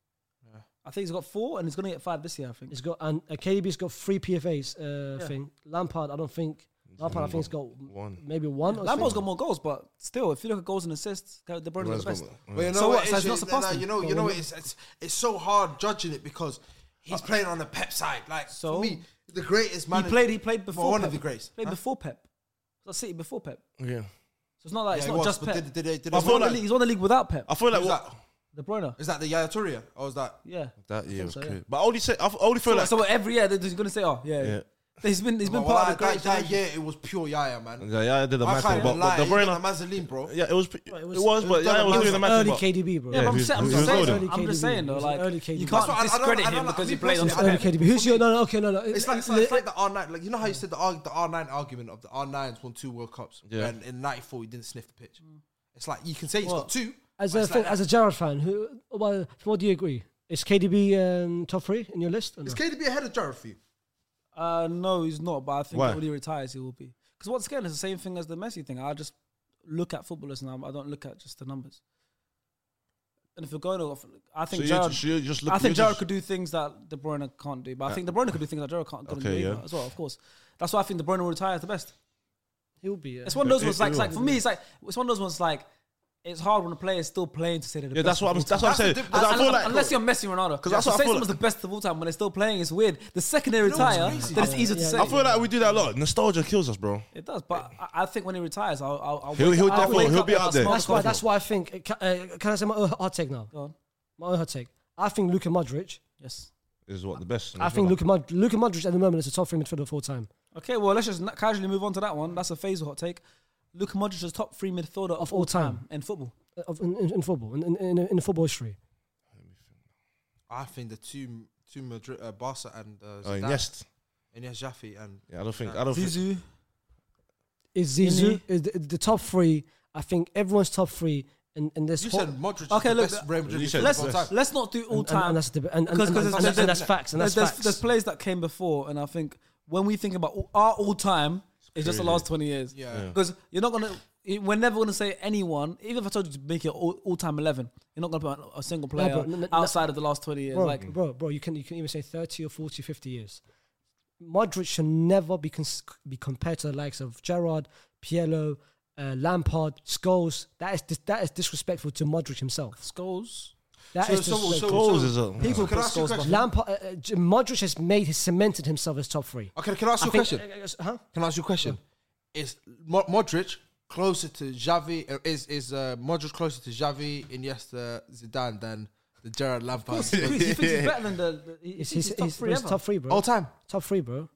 Speaker 1: I think he's got four, and he's going to get five this year. I think.
Speaker 3: He's got and uh, KDB's got three PFAs. Uh,
Speaker 1: Yeah.
Speaker 3: Thing Lampard, I don't think Lampard. I think he's got
Speaker 5: One.
Speaker 3: maybe one. or
Speaker 1: Lampard's got
Speaker 3: something.
Speaker 1: more goals, but still, if you look at goals and assists, De Bruyne's got the best.
Speaker 2: But you know
Speaker 1: So
Speaker 2: what?
Speaker 1: what, so
Speaker 2: it's-
Speaker 1: it's not
Speaker 2: it-
Speaker 1: surpassed
Speaker 2: nah,
Speaker 1: him?
Speaker 2: You know, you know, what, it's, it's it's so hard judging it because he's playing on the Pep side. Like
Speaker 1: So?
Speaker 2: for me, the greatest man.
Speaker 1: He played. He played
Speaker 2: well,
Speaker 1: before.
Speaker 2: one
Speaker 1: Pep.
Speaker 2: of the greatest.
Speaker 1: Played
Speaker 2: Huh?
Speaker 1: before Pep. So City before Pep. So
Speaker 5: Yeah.
Speaker 1: it's not like it's
Speaker 2: Yeah,
Speaker 1: not
Speaker 2: he was,
Speaker 1: just
Speaker 2: but
Speaker 1: Pep.
Speaker 2: did- did- did- did-
Speaker 5: I
Speaker 1: he's,
Speaker 5: feel
Speaker 1: won the
Speaker 5: like-
Speaker 1: league, he's won the league without Pep.
Speaker 5: I feel like
Speaker 2: Who's
Speaker 5: what,
Speaker 2: that?
Speaker 1: De Bruyne.
Speaker 2: Is that the Yaya Toure or is that?
Speaker 1: Yeah.
Speaker 5: that year was
Speaker 1: so, yeah.
Speaker 5: crazy. But I only say I f- only feel
Speaker 1: So,
Speaker 5: like
Speaker 1: so every year they're just going to say, "Oh, yeah."
Speaker 5: Yeah.
Speaker 1: He's been he's been
Speaker 2: Well,
Speaker 1: part
Speaker 2: that,
Speaker 1: of the great.
Speaker 2: that, that year it was pure Yaya, man.
Speaker 5: yeah, yeah, I did the
Speaker 2: I
Speaker 5: mad
Speaker 2: can't
Speaker 5: thing, but,
Speaker 2: even lie.
Speaker 5: but
Speaker 2: The
Speaker 5: the brain.
Speaker 2: Mazzoline, bro.
Speaker 5: Yeah, it was. It
Speaker 3: it
Speaker 5: was,
Speaker 3: was-
Speaker 5: but yeah, I was
Speaker 2: that
Speaker 5: doing the mad
Speaker 3: early
Speaker 5: thing, but-
Speaker 3: KDB, bro.
Speaker 1: Yeah, but I'm,
Speaker 5: who's-
Speaker 1: sa- I'm,
Speaker 5: who's
Speaker 1: just saying,
Speaker 5: older?
Speaker 1: I'm just saying though,
Speaker 3: He's
Speaker 1: like
Speaker 3: early
Speaker 1: you
Speaker 3: KDB.
Speaker 1: can't
Speaker 2: That's what I- I don't-
Speaker 1: discredit
Speaker 2: I don't
Speaker 1: him
Speaker 2: like-
Speaker 1: because
Speaker 2: me
Speaker 1: he played on
Speaker 3: It's
Speaker 2: personally, I
Speaker 1: Pep.
Speaker 3: early
Speaker 2: don't-
Speaker 3: KDB. Who's your no? no, Okay, no, no.
Speaker 2: It's like, it's like, it's like the R nine. Like you know how you said the R, the R nine argument of the R nines won two World Cups,
Speaker 5: Yeah.
Speaker 2: and in '94 he didn't sniff the pitch. It's like you can say he's
Speaker 3: Well,
Speaker 2: got two.
Speaker 3: As
Speaker 2: but
Speaker 3: a
Speaker 2: it's like
Speaker 3: thing, as a Gerrard fan, who well, what do you agree? Is KDB um, top three in your list? or no?
Speaker 2: is KDB ahead of Jared for you?
Speaker 1: Uh, no, he's not. But I think
Speaker 5: Why?
Speaker 1: when he retires, he will be. Because once again, it's the same thing as the Messi thing. I just look at footballers now. I don't look at just the numbers. And if we're going off, I think
Speaker 5: So you're
Speaker 1: Jared.
Speaker 5: just- you're just
Speaker 1: I
Speaker 5: looking-
Speaker 1: think
Speaker 5: you're
Speaker 1: Jared
Speaker 5: just- Uh,
Speaker 1: could do things that De Bruyne can't do. But I think De Bruyne could do things that Jared can't couldn't
Speaker 5: Okay,
Speaker 1: do
Speaker 5: yeah.
Speaker 1: either as well. Of course, that's why I think De Bruyne will retire as the best.
Speaker 3: He'll be. Uh,
Speaker 1: It's one of those
Speaker 5: It-
Speaker 1: ones.
Speaker 5: it
Speaker 1: Like,
Speaker 5: will.
Speaker 1: like for me, it's like it's one of those ones. Like it's hard when a player is still playing to say they're the
Speaker 5: Yeah,
Speaker 1: best.
Speaker 5: that's what
Speaker 1: of
Speaker 5: I'm.
Speaker 1: all
Speaker 5: That's what I'm
Speaker 1: time.
Speaker 5: saying. 'Cause I
Speaker 1: Unless-
Speaker 5: feel like
Speaker 1: unless you're Messi, Ronaldo, because
Speaker 5: that's
Speaker 1: to
Speaker 5: what I
Speaker 1: say
Speaker 5: feel
Speaker 1: someone's
Speaker 5: like-
Speaker 1: the best of all time when they're still playing is weird. The second they
Speaker 2: know what's
Speaker 1: retire,
Speaker 2: crazy?
Speaker 1: then it's
Speaker 2: Yeah,
Speaker 1: easier to
Speaker 3: yeah,
Speaker 1: say.
Speaker 3: yeah.
Speaker 5: I feel like we do that a lot. Nostalgia kills us, bro.
Speaker 1: It does, but I, I think when he retires, I'll. I'll, I'll
Speaker 5: He'll-
Speaker 1: wake
Speaker 5: he'll
Speaker 1: up- I'll
Speaker 5: definitely-
Speaker 1: wake
Speaker 5: he'll
Speaker 1: up
Speaker 5: be
Speaker 1: and
Speaker 5: out
Speaker 1: I'll
Speaker 5: there.
Speaker 1: smile
Speaker 3: That's why.
Speaker 1: because
Speaker 3: That's why I think. uh, ca- Uh, can I say my own hot take now?
Speaker 1: of- Go on.
Speaker 3: My own hot take. I think Luka Modric.
Speaker 1: Yes.
Speaker 5: Is what the best.
Speaker 3: I think Luka, Mod- Luka Modric at the moment is a top three midfielder of all time
Speaker 1: Okay, well, let's just na- casually move on to that one. That's a phase hot take. Luka Modric is top three midfielder of,
Speaker 3: Of
Speaker 1: all
Speaker 3: all
Speaker 1: time.
Speaker 3: time.
Speaker 1: in football.
Speaker 3: uh, of, in, in, in football in, in, in, in football history.
Speaker 2: I think the two two Madrid, uh, Barca and uh,
Speaker 5: Oh,
Speaker 2: Zidane,
Speaker 5: yes.
Speaker 2: Iniesta Jaffe and
Speaker 5: Yeah, I don't think. I don't think.
Speaker 1: Zizou.
Speaker 3: Is
Speaker 1: Isn't
Speaker 3: Zizou is the, the top three? I think everyone's top three in, in this
Speaker 2: you
Speaker 3: whole.
Speaker 2: said Modric.
Speaker 1: Okay,
Speaker 2: Okay,
Speaker 1: look,
Speaker 2: look, best Real Madrid
Speaker 5: you
Speaker 2: midfielder
Speaker 5: said
Speaker 2: of
Speaker 1: Let's
Speaker 2: all
Speaker 5: best.
Speaker 2: time.
Speaker 1: let's not do all
Speaker 3: And-
Speaker 1: time
Speaker 3: and that's the- and- and-
Speaker 1: Because- because
Speaker 3: and- and
Speaker 1: there's-
Speaker 3: that's- and that's
Speaker 1: there's-
Speaker 3: facts, and that's
Speaker 1: there's,
Speaker 3: facts.
Speaker 1: There's plays that came before, and I think when we think about all- our all time, it's, just the
Speaker 5: crazy.
Speaker 1: last twenty years.
Speaker 2: Yeah. Yeah.
Speaker 1: because you're not gonna. We're never gonna say anyone. Even if I told you to make your all- all-time eleven, you're not gonna put a single player
Speaker 3: but n- n-
Speaker 1: outside of the last twenty years.
Speaker 3: bro,
Speaker 1: like
Speaker 3: bro, bro, you can you can even say 30 or 40, 50 years. Modric should never be cons- be compared to the likes of Gerrard, Pielo, uh, Lampard, Scholes. That is dis- that is disrespectful to Modric himself.
Speaker 1: Scholes,
Speaker 3: That
Speaker 2: So-
Speaker 3: is
Speaker 2: so- so-
Speaker 3: disrespectful.
Speaker 5: Goals is a.
Speaker 2: People can I ask you a question?
Speaker 3: Lampard, uh, uh, J- Modric has made his cemented himself as top three.
Speaker 2: Okay, Oh, can I ask you a question?
Speaker 3: uh, huh?
Speaker 2: Can I ask you a question? Is Mo- Modric closer to Xavi? uh, Is is uh, Modric closer to Xavi, Iniesta, Zidane than the Gerard Lampard?
Speaker 1: he thinks he's better than the. the he thinks
Speaker 3: It's
Speaker 1: he's
Speaker 3: his,
Speaker 1: top
Speaker 3: his,
Speaker 1: three
Speaker 3: his
Speaker 1: ever.
Speaker 3: top three, bro.
Speaker 2: All time.
Speaker 3: Top three, bro.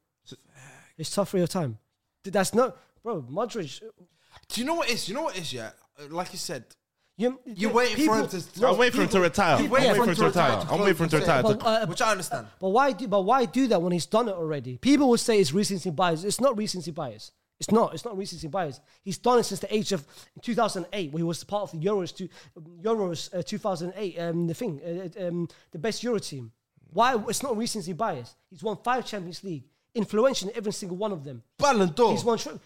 Speaker 3: It's top three all time. Th- That's not, bro. Modric. uh,
Speaker 2: Do you know what is? You know what is? Yeah, Uh, like you said,
Speaker 3: You,
Speaker 2: you're waiting for him to.
Speaker 5: I'm waiting for him to retire. I'm
Speaker 2: People-
Speaker 5: waiting
Speaker 2: people-
Speaker 5: for him to retire. I'm waiting for him to retire.
Speaker 3: But, uh,
Speaker 2: which I understand.
Speaker 3: But why do but why do that when he's done it already? People will say it's recency bias. It's not recency bias. It's not. It's not recency bias. He's done it since the age of 2008, when he was part of the Euros to Euros uh, 2008. Um, the thing, uh, uh, um, the best Euro team. Why? It's not recency bias. He's won five Champions League, influential in every single one of them.
Speaker 2: Ballon d'Or.
Speaker 3: He's won. Tri-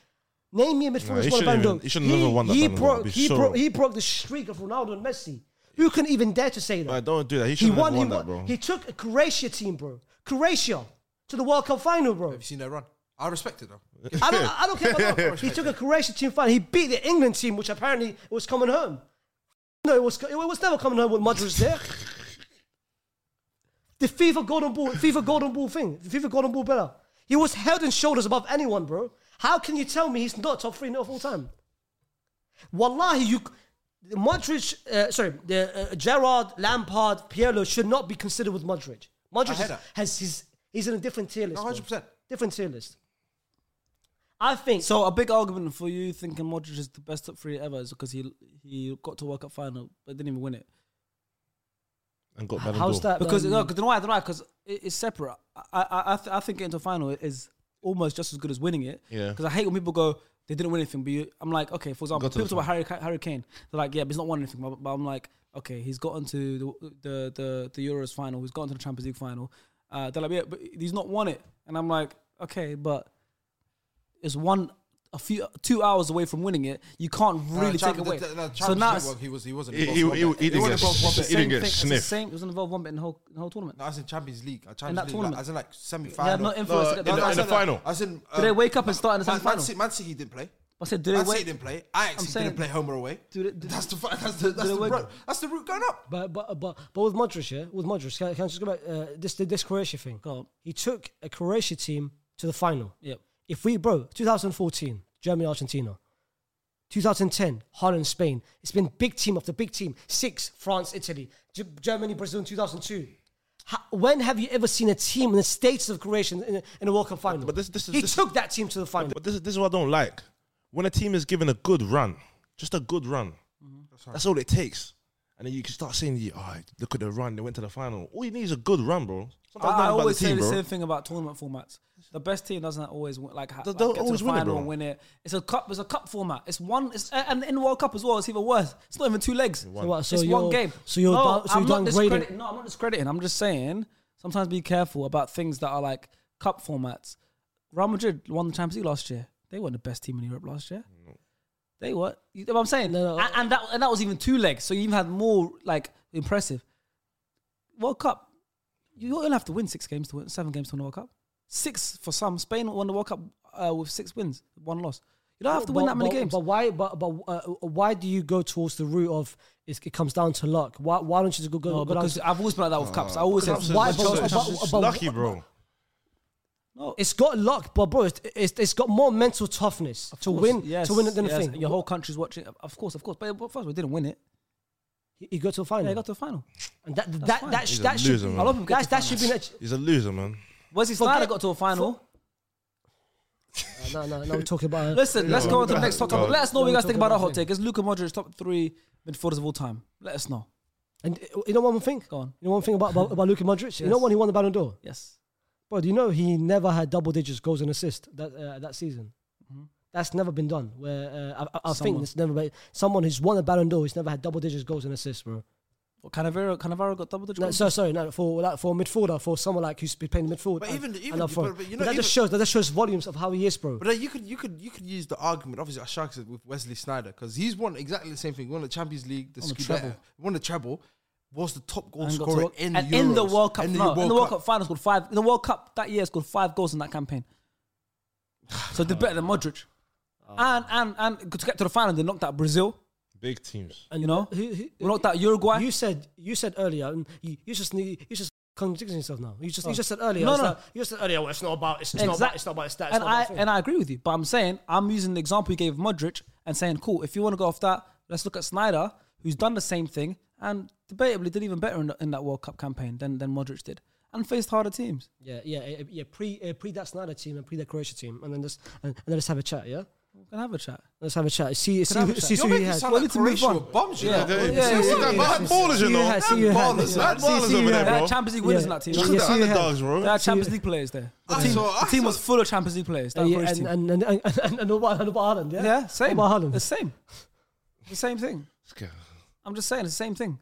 Speaker 3: Name me a midfielder
Speaker 5: Oh. No, he
Speaker 3: who's won a
Speaker 5: shouldn't
Speaker 3: Ballon d'Or.
Speaker 5: even- he shouldn't have won that
Speaker 3: He
Speaker 5: Ballon d'Or.
Speaker 3: broke.
Speaker 5: It'd be
Speaker 3: He
Speaker 5: so-
Speaker 3: broke. He broke the streak of Ronaldo and Messi. Who can even dare to say that?
Speaker 5: Right, don't do that. He
Speaker 3: He
Speaker 5: shouldn't have
Speaker 3: won.
Speaker 5: won
Speaker 3: he,
Speaker 5: that,
Speaker 3: won
Speaker 5: bro.
Speaker 3: he took a Croatia team, bro. Croatia to the World Cup final, bro.
Speaker 2: Have you seen their run? I respect it though.
Speaker 3: I don't, I don't care about that. He took a Croatia team final. He beat the England team, which apparently was coming home. No, it was it was never coming home with Modric there. The FIFA Golden Ball, FIFA Golden Ball thing, the FIFA Golden Ball better. He was head and shoulders above anyone, bro. How can you tell me he's not top three of all time? Wallahi, you. Modric, uh, sorry, the uh, Gerard, Lampard, Pirlo should not be considered with Modric.
Speaker 2: hear
Speaker 3: Modric has,
Speaker 2: that.
Speaker 3: has his, he's in a different tier list.
Speaker 2: One
Speaker 3: bro.
Speaker 2: hundred percent.
Speaker 3: Different tier list. I think
Speaker 1: So a big argument for you thinking Modric is the best top three ever is because he he got to World Cup final but didn't even win it.
Speaker 5: and got Ballon
Speaker 3: How's
Speaker 5: d'Or.
Speaker 3: that?
Speaker 1: Because
Speaker 3: um,
Speaker 1: no, 'cause you know why? I don't know because it, it's separate. I I I, th- I think getting to a final is almost just as good as winning it.
Speaker 5: Yeah.
Speaker 1: Because I hate when people go they didn't win anything, but you, I'm like, okay, for example,
Speaker 5: Got to the
Speaker 1: people talk about Harry Ca- Harry Kane. They're like, yeah, but he's not won anything. But, but I'm like, okay, he's gotten to the the the, the Euros final. He's gotten to the Champions League final. Uh, they're like, yeah, but he's not won it. And I'm like, okay, but it's one. A few two hours away from winning it, you can't really take away. so now it's-
Speaker 2: he was he wasn't.
Speaker 5: He- he-
Speaker 2: involved one
Speaker 5: he-
Speaker 2: bit.
Speaker 5: he didn't
Speaker 2: wasn't
Speaker 5: get
Speaker 2: involved one
Speaker 5: shit.
Speaker 2: bit.
Speaker 5: He
Speaker 1: same
Speaker 5: didn't get
Speaker 1: thing. It's the
Speaker 5: sniffed.
Speaker 1: same. It was involved one bit in the whole, the whole tournament.
Speaker 2: No, I said Champions League. uh, Champions
Speaker 1: that
Speaker 2: League,
Speaker 1: tournament.
Speaker 2: Like, as in like semi
Speaker 1: He
Speaker 2: final.
Speaker 1: had no influence
Speaker 5: No,
Speaker 1: to get
Speaker 5: in
Speaker 1: there.
Speaker 5: the- in the final.
Speaker 2: As in, um,
Speaker 1: Did they wake up and start in the
Speaker 2: Man,
Speaker 1: semi-final?
Speaker 2: Man, City, Man City didn't play.
Speaker 1: I said, did they
Speaker 2: Man City
Speaker 1: wait?
Speaker 2: didn't play. I actually
Speaker 1: saying-
Speaker 2: didn't play home or away.
Speaker 1: Do they- do-
Speaker 2: that's the fi- that's the that's
Speaker 1: they
Speaker 2: the,
Speaker 1: wake
Speaker 2: route-
Speaker 1: up?
Speaker 2: that's the route going up.
Speaker 3: But but but but with Modric, yeah, with Modric, can, can I just go back uh, this this Croatia thing?
Speaker 1: Go on.
Speaker 3: He took a Croatia team to the final.
Speaker 1: Yep.
Speaker 3: If we bro, 2014, Germany, Argentina, 2010, Holland, Spain. It's been big team after big team. Six, France, Italy, G- Germany, Brazil in 2002. How, when have you ever seen a team in the status of Croatia in, in a World Cup final?
Speaker 5: But this- this is-
Speaker 3: he
Speaker 5: this-
Speaker 3: took that team to the final.
Speaker 5: But this is this is what I don't like. When a team is given a good run, just a good run, Mm-hmm. that's all it takes. And then you can start saying, yeah, "Oh, look at the run! They went to the final." All you need is a good run, bro.
Speaker 1: I,
Speaker 5: Sometimes
Speaker 1: I
Speaker 5: nothing about
Speaker 1: always
Speaker 5: the team,
Speaker 1: say the
Speaker 5: bro.
Speaker 1: same thing about tournament formats. The best team doesn't always win, like, ha-
Speaker 5: They
Speaker 1: like
Speaker 5: don't
Speaker 1: get
Speaker 5: always
Speaker 1: to the
Speaker 5: win it,
Speaker 1: final
Speaker 5: bro.
Speaker 1: and win it. It's a cup. It's a cup format. It's one. It's a- and in World Cup as well. It's even worse. It's not even two legs.
Speaker 3: So what, so
Speaker 1: it's
Speaker 3: you're-
Speaker 1: one game.
Speaker 3: So you're
Speaker 1: no,
Speaker 3: down- so
Speaker 1: I'm
Speaker 3: you're
Speaker 1: not
Speaker 3: downgrading.
Speaker 1: discrediting. No, I'm not discrediting. I'm just saying sometimes be careful about things that are like cup formats. Real Madrid won the Champions League last year. They weren't the best team in Europe last year. They were. You know what I'm saying?
Speaker 3: No, no.
Speaker 1: And, and that and that was even two legs. So you even had more like impressive. World Cup, you- you'll have to win six games to win seven games to win the World Cup. Six for some. Spain won the World Cup uh, with six wins, one loss. You don't have to win
Speaker 3: But-
Speaker 1: that many
Speaker 3: but-
Speaker 1: games.
Speaker 3: But why? But but uh, why do you go towards the route of it's, it comes down to luck? Why why don't you just go go,
Speaker 1: No,
Speaker 3: go down
Speaker 1: because
Speaker 3: to
Speaker 1: I've always been like that with cups. I always say
Speaker 5: Cups is-
Speaker 3: why-
Speaker 1: why.
Speaker 5: it's
Speaker 3: but-
Speaker 5: Uh, just-
Speaker 3: but-
Speaker 5: it's just
Speaker 3: but-
Speaker 5: lucky, bro.
Speaker 1: No,
Speaker 3: it's got luck, but bro, it's, it's, it's got more mental toughness to
Speaker 1: course,
Speaker 3: win
Speaker 1: yes,
Speaker 3: to win than
Speaker 1: yes.
Speaker 3: the thing.
Speaker 1: Your whole country's watching. Of course, of course. But first, we didn't win it.
Speaker 3: he, he got to a final,
Speaker 1: Yeah, they got to the final.
Speaker 3: and that that
Speaker 1: fine.
Speaker 3: that, that,
Speaker 5: He's
Speaker 3: sh-
Speaker 5: a
Speaker 3: that should
Speaker 5: loser,
Speaker 3: be,
Speaker 5: man. I love
Speaker 1: him
Speaker 3: that,
Speaker 1: getting
Speaker 3: that
Speaker 1: to
Speaker 3: should be an
Speaker 5: He's a loser, man.
Speaker 1: Wesley
Speaker 3: Forget-
Speaker 1: Snyder got to a final.
Speaker 3: ach- no no no. We're talking about uh,
Speaker 1: Listen, let's go on to the next hot topic.
Speaker 5: God.
Speaker 1: Let us know what you
Speaker 3: No,
Speaker 1: guys think
Speaker 3: we're
Speaker 1: about our
Speaker 3: talking
Speaker 1: hot take. Is Luka Modric top three midfielders of all time? Let us know.
Speaker 3: and uh, you know one more thing.
Speaker 1: Go on.
Speaker 3: You know one thing about about, about Luka Modric. You know
Speaker 1: Yes.
Speaker 3: when he won the Ballon d'Or,
Speaker 1: Yes.
Speaker 3: bro. Do you know he never had double digits goals and assists that uh, that season? That's never been done. Where uh, I- I,
Speaker 1: Mm-hmm.
Speaker 3: I think
Speaker 1: Someone.
Speaker 3: it's never been someone who's won a Ballon d'Or who's never had double digits goals and assists, bro.
Speaker 1: Well, Cannavaro, Cannavaro got double digit.
Speaker 3: No,
Speaker 1: goals.
Speaker 3: so sorry, no, for like for a midfielder, for someone like who's been playing midfield.
Speaker 2: But
Speaker 3: and-
Speaker 2: even-
Speaker 3: and
Speaker 2: even-
Speaker 3: up front.
Speaker 2: but- but you
Speaker 3: But
Speaker 2: know,
Speaker 3: that
Speaker 2: even-
Speaker 3: just shows that just shows volumes of how he is, bro.
Speaker 2: But then you could you could you could use the argument obviously I sharks it with Wesley Snyder because he's won exactly the same thing. He won the Champions League, the
Speaker 1: Won the
Speaker 2: Scudetto,
Speaker 1: treble.
Speaker 2: won the treble, was the top goal
Speaker 1: And got to
Speaker 2: scorer
Speaker 1: World-
Speaker 2: in the
Speaker 1: and in the
Speaker 2: Euros,
Speaker 1: World Cup.
Speaker 2: in
Speaker 1: no, in the World Cup final, scored five. In the World Cup that year, scored five goals in that campaign. So they're better than Modric.
Speaker 3: Ah.
Speaker 1: And and and to get to the final, they knocked out Brazil.
Speaker 5: Big teams.
Speaker 1: You know,
Speaker 3: who- who-
Speaker 1: we knocked out Uruguay.
Speaker 3: you said you said earlier, and you, you just need you just contradicting yourself now. You just
Speaker 1: Oh.
Speaker 3: you just said earlier,
Speaker 1: No,
Speaker 3: it's
Speaker 1: no.
Speaker 3: not- you just said earlier. Well, it's not about it's, it's not about
Speaker 1: Exact-
Speaker 3: it's not about stats.
Speaker 1: And I and I agree with you, but I'm saying I'm using the example you gave of Modric and saying, cool, if you want to go off that, let's look at Snyder, who's done the same thing and debatably did even better in, in that World Cup campaign than than Modric did and faced harder teams.
Speaker 3: yeah, yeah, yeah, yeah. Pre uh, pre that Snyder team and pre that Croatia team, and then just and, and then just have a chat. Yeah,
Speaker 1: We can have a chat.
Speaker 3: let's have a chat. See see
Speaker 1: have
Speaker 3: who,
Speaker 1: a chat.
Speaker 3: see
Speaker 2: You're
Speaker 3: who he
Speaker 2: making it
Speaker 3: has.
Speaker 2: sound
Speaker 1: Well,
Speaker 2: like
Speaker 1: let's move
Speaker 2: Croatia
Speaker 1: on.
Speaker 2: were bums, you
Speaker 1: Yeah.
Speaker 2: know.
Speaker 1: Yeah,
Speaker 5: Hey,
Speaker 1: yeah,
Speaker 5: see-
Speaker 1: yeah,
Speaker 5: see
Speaker 1: yeah,
Speaker 5: that
Speaker 1: yeah.
Speaker 5: mad ballers, you
Speaker 3: See you
Speaker 5: know.
Speaker 3: had- see you had-
Speaker 5: Mad ballers, mad
Speaker 3: See-
Speaker 5: ballers
Speaker 3: see
Speaker 5: over
Speaker 3: you
Speaker 5: there,
Speaker 3: had-
Speaker 1: They
Speaker 5: bro.
Speaker 1: had Champions League winners in that team.
Speaker 3: Yeah,
Speaker 5: Look
Speaker 3: yeah,
Speaker 5: at
Speaker 3: see
Speaker 5: the
Speaker 3: you had-
Speaker 5: underdogs, bro.
Speaker 1: They had Champions
Speaker 3: you-
Speaker 1: League players there. The
Speaker 2: I
Speaker 1: team,
Speaker 2: saw-
Speaker 1: the
Speaker 2: I
Speaker 1: team
Speaker 2: saw-
Speaker 1: was full of Champions League players. That
Speaker 3: Yeah,
Speaker 1: Croatia
Speaker 3: and,
Speaker 1: team.
Speaker 3: and, and, and, and, and about, and about Ireland, yeah?
Speaker 1: yeah, same.
Speaker 3: About Ireland.
Speaker 1: The same. The same thing. I'm just saying, it's the same thing.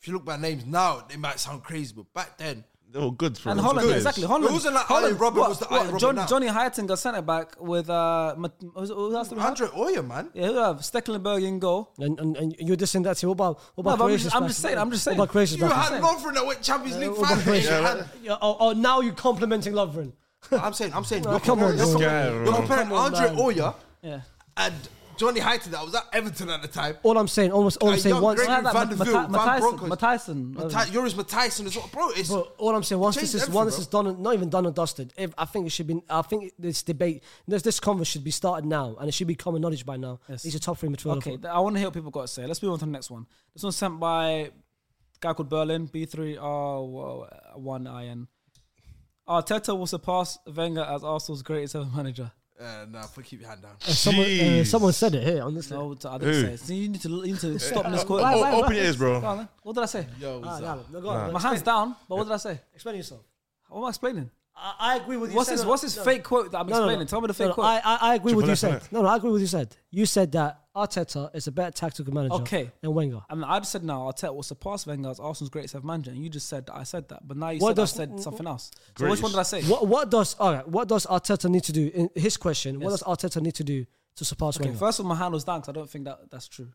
Speaker 2: If you look by names now, they might sound crazy, but back then
Speaker 5: They were good for
Speaker 1: And
Speaker 5: them.
Speaker 1: Holland,
Speaker 5: Good.
Speaker 1: exactly. Holland.
Speaker 2: It wasn't like
Speaker 1: Holland,
Speaker 2: Iron Robin was the Iron Robin
Speaker 1: John,
Speaker 2: now.
Speaker 1: Johnny Hyten got centre back with uh, Mat- who who else did we have?
Speaker 2: Andre Oya, man.
Speaker 1: Yeah, who have Stecklenberg in goal?
Speaker 3: And, and, and you're just saying that too. What about, what
Speaker 1: No,
Speaker 3: about
Speaker 1: but I'm
Speaker 3: Croatia's
Speaker 1: just- I'm
Speaker 3: back-
Speaker 1: just saying, I'm just saying.
Speaker 3: What about Croatia's
Speaker 2: You
Speaker 3: back-
Speaker 2: had Lovren that went Champions League
Speaker 3: what about
Speaker 2: final.
Speaker 3: Croatia?
Speaker 2: You had-
Speaker 3: Yeah, oh, oh, now you're complimenting Lovren.
Speaker 2: I'm saying, I'm saying,
Speaker 3: Oh,
Speaker 2: you're
Speaker 3: come on,
Speaker 2: comparing- you're
Speaker 3: bro.
Speaker 2: comparing- you're
Speaker 5: Yeah,
Speaker 2: comparing
Speaker 3: bro. Come on,
Speaker 2: Andre
Speaker 3: man.
Speaker 2: Oya
Speaker 1: Yeah.
Speaker 2: and Johnny Hyton that was at Everton at the time.
Speaker 3: All I'm saying, almost, all I'm
Speaker 2: Uh,
Speaker 3: saying
Speaker 2: young
Speaker 3: once.
Speaker 2: Gregory
Speaker 1: Like that,
Speaker 2: Van de
Speaker 1: Mata-
Speaker 2: Ville, Van
Speaker 1: Matthijsen,
Speaker 2: Bronckhorst.
Speaker 1: Matthijsen.
Speaker 2: Mati- Yoris Matthijsen as well, bro. It's
Speaker 3: Bro, all I'm saying, once
Speaker 2: Changed
Speaker 3: this is
Speaker 2: everything,
Speaker 3: once this
Speaker 2: bro.
Speaker 3: is done, and not even done and dusted. If, I think it should be. I think this debate, this this convo should be started now, and it should be common knowledge by now.
Speaker 1: Yes.
Speaker 3: These are top three midfielder.
Speaker 1: Okay, th- I want to hear what people got to say. Let's move on to the next one. This one's sent by a guy called Berlin, B3R1IN. Arteta will surpass Wenger as Arsenal's greatest ever manager.
Speaker 2: Uh, nah, put keep your hand down.
Speaker 3: Someone, uh,
Speaker 5: Jeez.
Speaker 3: someone said it here on this.
Speaker 1: No,
Speaker 3: No,
Speaker 1: I didn't
Speaker 5: Who?
Speaker 1: say. it. See, you need to you need to stop this
Speaker 5: O-
Speaker 1: quote.
Speaker 3: Why- why-
Speaker 5: open your ears,
Speaker 1: Go on,
Speaker 5: bro.
Speaker 1: then. What did I say?
Speaker 3: Ah,
Speaker 2: Yo, what's up?
Speaker 3: no, go on.
Speaker 1: uh, My hands down, but what did I say?
Speaker 3: Explain yourself.
Speaker 1: What am I explaining?
Speaker 3: I, I agree with you.
Speaker 1: What's
Speaker 3: said
Speaker 1: this?
Speaker 3: on-
Speaker 1: What's this
Speaker 3: no.
Speaker 1: fake quote that I'm
Speaker 3: No, no,
Speaker 1: explaining?
Speaker 3: no.
Speaker 1: Tell me the
Speaker 3: No,
Speaker 1: fake
Speaker 3: no,
Speaker 1: quote.
Speaker 3: I, I, I agree with
Speaker 5: Triple
Speaker 3: you
Speaker 5: F,
Speaker 3: said.
Speaker 5: innit?
Speaker 3: No, no, I agree with you said. You said that Arteta is a better tactical manager
Speaker 1: Okay.
Speaker 3: than Wenger.
Speaker 1: And I just said now Arteta will surpass Wenger as Arsenal's greatest ever manager, and you just said that I said that, but now you
Speaker 3: What
Speaker 1: said I
Speaker 3: does-
Speaker 1: said something else. So which
Speaker 5: Greatest.
Speaker 1: one did I say?
Speaker 3: What what does all right? What does Arteta need to do? In his question: What
Speaker 1: Yes.
Speaker 3: does Arteta need to do to surpass
Speaker 1: Okay,
Speaker 3: Wenger?
Speaker 1: first of all, my hand was down because I don't think that that's true.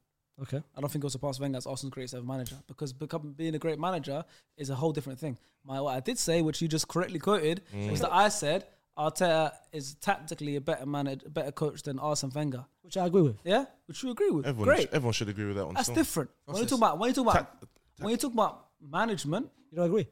Speaker 3: okay,
Speaker 1: I don't think he'll surpass Wenger as Arsenal's greatest ever manager because become, being a great manager is a whole different thing. My what I did say, which you just correctly quoted,
Speaker 3: Mm.
Speaker 1: was that I said Arteta is tactically a better manager, better coach than Arsene Wenger.
Speaker 3: which I agree with.
Speaker 1: Yeah, which you agree with.
Speaker 5: Everyone,
Speaker 1: Great,
Speaker 5: everyone should agree with that one.
Speaker 1: that's
Speaker 5: still.
Speaker 1: different. When you talk about when you talk about
Speaker 5: Tac-
Speaker 1: when you talk about management,
Speaker 3: You don't agree?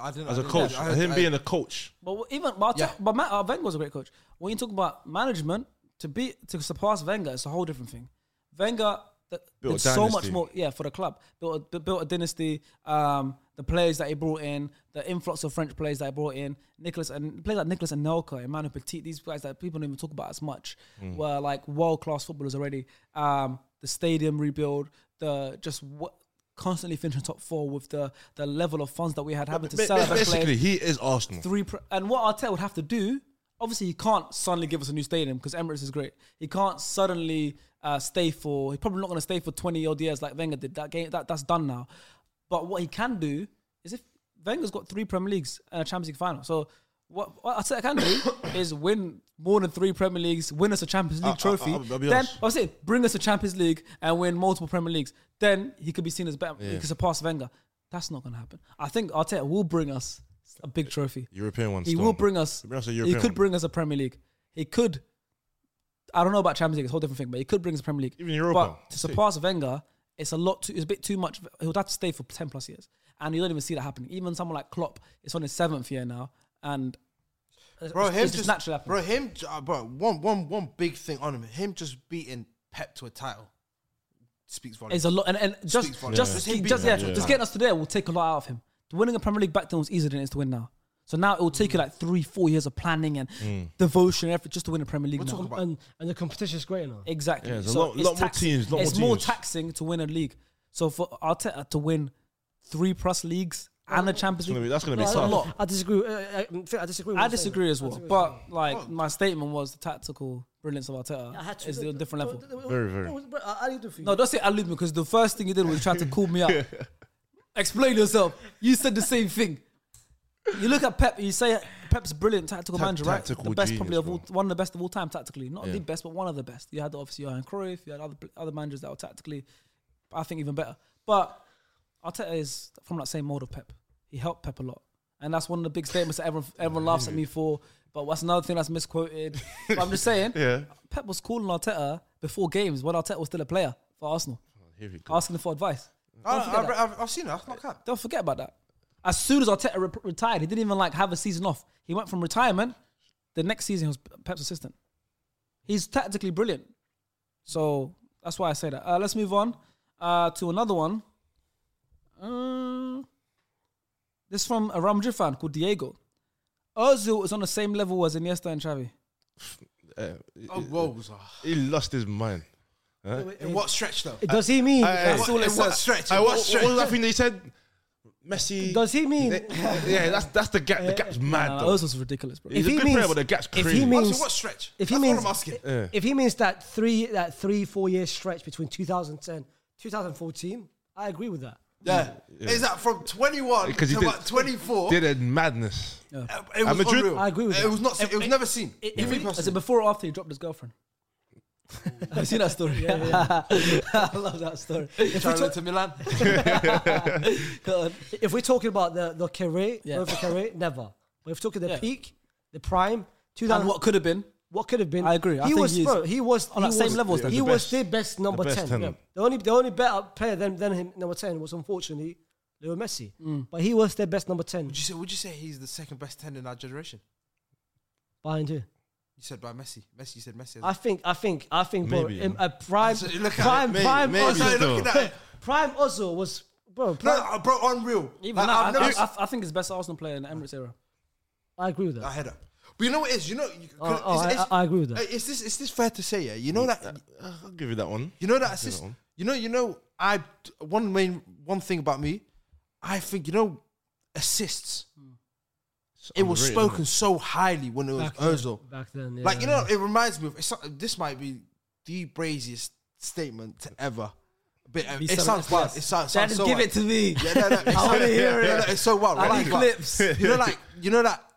Speaker 2: I didn't,
Speaker 5: As
Speaker 2: I
Speaker 5: a
Speaker 2: didn't-
Speaker 5: coach,
Speaker 2: I-
Speaker 5: him
Speaker 2: I-
Speaker 5: being a coach,
Speaker 1: but w- even but, Arteta,
Speaker 2: Yeah.
Speaker 1: but Ma- uh, Wenger's a great coach. When you talk about management, to be to surpass Wenger, it's a whole different thing. Wenger th-
Speaker 5: Built a
Speaker 1: did so much
Speaker 5: dynasty.
Speaker 1: more. Yeah, for the club, built a, built a dynasty. Um, the players that he brought in, the influx of French players that he brought in, Nicholas and players like Nicholas Anelka, Emmanuel Petit, these guys that people don't even talk about as much
Speaker 5: Mm.
Speaker 1: were like world class footballers already. Um, the stadium rebuild, the just what constantly finishing top four with the the level of funds that we had having to
Speaker 5: Ba-
Speaker 1: sell. the players
Speaker 5: basically, he is Arsenal.
Speaker 1: three. Pr- and what Arteta would have to do, obviously, he can't suddenly give us a new stadium because Emirates is great. He can't suddenly uh, stay for. He's probably not going to stay for twenty odd years like Wenger did. That game, that, that's done now. But what he can do is if Wenger's got three Premier Leagues and a Champions League final, so. What, what Arteta can do is win more than three Premier Leagues, win us a Champions League
Speaker 5: I- I-
Speaker 1: trophy.
Speaker 5: Uh, I'll- I'll be
Speaker 1: then,
Speaker 5: honest.
Speaker 1: I say, bring us a Champions League and win multiple Premier Leagues. Then he could be seen as better. He
Speaker 5: Yeah.
Speaker 1: could surpass Wenger. That's not going to happen. I think Arteta will bring us a big trophy.
Speaker 5: European one.
Speaker 1: He
Speaker 5: still.
Speaker 1: will bring us.
Speaker 5: He'll bring us a
Speaker 1: He
Speaker 5: European
Speaker 1: could
Speaker 5: one.
Speaker 1: bring us a Premier League. He could. I don't know about Champions League. It's a whole different thing, but he could bring us a Premier League.
Speaker 5: Even Europa.
Speaker 1: But to
Speaker 5: Sick.
Speaker 1: surpass Wenger, it's a lot. Too, it's a bit too much. He'll have to stay for ten plus years, and you don't even see that happening. Even someone like Klopp, it's on his seventh year now, and
Speaker 2: bro,
Speaker 1: it's,
Speaker 2: him
Speaker 1: it's
Speaker 2: just
Speaker 1: naturally happening.
Speaker 2: Bro, him, j- uh, bro, one, one, one big thing on him, him just beating Pep to a title speaks volumes.
Speaker 1: It's a lot, and, and just
Speaker 2: Speaks volumes.
Speaker 1: just
Speaker 2: Yeah.
Speaker 1: he- just yeah,
Speaker 5: Yeah.
Speaker 1: just getting us to there will take a lot out of him. Winning a Premier League back then was easier than it is to win now. So now it will take you like three, four years of planning and
Speaker 5: Hmm.
Speaker 1: devotion and effort just to win a Premier League.
Speaker 2: We're
Speaker 1: now.
Speaker 2: talking about
Speaker 3: And and the competition is great enough.
Speaker 1: Exactly.
Speaker 5: Yeah, there's a
Speaker 1: so
Speaker 5: lot-
Speaker 1: it's
Speaker 5: lot more
Speaker 1: taxing.
Speaker 5: teams, lot
Speaker 1: it's
Speaker 5: more
Speaker 1: more
Speaker 5: teams.
Speaker 1: taxing to win a league. So for Arteta to win three plus leagues and a Champions
Speaker 5: That's gonna be-
Speaker 1: League,
Speaker 5: that's gonna be
Speaker 1: it's a
Speaker 5: tough.
Speaker 1: lot.
Speaker 3: I disagree. Uh, I, I disagree. With
Speaker 1: I
Speaker 3: what you're
Speaker 1: disagree
Speaker 3: saying.
Speaker 1: as well, but like my statement was the tactical brilliance of Arteta
Speaker 3: I had to-
Speaker 1: is a different level.
Speaker 5: Very, very.
Speaker 3: No, but I, I need to.
Speaker 1: No, don't say allude me because the first thing you did was try to call me up. Explain yourself. You said the same thing. You look at Pep. You say Pep's brilliant tactical
Speaker 5: Ta-
Speaker 1: manager, right?
Speaker 5: tactical
Speaker 1: The best,
Speaker 5: genius,
Speaker 1: probably of all,
Speaker 5: bro.
Speaker 1: one of the best of all time tactically. Not
Speaker 5: Yeah.
Speaker 1: the best, but one of the best. You had obviously Johan Cruyff. You had other other managers that were tactically, I think, even better. But Arteta is from that same mold of Pep. He helped Pep a lot, and that's one of the big statements that everyone everyone laughs at me for. But what's another thing that's misquoted? but I'm just saying,
Speaker 5: Yeah.
Speaker 1: Pep was calling Arteta before games when Arteta was still a player for Arsenal
Speaker 5: Oh, Here we go.
Speaker 1: asking for advice.
Speaker 2: I,
Speaker 1: Don't forget,
Speaker 2: I,
Speaker 1: that.
Speaker 2: have I've seen it. That's
Speaker 5: Uh,
Speaker 2: not cap.
Speaker 1: Don't forget about that. As soon as Arteta re- retired, he didn't even like have a season off. He went from retirement. The next season, he was Pep's assistant. He's tactically brilliant, so that's why I say that. Uh, let's move on uh, to another one. Um, this from a Real Madrid fan called Diego. Ozil is on the same level as Iniesta and Xavi.
Speaker 5: Uh,
Speaker 2: Oh, whoa. so-
Speaker 5: he lost his mind.
Speaker 2: In what stretch, though?
Speaker 3: Does he mean?
Speaker 2: That's all it
Speaker 5: In what
Speaker 2: says.
Speaker 5: stretch?
Speaker 2: In
Speaker 5: Uh,
Speaker 2: what
Speaker 5: what,
Speaker 2: stretch?
Speaker 5: what was that thing they said? Messi.
Speaker 3: Does he mean-
Speaker 5: yeah, that's that's the gap. The gap's mad.
Speaker 1: Uh,
Speaker 5: though.
Speaker 1: Ozil's ridiculous, bro.
Speaker 3: If
Speaker 5: He's a
Speaker 3: he
Speaker 5: good
Speaker 3: means-
Speaker 5: player, but the gap's
Speaker 3: if he
Speaker 5: crazy.
Speaker 3: means-
Speaker 2: What's in what stretch?
Speaker 3: if
Speaker 2: If
Speaker 3: he
Speaker 2: he That's what
Speaker 3: means-
Speaker 2: I'm asking.
Speaker 3: If he means that three that three four year stretch between 2010 2014, I agree with that.
Speaker 2: Yeah. Is that from 21
Speaker 5: because
Speaker 2: to
Speaker 5: he
Speaker 2: about
Speaker 5: did
Speaker 2: 24?
Speaker 5: Did a madness.
Speaker 2: Uh, It
Speaker 5: At
Speaker 2: was
Speaker 5: Madrid-
Speaker 2: unreal.
Speaker 3: I agree with
Speaker 2: It
Speaker 3: you.
Speaker 2: was not. It was never seen.
Speaker 1: If
Speaker 2: Me
Speaker 1: he- is it
Speaker 2: personally.
Speaker 1: before or after he dropped his girlfriend? Have you seen that story? I love that story. If we
Speaker 2: Traveling
Speaker 1: talk,
Speaker 2: to Milan.
Speaker 1: God.
Speaker 3: If we're talking about the the career,
Speaker 1: Yeah.
Speaker 3: yeah. the career, never. But if we're talking the
Speaker 1: Yeah.
Speaker 3: peak, the prime, 2000,
Speaker 1: and what could have been?
Speaker 3: what could have been.
Speaker 1: I agree. I
Speaker 3: he
Speaker 1: think
Speaker 3: was
Speaker 1: he is
Speaker 3: bro, he was
Speaker 1: on
Speaker 3: he
Speaker 1: that same
Speaker 3: was-
Speaker 1: level as them.
Speaker 3: He
Speaker 5: The
Speaker 3: was
Speaker 5: best-
Speaker 3: the best number
Speaker 5: the best
Speaker 3: ten.
Speaker 5: ten.
Speaker 3: yeah. The only the only better player than than him number ten was unfortunately Leo Messi.
Speaker 1: Mm.
Speaker 3: But he was their best number ten
Speaker 2: Would you say? Would you say he's the second best ten in our generation?
Speaker 3: behind who?
Speaker 2: You said by Messi. Messi. You said Messi.
Speaker 3: I think I think I think bro,
Speaker 5: Maybe.
Speaker 3: in a prime
Speaker 2: So look at
Speaker 3: prime
Speaker 2: it, maybe,
Speaker 3: prime
Speaker 5: maybe
Speaker 3: Ozil-
Speaker 5: still.
Speaker 2: Look at that.
Speaker 3: prime Ozil was bro.
Speaker 2: No,
Speaker 3: prime-
Speaker 2: no, bro, unreal.
Speaker 1: Even
Speaker 2: Like,
Speaker 1: now,
Speaker 2: I've
Speaker 1: I,
Speaker 2: never-
Speaker 1: I, I think he's best Arsenal player in the Emirates era.
Speaker 3: I agree with that.
Speaker 2: I head up. But you know what it is? You know, you,
Speaker 3: Oh, oh, I- I- I agree with that.
Speaker 2: uh, Is this is this fair to say? Yeah, you know that
Speaker 5: Uh, I'll give you that one.
Speaker 2: you know that assist. You know, you know. I one main one thing about me, I think you know, assists.
Speaker 5: It's
Speaker 2: It was
Speaker 5: underrated,
Speaker 2: spoken
Speaker 5: innit?
Speaker 2: so highly when it was
Speaker 3: Back then-
Speaker 2: Özil.
Speaker 3: Back then, yeah.
Speaker 2: Like you know, it reminds me of it's, not- this might be the braziest statement to ever. But uh, it
Speaker 1: said
Speaker 2: sounds wild.
Speaker 1: assists.
Speaker 2: It sounds,
Speaker 1: Dad,
Speaker 2: sounds
Speaker 1: just
Speaker 2: so
Speaker 1: give
Speaker 2: wild.
Speaker 1: it to me.
Speaker 2: Yeah, no, no, it's,
Speaker 1: I want to hear
Speaker 2: yeah,
Speaker 1: it.
Speaker 2: no, it's so wild.
Speaker 1: I
Speaker 2: right?
Speaker 1: need
Speaker 2: But
Speaker 1: clips.
Speaker 2: You know, like you know that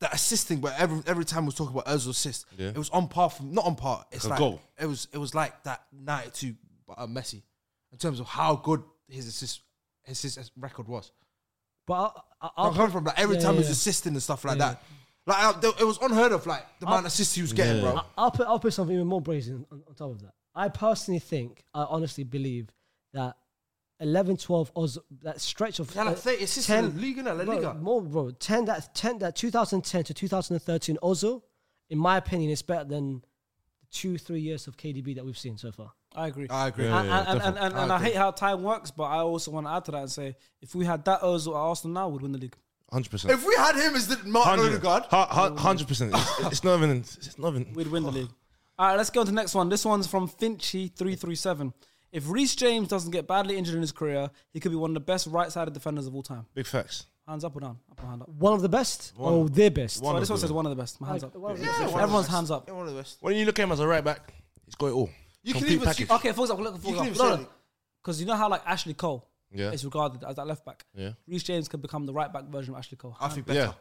Speaker 2: that assisting, but every every time we was talking about Özil assist,
Speaker 5: Yeah.
Speaker 2: it was on par from not on par. It's
Speaker 5: A
Speaker 2: like
Speaker 5: goal.
Speaker 2: it was it was like that night to uh, Messi in terms of how good his assist his assist record was.
Speaker 3: but I, I,
Speaker 2: I'm
Speaker 3: I'll,
Speaker 2: coming from like every
Speaker 3: Yeah,
Speaker 2: time he was
Speaker 3: yeah.
Speaker 2: assisting and stuff like that. Like I, th- it was unheard of. Like the amount of assists he was getting,
Speaker 5: Yeah.
Speaker 2: bro.
Speaker 3: I'll put I'll put something even more brazen on, on top of that. I personally think, I honestly believe that 11, 12, Oz, that stretch of
Speaker 2: Yeah, like
Speaker 3: uh,
Speaker 2: 30 assists in the league, innit? La
Speaker 3: bro,
Speaker 2: Liga.
Speaker 3: more bro, ten that ten that 2010 to 2013 Ozil, in my opinion, is better than the two three years of KDB that we've seen so far.
Speaker 1: I agree.
Speaker 2: I agree.
Speaker 5: Yeah,
Speaker 1: and,
Speaker 5: yeah,
Speaker 1: and, and,
Speaker 5: definitely.
Speaker 1: and, and I hate how time works, but I also want to add to that and say if we had that Ozil at Arsenal now, we'd win the league.
Speaker 5: Hundred percent.
Speaker 2: If we had him as the Martin Odegaard,
Speaker 5: Hundred percent. It's it's not even. It's not even.
Speaker 1: We'd win the league. All right, let's go on to the next one. This one's from Finchy337. If Reece James doesn't get badly injured in his career, he could be one of the best right-sided defenders of all time.
Speaker 5: Big facts.
Speaker 1: Hands up or down? Up or hand up?
Speaker 3: One of the best, oh, their best.
Speaker 5: One
Speaker 1: Oh,
Speaker 5: of
Speaker 1: this one
Speaker 5: them.
Speaker 1: says one of the best. My hands up.
Speaker 3: Like, one of the
Speaker 2: Yeah,
Speaker 3: best.
Speaker 2: one of
Speaker 1: Everyone's
Speaker 2: the best.
Speaker 1: hands up.
Speaker 2: Yeah, one of the best.
Speaker 5: When you look at him as a right back, he's got it all.
Speaker 2: You can
Speaker 5: Complete
Speaker 2: even-
Speaker 5: package.
Speaker 1: Okay, for example, look, for
Speaker 2: You can even
Speaker 1: example,
Speaker 2: say
Speaker 1: no, because you know how like Ashley Cole
Speaker 5: Yeah.
Speaker 1: is regarded as that left back.
Speaker 5: Yeah.
Speaker 1: Reece James could become the right back version of Ashley Cole.
Speaker 2: I think better.
Speaker 5: Yeah.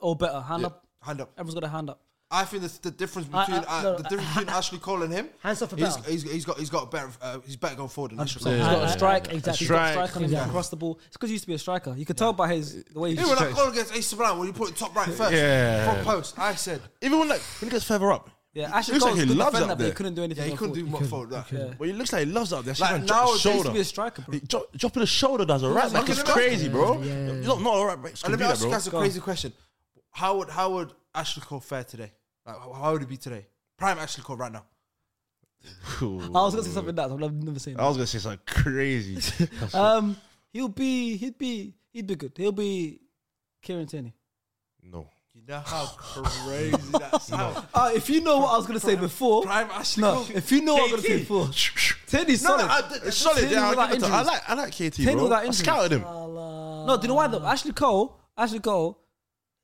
Speaker 1: or better. Hand
Speaker 5: Yeah.
Speaker 1: up.
Speaker 2: Hand up.
Speaker 1: Everyone's got a hand up.
Speaker 2: I think the, the difference
Speaker 3: I- I-
Speaker 2: between uh,
Speaker 3: no,
Speaker 2: the
Speaker 3: I-
Speaker 2: difference between Ashley Cole and him.
Speaker 3: Hands up for
Speaker 2: he's,
Speaker 3: Bell.
Speaker 2: he's, he's got he's got a better uh, he's better going forward than Ashley Cole.
Speaker 3: Yeah,
Speaker 1: He's
Speaker 3: yeah,
Speaker 1: got a
Speaker 3: yeah,
Speaker 1: strike,
Speaker 3: yeah.
Speaker 1: exactly.
Speaker 5: Strike.
Speaker 1: He's got a strike on him
Speaker 3: Exactly.
Speaker 1: across the ball. It's because he used to be a striker. You could tell by his the way he
Speaker 2: Even when that goal against Ace Brown, when you put it top right first,
Speaker 5: Yeah.
Speaker 2: front post, I said,
Speaker 5: Even when like when he gets further up,
Speaker 1: Yeah,
Speaker 5: he
Speaker 1: Ashley
Speaker 5: looks
Speaker 1: Cole's
Speaker 5: like
Speaker 1: a
Speaker 5: he
Speaker 1: good
Speaker 5: loves
Speaker 1: defender,
Speaker 5: up
Speaker 1: but he
Speaker 5: there.
Speaker 1: couldn't do
Speaker 2: yeah,
Speaker 1: anything.
Speaker 2: he
Speaker 1: on
Speaker 2: couldn't do
Speaker 1: forward.
Speaker 2: much forward that.
Speaker 5: But he looks like he loves up there.
Speaker 2: Like,
Speaker 5: Like
Speaker 2: now
Speaker 5: now,
Speaker 2: they used
Speaker 1: He
Speaker 5: shoulder.
Speaker 1: used to be a striker, bro.
Speaker 5: He dro- dropping the shoulder does a right back
Speaker 2: look
Speaker 5: is
Speaker 2: at him.
Speaker 5: crazy, bro.
Speaker 3: Yeah, yeah, yeah.
Speaker 5: You're not not all right backs
Speaker 2: And
Speaker 5: can
Speaker 2: let
Speaker 5: do
Speaker 2: me
Speaker 5: that,
Speaker 2: ask you
Speaker 5: bro.
Speaker 2: guys a crazy question: How would how would Ashley Cole fare today? Like, how how would he be today? Prime Ashley Cole right now.
Speaker 1: I was gonna say something that I've never seen.
Speaker 5: I was gonna say something crazy.
Speaker 1: Um, he'll be, he'd be, he'd be good. He'll be Kieran Tierney.
Speaker 5: no.
Speaker 2: You know how crazy that sounds.
Speaker 1: Uh, if you know what I was gonna say before,
Speaker 2: Prime Ashley
Speaker 1: no,
Speaker 2: Cole.
Speaker 1: if you know what I'm gonna say before, Tierney's
Speaker 2: No, no,
Speaker 1: solid.
Speaker 2: I- th- th-
Speaker 5: It's solid.
Speaker 1: Tierney
Speaker 5: Yeah, I'll
Speaker 1: without
Speaker 5: give it to- I
Speaker 1: injuries.
Speaker 5: like I like KT,
Speaker 1: Tierney
Speaker 5: bro.
Speaker 1: without
Speaker 5: I
Speaker 1: injuries.
Speaker 5: scouted him.
Speaker 3: Oh,
Speaker 1: No, do you know why though? Ashley Cole, Ashley Cole,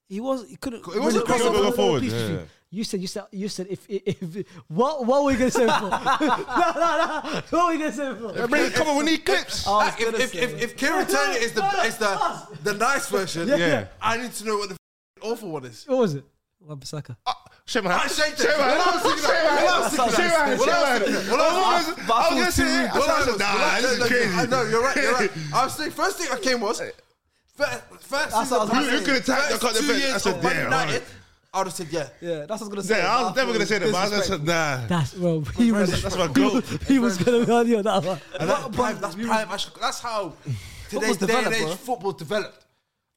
Speaker 1: he was he couldn't.
Speaker 2: It wasn't
Speaker 5: Go, go, go, go forward.
Speaker 3: Please, please,
Speaker 5: Yeah.
Speaker 3: please. You said, you said, you said. If, if, if what, what were you gonna say for? no, no, no. What were you gonna say for?
Speaker 5: Yeah, bro, Come on, we need clips.
Speaker 1: I was
Speaker 2: Like, if,
Speaker 1: gonna
Speaker 2: if,
Speaker 1: say-
Speaker 2: if, if Kieran Tierney is the is the the nice version,
Speaker 3: Yeah.
Speaker 5: Yeah.
Speaker 2: I need to know what the f***ing awful one is.
Speaker 3: What was it?
Speaker 1: Wan-Bissaka.
Speaker 5: Shake my
Speaker 2: I
Speaker 5: hand.
Speaker 2: shake that.
Speaker 5: Shake my hand.
Speaker 2: When I was thinking that, when I was
Speaker 5: Shake
Speaker 2: thinking
Speaker 5: my hand.
Speaker 2: that, when I was thinking
Speaker 5: Shake my hand.
Speaker 2: that, when I was thinking that, when I was- when
Speaker 5: I was gonna say, I was like,
Speaker 2: I was- no, no, I know you're
Speaker 5: nah, this is crazy.
Speaker 2: right. You're right. I was thinking first thing I came was first. First,
Speaker 1: That's
Speaker 2: thing
Speaker 1: what I was
Speaker 2: that-
Speaker 1: gonna Who- who say.
Speaker 5: could attack the
Speaker 2: first
Speaker 5: cut
Speaker 2: two
Speaker 5: defense?
Speaker 2: years
Speaker 5: I said,
Speaker 2: of Man
Speaker 5: yeah,
Speaker 2: United, I would have said yeah.
Speaker 1: Yeah, that's what I was gonna say.
Speaker 5: Yeah, I was never gonna say that, but I was
Speaker 1: Disrespectful.
Speaker 5: gonna say, nah.
Speaker 3: That's well, he was.
Speaker 5: That's my goal.
Speaker 3: He was gonna be on you on that one.
Speaker 2: And that's prime. That's prime. Ashley Cole. That's how today's day and
Speaker 1: developed,
Speaker 2: age
Speaker 1: bro.
Speaker 2: football developed.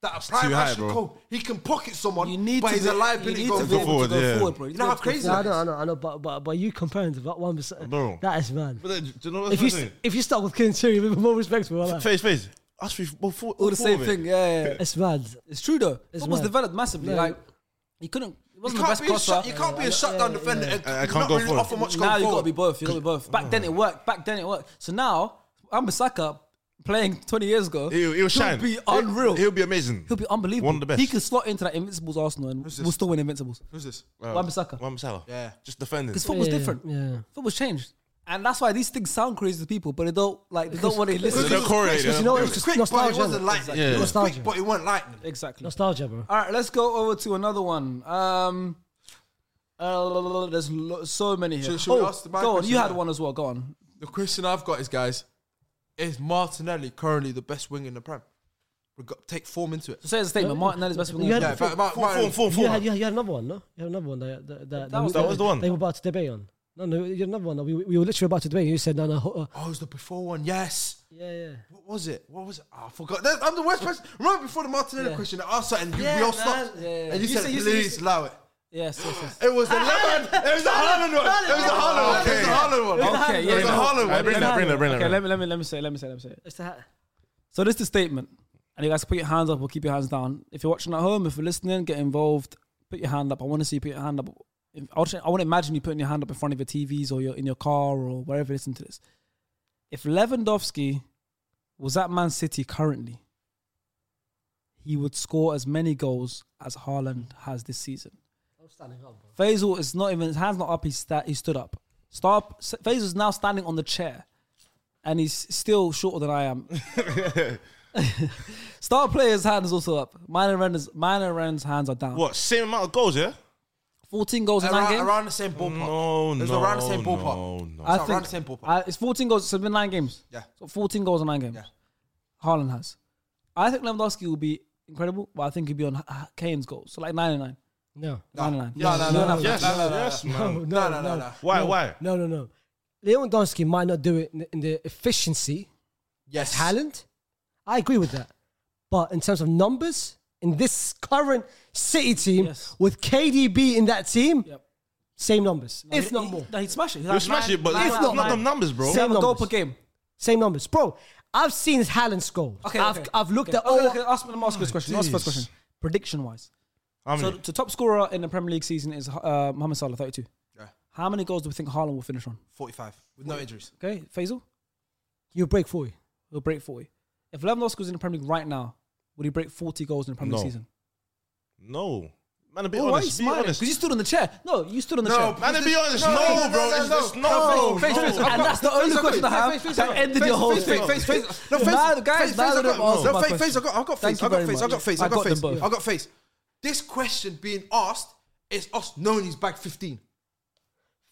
Speaker 2: That a prime
Speaker 5: too high,
Speaker 2: Ashley
Speaker 5: bro.
Speaker 2: Cole, he can pocket someone,
Speaker 1: You need
Speaker 2: but
Speaker 1: to
Speaker 2: he's
Speaker 1: be,
Speaker 2: a liability
Speaker 1: you need to
Speaker 2: going
Speaker 1: be able
Speaker 2: forward.
Speaker 1: to go
Speaker 5: yeah.
Speaker 1: forward, bro.
Speaker 2: You know how crazy
Speaker 3: Yeah, I
Speaker 2: that
Speaker 3: know,
Speaker 2: is.
Speaker 3: I know, I know. But but but you comparing to that one percent.
Speaker 5: Bro.
Speaker 3: That is man.
Speaker 5: But then, do you know what
Speaker 3: If
Speaker 5: I'm
Speaker 3: you st-
Speaker 5: saying?
Speaker 3: if you start with Kieran Tierney, you'd be more respectful. I Like.
Speaker 5: Face, face. Us three, well, four,
Speaker 1: All the same thing. Yeah, yeah.
Speaker 3: It's mad.
Speaker 1: it's true though.
Speaker 3: It's
Speaker 1: It was
Speaker 3: mad.
Speaker 1: developed massively.
Speaker 3: Yeah.
Speaker 1: Like he couldn't. He
Speaker 2: You
Speaker 1: wasn't the
Speaker 2: can't,
Speaker 1: best
Speaker 2: be a shut,
Speaker 1: crosser.
Speaker 2: you can't be a shutdown defender and
Speaker 5: I- I
Speaker 2: not
Speaker 5: can't go
Speaker 2: really
Speaker 5: forward.
Speaker 2: offer much
Speaker 1: now
Speaker 2: going
Speaker 1: you got to
Speaker 2: forward.
Speaker 1: be both. You got to be both. Back then it worked. Back then it worked. So now Ambasaka playing 20 years ago,
Speaker 5: He'll, he'll shine.
Speaker 1: be unreal.
Speaker 5: He'll, be amazing.
Speaker 1: He'll be unbelievable.
Speaker 5: One of the best.
Speaker 1: He could slot into that Invincibles Arsenal and
Speaker 2: Who's
Speaker 1: we'll
Speaker 2: this?
Speaker 1: still win Invincibles.
Speaker 2: Who's this?
Speaker 1: Wan-Bissaka.
Speaker 5: Wan-Bissaka.
Speaker 2: Yeah.
Speaker 5: Uh, Just defending.
Speaker 1: Because football's
Speaker 3: Yeah,
Speaker 1: different.
Speaker 3: yeah.
Speaker 1: Football's changed. And that's why these things sound crazy to people, but they don't like they don't want to
Speaker 5: They're
Speaker 1: listen.
Speaker 5: not correlated,
Speaker 3: Because you
Speaker 5: they're
Speaker 3: know
Speaker 5: not
Speaker 3: what?
Speaker 2: It was
Speaker 3: It's just
Speaker 2: quick, but
Speaker 3: nostalgia.
Speaker 2: it wasn't lightning.
Speaker 5: Yeah.
Speaker 2: It was
Speaker 3: Nostalgia.
Speaker 2: quick, but it wasn't lightning.
Speaker 1: Exactly.
Speaker 3: Nostalgia, bro.
Speaker 1: All right, let's go over to another one. Um, uh, there's lo- so many here.
Speaker 2: Should- should we
Speaker 1: Oh,
Speaker 2: ask the mic
Speaker 1: go on.
Speaker 2: question
Speaker 1: You had
Speaker 2: now?
Speaker 1: one as well. Go on.
Speaker 2: The question I've got is, guys, is Martinelli currently the best wing in the Prem? We got take form into it.
Speaker 1: So say the statement. Martinelli's best winger.
Speaker 3: You had-
Speaker 2: Yeah,
Speaker 1: Yeah.
Speaker 2: but, but,
Speaker 5: Four, four, four,
Speaker 3: You
Speaker 5: four.
Speaker 3: had, you, had, you had another one, no? You had another one that that, that,
Speaker 1: was-
Speaker 3: we-
Speaker 1: that was
Speaker 5: the one.
Speaker 3: they were about to debate on. No, no, you had another one. that We, we were literally about to debate. You said no, no. ho- Uh,
Speaker 2: oh, it was the before one. Yes.
Speaker 3: yeah, yeah.
Speaker 2: What was it? What was it? Oh, I forgot. That- I'm the worst person. Remember before the Martinelli
Speaker 1: Yeah.
Speaker 2: question, I asked that and you,
Speaker 1: Yeah,
Speaker 2: we all
Speaker 1: man.
Speaker 2: stopped.
Speaker 1: Yeah, yeah.
Speaker 2: And you,
Speaker 1: You
Speaker 2: said,
Speaker 1: said- you said- you
Speaker 2: please
Speaker 1: said-
Speaker 2: allow it.
Speaker 1: Yes. Yes. yes.
Speaker 2: It was the Lebanon. It was the Haaland one. It was the Haaland one. It was the Haaland one.
Speaker 1: Okay,
Speaker 2: It was
Speaker 1: yeah.
Speaker 2: the Haaland
Speaker 5: Alright,
Speaker 2: one.
Speaker 5: Bring that, bring that, bring that.
Speaker 1: Okay, let
Speaker 5: bring that.
Speaker 1: me let me let me say let me say let me say.
Speaker 3: It's the hat.
Speaker 1: So this is the statement. And you guys put your hands up or keep your hands down. If you're watching at home, if you're listening, get involved. Put your hand up. I want to see you put your hand up. If- I want to- I want to imagine you putting your hand up in front of your TVs or your in your car or wherever you listen to this. If Lewandowski was at Man City currently, he would score as many goals as Haaland has this season. Faisal is not even his hands not up. He sta- he stood up. Stop. S- Faisal is now standing on the chair, and he's still shorter than I am. Star player's hand is also up. Minor Ren's minor Ren's hands are down.
Speaker 5: What same amount of goals? Yeah.
Speaker 1: Fourteen goals in nine
Speaker 2: Around,
Speaker 1: games.
Speaker 2: around the same ballpark.
Speaker 5: No,
Speaker 2: It's
Speaker 5: no,
Speaker 2: around the same
Speaker 5: no,
Speaker 2: ballpark.
Speaker 5: no.
Speaker 2: It's around the same ballpark.
Speaker 1: uh, it's fourteen goals. So it's been nine games.
Speaker 2: Yeah.
Speaker 1: So fourteen goals in nine games.
Speaker 2: Yeah.
Speaker 1: Haaland has. I think Lewandowski will be incredible, but I think he'll be on uh, Kane's goals. So like nine and nine.
Speaker 3: No.
Speaker 1: Nine and nine.
Speaker 2: No, no,
Speaker 3: No,
Speaker 2: no, no,
Speaker 3: no,
Speaker 2: yes,
Speaker 5: no,
Speaker 2: no, no, no.
Speaker 5: yes, man.
Speaker 3: No,
Speaker 2: No, no, no, no.
Speaker 5: Why? Why?
Speaker 3: No, no, no. Lewandowski might not do it in the, in the efficiency
Speaker 2: Yes,
Speaker 3: talent. I agree with that. But in terms of numbers, in this current City team,
Speaker 1: Yes.
Speaker 3: with KDB in that team,
Speaker 1: Yep.
Speaker 3: same numbers, if not more.
Speaker 1: No, he'd smash it. He'd
Speaker 5: You smash it, but
Speaker 3: nine
Speaker 5: it's
Speaker 3: out
Speaker 5: not
Speaker 3: of
Speaker 5: them
Speaker 3: nine.
Speaker 5: numbers, bro.
Speaker 3: Same
Speaker 1: a goal
Speaker 3: numbers.
Speaker 1: per game.
Speaker 3: Same numbers. Bro, I've seen Haaland score.
Speaker 1: Okay,
Speaker 3: I've,
Speaker 1: okay.
Speaker 3: I've looked
Speaker 1: okay,
Speaker 3: at all.
Speaker 1: Okay, okay, ask me the last question. Ask the first question. Prediction wise,
Speaker 5: How
Speaker 1: so
Speaker 5: many?
Speaker 1: the top scorer in the Premier League season is uh, Mohamed Salah, thirty-two.
Speaker 2: Yeah.
Speaker 1: How many goals do we think Haaland will finish on?
Speaker 2: forty-five with no injuries.
Speaker 1: Okay, Faisal,
Speaker 3: You break 40.
Speaker 1: he'll break forty. If Lewandowski was in the Premier League right now, would he break forty goals in the Premier League
Speaker 5: No.
Speaker 1: season?
Speaker 5: No, man. Be
Speaker 1: Oh, why are you
Speaker 5: honest. Be
Speaker 1: smiling?
Speaker 5: honest.
Speaker 1: Because you stood on the chair. No, you stood on the
Speaker 2: No,
Speaker 1: chair.
Speaker 2: but-
Speaker 5: Man, be honest.
Speaker 2: No,
Speaker 5: No,
Speaker 2: no, no,
Speaker 5: bro.
Speaker 2: no,
Speaker 5: it's
Speaker 2: no.
Speaker 5: just
Speaker 2: No,
Speaker 5: no.
Speaker 1: Face, face,
Speaker 5: no.
Speaker 1: and that's the only
Speaker 2: face,
Speaker 1: question I
Speaker 2: face,
Speaker 1: have
Speaker 2: face, face,
Speaker 1: that
Speaker 2: face,
Speaker 1: ended
Speaker 2: face,
Speaker 1: your whole
Speaker 2: face,
Speaker 1: thing.
Speaker 2: face, face, face. No, face,
Speaker 1: Neither guys, neither
Speaker 2: face, face,
Speaker 1: of
Speaker 2: I
Speaker 1: them
Speaker 2: got-
Speaker 1: answered
Speaker 2: no,
Speaker 1: my
Speaker 2: face,
Speaker 1: question.
Speaker 2: face, I got- I got
Speaker 1: Thank
Speaker 2: face,
Speaker 1: you
Speaker 2: I got
Speaker 1: very
Speaker 2: face, I
Speaker 1: much.
Speaker 2: got face,
Speaker 1: I
Speaker 2: I got
Speaker 1: got them
Speaker 2: face,
Speaker 1: both.
Speaker 2: I got face. This question being asked is us knowing he's back fifteen.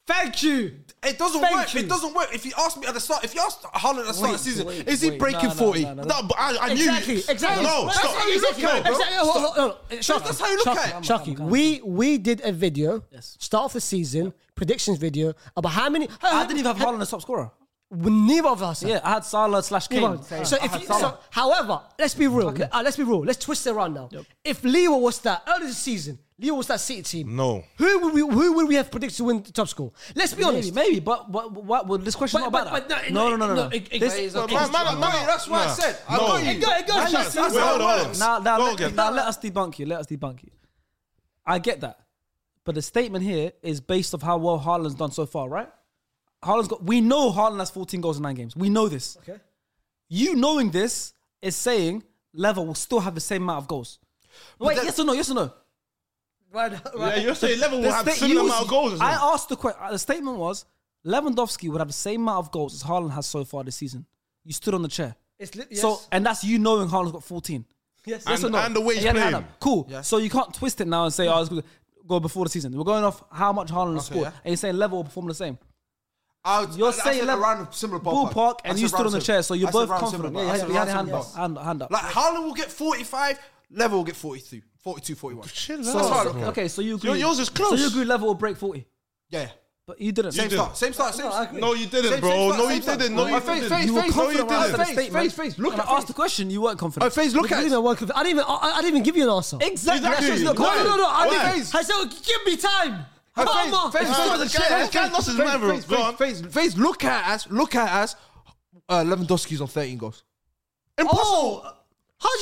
Speaker 3: Thank you.
Speaker 2: It doesn't
Speaker 3: Thank
Speaker 2: work.
Speaker 3: you.
Speaker 2: It doesn't work. If you ask me at the start, if you ask Haaland at the start
Speaker 1: Wait,
Speaker 2: of the season,
Speaker 1: wait,
Speaker 2: is he
Speaker 1: wait. No,
Speaker 2: breaking
Speaker 1: no,
Speaker 2: forty?
Speaker 1: no, no.
Speaker 5: No, but I, I knew.
Speaker 3: Exactly, exactly.
Speaker 5: No,
Speaker 3: That's
Speaker 5: stop.
Speaker 3: how you look at it.
Speaker 5: No, bro.
Speaker 3: Exactly. Hold- hold- hold on. Sharky,
Speaker 2: that's how you look
Speaker 3: Sharky,
Speaker 2: at it. I'm
Speaker 3: Sharky,
Speaker 1: calm, I'm
Speaker 3: we we did a video,
Speaker 1: Yes.
Speaker 3: start of the season, predictions video about how many.
Speaker 1: I didn't even have Haaland as top scorer.
Speaker 3: Neither of us. had.
Speaker 1: Yeah, I had Salah slash
Speaker 3: Neither
Speaker 1: Kane.
Speaker 3: of us. So
Speaker 1: I
Speaker 3: if
Speaker 1: had
Speaker 3: you, so,
Speaker 1: Salah.
Speaker 3: however, let's be real. Uh, let's be real. Let's twist it around now. If Leo was that early this season, Leo was that City team.
Speaker 5: No.
Speaker 3: Who would we who would we have predicted to win the top score? Let's be
Speaker 1: Maybe,
Speaker 3: honest.
Speaker 1: maybe, but what? What? Well, this question not about that. No, no, no, no, no.
Speaker 3: it- it-
Speaker 1: This-
Speaker 5: But man, man, man,
Speaker 2: That's what I
Speaker 5: nah.
Speaker 2: said. I
Speaker 5: No.
Speaker 2: got you.
Speaker 3: It go- it goes
Speaker 2: Man,
Speaker 3: to
Speaker 2: that's-
Speaker 3: the
Speaker 2: that's
Speaker 5: Wait,
Speaker 2: how it
Speaker 5: hold on, hold
Speaker 2: works.
Speaker 5: on.
Speaker 1: Now, now,
Speaker 5: Go
Speaker 1: let,
Speaker 5: again.
Speaker 1: now let us debunk you. Let us debunk you. I get that. But the statement here is based off how well Haaland's done so far, right? Haaland's got we know Haaland has 14 goals in nine games. We know this.
Speaker 3: Okay.
Speaker 1: You knowing this is saying Lever will still have the same amount of goals. Wait,
Speaker 2: that-
Speaker 1: yes or no? Yes or no?
Speaker 3: Right,
Speaker 5: Yeah,
Speaker 3: right.
Speaker 5: you're saying level will
Speaker 1: The
Speaker 5: have
Speaker 1: sta-
Speaker 5: similar
Speaker 1: you-
Speaker 5: amount of goals.
Speaker 1: I asked the question. The statement was Lewandowski would have the same amount of goals as Haaland has so far this season. You stood on the chair.
Speaker 3: It's li-
Speaker 1: So
Speaker 3: yes.
Speaker 1: and that's you knowing Haaland's got 14.
Speaker 3: Yes.
Speaker 1: Yes
Speaker 5: And-
Speaker 1: or no?
Speaker 5: and the way he's
Speaker 1: Yeah, no, no,
Speaker 5: playing.
Speaker 1: Cool. So you can't twist it now and say, oh, it's good. go before the season. We're going off how much Haaland has
Speaker 2: Okay,
Speaker 1: scored.
Speaker 2: yeah.
Speaker 1: And you're saying level will perform the same.
Speaker 2: I was-
Speaker 1: You're
Speaker 2: I- I
Speaker 1: saying
Speaker 2: said
Speaker 1: level-
Speaker 2: around a similar ballpark,
Speaker 1: Ballpark, and you stood on the chair, so you're both confident. Yeah, you had, you had your hand up. Hand, hand up.
Speaker 2: Like Haaland will get 45, Level will get 42, 42, 41.
Speaker 5: Chill
Speaker 2: So-
Speaker 5: out,
Speaker 2: so-
Speaker 5: bro.
Speaker 1: okay, so you agree.
Speaker 5: Your- yours is
Speaker 1: So
Speaker 5: close.
Speaker 1: you agree level will break 40.
Speaker 2: Yeah,
Speaker 1: But you didn't.
Speaker 2: same
Speaker 5: did.
Speaker 2: start, same start, same start.
Speaker 5: No, you didn't,
Speaker 2: Same-
Speaker 5: bro.
Speaker 2: same
Speaker 5: No,
Speaker 2: start,
Speaker 5: you
Speaker 2: same
Speaker 5: didn't.
Speaker 2: start.
Speaker 5: No,
Speaker 2: My
Speaker 5: you
Speaker 2: face,
Speaker 5: didn't.
Speaker 2: face,
Speaker 5: You were
Speaker 2: face,
Speaker 5: confident
Speaker 2: face,
Speaker 5: about
Speaker 1: After the
Speaker 5: that.
Speaker 2: face,
Speaker 1: statement,
Speaker 2: face, face, look
Speaker 1: and I
Speaker 2: at face.
Speaker 1: asked the question, you weren't confident.
Speaker 2: Oh, face, look
Speaker 3: Look, I
Speaker 2: at
Speaker 3: didn't
Speaker 2: it.
Speaker 3: even work with, I didn't even. I, I- I didn't even give you an answer.
Speaker 1: Exactly.
Speaker 5: Exactly.
Speaker 1: That's
Speaker 3: No,
Speaker 1: not
Speaker 3: no, no, no. I
Speaker 5: Why?
Speaker 3: didn't. I said, give me time.
Speaker 2: Hey,
Speaker 3: Come
Speaker 2: face,
Speaker 3: on.
Speaker 2: face,
Speaker 3: It's not
Speaker 2: face,
Speaker 3: the
Speaker 2: face,
Speaker 3: chair.
Speaker 2: face,
Speaker 5: Ken lost his
Speaker 2: face,
Speaker 5: mind, bro.
Speaker 2: face,
Speaker 5: Go
Speaker 2: face,
Speaker 5: on.
Speaker 2: face, face, look at us, look at us. Uh, Lewandowski's on 13 goals.
Speaker 3: Oh,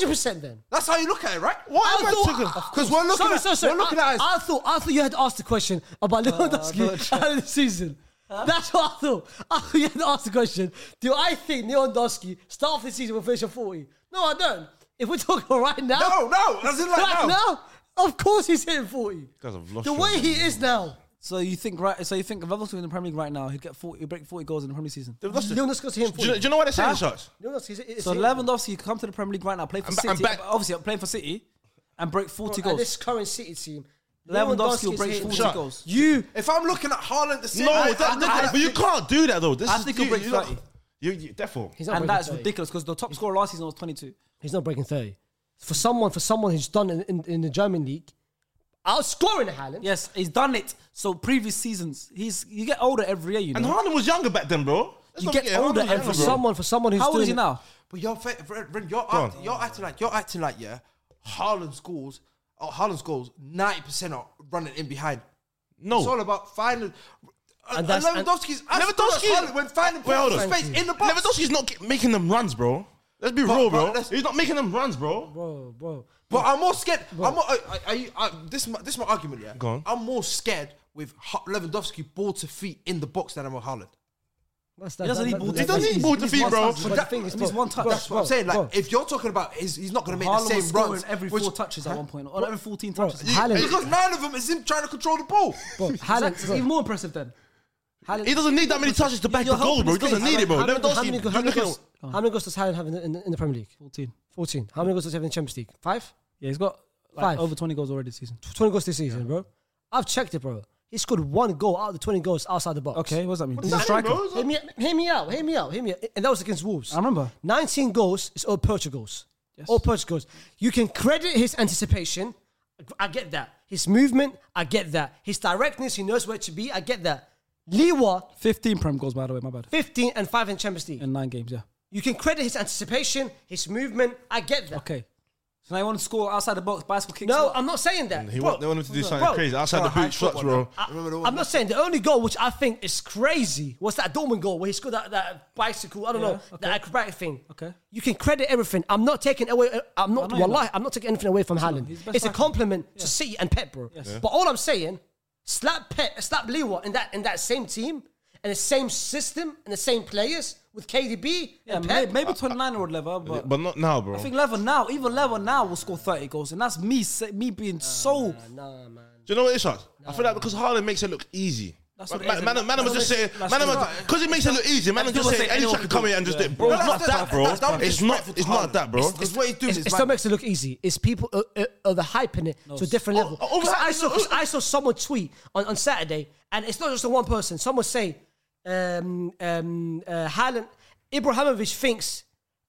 Speaker 3: 100% then.
Speaker 2: That's how you look at it, right?
Speaker 3: I
Speaker 2: Why am
Speaker 3: thought-
Speaker 2: I
Speaker 3: of
Speaker 2: Because we're looking
Speaker 3: sorry,
Speaker 2: at
Speaker 3: sorry, sorry.
Speaker 2: we're looking
Speaker 3: I,
Speaker 2: at us.
Speaker 3: I thought I thought you had asked the question about Lewandowski uh, the season. That's what I thought. I thought you had asked the question. Do I think Lewandowski start off the season will finish at 40? No, I don't. If we're talking right now,
Speaker 2: No, no, as in like
Speaker 3: right
Speaker 2: now. Oh,
Speaker 3: now, of course he's hitting 40.
Speaker 5: guys have lost
Speaker 3: The
Speaker 5: your
Speaker 3: way he
Speaker 5: mind.
Speaker 3: is now,
Speaker 1: So you think right? So you think if Lewandowski was in the Premier League right now, he'd get 40, he'd break 40 goals in the Premier League season.
Speaker 5: They've lost it.
Speaker 3: Lewandowski's hitting
Speaker 5: Do you,
Speaker 3: 40.
Speaker 5: do you know why they're saying shots?
Speaker 3: Lewandowski's hitting
Speaker 1: So Lewandowski come to the Premier League right now, play for
Speaker 5: I'm ba- I'm
Speaker 1: City.
Speaker 5: back.
Speaker 1: Obviously, I'm playing for City, and break 40
Speaker 3: at this
Speaker 1: goals.
Speaker 3: current City team.
Speaker 1: Lewandowski will
Speaker 3: Lewandowski's
Speaker 1: break
Speaker 3: hitting
Speaker 1: 40
Speaker 5: Shut-
Speaker 1: goals.
Speaker 3: You
Speaker 2: If I'm looking at Haaland the same
Speaker 5: No,
Speaker 2: I-
Speaker 5: that,
Speaker 2: I'm looking
Speaker 5: that-
Speaker 2: at-
Speaker 5: but you can't do that though. This
Speaker 1: I
Speaker 5: is,
Speaker 1: think he'll
Speaker 5: you-
Speaker 1: break
Speaker 5: you lot-
Speaker 1: 30.
Speaker 5: You, you, therefore,
Speaker 3: He's not
Speaker 1: And
Speaker 3: breaking
Speaker 1: that is
Speaker 3: 30.
Speaker 1: ridiculous because the top scorer last season was 22.
Speaker 3: He's not breaking 30. For someone, for someone who's done in, in, in the German league, outscoring Haaland.
Speaker 1: Yes, he's done it. So previous seasons, he's you get older every year. You
Speaker 5: And
Speaker 1: know,
Speaker 5: Haaland was younger back then, bro. Let's
Speaker 1: You
Speaker 5: not
Speaker 1: get
Speaker 5: forget, Haaland
Speaker 1: older
Speaker 5: was
Speaker 1: and
Speaker 5: younger,
Speaker 3: For
Speaker 1: bro.
Speaker 3: someone, for someone who's
Speaker 1: how old
Speaker 3: doing
Speaker 1: is he
Speaker 3: it-
Speaker 1: now?
Speaker 2: But you're fa- Ren, Ren, you're,
Speaker 5: on.
Speaker 2: act, you're acting like you're acting like yeah. Haaland's goals, oh, Haaland's goals, ninety percent are running in behind. It's all
Speaker 5: No,
Speaker 2: about finding. And
Speaker 3: that's- and-
Speaker 2: Lewandowski's. I stood at
Speaker 5: Lewandowski-
Speaker 2: Haaland when finding
Speaker 5: Wait, hold on.
Speaker 2: space in the box.
Speaker 5: Lewandowski's not get, making them runs, bro. Let's be real, bro.
Speaker 2: but let's-
Speaker 5: He's not making them runs, bro.
Speaker 3: bro, bro.
Speaker 2: But I'm more scared. I'm more, I, I, I, I- this is my, this is my argument. Yeah,
Speaker 5: Go on.
Speaker 2: I'm more scared with Ho- Lewandowski ball to feet in the box than I'm with Haaland.
Speaker 3: That's
Speaker 1: He doesn't need ball to
Speaker 5: He doesn't
Speaker 1: feet.
Speaker 5: need ball to
Speaker 1: He needs
Speaker 5: feet,
Speaker 1: one
Speaker 5: bro.
Speaker 1: touch.
Speaker 5: But
Speaker 1: But
Speaker 2: that-
Speaker 1: the thing is,
Speaker 2: he
Speaker 1: needs one touch.
Speaker 2: That's what I'm saying. Like, if you're talking about, he's, he's not going to make
Speaker 1: Haaland
Speaker 2: the
Speaker 1: was
Speaker 2: same
Speaker 1: scoring
Speaker 2: runs
Speaker 1: every
Speaker 2: which-
Speaker 1: four touches at one point, or every 14
Speaker 3: Bro,
Speaker 1: touches.
Speaker 3: Haaland-
Speaker 2: Because nine of them is him trying to control the ball.
Speaker 3: bro,
Speaker 1: So
Speaker 3: Haaland,
Speaker 1: that's
Speaker 3: bro.
Speaker 1: even more impressive then. Haaland-
Speaker 5: He doesn't need that many touches to back
Speaker 1: You're
Speaker 5: the goal,
Speaker 1: helping
Speaker 5: bro. He
Speaker 1: his
Speaker 5: doesn't
Speaker 1: case.
Speaker 5: need it, bro.
Speaker 3: How many- how many-
Speaker 5: Lewandowski,
Speaker 3: how
Speaker 5: you're
Speaker 3: many
Speaker 5: looking
Speaker 3: goals-
Speaker 5: at-
Speaker 3: how many goals does Haaland have in the, in the, in the Premier League?
Speaker 1: 14.
Speaker 3: 14. How many goals does he have in the Champions League? Five?
Speaker 1: Yeah, he's got like,
Speaker 3: Five.
Speaker 1: over 20 goals already this season.
Speaker 3: 20 goals this season, bro. I've checked it, bro. He scored one goal out of the 20 goals outside the box.
Speaker 1: Okay, what does that mean?
Speaker 5: What's
Speaker 1: he's a
Speaker 5: that mean,
Speaker 1: striker.
Speaker 5: bro? It's
Speaker 3: Hear me, hear me out. Hear me out. Hear me out. And that was against Wolves.
Speaker 1: I remember.
Speaker 3: 19 goals is all Portugal goals. All Portugal goals. You can credit his anticipation. I get that. His movement. I get that. His directness. He knows where to be. I get that. Liwa,
Speaker 1: 15 Prem goals, by the way, my bad.
Speaker 3: 15 and 5 in Champions League.
Speaker 1: In nine games, yeah.
Speaker 3: You can credit his anticipation, his movement. I get that.
Speaker 1: Okay. So now you want to score outside the box, bicycle kicks?
Speaker 3: No,
Speaker 1: what?
Speaker 3: I'm not saying that.
Speaker 5: He
Speaker 3: Bro,
Speaker 5: want, they want him to do something
Speaker 3: bro,
Speaker 5: crazy outside the boot shots, bro.
Speaker 3: I, am not saying the only goal which I think is crazy was that Dortmund goal where he scored that, that bicycle. I don't know
Speaker 1: Yeah,
Speaker 3: that acrobatic thing.
Speaker 1: Okay.
Speaker 3: you can credit everything. I'm not taking away. uh, I'm not.
Speaker 1: I know you're
Speaker 3: Wallahi,
Speaker 1: not.
Speaker 3: I'm not taking anything away from Haaland.
Speaker 1: he's the best
Speaker 3: It's a
Speaker 1: striker.
Speaker 3: compliment to City and Pep, bro. But all I'm saying, slap Pep, slap Lewa in that in that same team and the same system and the same players with KDB.
Speaker 1: Yeah,
Speaker 3: and
Speaker 1: may-
Speaker 3: Pep.
Speaker 1: maybe 29 year old level, but.
Speaker 5: But not now,
Speaker 1: I
Speaker 5: bro.
Speaker 1: think Lever now, even Lever now will score 30 goals, and that's me say, me being so.
Speaker 5: Do you know what it is? Shaz? I feel like because Haaland makes it look easy.
Speaker 1: That's
Speaker 5: Man,
Speaker 1: what it is.
Speaker 5: man, man, man was just saying,
Speaker 1: That's
Speaker 5: man,
Speaker 1: what it
Speaker 5: man,
Speaker 1: is.
Speaker 5: because it makes it look easy. Man,
Speaker 1: That's
Speaker 5: just
Speaker 1: what
Speaker 5: saying
Speaker 1: they-
Speaker 5: any
Speaker 1: anyone
Speaker 5: shot
Speaker 1: can
Speaker 5: can come
Speaker 1: do
Speaker 5: here and
Speaker 1: it.
Speaker 5: just do
Speaker 1: Yeah.
Speaker 5: it, bro. It's
Speaker 2: That's-
Speaker 5: not
Speaker 2: that's-
Speaker 5: that, bro.
Speaker 2: that's- that's
Speaker 5: It's not.
Speaker 2: disrespectful to
Speaker 5: It's not
Speaker 2: Haaland.
Speaker 5: that, bro.
Speaker 2: It's what he's doing.
Speaker 3: It's,
Speaker 2: is
Speaker 3: it
Speaker 2: mad.
Speaker 3: still makes it look easy. It's people uh, uh, uh, the hyping it to a different level.
Speaker 5: oh, oh,
Speaker 3: 'Cause I
Speaker 5: right,
Speaker 3: saw
Speaker 5: no,
Speaker 3: 'cause
Speaker 5: oh,
Speaker 3: I saw someone tweet on, on Saturday, and it's not just the one person. Someone say, um, um, uh, Haaland, Ibrahimovic thinks,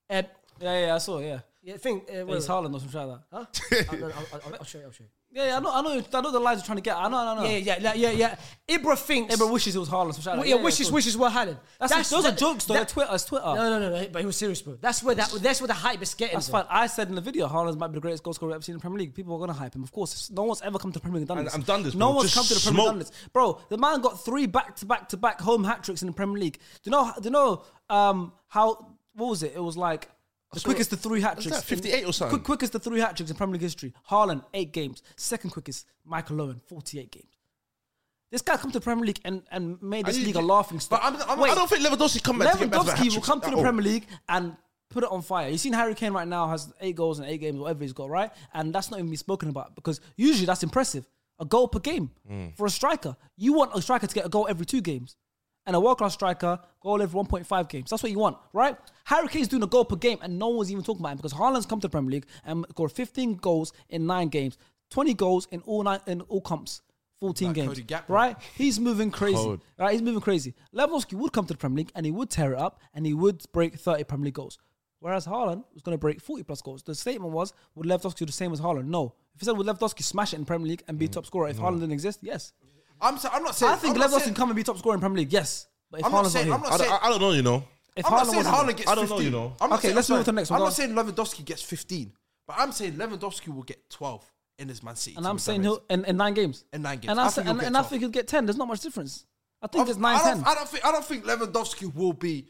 Speaker 3: uh,
Speaker 1: Yeah, yeah, I saw, yeah.
Speaker 3: yeah, think uh,
Speaker 1: It's Haaland or something like that.
Speaker 3: Huh? I'll, I'll, I'll, I'll show you. I'll show you.
Speaker 1: Yeah, yeah, I know, I know, I know the lines you're trying to get. I know, I know. I know.
Speaker 3: Yeah, yeah, yeah, yeah, yeah. Ibra thinks.
Speaker 1: Everyone Ah. wishes it was Haaland. something like
Speaker 3: yeah,
Speaker 1: that.
Speaker 3: wishes,
Speaker 1: cool.
Speaker 3: wishes were Haaland.
Speaker 1: That's, those
Speaker 3: that-
Speaker 1: are jokes, though.
Speaker 3: that-
Speaker 1: That's Twitter. It's Twitter.
Speaker 3: No, no, no, no. But he was serious, bro. That's where that. That's where the hype is getting.
Speaker 1: That's
Speaker 3: bro.
Speaker 1: fine. I said in the video, Haaland might be the greatest goal scorer we've ever seen in the Premier League. People are going to hype him. Of course, no one's ever come to the Premier League and done
Speaker 5: And
Speaker 1: this.
Speaker 5: I've done this,
Speaker 1: No
Speaker 5: bro.
Speaker 1: one's
Speaker 5: Just
Speaker 1: come to the Premier League and done
Speaker 5: smoke.
Speaker 1: this, bro. The man got three back to back to back home hat tricks in the Premier League. Do you know? Do you know um, how? What was it? It was like
Speaker 5: Oh,
Speaker 1: the quickest to three hat tricks.
Speaker 5: that 58 or something?
Speaker 1: Quick, quickest to three hat tricks in Premier League history. Haaland eight games. Second quickest, Michael Owen forty eight games. This guy come to the Premier League and, and made this
Speaker 5: you-
Speaker 1: league a laughing stock.
Speaker 2: But I'm- I'm-
Speaker 5: I don't think Lewandowski come back. to get back to back
Speaker 1: Lewandowski will come to the
Speaker 5: hat-tricks at all.
Speaker 1: Premier League and put it on fire. You've seen Harry Kane right now has eight goals in eight games, whatever he's got, right? And that's not even been spoken about because usually that's impressive. A goal per game for a striker. You want a striker to get a goal every two games. And a world class striker, goal every 1.5 games. That's what you want, right? Harry Kane's doing a goal per game and no one's even talking about him because Haaland's come to the Premier League and scored 15 goals in nine games, 20 goals in all nine in all comps, 14
Speaker 2: Like
Speaker 1: games.
Speaker 2: Cody Gakpo.
Speaker 1: right? He's moving crazy.
Speaker 5: Cold.
Speaker 1: Right, he's moving crazy. Lewandowski would come to the Premier League and he would tear it up and he would break 30 Premier League goals. Whereas Haaland was going to break 40 plus goals. The statement was, would Lewandowski do the same as Haaland? No. If he said, would Lewandowski smash it in Premier League and be top scorer if Haaland didn't exist? Yes.
Speaker 2: I'm, so, I'm not saying.
Speaker 1: I think
Speaker 2: I'm
Speaker 1: Lewandowski
Speaker 2: not saying-
Speaker 1: can come and be top scorer in Premier League. Yes. But if
Speaker 2: I'm
Speaker 1: Haaland's
Speaker 2: not saying.
Speaker 1: here-
Speaker 2: I'm
Speaker 5: I,
Speaker 2: not saying.
Speaker 5: don't- I don't know, you know.
Speaker 1: if
Speaker 2: I'm not
Speaker 1: Haaland
Speaker 2: saying
Speaker 1: wasn't here-
Speaker 2: Haaland gets 15.
Speaker 5: I don't know, you know.
Speaker 2: I'm not
Speaker 1: Okay,
Speaker 2: saying-
Speaker 1: let's
Speaker 2: I'm
Speaker 1: move on to the next one.
Speaker 2: I'm
Speaker 1: Go
Speaker 2: not
Speaker 1: on.
Speaker 2: saying Lewandowski gets 15, but I'm saying Lewandowski will get 12 in his Man City.
Speaker 1: and
Speaker 2: team,
Speaker 1: I'm
Speaker 2: if that
Speaker 1: saying
Speaker 2: makes
Speaker 1: he'll
Speaker 2: sense.
Speaker 1: in, in nine games.
Speaker 2: In nine games.
Speaker 1: And
Speaker 2: I
Speaker 1: I,
Speaker 2: think
Speaker 1: said,
Speaker 2: he'll
Speaker 1: and,
Speaker 2: get
Speaker 1: and I
Speaker 2: 12.
Speaker 1: think he'll get 10. There's not much difference. I think it's
Speaker 2: I'm-
Speaker 1: 9
Speaker 2: I don't,
Speaker 1: 10.
Speaker 2: I don't think. I don't think Lewandowski will be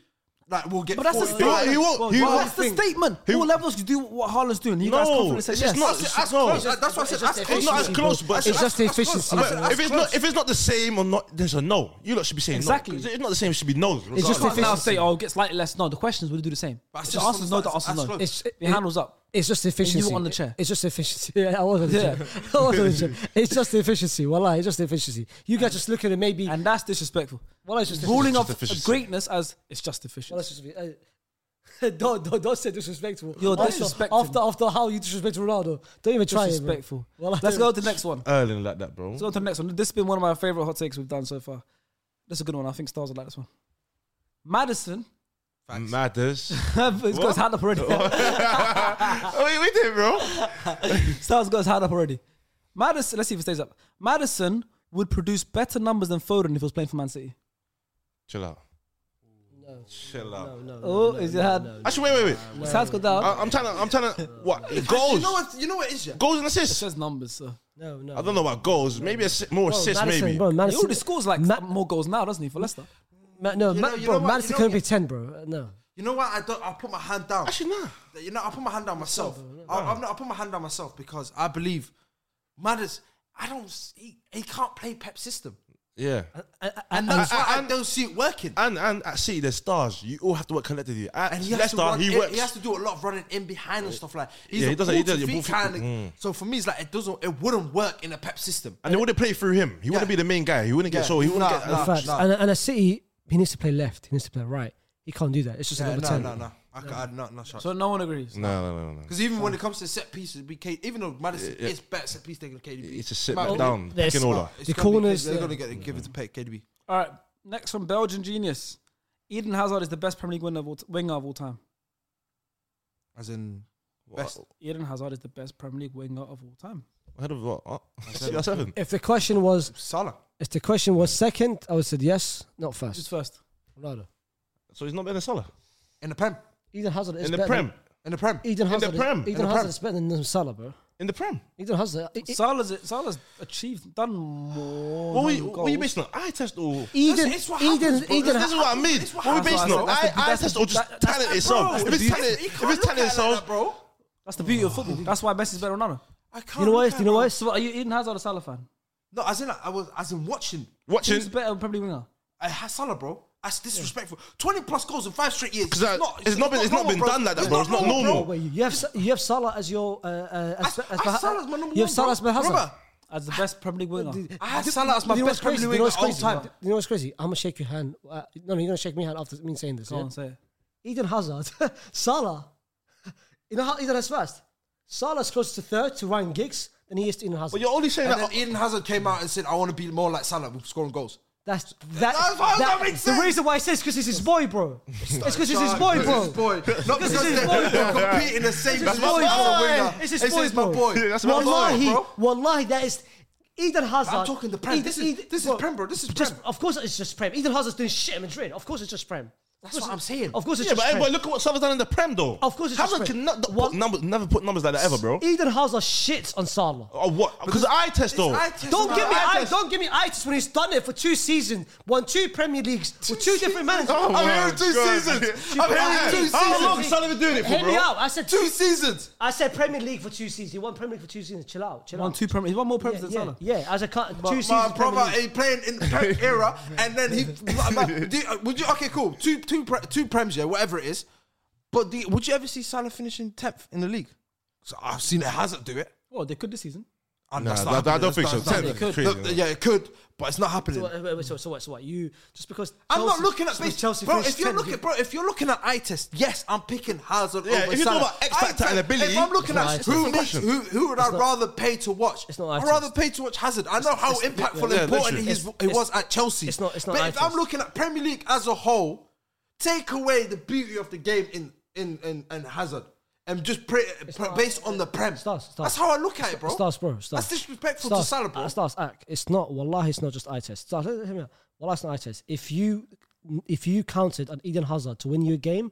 Speaker 2: like will get.
Speaker 1: But that's the
Speaker 2: 40.
Speaker 1: statement.
Speaker 5: He won't- he
Speaker 1: Well,
Speaker 5: won't
Speaker 1: that's the
Speaker 5: think-
Speaker 1: statement.
Speaker 5: he-
Speaker 1: All Lewandowski do what Haaland's doing. You guys
Speaker 5: No,
Speaker 1: confidently say
Speaker 5: it's
Speaker 1: yes.
Speaker 5: just not-
Speaker 2: That's,
Speaker 5: it's
Speaker 2: that's
Speaker 5: no.
Speaker 2: close. That's what I said.
Speaker 3: It's just
Speaker 2: That's
Speaker 3: the
Speaker 2: close.
Speaker 5: It's not as close, but
Speaker 2: That's-
Speaker 3: it's just the
Speaker 2: that's close.
Speaker 3: efficiency,
Speaker 2: That's-
Speaker 3: bro.
Speaker 2: that's
Speaker 5: if it's not,
Speaker 2: close.
Speaker 5: if it's not the same or not, there's a no. You lot should be saying
Speaker 1: Exactly.
Speaker 5: No. 'Cause If it's not the same, it should be no.
Speaker 3: It's just
Speaker 1: You can't now
Speaker 3: efficiency.
Speaker 1: say, oh, it gets slightly less. No, the question is, would it do the same?
Speaker 2: But that's
Speaker 1: The
Speaker 2: just
Speaker 1: answer is no, the
Speaker 2: that's-
Speaker 1: answer is no.
Speaker 2: that's
Speaker 1: It's,
Speaker 3: It's-
Speaker 1: your handles up.
Speaker 3: It's just the efficiency.
Speaker 1: on the chair.
Speaker 3: It's just the efficiency. Yeah, I was on the
Speaker 1: Yeah.
Speaker 3: chair. I was on the chair. It's just the efficiency. Wallah, it's just the efficiency. You guys just look at it maybe.
Speaker 1: And that's disrespectful.
Speaker 3: Wallah, it's just
Speaker 1: Ruling off
Speaker 5: just efficiency.
Speaker 1: greatness as it's just
Speaker 3: Well,
Speaker 1: efficient.
Speaker 3: that's just uh, don't, don't, don't say disrespectful.
Speaker 1: You're
Speaker 3: After-
Speaker 1: disrespecting.
Speaker 3: After, after how you disrespect Ronaldo, don't even try it. bro.
Speaker 1: Disrespectful.
Speaker 3: Well, I
Speaker 1: Let's
Speaker 3: don't-
Speaker 1: go to the next one.
Speaker 5: Erling like that, bro.
Speaker 1: Let's go to the next one. This has been one of my favorite hot takes we've done so far. This is a good one. I think stars will like this one. Madison,
Speaker 5: Matters.
Speaker 1: he's got his hand up already.
Speaker 5: Wait, we did, bro.
Speaker 1: Stars got his hand up already. Madison, let's see if it stays up. Madison would produce better numbers than Foden if he was playing for Man City.
Speaker 5: Chill out. No. Chill out.
Speaker 1: Oh, is your hand?
Speaker 5: Actually, wait, wait, wait.
Speaker 1: His hand's got down.
Speaker 5: I, I'm trying to. I'm trying to. What
Speaker 2: You
Speaker 5: goals?
Speaker 2: know what? You know what it is, yeah.
Speaker 5: Goals and
Speaker 1: It
Speaker 5: assists.
Speaker 1: says numbers. So.
Speaker 3: No, no.
Speaker 5: I don't know about goals. Maybe assi- more assists.
Speaker 3: Madison,
Speaker 5: Maybe.
Speaker 3: Bro,
Speaker 1: He
Speaker 3: Madison,
Speaker 1: already scores like
Speaker 3: Ma-
Speaker 1: more goals now, doesn't he, for Leicester?
Speaker 3: Ma- no,
Speaker 2: You
Speaker 3: Ma-
Speaker 2: know- you
Speaker 3: bro,
Speaker 2: know what-
Speaker 3: Madison
Speaker 2: you know-
Speaker 3: couldn't be 10, bro. Uh, No.
Speaker 2: You You know what? I don't. I put my hand down.
Speaker 5: Actually, nah.
Speaker 2: You know, I put my hand down myself. I, I'm not, I put my hand down myself because I believe Matters. I don't. s- He, he can't play Pep system,
Speaker 5: Yeah.
Speaker 2: and that's
Speaker 5: I-
Speaker 2: why I,
Speaker 5: Uh, and-
Speaker 2: don't see it working.
Speaker 5: And and at City, there's stars. You all have to work collectively. At
Speaker 2: and he has,
Speaker 5: Leicester,
Speaker 2: to run,
Speaker 5: he
Speaker 2: he,
Speaker 5: works.
Speaker 2: he has to do a lot of running in behind and stuff like. He's
Speaker 5: Yeah,
Speaker 2: a
Speaker 5: he doesn't- Mm. he
Speaker 2: ball to
Speaker 5: does-
Speaker 2: feet
Speaker 5: ball to-
Speaker 2: kind of- So for me, it's like it doesn't. It wouldn't work in a Pep system.
Speaker 5: and they wouldn't play through him. He wouldn't
Speaker 2: Yeah.
Speaker 5: be the main guy. He wouldn't get
Speaker 2: Yeah.
Speaker 5: sold. Uh, He wouldn't
Speaker 2: Nah,
Speaker 5: get.
Speaker 2: nah.
Speaker 3: Facts. And, and a City, he needs to play left. He needs to play right. He can't do that. It's just
Speaker 2: Yeah,
Speaker 3: another
Speaker 2: no,
Speaker 3: ten.
Speaker 2: no, no. I can't. I'm not, not sure.
Speaker 1: So no one agrees.
Speaker 5: No, no, no, no.
Speaker 2: Because even when it comes to set pieces, we K, even though Madison is better set piece taking KDB,
Speaker 5: It's a sit
Speaker 2: Matt-
Speaker 5: back down,
Speaker 3: there's-
Speaker 5: pick in order.
Speaker 2: it's
Speaker 3: The
Speaker 2: gonna be-
Speaker 3: corners, uh,
Speaker 2: They're
Speaker 3: yeah.
Speaker 2: gonna get give it to Pep KDB.
Speaker 1: All right, next from Belgian genius. Eden Hazard is the best Premier League winner of all t- winger of all time.
Speaker 2: As in, best.
Speaker 1: Eden Hazard is the best Premier League winger of all time.
Speaker 5: Ahead of what? Oh, seven.
Speaker 3: If the question was,
Speaker 2: Salah.
Speaker 3: if the question was second, I would have said yes, not
Speaker 1: Who's
Speaker 3: first.
Speaker 1: first?
Speaker 3: Ronaldo.
Speaker 5: So he's not better than Salah
Speaker 2: In the Prem.
Speaker 3: Eden Hazard is
Speaker 5: in the
Speaker 3: better than-
Speaker 5: Prem.
Speaker 2: In the Prem.
Speaker 3: Eden
Speaker 5: In the
Speaker 3: Hazard. Is,
Speaker 5: Prem. In the
Speaker 3: Eden Hazard
Speaker 5: Prem.
Speaker 3: is better than Salah, bro.
Speaker 5: In the Prem.
Speaker 3: Eden Hazard. i- i-
Speaker 1: Salah's Salah's achieved done more.
Speaker 5: What were
Speaker 1: than
Speaker 5: you, what were you
Speaker 1: goals.
Speaker 5: basing on? I test all.
Speaker 3: Eden.
Speaker 2: it's what happens,
Speaker 3: Eden.
Speaker 2: bro.
Speaker 3: Eden.
Speaker 5: this is what I mean.
Speaker 2: That's
Speaker 5: What
Speaker 2: what
Speaker 5: are we
Speaker 2: happens.
Speaker 5: basing on?
Speaker 1: That's
Speaker 5: I,
Speaker 1: the-
Speaker 5: I
Speaker 1: that's
Speaker 5: test
Speaker 1: the-
Speaker 5: or just
Speaker 1: that- that's
Speaker 5: talent
Speaker 1: the- bro,
Speaker 5: itself. If
Speaker 1: that's
Speaker 5: it's talent,
Speaker 2: You
Speaker 5: if
Speaker 2: can't look
Speaker 5: it's talent
Speaker 2: at it like
Speaker 5: itself,
Speaker 2: that, bro.
Speaker 1: That's the beauty of football. That's why Messi's better than Ronaldo.
Speaker 2: I can't
Speaker 3: You know
Speaker 2: look
Speaker 3: what?
Speaker 2: at
Speaker 3: You
Speaker 2: it,
Speaker 3: know
Speaker 2: bro.
Speaker 3: what?
Speaker 1: So what, are you Eden Hazard or Salah fan?
Speaker 2: No, as in like, I was as in watching.
Speaker 5: watching.
Speaker 1: Who's better Premier League winger?
Speaker 2: I had Salah, bro. That's disrespectful. Twenty plus goals in five straight years. It's
Speaker 5: 'Cause I-
Speaker 2: not.
Speaker 5: uh, it's not been- it's not
Speaker 2: normal,
Speaker 5: been done like that, bro. It's not normal.
Speaker 3: Wait, you have Sa- you have Salah as your uh, uh, as,
Speaker 2: I,
Speaker 3: as-
Speaker 2: I, Salah's my number
Speaker 3: you
Speaker 2: one.
Speaker 3: have Salah as
Speaker 2: bro.
Speaker 3: my Hazard.
Speaker 2: Remember,
Speaker 1: As the best Premier League winger.
Speaker 3: Did-
Speaker 2: I had
Speaker 3: did-
Speaker 2: Salah as my
Speaker 3: you know what's
Speaker 2: best Premier
Speaker 3: crazy?
Speaker 2: League
Speaker 3: You know what's
Speaker 2: of all
Speaker 3: crazy?
Speaker 2: time.
Speaker 3: You know what's crazy? I'm gonna shake your hand. Uh, no, no, you're gonna shake my hand after me saying this.
Speaker 1: Go
Speaker 3: yeah?
Speaker 1: on, say it.
Speaker 3: Eden Hazard, Salah. You know how Eden is first. Salah's close to third to Ryan Giggs than he is to Eden Hazard.
Speaker 5: But you're only saying
Speaker 2: And
Speaker 5: that.
Speaker 2: then Eden Hazard came out and said, "I want to be more like Salah with scoring goals."
Speaker 3: that's that,
Speaker 2: That's why that
Speaker 3: that-
Speaker 2: makes
Speaker 3: The
Speaker 2: sense.
Speaker 3: reason why I say it's because it's his boy, bro. It's because it's his boy,
Speaker 2: It's
Speaker 3: bro.
Speaker 2: his boy. Not because
Speaker 3: his
Speaker 2: they're
Speaker 3: boy,
Speaker 2: they're
Speaker 3: bro.
Speaker 2: competing in the same
Speaker 3: It's his
Speaker 2: position as a
Speaker 3: boy.
Speaker 2: winger.
Speaker 3: It's his
Speaker 2: It says my
Speaker 3: boy, bro.
Speaker 2: boy.
Speaker 5: Yeah, that's my boy.
Speaker 3: Wallahi,
Speaker 2: bro.
Speaker 3: wallahi, that is Eden Hazard.
Speaker 2: I'm talking the Prem. This is- oh, this is Prem, bro. This is
Speaker 3: just,
Speaker 2: Prem.
Speaker 3: Of course, it's just Prem. Eden Hazard's doing shit in Madrid. Of course, it's just Prem.
Speaker 2: That's what I'm saying.
Speaker 3: Of course, it's
Speaker 5: Yeah,
Speaker 3: just
Speaker 5: but hey,
Speaker 3: Prem.
Speaker 5: boy, look at what Salah's done in the Prem, though.
Speaker 3: Of course it's
Speaker 5: Hazard
Speaker 3: just Prem.
Speaker 5: can not
Speaker 3: What-
Speaker 5: put numbers, never put numbers like that ever, bro.
Speaker 3: Eden Hazard shits on Salah.
Speaker 2: Oh,
Speaker 5: Or what? Because I test though.
Speaker 2: eye test,
Speaker 3: Don't
Speaker 2: bro.
Speaker 3: give me
Speaker 2: Eye
Speaker 3: I,
Speaker 2: test.
Speaker 3: don't give me itis when he's done it for two seasons, won two Premier Leagues with two different managers.
Speaker 5: Oh
Speaker 2: I'm
Speaker 5: my
Speaker 2: hearing two
Speaker 5: God.
Speaker 2: seasons. I'm hearing two seasons.
Speaker 5: How long has Salah been doing it for,
Speaker 3: Hear me
Speaker 5: bro?
Speaker 3: out. I said
Speaker 2: Two seasons.
Speaker 3: I said Premier League for two seasons. He won Premier League for two seasons. Chill out. Chill
Speaker 1: One
Speaker 3: out.
Speaker 1: two Premier. He's one more Premier
Speaker 3: yeah,
Speaker 1: than
Speaker 3: yeah,
Speaker 1: Salah.
Speaker 3: yeah, as a cut, two
Speaker 2: My,
Speaker 3: seasons.
Speaker 2: my
Speaker 3: Premier
Speaker 2: brother,
Speaker 3: League.
Speaker 2: he playing in the Prem era, and then he. like, man, do you- uh, would you okay? Cool. Two, two, pre- two Prems, yeah, whatever it is. But do you- would you ever see Salah finishing tenth in the league? So I've seen it. Hazard do it.
Speaker 1: Well, they could this season.
Speaker 2: And
Speaker 5: Nah,
Speaker 2: that's
Speaker 5: that-
Speaker 2: not
Speaker 5: that- I
Speaker 2: happening.
Speaker 5: don't
Speaker 2: That's not
Speaker 5: think so.
Speaker 2: happening.
Speaker 5: Tenth is crazy,
Speaker 2: Look,
Speaker 5: man.
Speaker 2: Yeah, it could, but it's not happening.
Speaker 3: So, wait, wait, wait, so, so what? So what? You just because
Speaker 2: I'm not
Speaker 3: Chelsea-
Speaker 2: looking at
Speaker 3: just because
Speaker 2: this.
Speaker 3: Chelsea.
Speaker 2: bro,
Speaker 3: finished
Speaker 2: if you're
Speaker 3: 10th,
Speaker 2: looking, bro, if you're looking at eye test, yes, I'm picking Hazard
Speaker 5: Yeah,
Speaker 2: over
Speaker 5: if you
Speaker 2: Salah.
Speaker 5: talk about X
Speaker 2: Eye
Speaker 5: factor and
Speaker 2: test-
Speaker 5: ability,
Speaker 2: if I'm looking
Speaker 3: It's not eye
Speaker 2: at
Speaker 3: test.
Speaker 2: who,
Speaker 5: It's
Speaker 2: makes,
Speaker 5: fashion.
Speaker 2: who, who would I rather pay to watch?
Speaker 3: It's not eye
Speaker 2: I'd
Speaker 3: test.
Speaker 2: rather pay to watch Hazard. I know how
Speaker 3: it's-
Speaker 2: impactful
Speaker 5: yeah,
Speaker 2: and
Speaker 5: yeah,
Speaker 2: important
Speaker 5: literally.
Speaker 2: he's,
Speaker 3: It's-
Speaker 2: he
Speaker 3: it's-
Speaker 2: was at Chelsea.
Speaker 3: it's not- it's not
Speaker 2: But
Speaker 3: eye
Speaker 2: if I'm
Speaker 3: test.
Speaker 2: looking at Premier League as a whole, take away the beauty of the game in in in, in Hazard. And just pre- pre-
Speaker 3: not-
Speaker 2: based on the prem.
Speaker 3: Stars, stars.
Speaker 2: That's how I look at it, bro.
Speaker 3: Stars, bro. Stars.
Speaker 2: That's disrespectful
Speaker 3: stars,
Speaker 2: to Salah, bro.
Speaker 3: uh, Stars, act. It's not. Wallahi, it's not just eye test. Stars, hear me out. Wallahi, it's not eye test. If you if you counted on Eden Hazard to win you a game,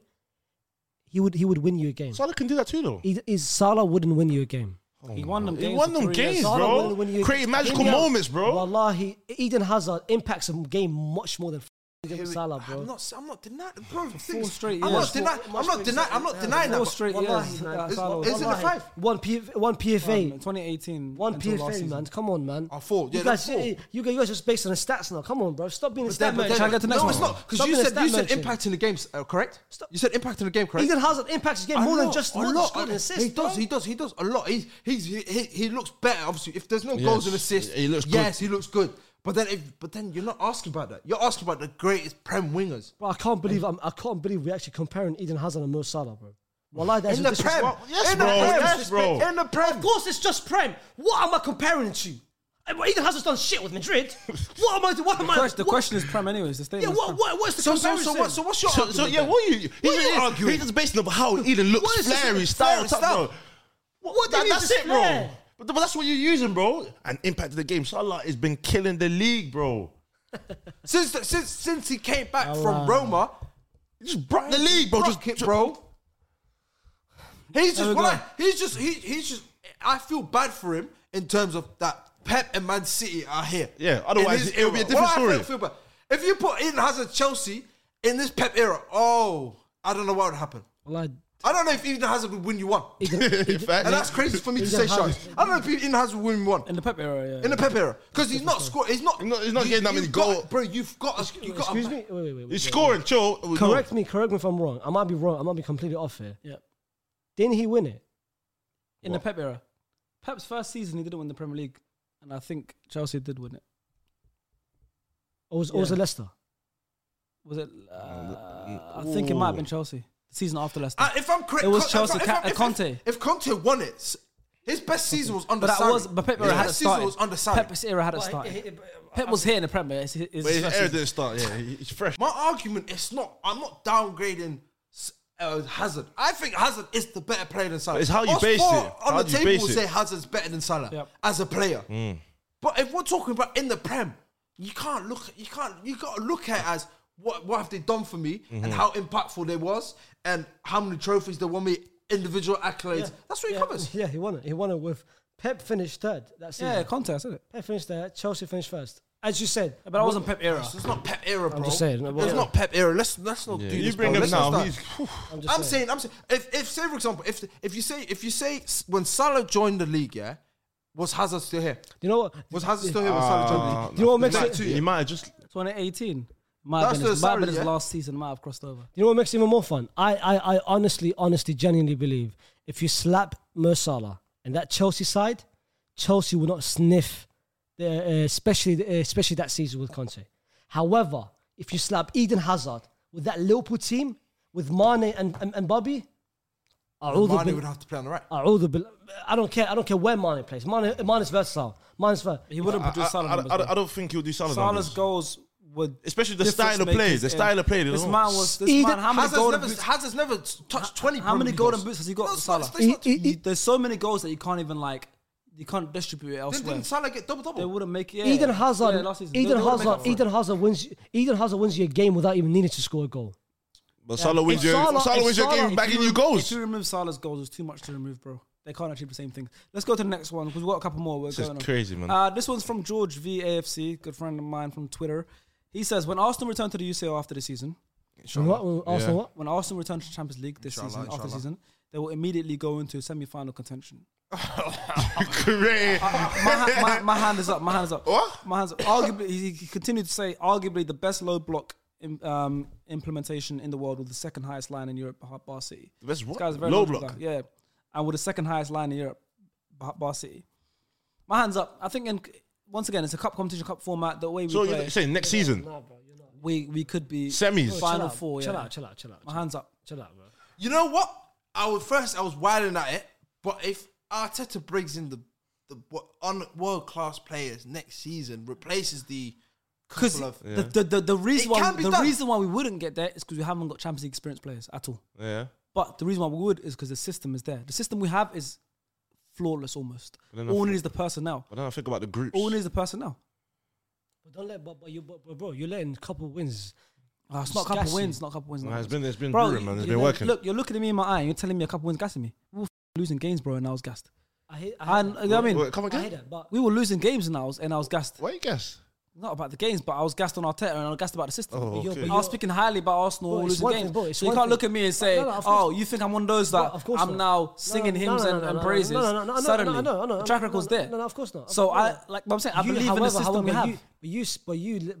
Speaker 3: he would he would win you a game.
Speaker 5: Salah can do that too, though.
Speaker 3: Ed- is Salah wouldn't win you a game.
Speaker 1: He won them games.
Speaker 5: He won
Speaker 1: for
Speaker 5: them
Speaker 1: three years.
Speaker 5: games,
Speaker 3: Salah
Speaker 5: bro.
Speaker 3: wouldn't win you a-
Speaker 5: Create magical
Speaker 3: Hear me out.
Speaker 5: moments, bro.
Speaker 3: Wallahi, Eden Hazard impacts a game much more than f***ing Salah, bro.
Speaker 2: I'm not. I'm not denying, bro.
Speaker 1: Four straight
Speaker 2: I'm
Speaker 1: years.
Speaker 2: not denying. I'm not denying. I'm not denying that.
Speaker 1: Four
Speaker 2: but-
Speaker 1: straight
Speaker 3: Wallahi,
Speaker 1: years.
Speaker 3: man.
Speaker 1: Yeah,
Speaker 2: Is-
Speaker 1: Salah.
Speaker 2: is it the
Speaker 3: Wallahi.
Speaker 2: five?
Speaker 3: One, P- one PFA.
Speaker 1: Um, 2018.
Speaker 3: One
Speaker 1: until last
Speaker 3: PFA,
Speaker 1: season.
Speaker 3: man. Come on, man.
Speaker 2: Oh, four. Yeah,
Speaker 3: you guys,
Speaker 2: that's four.
Speaker 3: You, you guys just based on the stats now. Come on, bro. Stop being a
Speaker 2: Then-
Speaker 3: stat
Speaker 2: but
Speaker 3: merchant.
Speaker 2: then-
Speaker 1: Shall I get to the next
Speaker 2: no,
Speaker 1: one?
Speaker 2: it's not because
Speaker 3: Stop
Speaker 2: you
Speaker 3: being a
Speaker 2: said you
Speaker 3: stat
Speaker 2: said
Speaker 3: merchant.
Speaker 2: impact in the games, uh, correct?
Speaker 3: Stop.
Speaker 2: You said impact in the game, correct?
Speaker 3: Eden Hazard impacts his game
Speaker 2: A
Speaker 3: more than
Speaker 2: lot,
Speaker 3: just
Speaker 2: a
Speaker 3: more than
Speaker 2: lot.
Speaker 3: scoring and assists.
Speaker 2: He does,
Speaker 3: bro.
Speaker 2: he does, he does a lot. He's he's he, he, he looks better. Obviously, if there's no
Speaker 5: Yes.
Speaker 2: goals and assists,
Speaker 5: He looks good.
Speaker 2: yes, he looks good. But then, if but then you're not asking about that. You're asking about the greatest prem wingers.
Speaker 3: Bro, I can't believe I'm, I can't believe we're actually comparing Eden Hazard and Mo Salah, bro. Wallahi, that's
Speaker 2: In the
Speaker 3: ridiculous.
Speaker 2: prem,
Speaker 5: Yes,
Speaker 2: in the
Speaker 5: bro.
Speaker 2: prem,
Speaker 5: Yes, bro.
Speaker 2: in the prem.
Speaker 3: Of course, it's just Prem. What am I comparing it to? Eh, well, Eden Hazard's done shit with Madrid. What am I? do- What am
Speaker 1: The
Speaker 3: I?
Speaker 1: question- The
Speaker 3: what-
Speaker 1: question is Prem anyways. The
Speaker 3: Yeah,
Speaker 1: statement.
Speaker 3: what, what, what's the
Speaker 2: So so
Speaker 3: comparison?
Speaker 2: so what? So what's your
Speaker 5: So, so
Speaker 2: argument
Speaker 5: yeah,
Speaker 2: then?
Speaker 5: what are you?
Speaker 2: What are
Speaker 5: he's,
Speaker 2: you arguing?
Speaker 5: He's just basing on how Eden looks,
Speaker 3: What is this-
Speaker 5: flashy,
Speaker 3: this
Speaker 5: style,
Speaker 3: flair,
Speaker 5: type, bro.
Speaker 3: style? What, what do
Speaker 5: That-
Speaker 3: you mean
Speaker 5: that's
Speaker 3: just
Speaker 5: it, bro.
Speaker 3: flair?
Speaker 5: But, but that's what you're using, bro. And impact of the game. Salah has been killing the league, bro.
Speaker 2: Since the, since since he came back
Speaker 3: wow.
Speaker 2: from Roma,
Speaker 5: He just brought the league, bro. Just,
Speaker 2: Rock it, bro. He's just,
Speaker 1: we
Speaker 2: well,
Speaker 1: go.
Speaker 2: I, he's just, he, he's just. I feel bad for him in terms of that. Pep and Man City are here.
Speaker 5: Yeah,
Speaker 2: In
Speaker 5: otherwise
Speaker 2: his
Speaker 5: it would be a
Speaker 2: era.
Speaker 5: different
Speaker 2: Well, I
Speaker 5: story.
Speaker 2: feel- feel bad. If you put Eden Hazard Chelsea in this Pep era, oh, I don't know what would happen.
Speaker 3: Well, I,
Speaker 2: I don't know if Eden Hazard would win you one.
Speaker 5: Fact.
Speaker 2: And that's crazy for me to
Speaker 3: Eden
Speaker 2: say,
Speaker 3: Hazard.
Speaker 2: Shaz. I don't know if Eden Hazard would win you one.
Speaker 1: in the Pep era, yeah.
Speaker 2: In the Pep era, because he's not scoring. He's not.
Speaker 5: He's not- he's not getting that many
Speaker 2: you've got-
Speaker 5: goals.
Speaker 2: bro. You've got. You got.
Speaker 3: excuse me. Wait, wait, wait. wait.
Speaker 5: He's scoring, chill. Oh, No.
Speaker 3: Correct me. Correct me if I'm wrong. I might be wrong. I might be completely off here.
Speaker 1: yeah.
Speaker 3: Didn't he win it?
Speaker 1: In the Pep era, Pep's first season he didn't win the Premier League, and I think Chelsea did win it.
Speaker 3: Or was, or was
Speaker 1: Yeah.
Speaker 3: it Leicester?
Speaker 1: Was it? Uh, I think it might have been Chelsea. The season after Leicester.
Speaker 2: Uh, if I'm correct,
Speaker 1: It was
Speaker 2: Con- if
Speaker 1: Chelsea,
Speaker 2: I- if
Speaker 1: Ca-
Speaker 2: I- if-
Speaker 1: Conte.
Speaker 2: If, if Conte won it, s- his best season was under.
Speaker 1: but that
Speaker 2: Sarri.
Speaker 1: was but Pep
Speaker 2: His
Speaker 1: era had it
Speaker 2: best season
Speaker 1: started.
Speaker 2: was under. Sarri.
Speaker 1: Pep's era had it started. Pep was here in the Premier. It's, it's
Speaker 5: But
Speaker 1: his
Speaker 5: his
Speaker 1: first
Speaker 5: air
Speaker 1: season.
Speaker 5: didn't start. Yeah, he- he's fresh.
Speaker 2: My argument is not. I'm not downgrading S- uh, Hazard. I think Hazard is the better player than Salah.
Speaker 5: It's how you
Speaker 2: Us
Speaker 5: base
Speaker 2: four
Speaker 5: it.
Speaker 2: On
Speaker 5: How
Speaker 2: the
Speaker 5: do you
Speaker 2: table,
Speaker 5: base
Speaker 2: will
Speaker 5: it? Hmm.
Speaker 2: say Hazard's better than Salah
Speaker 1: Yep.
Speaker 2: as a player. But if we're talking about in the Prem, you can't look. You can't. You gotta look at it as what what have they done for me
Speaker 5: Mm-hmm.
Speaker 2: and how impactful they was and how many trophies they won me. Individual accolades. That's what he
Speaker 3: yeah.
Speaker 2: covers.
Speaker 3: Yeah, he won it. He won it with Pep finished third. That season.
Speaker 1: Yeah, Conte, I said it.
Speaker 3: Pep finished third. Chelsea finished first. As you said,
Speaker 1: But that wasn't Pep era.
Speaker 2: So it's not Pep era, bro.
Speaker 3: just saying,
Speaker 2: It's
Speaker 3: well-
Speaker 2: not Pep era. Let's let's not do this.
Speaker 5: You bring
Speaker 2: bro.
Speaker 5: him
Speaker 2: Let's not start.
Speaker 5: now. He's
Speaker 3: I'm just
Speaker 2: I'm saying, I'm saying, if, if say for example, if if you say if you say s- when Salah joined the league, yeah, was Hazard still here?
Speaker 3: You know what?
Speaker 2: Was Hazard still here when Salah joined
Speaker 5: Ah,
Speaker 2: the league?
Speaker 3: you know what makes
Speaker 2: Nah,
Speaker 3: it?
Speaker 2: two
Speaker 3: Do
Speaker 2: years.
Speaker 5: he might have just
Speaker 1: 2018. Might have
Speaker 2: That's
Speaker 1: been his,
Speaker 2: the
Speaker 1: might have been
Speaker 2: Sarri,
Speaker 1: his
Speaker 2: yeah?
Speaker 1: last season. Might have crossed over.
Speaker 3: you know what makes it even more fun? I, I, I honestly, honestly, genuinely believe if you slap Mo Salah and that Chelsea side, Chelsea will not sniff, the, uh, especially the- uh, especially that season with Conte. However, if you slap Eden Hazard with that Liverpool team with Mane and and, and Bobby,
Speaker 2: Mane would have to play on the right.
Speaker 3: A'udhu bil- I don't care. I don't care where Mane plays. Mane, Mane's versatile. Mane's versatile.
Speaker 1: He wouldn't
Speaker 5: I,
Speaker 1: produce
Speaker 5: I,
Speaker 1: Salah.
Speaker 5: I,
Speaker 1: numbers,
Speaker 5: I,
Speaker 1: though.
Speaker 5: I don't think he'll do Salah.
Speaker 1: Salah's goals would,
Speaker 5: Especially the style of play, the style of play, they
Speaker 1: This
Speaker 5: don't-
Speaker 1: man was. This
Speaker 3: Eden-
Speaker 1: man, how many
Speaker 2: Hazard's
Speaker 1: golden
Speaker 2: never,
Speaker 1: boots?
Speaker 2: Hazard's never t- touched twenty.
Speaker 1: How many
Speaker 2: Premier
Speaker 1: golden
Speaker 2: Leagues.
Speaker 1: boots has he got
Speaker 2: No,
Speaker 1: for
Speaker 2: it's not-
Speaker 1: Salah?
Speaker 2: it's not-
Speaker 3: He- he-
Speaker 1: You- There's so many goals that you can't even like. You can't distribute it
Speaker 2: Didn't,
Speaker 1: elsewhere.
Speaker 2: didn't Salah get double
Speaker 1: They
Speaker 2: double?
Speaker 1: wouldn't make it. Yeah,
Speaker 3: Eden Hazard,
Speaker 1: yeah, last season. They-
Speaker 3: Eden
Speaker 1: they wouldn't make up
Speaker 3: Hazard,
Speaker 1: for it.
Speaker 3: Eden Hazard wins. Eden Hazard wins you a game without even needing to score a goal.
Speaker 5: But Salah wins your
Speaker 3: Salah-
Speaker 5: Salah
Speaker 3: if
Speaker 5: wins your
Speaker 3: Salah-
Speaker 5: game,
Speaker 3: if
Speaker 5: back
Speaker 1: you
Speaker 5: in your
Speaker 1: remove- If
Speaker 5: goals.
Speaker 1: you remove Salah's goals, there's too much to remove, bro. They can't achieve the same thing. Let's go to the next one because we've got a couple more. We're
Speaker 5: This is
Speaker 1: going on.
Speaker 5: crazy, man.
Speaker 1: Uh, this one's from George V AFC, good friend of mine from Twitter. He says, "When Arsenal return to the UCL after the season,
Speaker 3: What? Arsenal? What?
Speaker 1: when Arsenal return to Champions League this
Speaker 2: Inshallah,
Speaker 1: season, after
Speaker 2: inshallah.
Speaker 1: season, they will immediately go into semi-final contention."
Speaker 5: Great.
Speaker 1: my, ha- my, my hand is up. My hand is up.
Speaker 5: What?
Speaker 1: My hands up. Arguably, he he continued to say, arguably the best low block im um, implementation in the world with the second highest line in Europe, behind Bar City.
Speaker 5: The best
Speaker 1: This
Speaker 5: what?
Speaker 1: guy's a very
Speaker 5: Low
Speaker 1: logical
Speaker 5: block?
Speaker 1: guy, Yeah, and with the second highest line in Europe, behind Bar City. My hands up. I think in once again, it's a cup competition, cup format. The way we
Speaker 5: So
Speaker 1: play,
Speaker 5: you're saying next season,
Speaker 1: we we could be final
Speaker 5: Semis.
Speaker 3: Chill out,
Speaker 1: four.
Speaker 3: Chill
Speaker 1: yeah.
Speaker 3: out. Chill out. Chill out.
Speaker 1: My hands up.
Speaker 3: Chill out, bro.
Speaker 2: You know what? I was first. I was wilding at it, but if Arteta brings in the the on world class players next season, replaces the
Speaker 1: Because
Speaker 2: couple of
Speaker 1: the, the, the, the reason
Speaker 2: It
Speaker 1: why
Speaker 2: can be
Speaker 1: the
Speaker 2: done.
Speaker 1: reason why we wouldn't get there is because we haven't got Champions League experience players at all.
Speaker 5: yeah.
Speaker 1: But the reason why we would is because the system is there. The system we have is flawless almost.
Speaker 5: then I
Speaker 1: All we
Speaker 5: feel-
Speaker 1: need is the personnel.
Speaker 5: But then I think about the groups.
Speaker 1: All we need is the personnel.
Speaker 3: But don't let. But, but you, but, but bro, you're letting a couple wins.
Speaker 1: Ah, it's not a
Speaker 3: It's
Speaker 1: couple
Speaker 3: gassy.
Speaker 1: wins, not a couple wins. not
Speaker 5: Nah,
Speaker 1: a
Speaker 5: it's
Speaker 1: couple
Speaker 5: been- it's been
Speaker 1: wins.
Speaker 5: brewing, man. It's
Speaker 1: you-
Speaker 5: been
Speaker 1: you-
Speaker 5: working.
Speaker 1: Look, you're looking at me in my eye and you're telling me a couple wins gassing me. We were f- losing games, bro, and I was gassed.
Speaker 3: I hate. I hate
Speaker 1: And
Speaker 3: that.
Speaker 1: you know what I mean,
Speaker 5: Wait, come
Speaker 3: I hate
Speaker 5: again.
Speaker 3: that. But
Speaker 1: we were losing games and I was and I was gassed.
Speaker 5: Why you guess?
Speaker 1: Not about the games, but I was gassed on Arteta and I was gassed about the system.
Speaker 5: Oh,
Speaker 3: Yo,
Speaker 5: okay.
Speaker 3: but
Speaker 1: I was speaking highly about Arsenal
Speaker 3: Bro, it's
Speaker 1: losing
Speaker 3: one
Speaker 1: games.
Speaker 3: thing, bro, it's
Speaker 1: so you
Speaker 3: one
Speaker 1: can't
Speaker 3: thing.
Speaker 1: look at me and say,
Speaker 3: No, no, of
Speaker 1: "Oh,
Speaker 3: course.
Speaker 1: you think I'm one of those
Speaker 3: No,
Speaker 1: that
Speaker 3: of course
Speaker 1: I'm
Speaker 3: not.
Speaker 1: now
Speaker 3: No,
Speaker 1: singing
Speaker 3: no,
Speaker 1: hymns
Speaker 3: no, no,
Speaker 1: and,
Speaker 3: no,
Speaker 1: and
Speaker 3: no,
Speaker 1: praises"?
Speaker 3: no, no, no, no, no,
Speaker 1: Suddenly,
Speaker 3: no, no, no, no,
Speaker 1: the track
Speaker 3: no,
Speaker 1: record's
Speaker 3: no,
Speaker 1: there.
Speaker 3: No, no, of course not.
Speaker 1: So
Speaker 3: Of
Speaker 1: I,
Speaker 3: course not.
Speaker 1: like, what I'm saying, I
Speaker 3: You-
Speaker 1: believe in the
Speaker 3: however-
Speaker 1: system we
Speaker 3: however,
Speaker 1: have.
Speaker 3: You, but you, s- but you, li-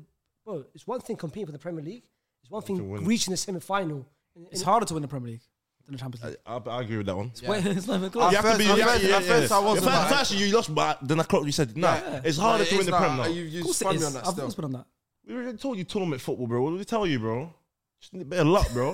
Speaker 3: bro, it's one thing competing for the Premier League. It's one thing
Speaker 5: win.
Speaker 3: reaching the semi-final. in- in-
Speaker 1: It's harder to win the Premier League than the Champions
Speaker 5: I,
Speaker 1: League.
Speaker 2: Uh,
Speaker 5: I, I agree with that one.
Speaker 1: Wait, it's not even close.
Speaker 5: You have
Speaker 2: first-
Speaker 5: to be.
Speaker 2: at
Speaker 5: yeah,
Speaker 2: first-
Speaker 5: yeah,
Speaker 2: at
Speaker 5: yeah.
Speaker 2: first I wasn't
Speaker 5: At
Speaker 2: like-
Speaker 5: first you lost, but then I clocked. You said, "Nah, it's harder to win the prem now."
Speaker 2: You, you
Speaker 1: Of course it
Speaker 2: spun me
Speaker 1: is.
Speaker 2: on that
Speaker 1: I've
Speaker 2: still.
Speaker 1: always been on that.
Speaker 5: We already told you tournament football, bro. What did we tell you, bro? Just need a bit of luck, bro.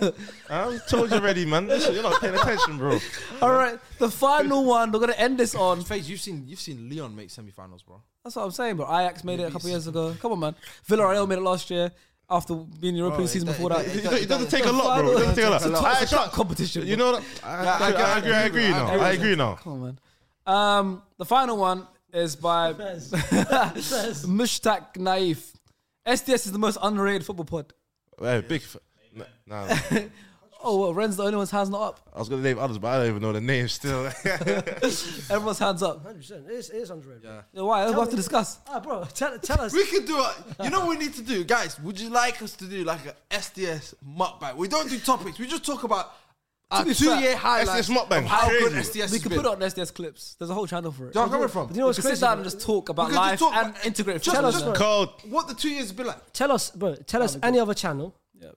Speaker 5: I told you already, man. Listen, you're not paying attention, bro.
Speaker 1: All right, the final one. We're gonna end this on.
Speaker 2: Faze, you've seen you've seen Leon make semi-finals, bro.
Speaker 1: That's what I'm saying, bro. Ajax made it a couple years ago. Come on, man. Villarreal made it last year after being European
Speaker 2: Bro, it
Speaker 1: season
Speaker 2: don't-
Speaker 1: before
Speaker 2: it
Speaker 1: that.
Speaker 2: don't-
Speaker 5: It, doesn't- it doesn't
Speaker 2: The
Speaker 5: take a lot, bro. It doesn't take a lot.
Speaker 2: final-
Speaker 5: I-
Speaker 1: It's a tough
Speaker 5: I-
Speaker 1: competition.
Speaker 5: You know, that- I,
Speaker 2: Yeah,
Speaker 5: I agree. I agree now. I agree now.
Speaker 1: Come on, man. Um, the final one is by Mushtaq Naif. SDS is the most underrated football pod.
Speaker 5: Hey, big. F- nah, nah.
Speaker 1: Oh, well, Ren's the only one's hands not up.
Speaker 5: I was gonna name others, but I don't even know the names still.
Speaker 1: Everyone's hands up.
Speaker 3: 100%. It is, it is underrated. Yeah.
Speaker 1: Yeah, Why? We have to discuss.
Speaker 3: Ah, bro, tell, tell us.
Speaker 2: We can do it. You know what we need to do, guys. Would you like us to do like a SDS mukbang? We don't do topics. We just talk about our
Speaker 1: be fair,
Speaker 2: two-year highlights.
Speaker 5: SDS mukbang,
Speaker 2: of How good
Speaker 5: crazy.
Speaker 2: SDS
Speaker 1: We
Speaker 2: has
Speaker 1: can
Speaker 2: been.
Speaker 1: put it on SDS clips. There's a whole channel for it.
Speaker 2: Do you know where I'm coming from?
Speaker 1: But you know what's
Speaker 2: We
Speaker 1: crazy?
Speaker 2: can
Speaker 1: Sit down and just talk about
Speaker 2: We can just
Speaker 1: life
Speaker 2: talk
Speaker 1: and
Speaker 2: about-
Speaker 1: integrate.
Speaker 2: Just-
Speaker 1: Tell us.
Speaker 2: just-
Speaker 1: man.
Speaker 5: Cold.
Speaker 2: What the two years been like?
Speaker 3: Tell us, bro. Tell us any other channel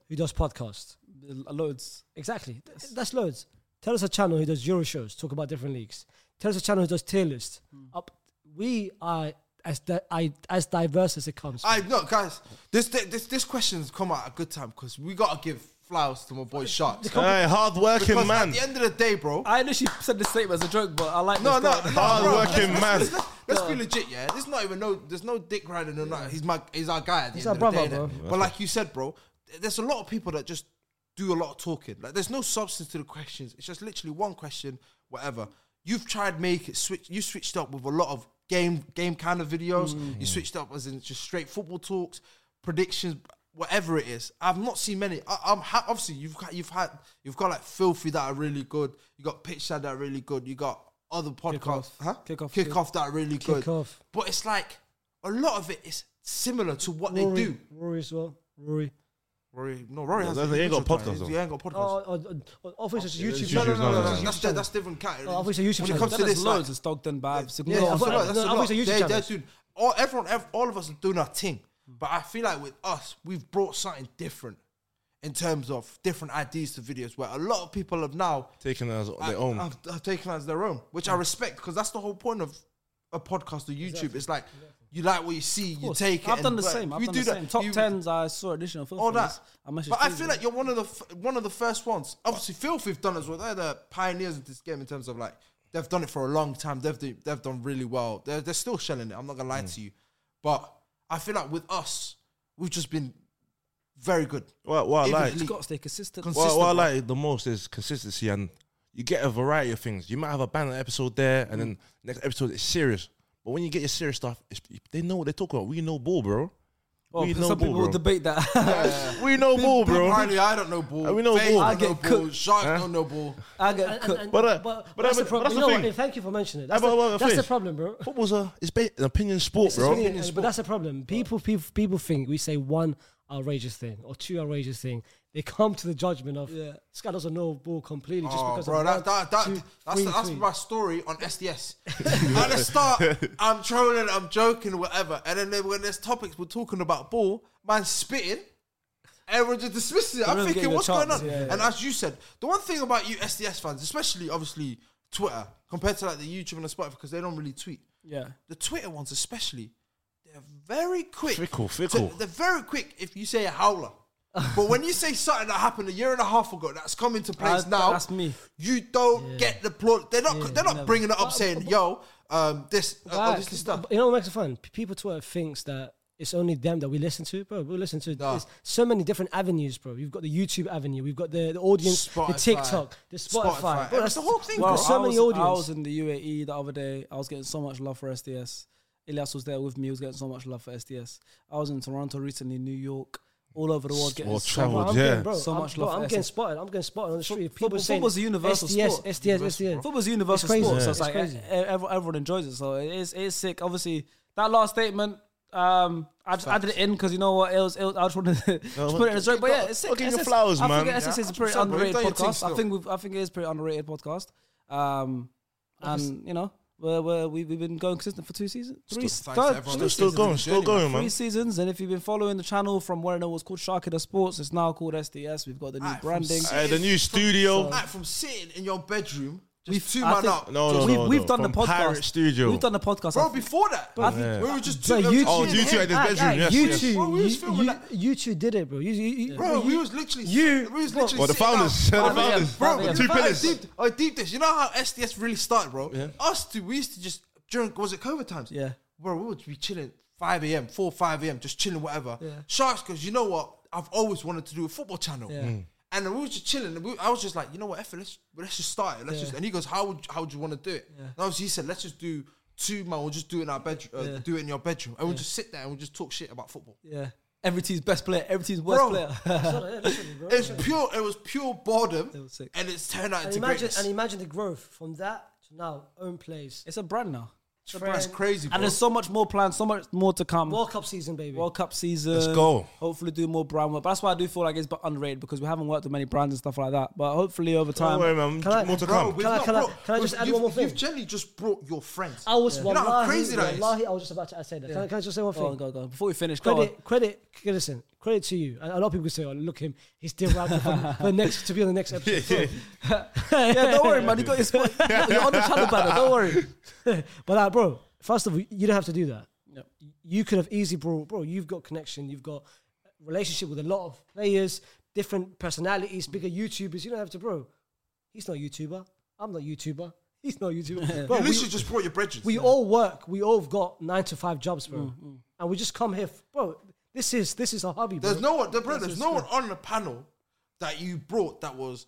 Speaker 3: who does podcasts.
Speaker 1: Uh, Loads.
Speaker 3: Exactly. Th- That's loads. Tell us a channel who does Euro shows, talk about different leagues. Tell us a channel who does tier list.
Speaker 1: Hmm.
Speaker 3: Up, we are as di- I, as diverse as it comes.
Speaker 2: I no, guys. This this this question's come at a good time because we gotta give flowers to my boy Sharks.
Speaker 5: hey, hard working
Speaker 2: Because
Speaker 5: man.
Speaker 2: at the end of the day, bro.
Speaker 1: I literally said this statement as a joke, but I like
Speaker 2: No,
Speaker 1: this
Speaker 2: no,
Speaker 1: thought.
Speaker 2: no,
Speaker 5: Hard
Speaker 2: bro,
Speaker 5: working
Speaker 2: let's-
Speaker 5: man.
Speaker 2: Let's, let's- let's be legit, yeah. There's not even no, there's no dick riding or nothing. He's my, he's our guy. At the
Speaker 3: He's
Speaker 2: end
Speaker 3: our
Speaker 2: of the day,
Speaker 3: brother,
Speaker 2: innit? But like you said, bro, th- there's a lot of people that just do a lot of talking. Like there's no substance to the questions. It's just literally one question, whatever. You've tried make it switch. You switched up with a lot of game, game kind of videos.
Speaker 3: Mm.
Speaker 2: You switched up as in just straight football talks, predictions. Whatever it is, I've not seen many. I, I'm ha- obviously you've got, you've had you've got like filthy that are really good. You got pitch Side that are really good. You got other podcasts,
Speaker 1: Off.
Speaker 2: huh?
Speaker 1: Kick Off.
Speaker 2: kick off that are really good.
Speaker 3: Off.
Speaker 2: But it's like a lot of it is similar to what
Speaker 3: Rory,
Speaker 2: they do.
Speaker 3: Rory as well. Rory.
Speaker 2: Rory, no, Rory
Speaker 5: Yeah,
Speaker 2: has
Speaker 5: that's- he ain't got a podcast,
Speaker 2: He ain't got a podcast.
Speaker 3: Oh, oh, oh, oh, obviously it's YouTube.
Speaker 5: YouTube, no, no, no, no,
Speaker 2: that's, di- that's different category.
Speaker 3: Oh, obviously YouTube
Speaker 2: when
Speaker 3: channel.
Speaker 2: it comes to
Speaker 1: Then there's
Speaker 2: this,
Speaker 1: loads.
Speaker 2: like,
Speaker 1: It's Dogden Babs.
Speaker 2: yeah, that's
Speaker 3: No,
Speaker 2: a
Speaker 3: I've
Speaker 2: lot,
Speaker 3: got-
Speaker 2: that's a
Speaker 3: no,
Speaker 2: lot.
Speaker 3: obviously YouTube
Speaker 2: They- they're
Speaker 3: channels.
Speaker 2: doing- all everyone, ev- all of us are doing our thing. But I feel like with us, we've brought something different in terms of different ideas to videos. Where a lot of people have now
Speaker 5: Taking it as
Speaker 2: I-
Speaker 5: their own.
Speaker 2: I've, I've taken it as their own, which I respect because that's the whole point of a podcast or YouTube. It's like you like what you see, you take it.
Speaker 1: I've
Speaker 2: and-
Speaker 1: done the
Speaker 2: but
Speaker 1: same. I've
Speaker 2: we
Speaker 1: done
Speaker 2: do
Speaker 1: the
Speaker 2: that.
Speaker 1: same. Top
Speaker 2: You-
Speaker 1: tens. I saw additional film.
Speaker 2: all
Speaker 1: films.
Speaker 2: that.
Speaker 1: I messaged
Speaker 2: but I
Speaker 1: Steve
Speaker 2: feel
Speaker 1: with
Speaker 2: like you're one of the f- one of the first ones. Obviously, Filthy've done as well. They're the pioneers of this game in terms of like they've done it for a long time. They've do, they've done really well. They're they're still shelling it. I'm not gonna lie
Speaker 5: Mm.
Speaker 2: to you, but I feel like with us, we've just been very good.
Speaker 5: What, what I
Speaker 2: Even
Speaker 5: like,
Speaker 2: elite.
Speaker 1: it. You've got to stay consistent.
Speaker 2: Consistent.
Speaker 5: what, what I
Speaker 2: bro.
Speaker 5: like the most is consistency, and you get a variety of things. You might have a banner episode there, and then next episode is serious. But when you get your serious stuff, it's, they know what they're talking about. We know ball, bro.
Speaker 1: Well,
Speaker 5: we know
Speaker 1: some people
Speaker 5: ball,
Speaker 1: will
Speaker 5: bro.
Speaker 1: debate that.
Speaker 5: We know ball,
Speaker 2: Big
Speaker 5: bro.
Speaker 2: Riley, I don't know ball.
Speaker 5: Uh, we know ball.
Speaker 2: I
Speaker 5: I
Speaker 1: get
Speaker 2: get know ball.
Speaker 1: cooked.
Speaker 2: Sharks don't know ball.
Speaker 1: I get
Speaker 3: And-
Speaker 1: cooked.
Speaker 3: and-
Speaker 5: But, uh, but
Speaker 3: that's
Speaker 5: I
Speaker 3: the
Speaker 5: mean,
Speaker 3: problem. You
Speaker 5: that's the
Speaker 3: know what?
Speaker 5: thing.
Speaker 3: Yeah, Thank you for mentioning it. That's,
Speaker 5: But-
Speaker 3: the,
Speaker 5: but-
Speaker 3: that's the
Speaker 5: Fish,
Speaker 3: problem, bro.
Speaker 5: Football's a it's ba- an opinion sport, bro.
Speaker 3: Opinion,
Speaker 2: opinion
Speaker 3: but
Speaker 2: sport.
Speaker 3: that's the problem. People, people, people think we say one outrageous thing or two outrageous thing. They come to the judgment of
Speaker 1: Yeah.
Speaker 3: this guy doesn't know ball completely just
Speaker 2: Oh,
Speaker 3: because.
Speaker 2: bro,
Speaker 3: of
Speaker 2: that, that, that,
Speaker 3: one, two,
Speaker 2: that's,
Speaker 3: three
Speaker 2: that's
Speaker 3: tweets.
Speaker 2: my story on SDS. At the start, I'm trolling, I'm joking, whatever. And then there- when there's topics we're talking about ball, man spitting, everyone just dismisses it. I'm
Speaker 1: Everyone's
Speaker 2: thinking,
Speaker 1: getting a
Speaker 2: what's going
Speaker 1: chance,
Speaker 2: on?
Speaker 1: yeah, yeah.
Speaker 2: And as you said, the one thing about you SDS fans, especially obviously Twitter, compared to like the YouTube and the Spotify, because they don't really tweet.
Speaker 1: Yeah.
Speaker 2: The Twitter ones especially, they're very quick.
Speaker 5: Fickle,
Speaker 2: to-
Speaker 5: fickle.
Speaker 2: they're very quick if you say a howler. but when you say something that happened a year and a half ago that's come into place
Speaker 1: I-
Speaker 2: now,
Speaker 1: that's me.
Speaker 2: you don't get the plot. They're not. they're not bringing it up saying, "Yo, um, this, uh, oh,
Speaker 3: Right.
Speaker 2: this, this stuff."
Speaker 3: But You know what makes it fun? P- People Twitter thinks that it's only them that we listen to, bro. We listen to
Speaker 2: Nah.
Speaker 3: there's so many different avenues, bro. We've got the YouTube avenue, we've got the, the audience, the
Speaker 2: Spotify.
Speaker 3: TikTok, the Spotify.
Speaker 2: Spotify.
Speaker 3: Bro,
Speaker 2: It's the whole thing,
Speaker 3: We've
Speaker 2: bro.
Speaker 3: got so
Speaker 1: I was-
Speaker 3: many
Speaker 1: I
Speaker 3: audience.
Speaker 1: was in the UAE the other day. I was getting so much love for SDS. Elias was there with me. He was getting so much love for SDS. I was in Toronto recently, New York, all over the world. Getting
Speaker 5: Well
Speaker 1: so
Speaker 5: travelled,
Speaker 1: much-
Speaker 3: I'm
Speaker 5: yeah.
Speaker 3: getting, bro,
Speaker 1: So
Speaker 3: I'm,
Speaker 1: much
Speaker 3: bro,
Speaker 1: love for
Speaker 3: I'm getting
Speaker 1: SS.
Speaker 3: spotted. I'm getting spotted on the street. People
Speaker 1: football-
Speaker 3: saying
Speaker 1: football's a universal
Speaker 3: SDS,
Speaker 1: sport.
Speaker 3: SDS,
Speaker 2: Universal
Speaker 3: SDS.
Speaker 2: sport.
Speaker 1: Football's a universal
Speaker 3: It's crazy.
Speaker 1: sport, so
Speaker 3: Yeah.
Speaker 1: it's,
Speaker 3: It's
Speaker 1: like
Speaker 3: crazy.
Speaker 1: e- e- ev- everyone enjoys it. So it is, it is sick. Obviously, that last statement, um, I just added it in because you know what? It was, it was, I just wanted to just put it in a joke, but yeah, it's sick.
Speaker 5: I'll give you
Speaker 1: SS
Speaker 5: flowers,
Speaker 1: I
Speaker 5: man.
Speaker 1: think SS
Speaker 2: Yeah,
Speaker 1: is a pretty
Speaker 2: 100%, bro. You've
Speaker 1: underrated
Speaker 2: done your thing
Speaker 1: podcast. I
Speaker 2: still.
Speaker 1: think we've, I think it is a pretty underrated podcast. Um, and you know, we're, we're, we- we've been going consistent for two seasons, three,
Speaker 2: Still-
Speaker 1: third-
Speaker 2: thanks to
Speaker 1: three
Speaker 2: everyone
Speaker 5: Still, still
Speaker 2: Season's
Speaker 5: going,
Speaker 2: a
Speaker 5: still
Speaker 2: journey,
Speaker 5: going,
Speaker 1: three
Speaker 5: man.
Speaker 1: seasons, and if you've been following the channel from when it was called Sharkida Sports, it's now called SDS. We've got the new
Speaker 2: Alright, from
Speaker 1: branding.
Speaker 2: sitting-
Speaker 5: Hey, the
Speaker 2: from-
Speaker 5: new studio.
Speaker 2: alright, from sitting in your bedroom, just
Speaker 1: We've-
Speaker 2: two
Speaker 1: I
Speaker 2: man
Speaker 1: think-
Speaker 2: up.
Speaker 5: No, no,
Speaker 1: we've,
Speaker 5: no,
Speaker 1: we've
Speaker 5: no.
Speaker 1: done
Speaker 5: From
Speaker 1: the podcast.
Speaker 5: Pirate Studio.
Speaker 1: We've done the podcast. I
Speaker 2: bro.
Speaker 1: think-
Speaker 2: Before that,
Speaker 1: Bro, I think-
Speaker 2: we were just two.
Speaker 3: Bro,
Speaker 2: um,
Speaker 3: you
Speaker 5: Oh,
Speaker 3: two-
Speaker 5: you two at
Speaker 1: Ah,
Speaker 3: Aye,
Speaker 5: his bedroom.
Speaker 3: aye,
Speaker 5: Yes,
Speaker 3: you
Speaker 5: yes.
Speaker 3: two,
Speaker 2: Bro, we was
Speaker 3: you,
Speaker 2: filming
Speaker 3: you,
Speaker 2: that.
Speaker 3: you two did it, bro. You, you, you,
Speaker 2: Bro, we was literally
Speaker 3: You-
Speaker 2: we was literally
Speaker 5: Well, the
Speaker 2: sitting
Speaker 5: founders,
Speaker 2: down.
Speaker 5: the founders,
Speaker 1: Bro, the
Speaker 5: two
Speaker 2: I
Speaker 5: pillars.
Speaker 2: deep, I deep this. You know how SDS really started, bro. Us two, we used to just during was it COVID times?
Speaker 1: Yeah.
Speaker 2: bro, we would be chilling 5 a.m., 4, 5 a.m., just chilling, whatever. Sharks, because you know what? I've always wanted to do a football channel. And then we was just chilling, and we, I was just like, you know what, Effie, let's let's just start it. Let's just. And he goes, how would how would you want to do it? And obviously he said, let's just do two man. We'll just do it in our bedroom. Uh, Do it in your bedroom, and we'll just sit there and we'll just talk shit about football.
Speaker 1: yeah. Every team's best player, every team's worst
Speaker 2: Bro.
Speaker 1: player.
Speaker 2: It's pure. It was pure boredom,
Speaker 1: was sick.
Speaker 2: and it's turned out
Speaker 3: And
Speaker 2: into
Speaker 3: imagine,
Speaker 2: greatness.
Speaker 3: and imagine the growth from that to now, own plays.
Speaker 1: it's a brand now.
Speaker 2: That's crazy, bro.
Speaker 1: And there's so much more planned, so much more to come.
Speaker 3: World Cup season, baby.
Speaker 1: World Cup season.
Speaker 5: Let's go.
Speaker 1: Hopefully, do more brand work. But that's why I do feel like it's but underrated because we haven't worked with many brands and stuff like that. But hopefully, over
Speaker 5: Don't
Speaker 1: time,
Speaker 5: worry, man.
Speaker 3: Can I-
Speaker 5: More to
Speaker 3: Bro,
Speaker 5: come.
Speaker 2: we've
Speaker 3: Can I-
Speaker 2: not
Speaker 3: can I-
Speaker 2: brought-
Speaker 3: can I just
Speaker 2: we've-
Speaker 3: add one more
Speaker 2: you've-
Speaker 3: thing?
Speaker 2: You've generally just brought your friends.
Speaker 3: I was
Speaker 2: You know how
Speaker 3: wallahi,
Speaker 2: crazy that is?
Speaker 3: wallahi, I was just about to say that. Can, I- can I just say one
Speaker 1: go on,
Speaker 3: thing?
Speaker 1: Oh, go on, go on. Before we finish, go on.
Speaker 3: credit, credit, listen, credit to you. And a lot of people say, "Oh, look him, he's still around for the- for the next to be on the next episode."
Speaker 1: Yeah, don't worry, man. You got your spot. You're on the channel banner. Don't worry.
Speaker 3: but like, bro, first of all, you don't have to do that. You could have easily brought, bro. You've got connection. You've got relationship with a lot of players, different personalities, bigger YouTubers. You don't have to, bro. He's not a YouTuber. I'm not a YouTuber. He's not a YouTuber. Bro,
Speaker 2: you
Speaker 3: we-
Speaker 2: literally just brought your brethren.
Speaker 3: We all work. We all have got nine to five jobs, bro,
Speaker 1: Mm,
Speaker 3: and we just come here, f- bro. This is this is our hobby.
Speaker 2: There's
Speaker 3: bro.
Speaker 2: no one, bro. There's no one on the panel that you brought that was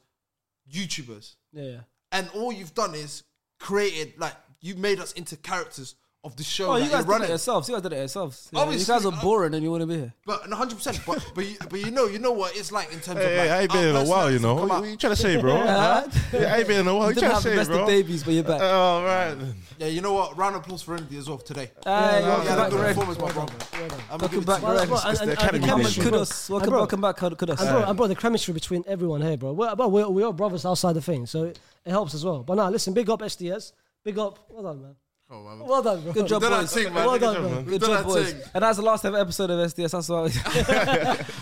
Speaker 2: YouTubers,
Speaker 1: Yeah, yeah.
Speaker 2: and all you've done is created like you made us into characters of the show.
Speaker 1: Oh,
Speaker 2: that
Speaker 1: you guys
Speaker 2: you're
Speaker 1: did it
Speaker 2: running.
Speaker 1: yourselves. You guys did it yourselves. Yeah, you
Speaker 2: Obviously,
Speaker 1: guys are
Speaker 2: I-
Speaker 1: boring and you wouldn't be here.
Speaker 2: But and 100, percent but but you, but you know you know what it's like in terms of
Speaker 5: Hey,
Speaker 2: like.
Speaker 5: I ain't been
Speaker 2: our
Speaker 5: in a while, you
Speaker 2: personalities
Speaker 5: know.
Speaker 2: come
Speaker 5: What
Speaker 2: out.
Speaker 5: you trying to say, bro? Huh? Yeah, I ain't been in a while.
Speaker 1: You
Speaker 5: You
Speaker 1: didn't
Speaker 5: trying to
Speaker 1: have the
Speaker 5: say,
Speaker 1: best
Speaker 5: bro? Oh,
Speaker 1: of babies, but you're back.
Speaker 5: All right. then.
Speaker 2: Yeah, you know what? Round of applause for Indy as well today.
Speaker 1: Hey,
Speaker 2: yeah,
Speaker 1: welcome
Speaker 2: yeah,
Speaker 1: Uh, back,
Speaker 2: good
Speaker 1: Greg.
Speaker 2: performance, my brother. I'm gonna give
Speaker 1: Welcome
Speaker 2: it
Speaker 1: back,
Speaker 2: to you.
Speaker 3: Well,
Speaker 1: Greg.
Speaker 3: well,
Speaker 5: It's
Speaker 3: and-
Speaker 5: the
Speaker 3: and-
Speaker 5: academy
Speaker 3: and-
Speaker 1: Cameron
Speaker 5: nation.
Speaker 3: bro.
Speaker 1: Kudos. Welcome,
Speaker 3: bro.
Speaker 1: welcome back, Kudos.
Speaker 3: And bro, and bro, the chemistry between everyone here, bro. We're, bro, we're, we are brothers outside the thing, so it, it helps as well. But now, listen, big up SDS, big up. Well done, man. Well done, bro.
Speaker 1: Good job,
Speaker 2: Done that
Speaker 1: boys.
Speaker 2: thing, man.
Speaker 3: Well
Speaker 2: Good
Speaker 3: done,
Speaker 2: job,
Speaker 3: bro.
Speaker 2: man.
Speaker 1: Good
Speaker 2: Done
Speaker 1: job,
Speaker 2: that
Speaker 1: boys.
Speaker 2: thing.
Speaker 1: And that's the last ever episode of SDS. That's what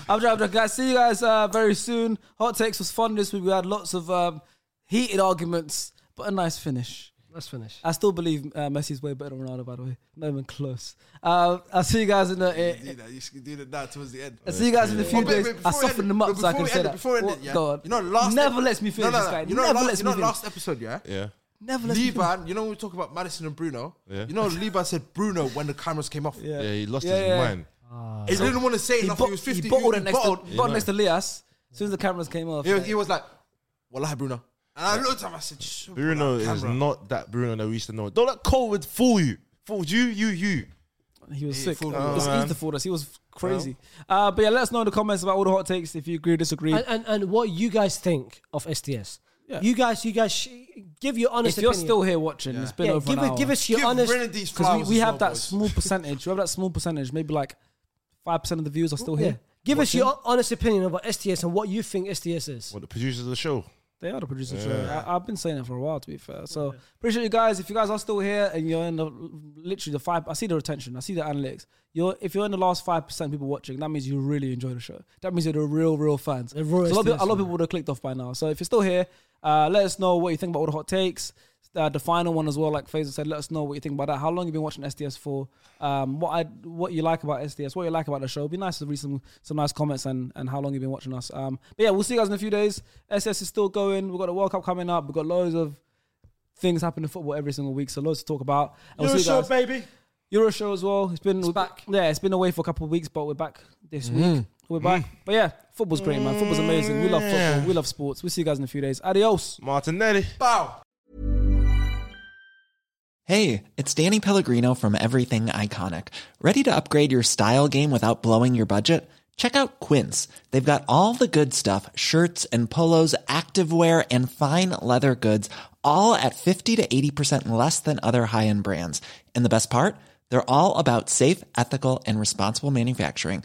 Speaker 1: I- I'm Drab Drab, guys. See you guys uh, very soon. Hot Takes was fun this week. We had lots of um, heated arguments, but a nice finish.
Speaker 3: Let's finish.
Speaker 1: I still believe uh, Messi's way better than Ronaldo, by the way. Not even close. Uh, I'll see you guys in the.
Speaker 2: You know, you should do that now towards the end.
Speaker 1: I'll see you guys in a few
Speaker 2: But wait,
Speaker 1: days.
Speaker 2: wait,
Speaker 1: I
Speaker 2: before we
Speaker 1: softened
Speaker 2: end
Speaker 1: them
Speaker 2: it-
Speaker 1: up
Speaker 2: but
Speaker 1: so I
Speaker 2: before
Speaker 1: can
Speaker 2: we
Speaker 1: say
Speaker 2: end it-
Speaker 1: that.
Speaker 2: Before we end
Speaker 1: What-
Speaker 2: it, yeah.
Speaker 1: Go on.
Speaker 2: You know, last
Speaker 1: Never
Speaker 2: ep-
Speaker 1: lets me
Speaker 2: No,
Speaker 1: finish
Speaker 2: no,
Speaker 1: this
Speaker 2: no.
Speaker 1: guy.
Speaker 2: You know,
Speaker 1: Never
Speaker 2: last-
Speaker 1: lets
Speaker 2: you
Speaker 1: me
Speaker 2: know,
Speaker 1: finish.
Speaker 2: last episode, yeah.
Speaker 5: Yeah.
Speaker 1: Never lets me finish.
Speaker 2: Liban, you know when we talk about Madison and Bruno,
Speaker 5: Yeah.
Speaker 2: you know Liban said Bruno when the cameras came off.
Speaker 5: Yeah, he lost
Speaker 1: Yeah,
Speaker 5: his
Speaker 1: yeah.
Speaker 5: mind.
Speaker 2: He didn't want to say
Speaker 1: He,
Speaker 2: nothing.
Speaker 1: bo-
Speaker 2: he was
Speaker 1: he
Speaker 2: 50.
Speaker 1: bottled it next,
Speaker 2: bottled.
Speaker 1: to, bottled next to Lias. As soon as the cameras came off.
Speaker 2: He,
Speaker 1: like-
Speaker 2: was, he was like, "Wallahi, Bruno." And I looked at him. I said, "Shut up,
Speaker 5: Bruno
Speaker 2: that
Speaker 5: is
Speaker 2: camera."
Speaker 5: not that Bruno that we used to know. Don't let COVID fool you. Fooled you, you, you.
Speaker 1: He was sick.
Speaker 2: fooled
Speaker 1: it
Speaker 5: us.
Speaker 1: was
Speaker 5: Oh, man.
Speaker 1: easy for us. He was crazy. Uh, but yeah, let us know in the comments about all the hot takes if you agree or disagree.
Speaker 3: And, and and what you guys think of SDS?
Speaker 1: Yeah.
Speaker 3: You guys, you guys, sh- give your honest.
Speaker 1: if you're
Speaker 3: opinion.
Speaker 1: still here watching, it's been
Speaker 3: yeah,
Speaker 1: over
Speaker 3: give
Speaker 1: an
Speaker 3: it,
Speaker 1: hour.
Speaker 3: give us your
Speaker 2: Give
Speaker 3: honest.
Speaker 2: Brennan these
Speaker 1: because
Speaker 2: flowers.
Speaker 1: we, we
Speaker 2: as
Speaker 1: have
Speaker 2: well,
Speaker 1: that
Speaker 2: boys.
Speaker 1: small percentage. We have that small percentage. Maybe like five percent of the views are still
Speaker 3: yeah.
Speaker 1: here.
Speaker 3: Give us
Speaker 1: watching.
Speaker 3: your honest opinion about SDS and what you think SDS is.
Speaker 5: What the producers of the show.
Speaker 1: They are the producers. Yeah. I, I've been saying it for a while, to be fair. So appreciate you guys. If you guys are still here and you're in the literally the five, I see the retention. I see the analytics. You're if you're in the last five percent people watching, that means you really enjoy the show. That means you're the real, real fans. So a,
Speaker 3: royal
Speaker 1: lot of, people- a lot
Speaker 3: students,
Speaker 1: of people would have clicked off by now. So if you're still here, uh, let us know what you think about all the hot takes. Uh, the final one as well, like Faisal said, let us know what you think about that. How long you been watching SDS for? Um, what I what you like about SDS? What you like about the show? It'd be nice to read some some nice comments and and how long you've been watching us. Um, but yeah, we'll see you guys in a few days. SDS is still going. We've got the World Cup coming up. We've got loads of things happening in football every single week, so loads to talk about. And we'll see you guys.
Speaker 2: baby.
Speaker 1: Euro show as well. It's been back. Yeah, it's been away for a couple of weeks, but we're back this week. We're back. But yeah, football's great, man. Football's amazing. We love football. We love sports. We'll see you guys in a few days. Adios.
Speaker 5: Martinelli.
Speaker 2: Bow.
Speaker 7: Hey, it's Danny Pellegrino from Everything Iconic. Ready to upgrade your style game without blowing your budget? Check out Quince. They've got all the good stuff shirts and polos, activewear, and fine leather goods, all at 50 to 80% less than other high end brands. And the best part? They're all about safe, ethical, and responsible manufacturing.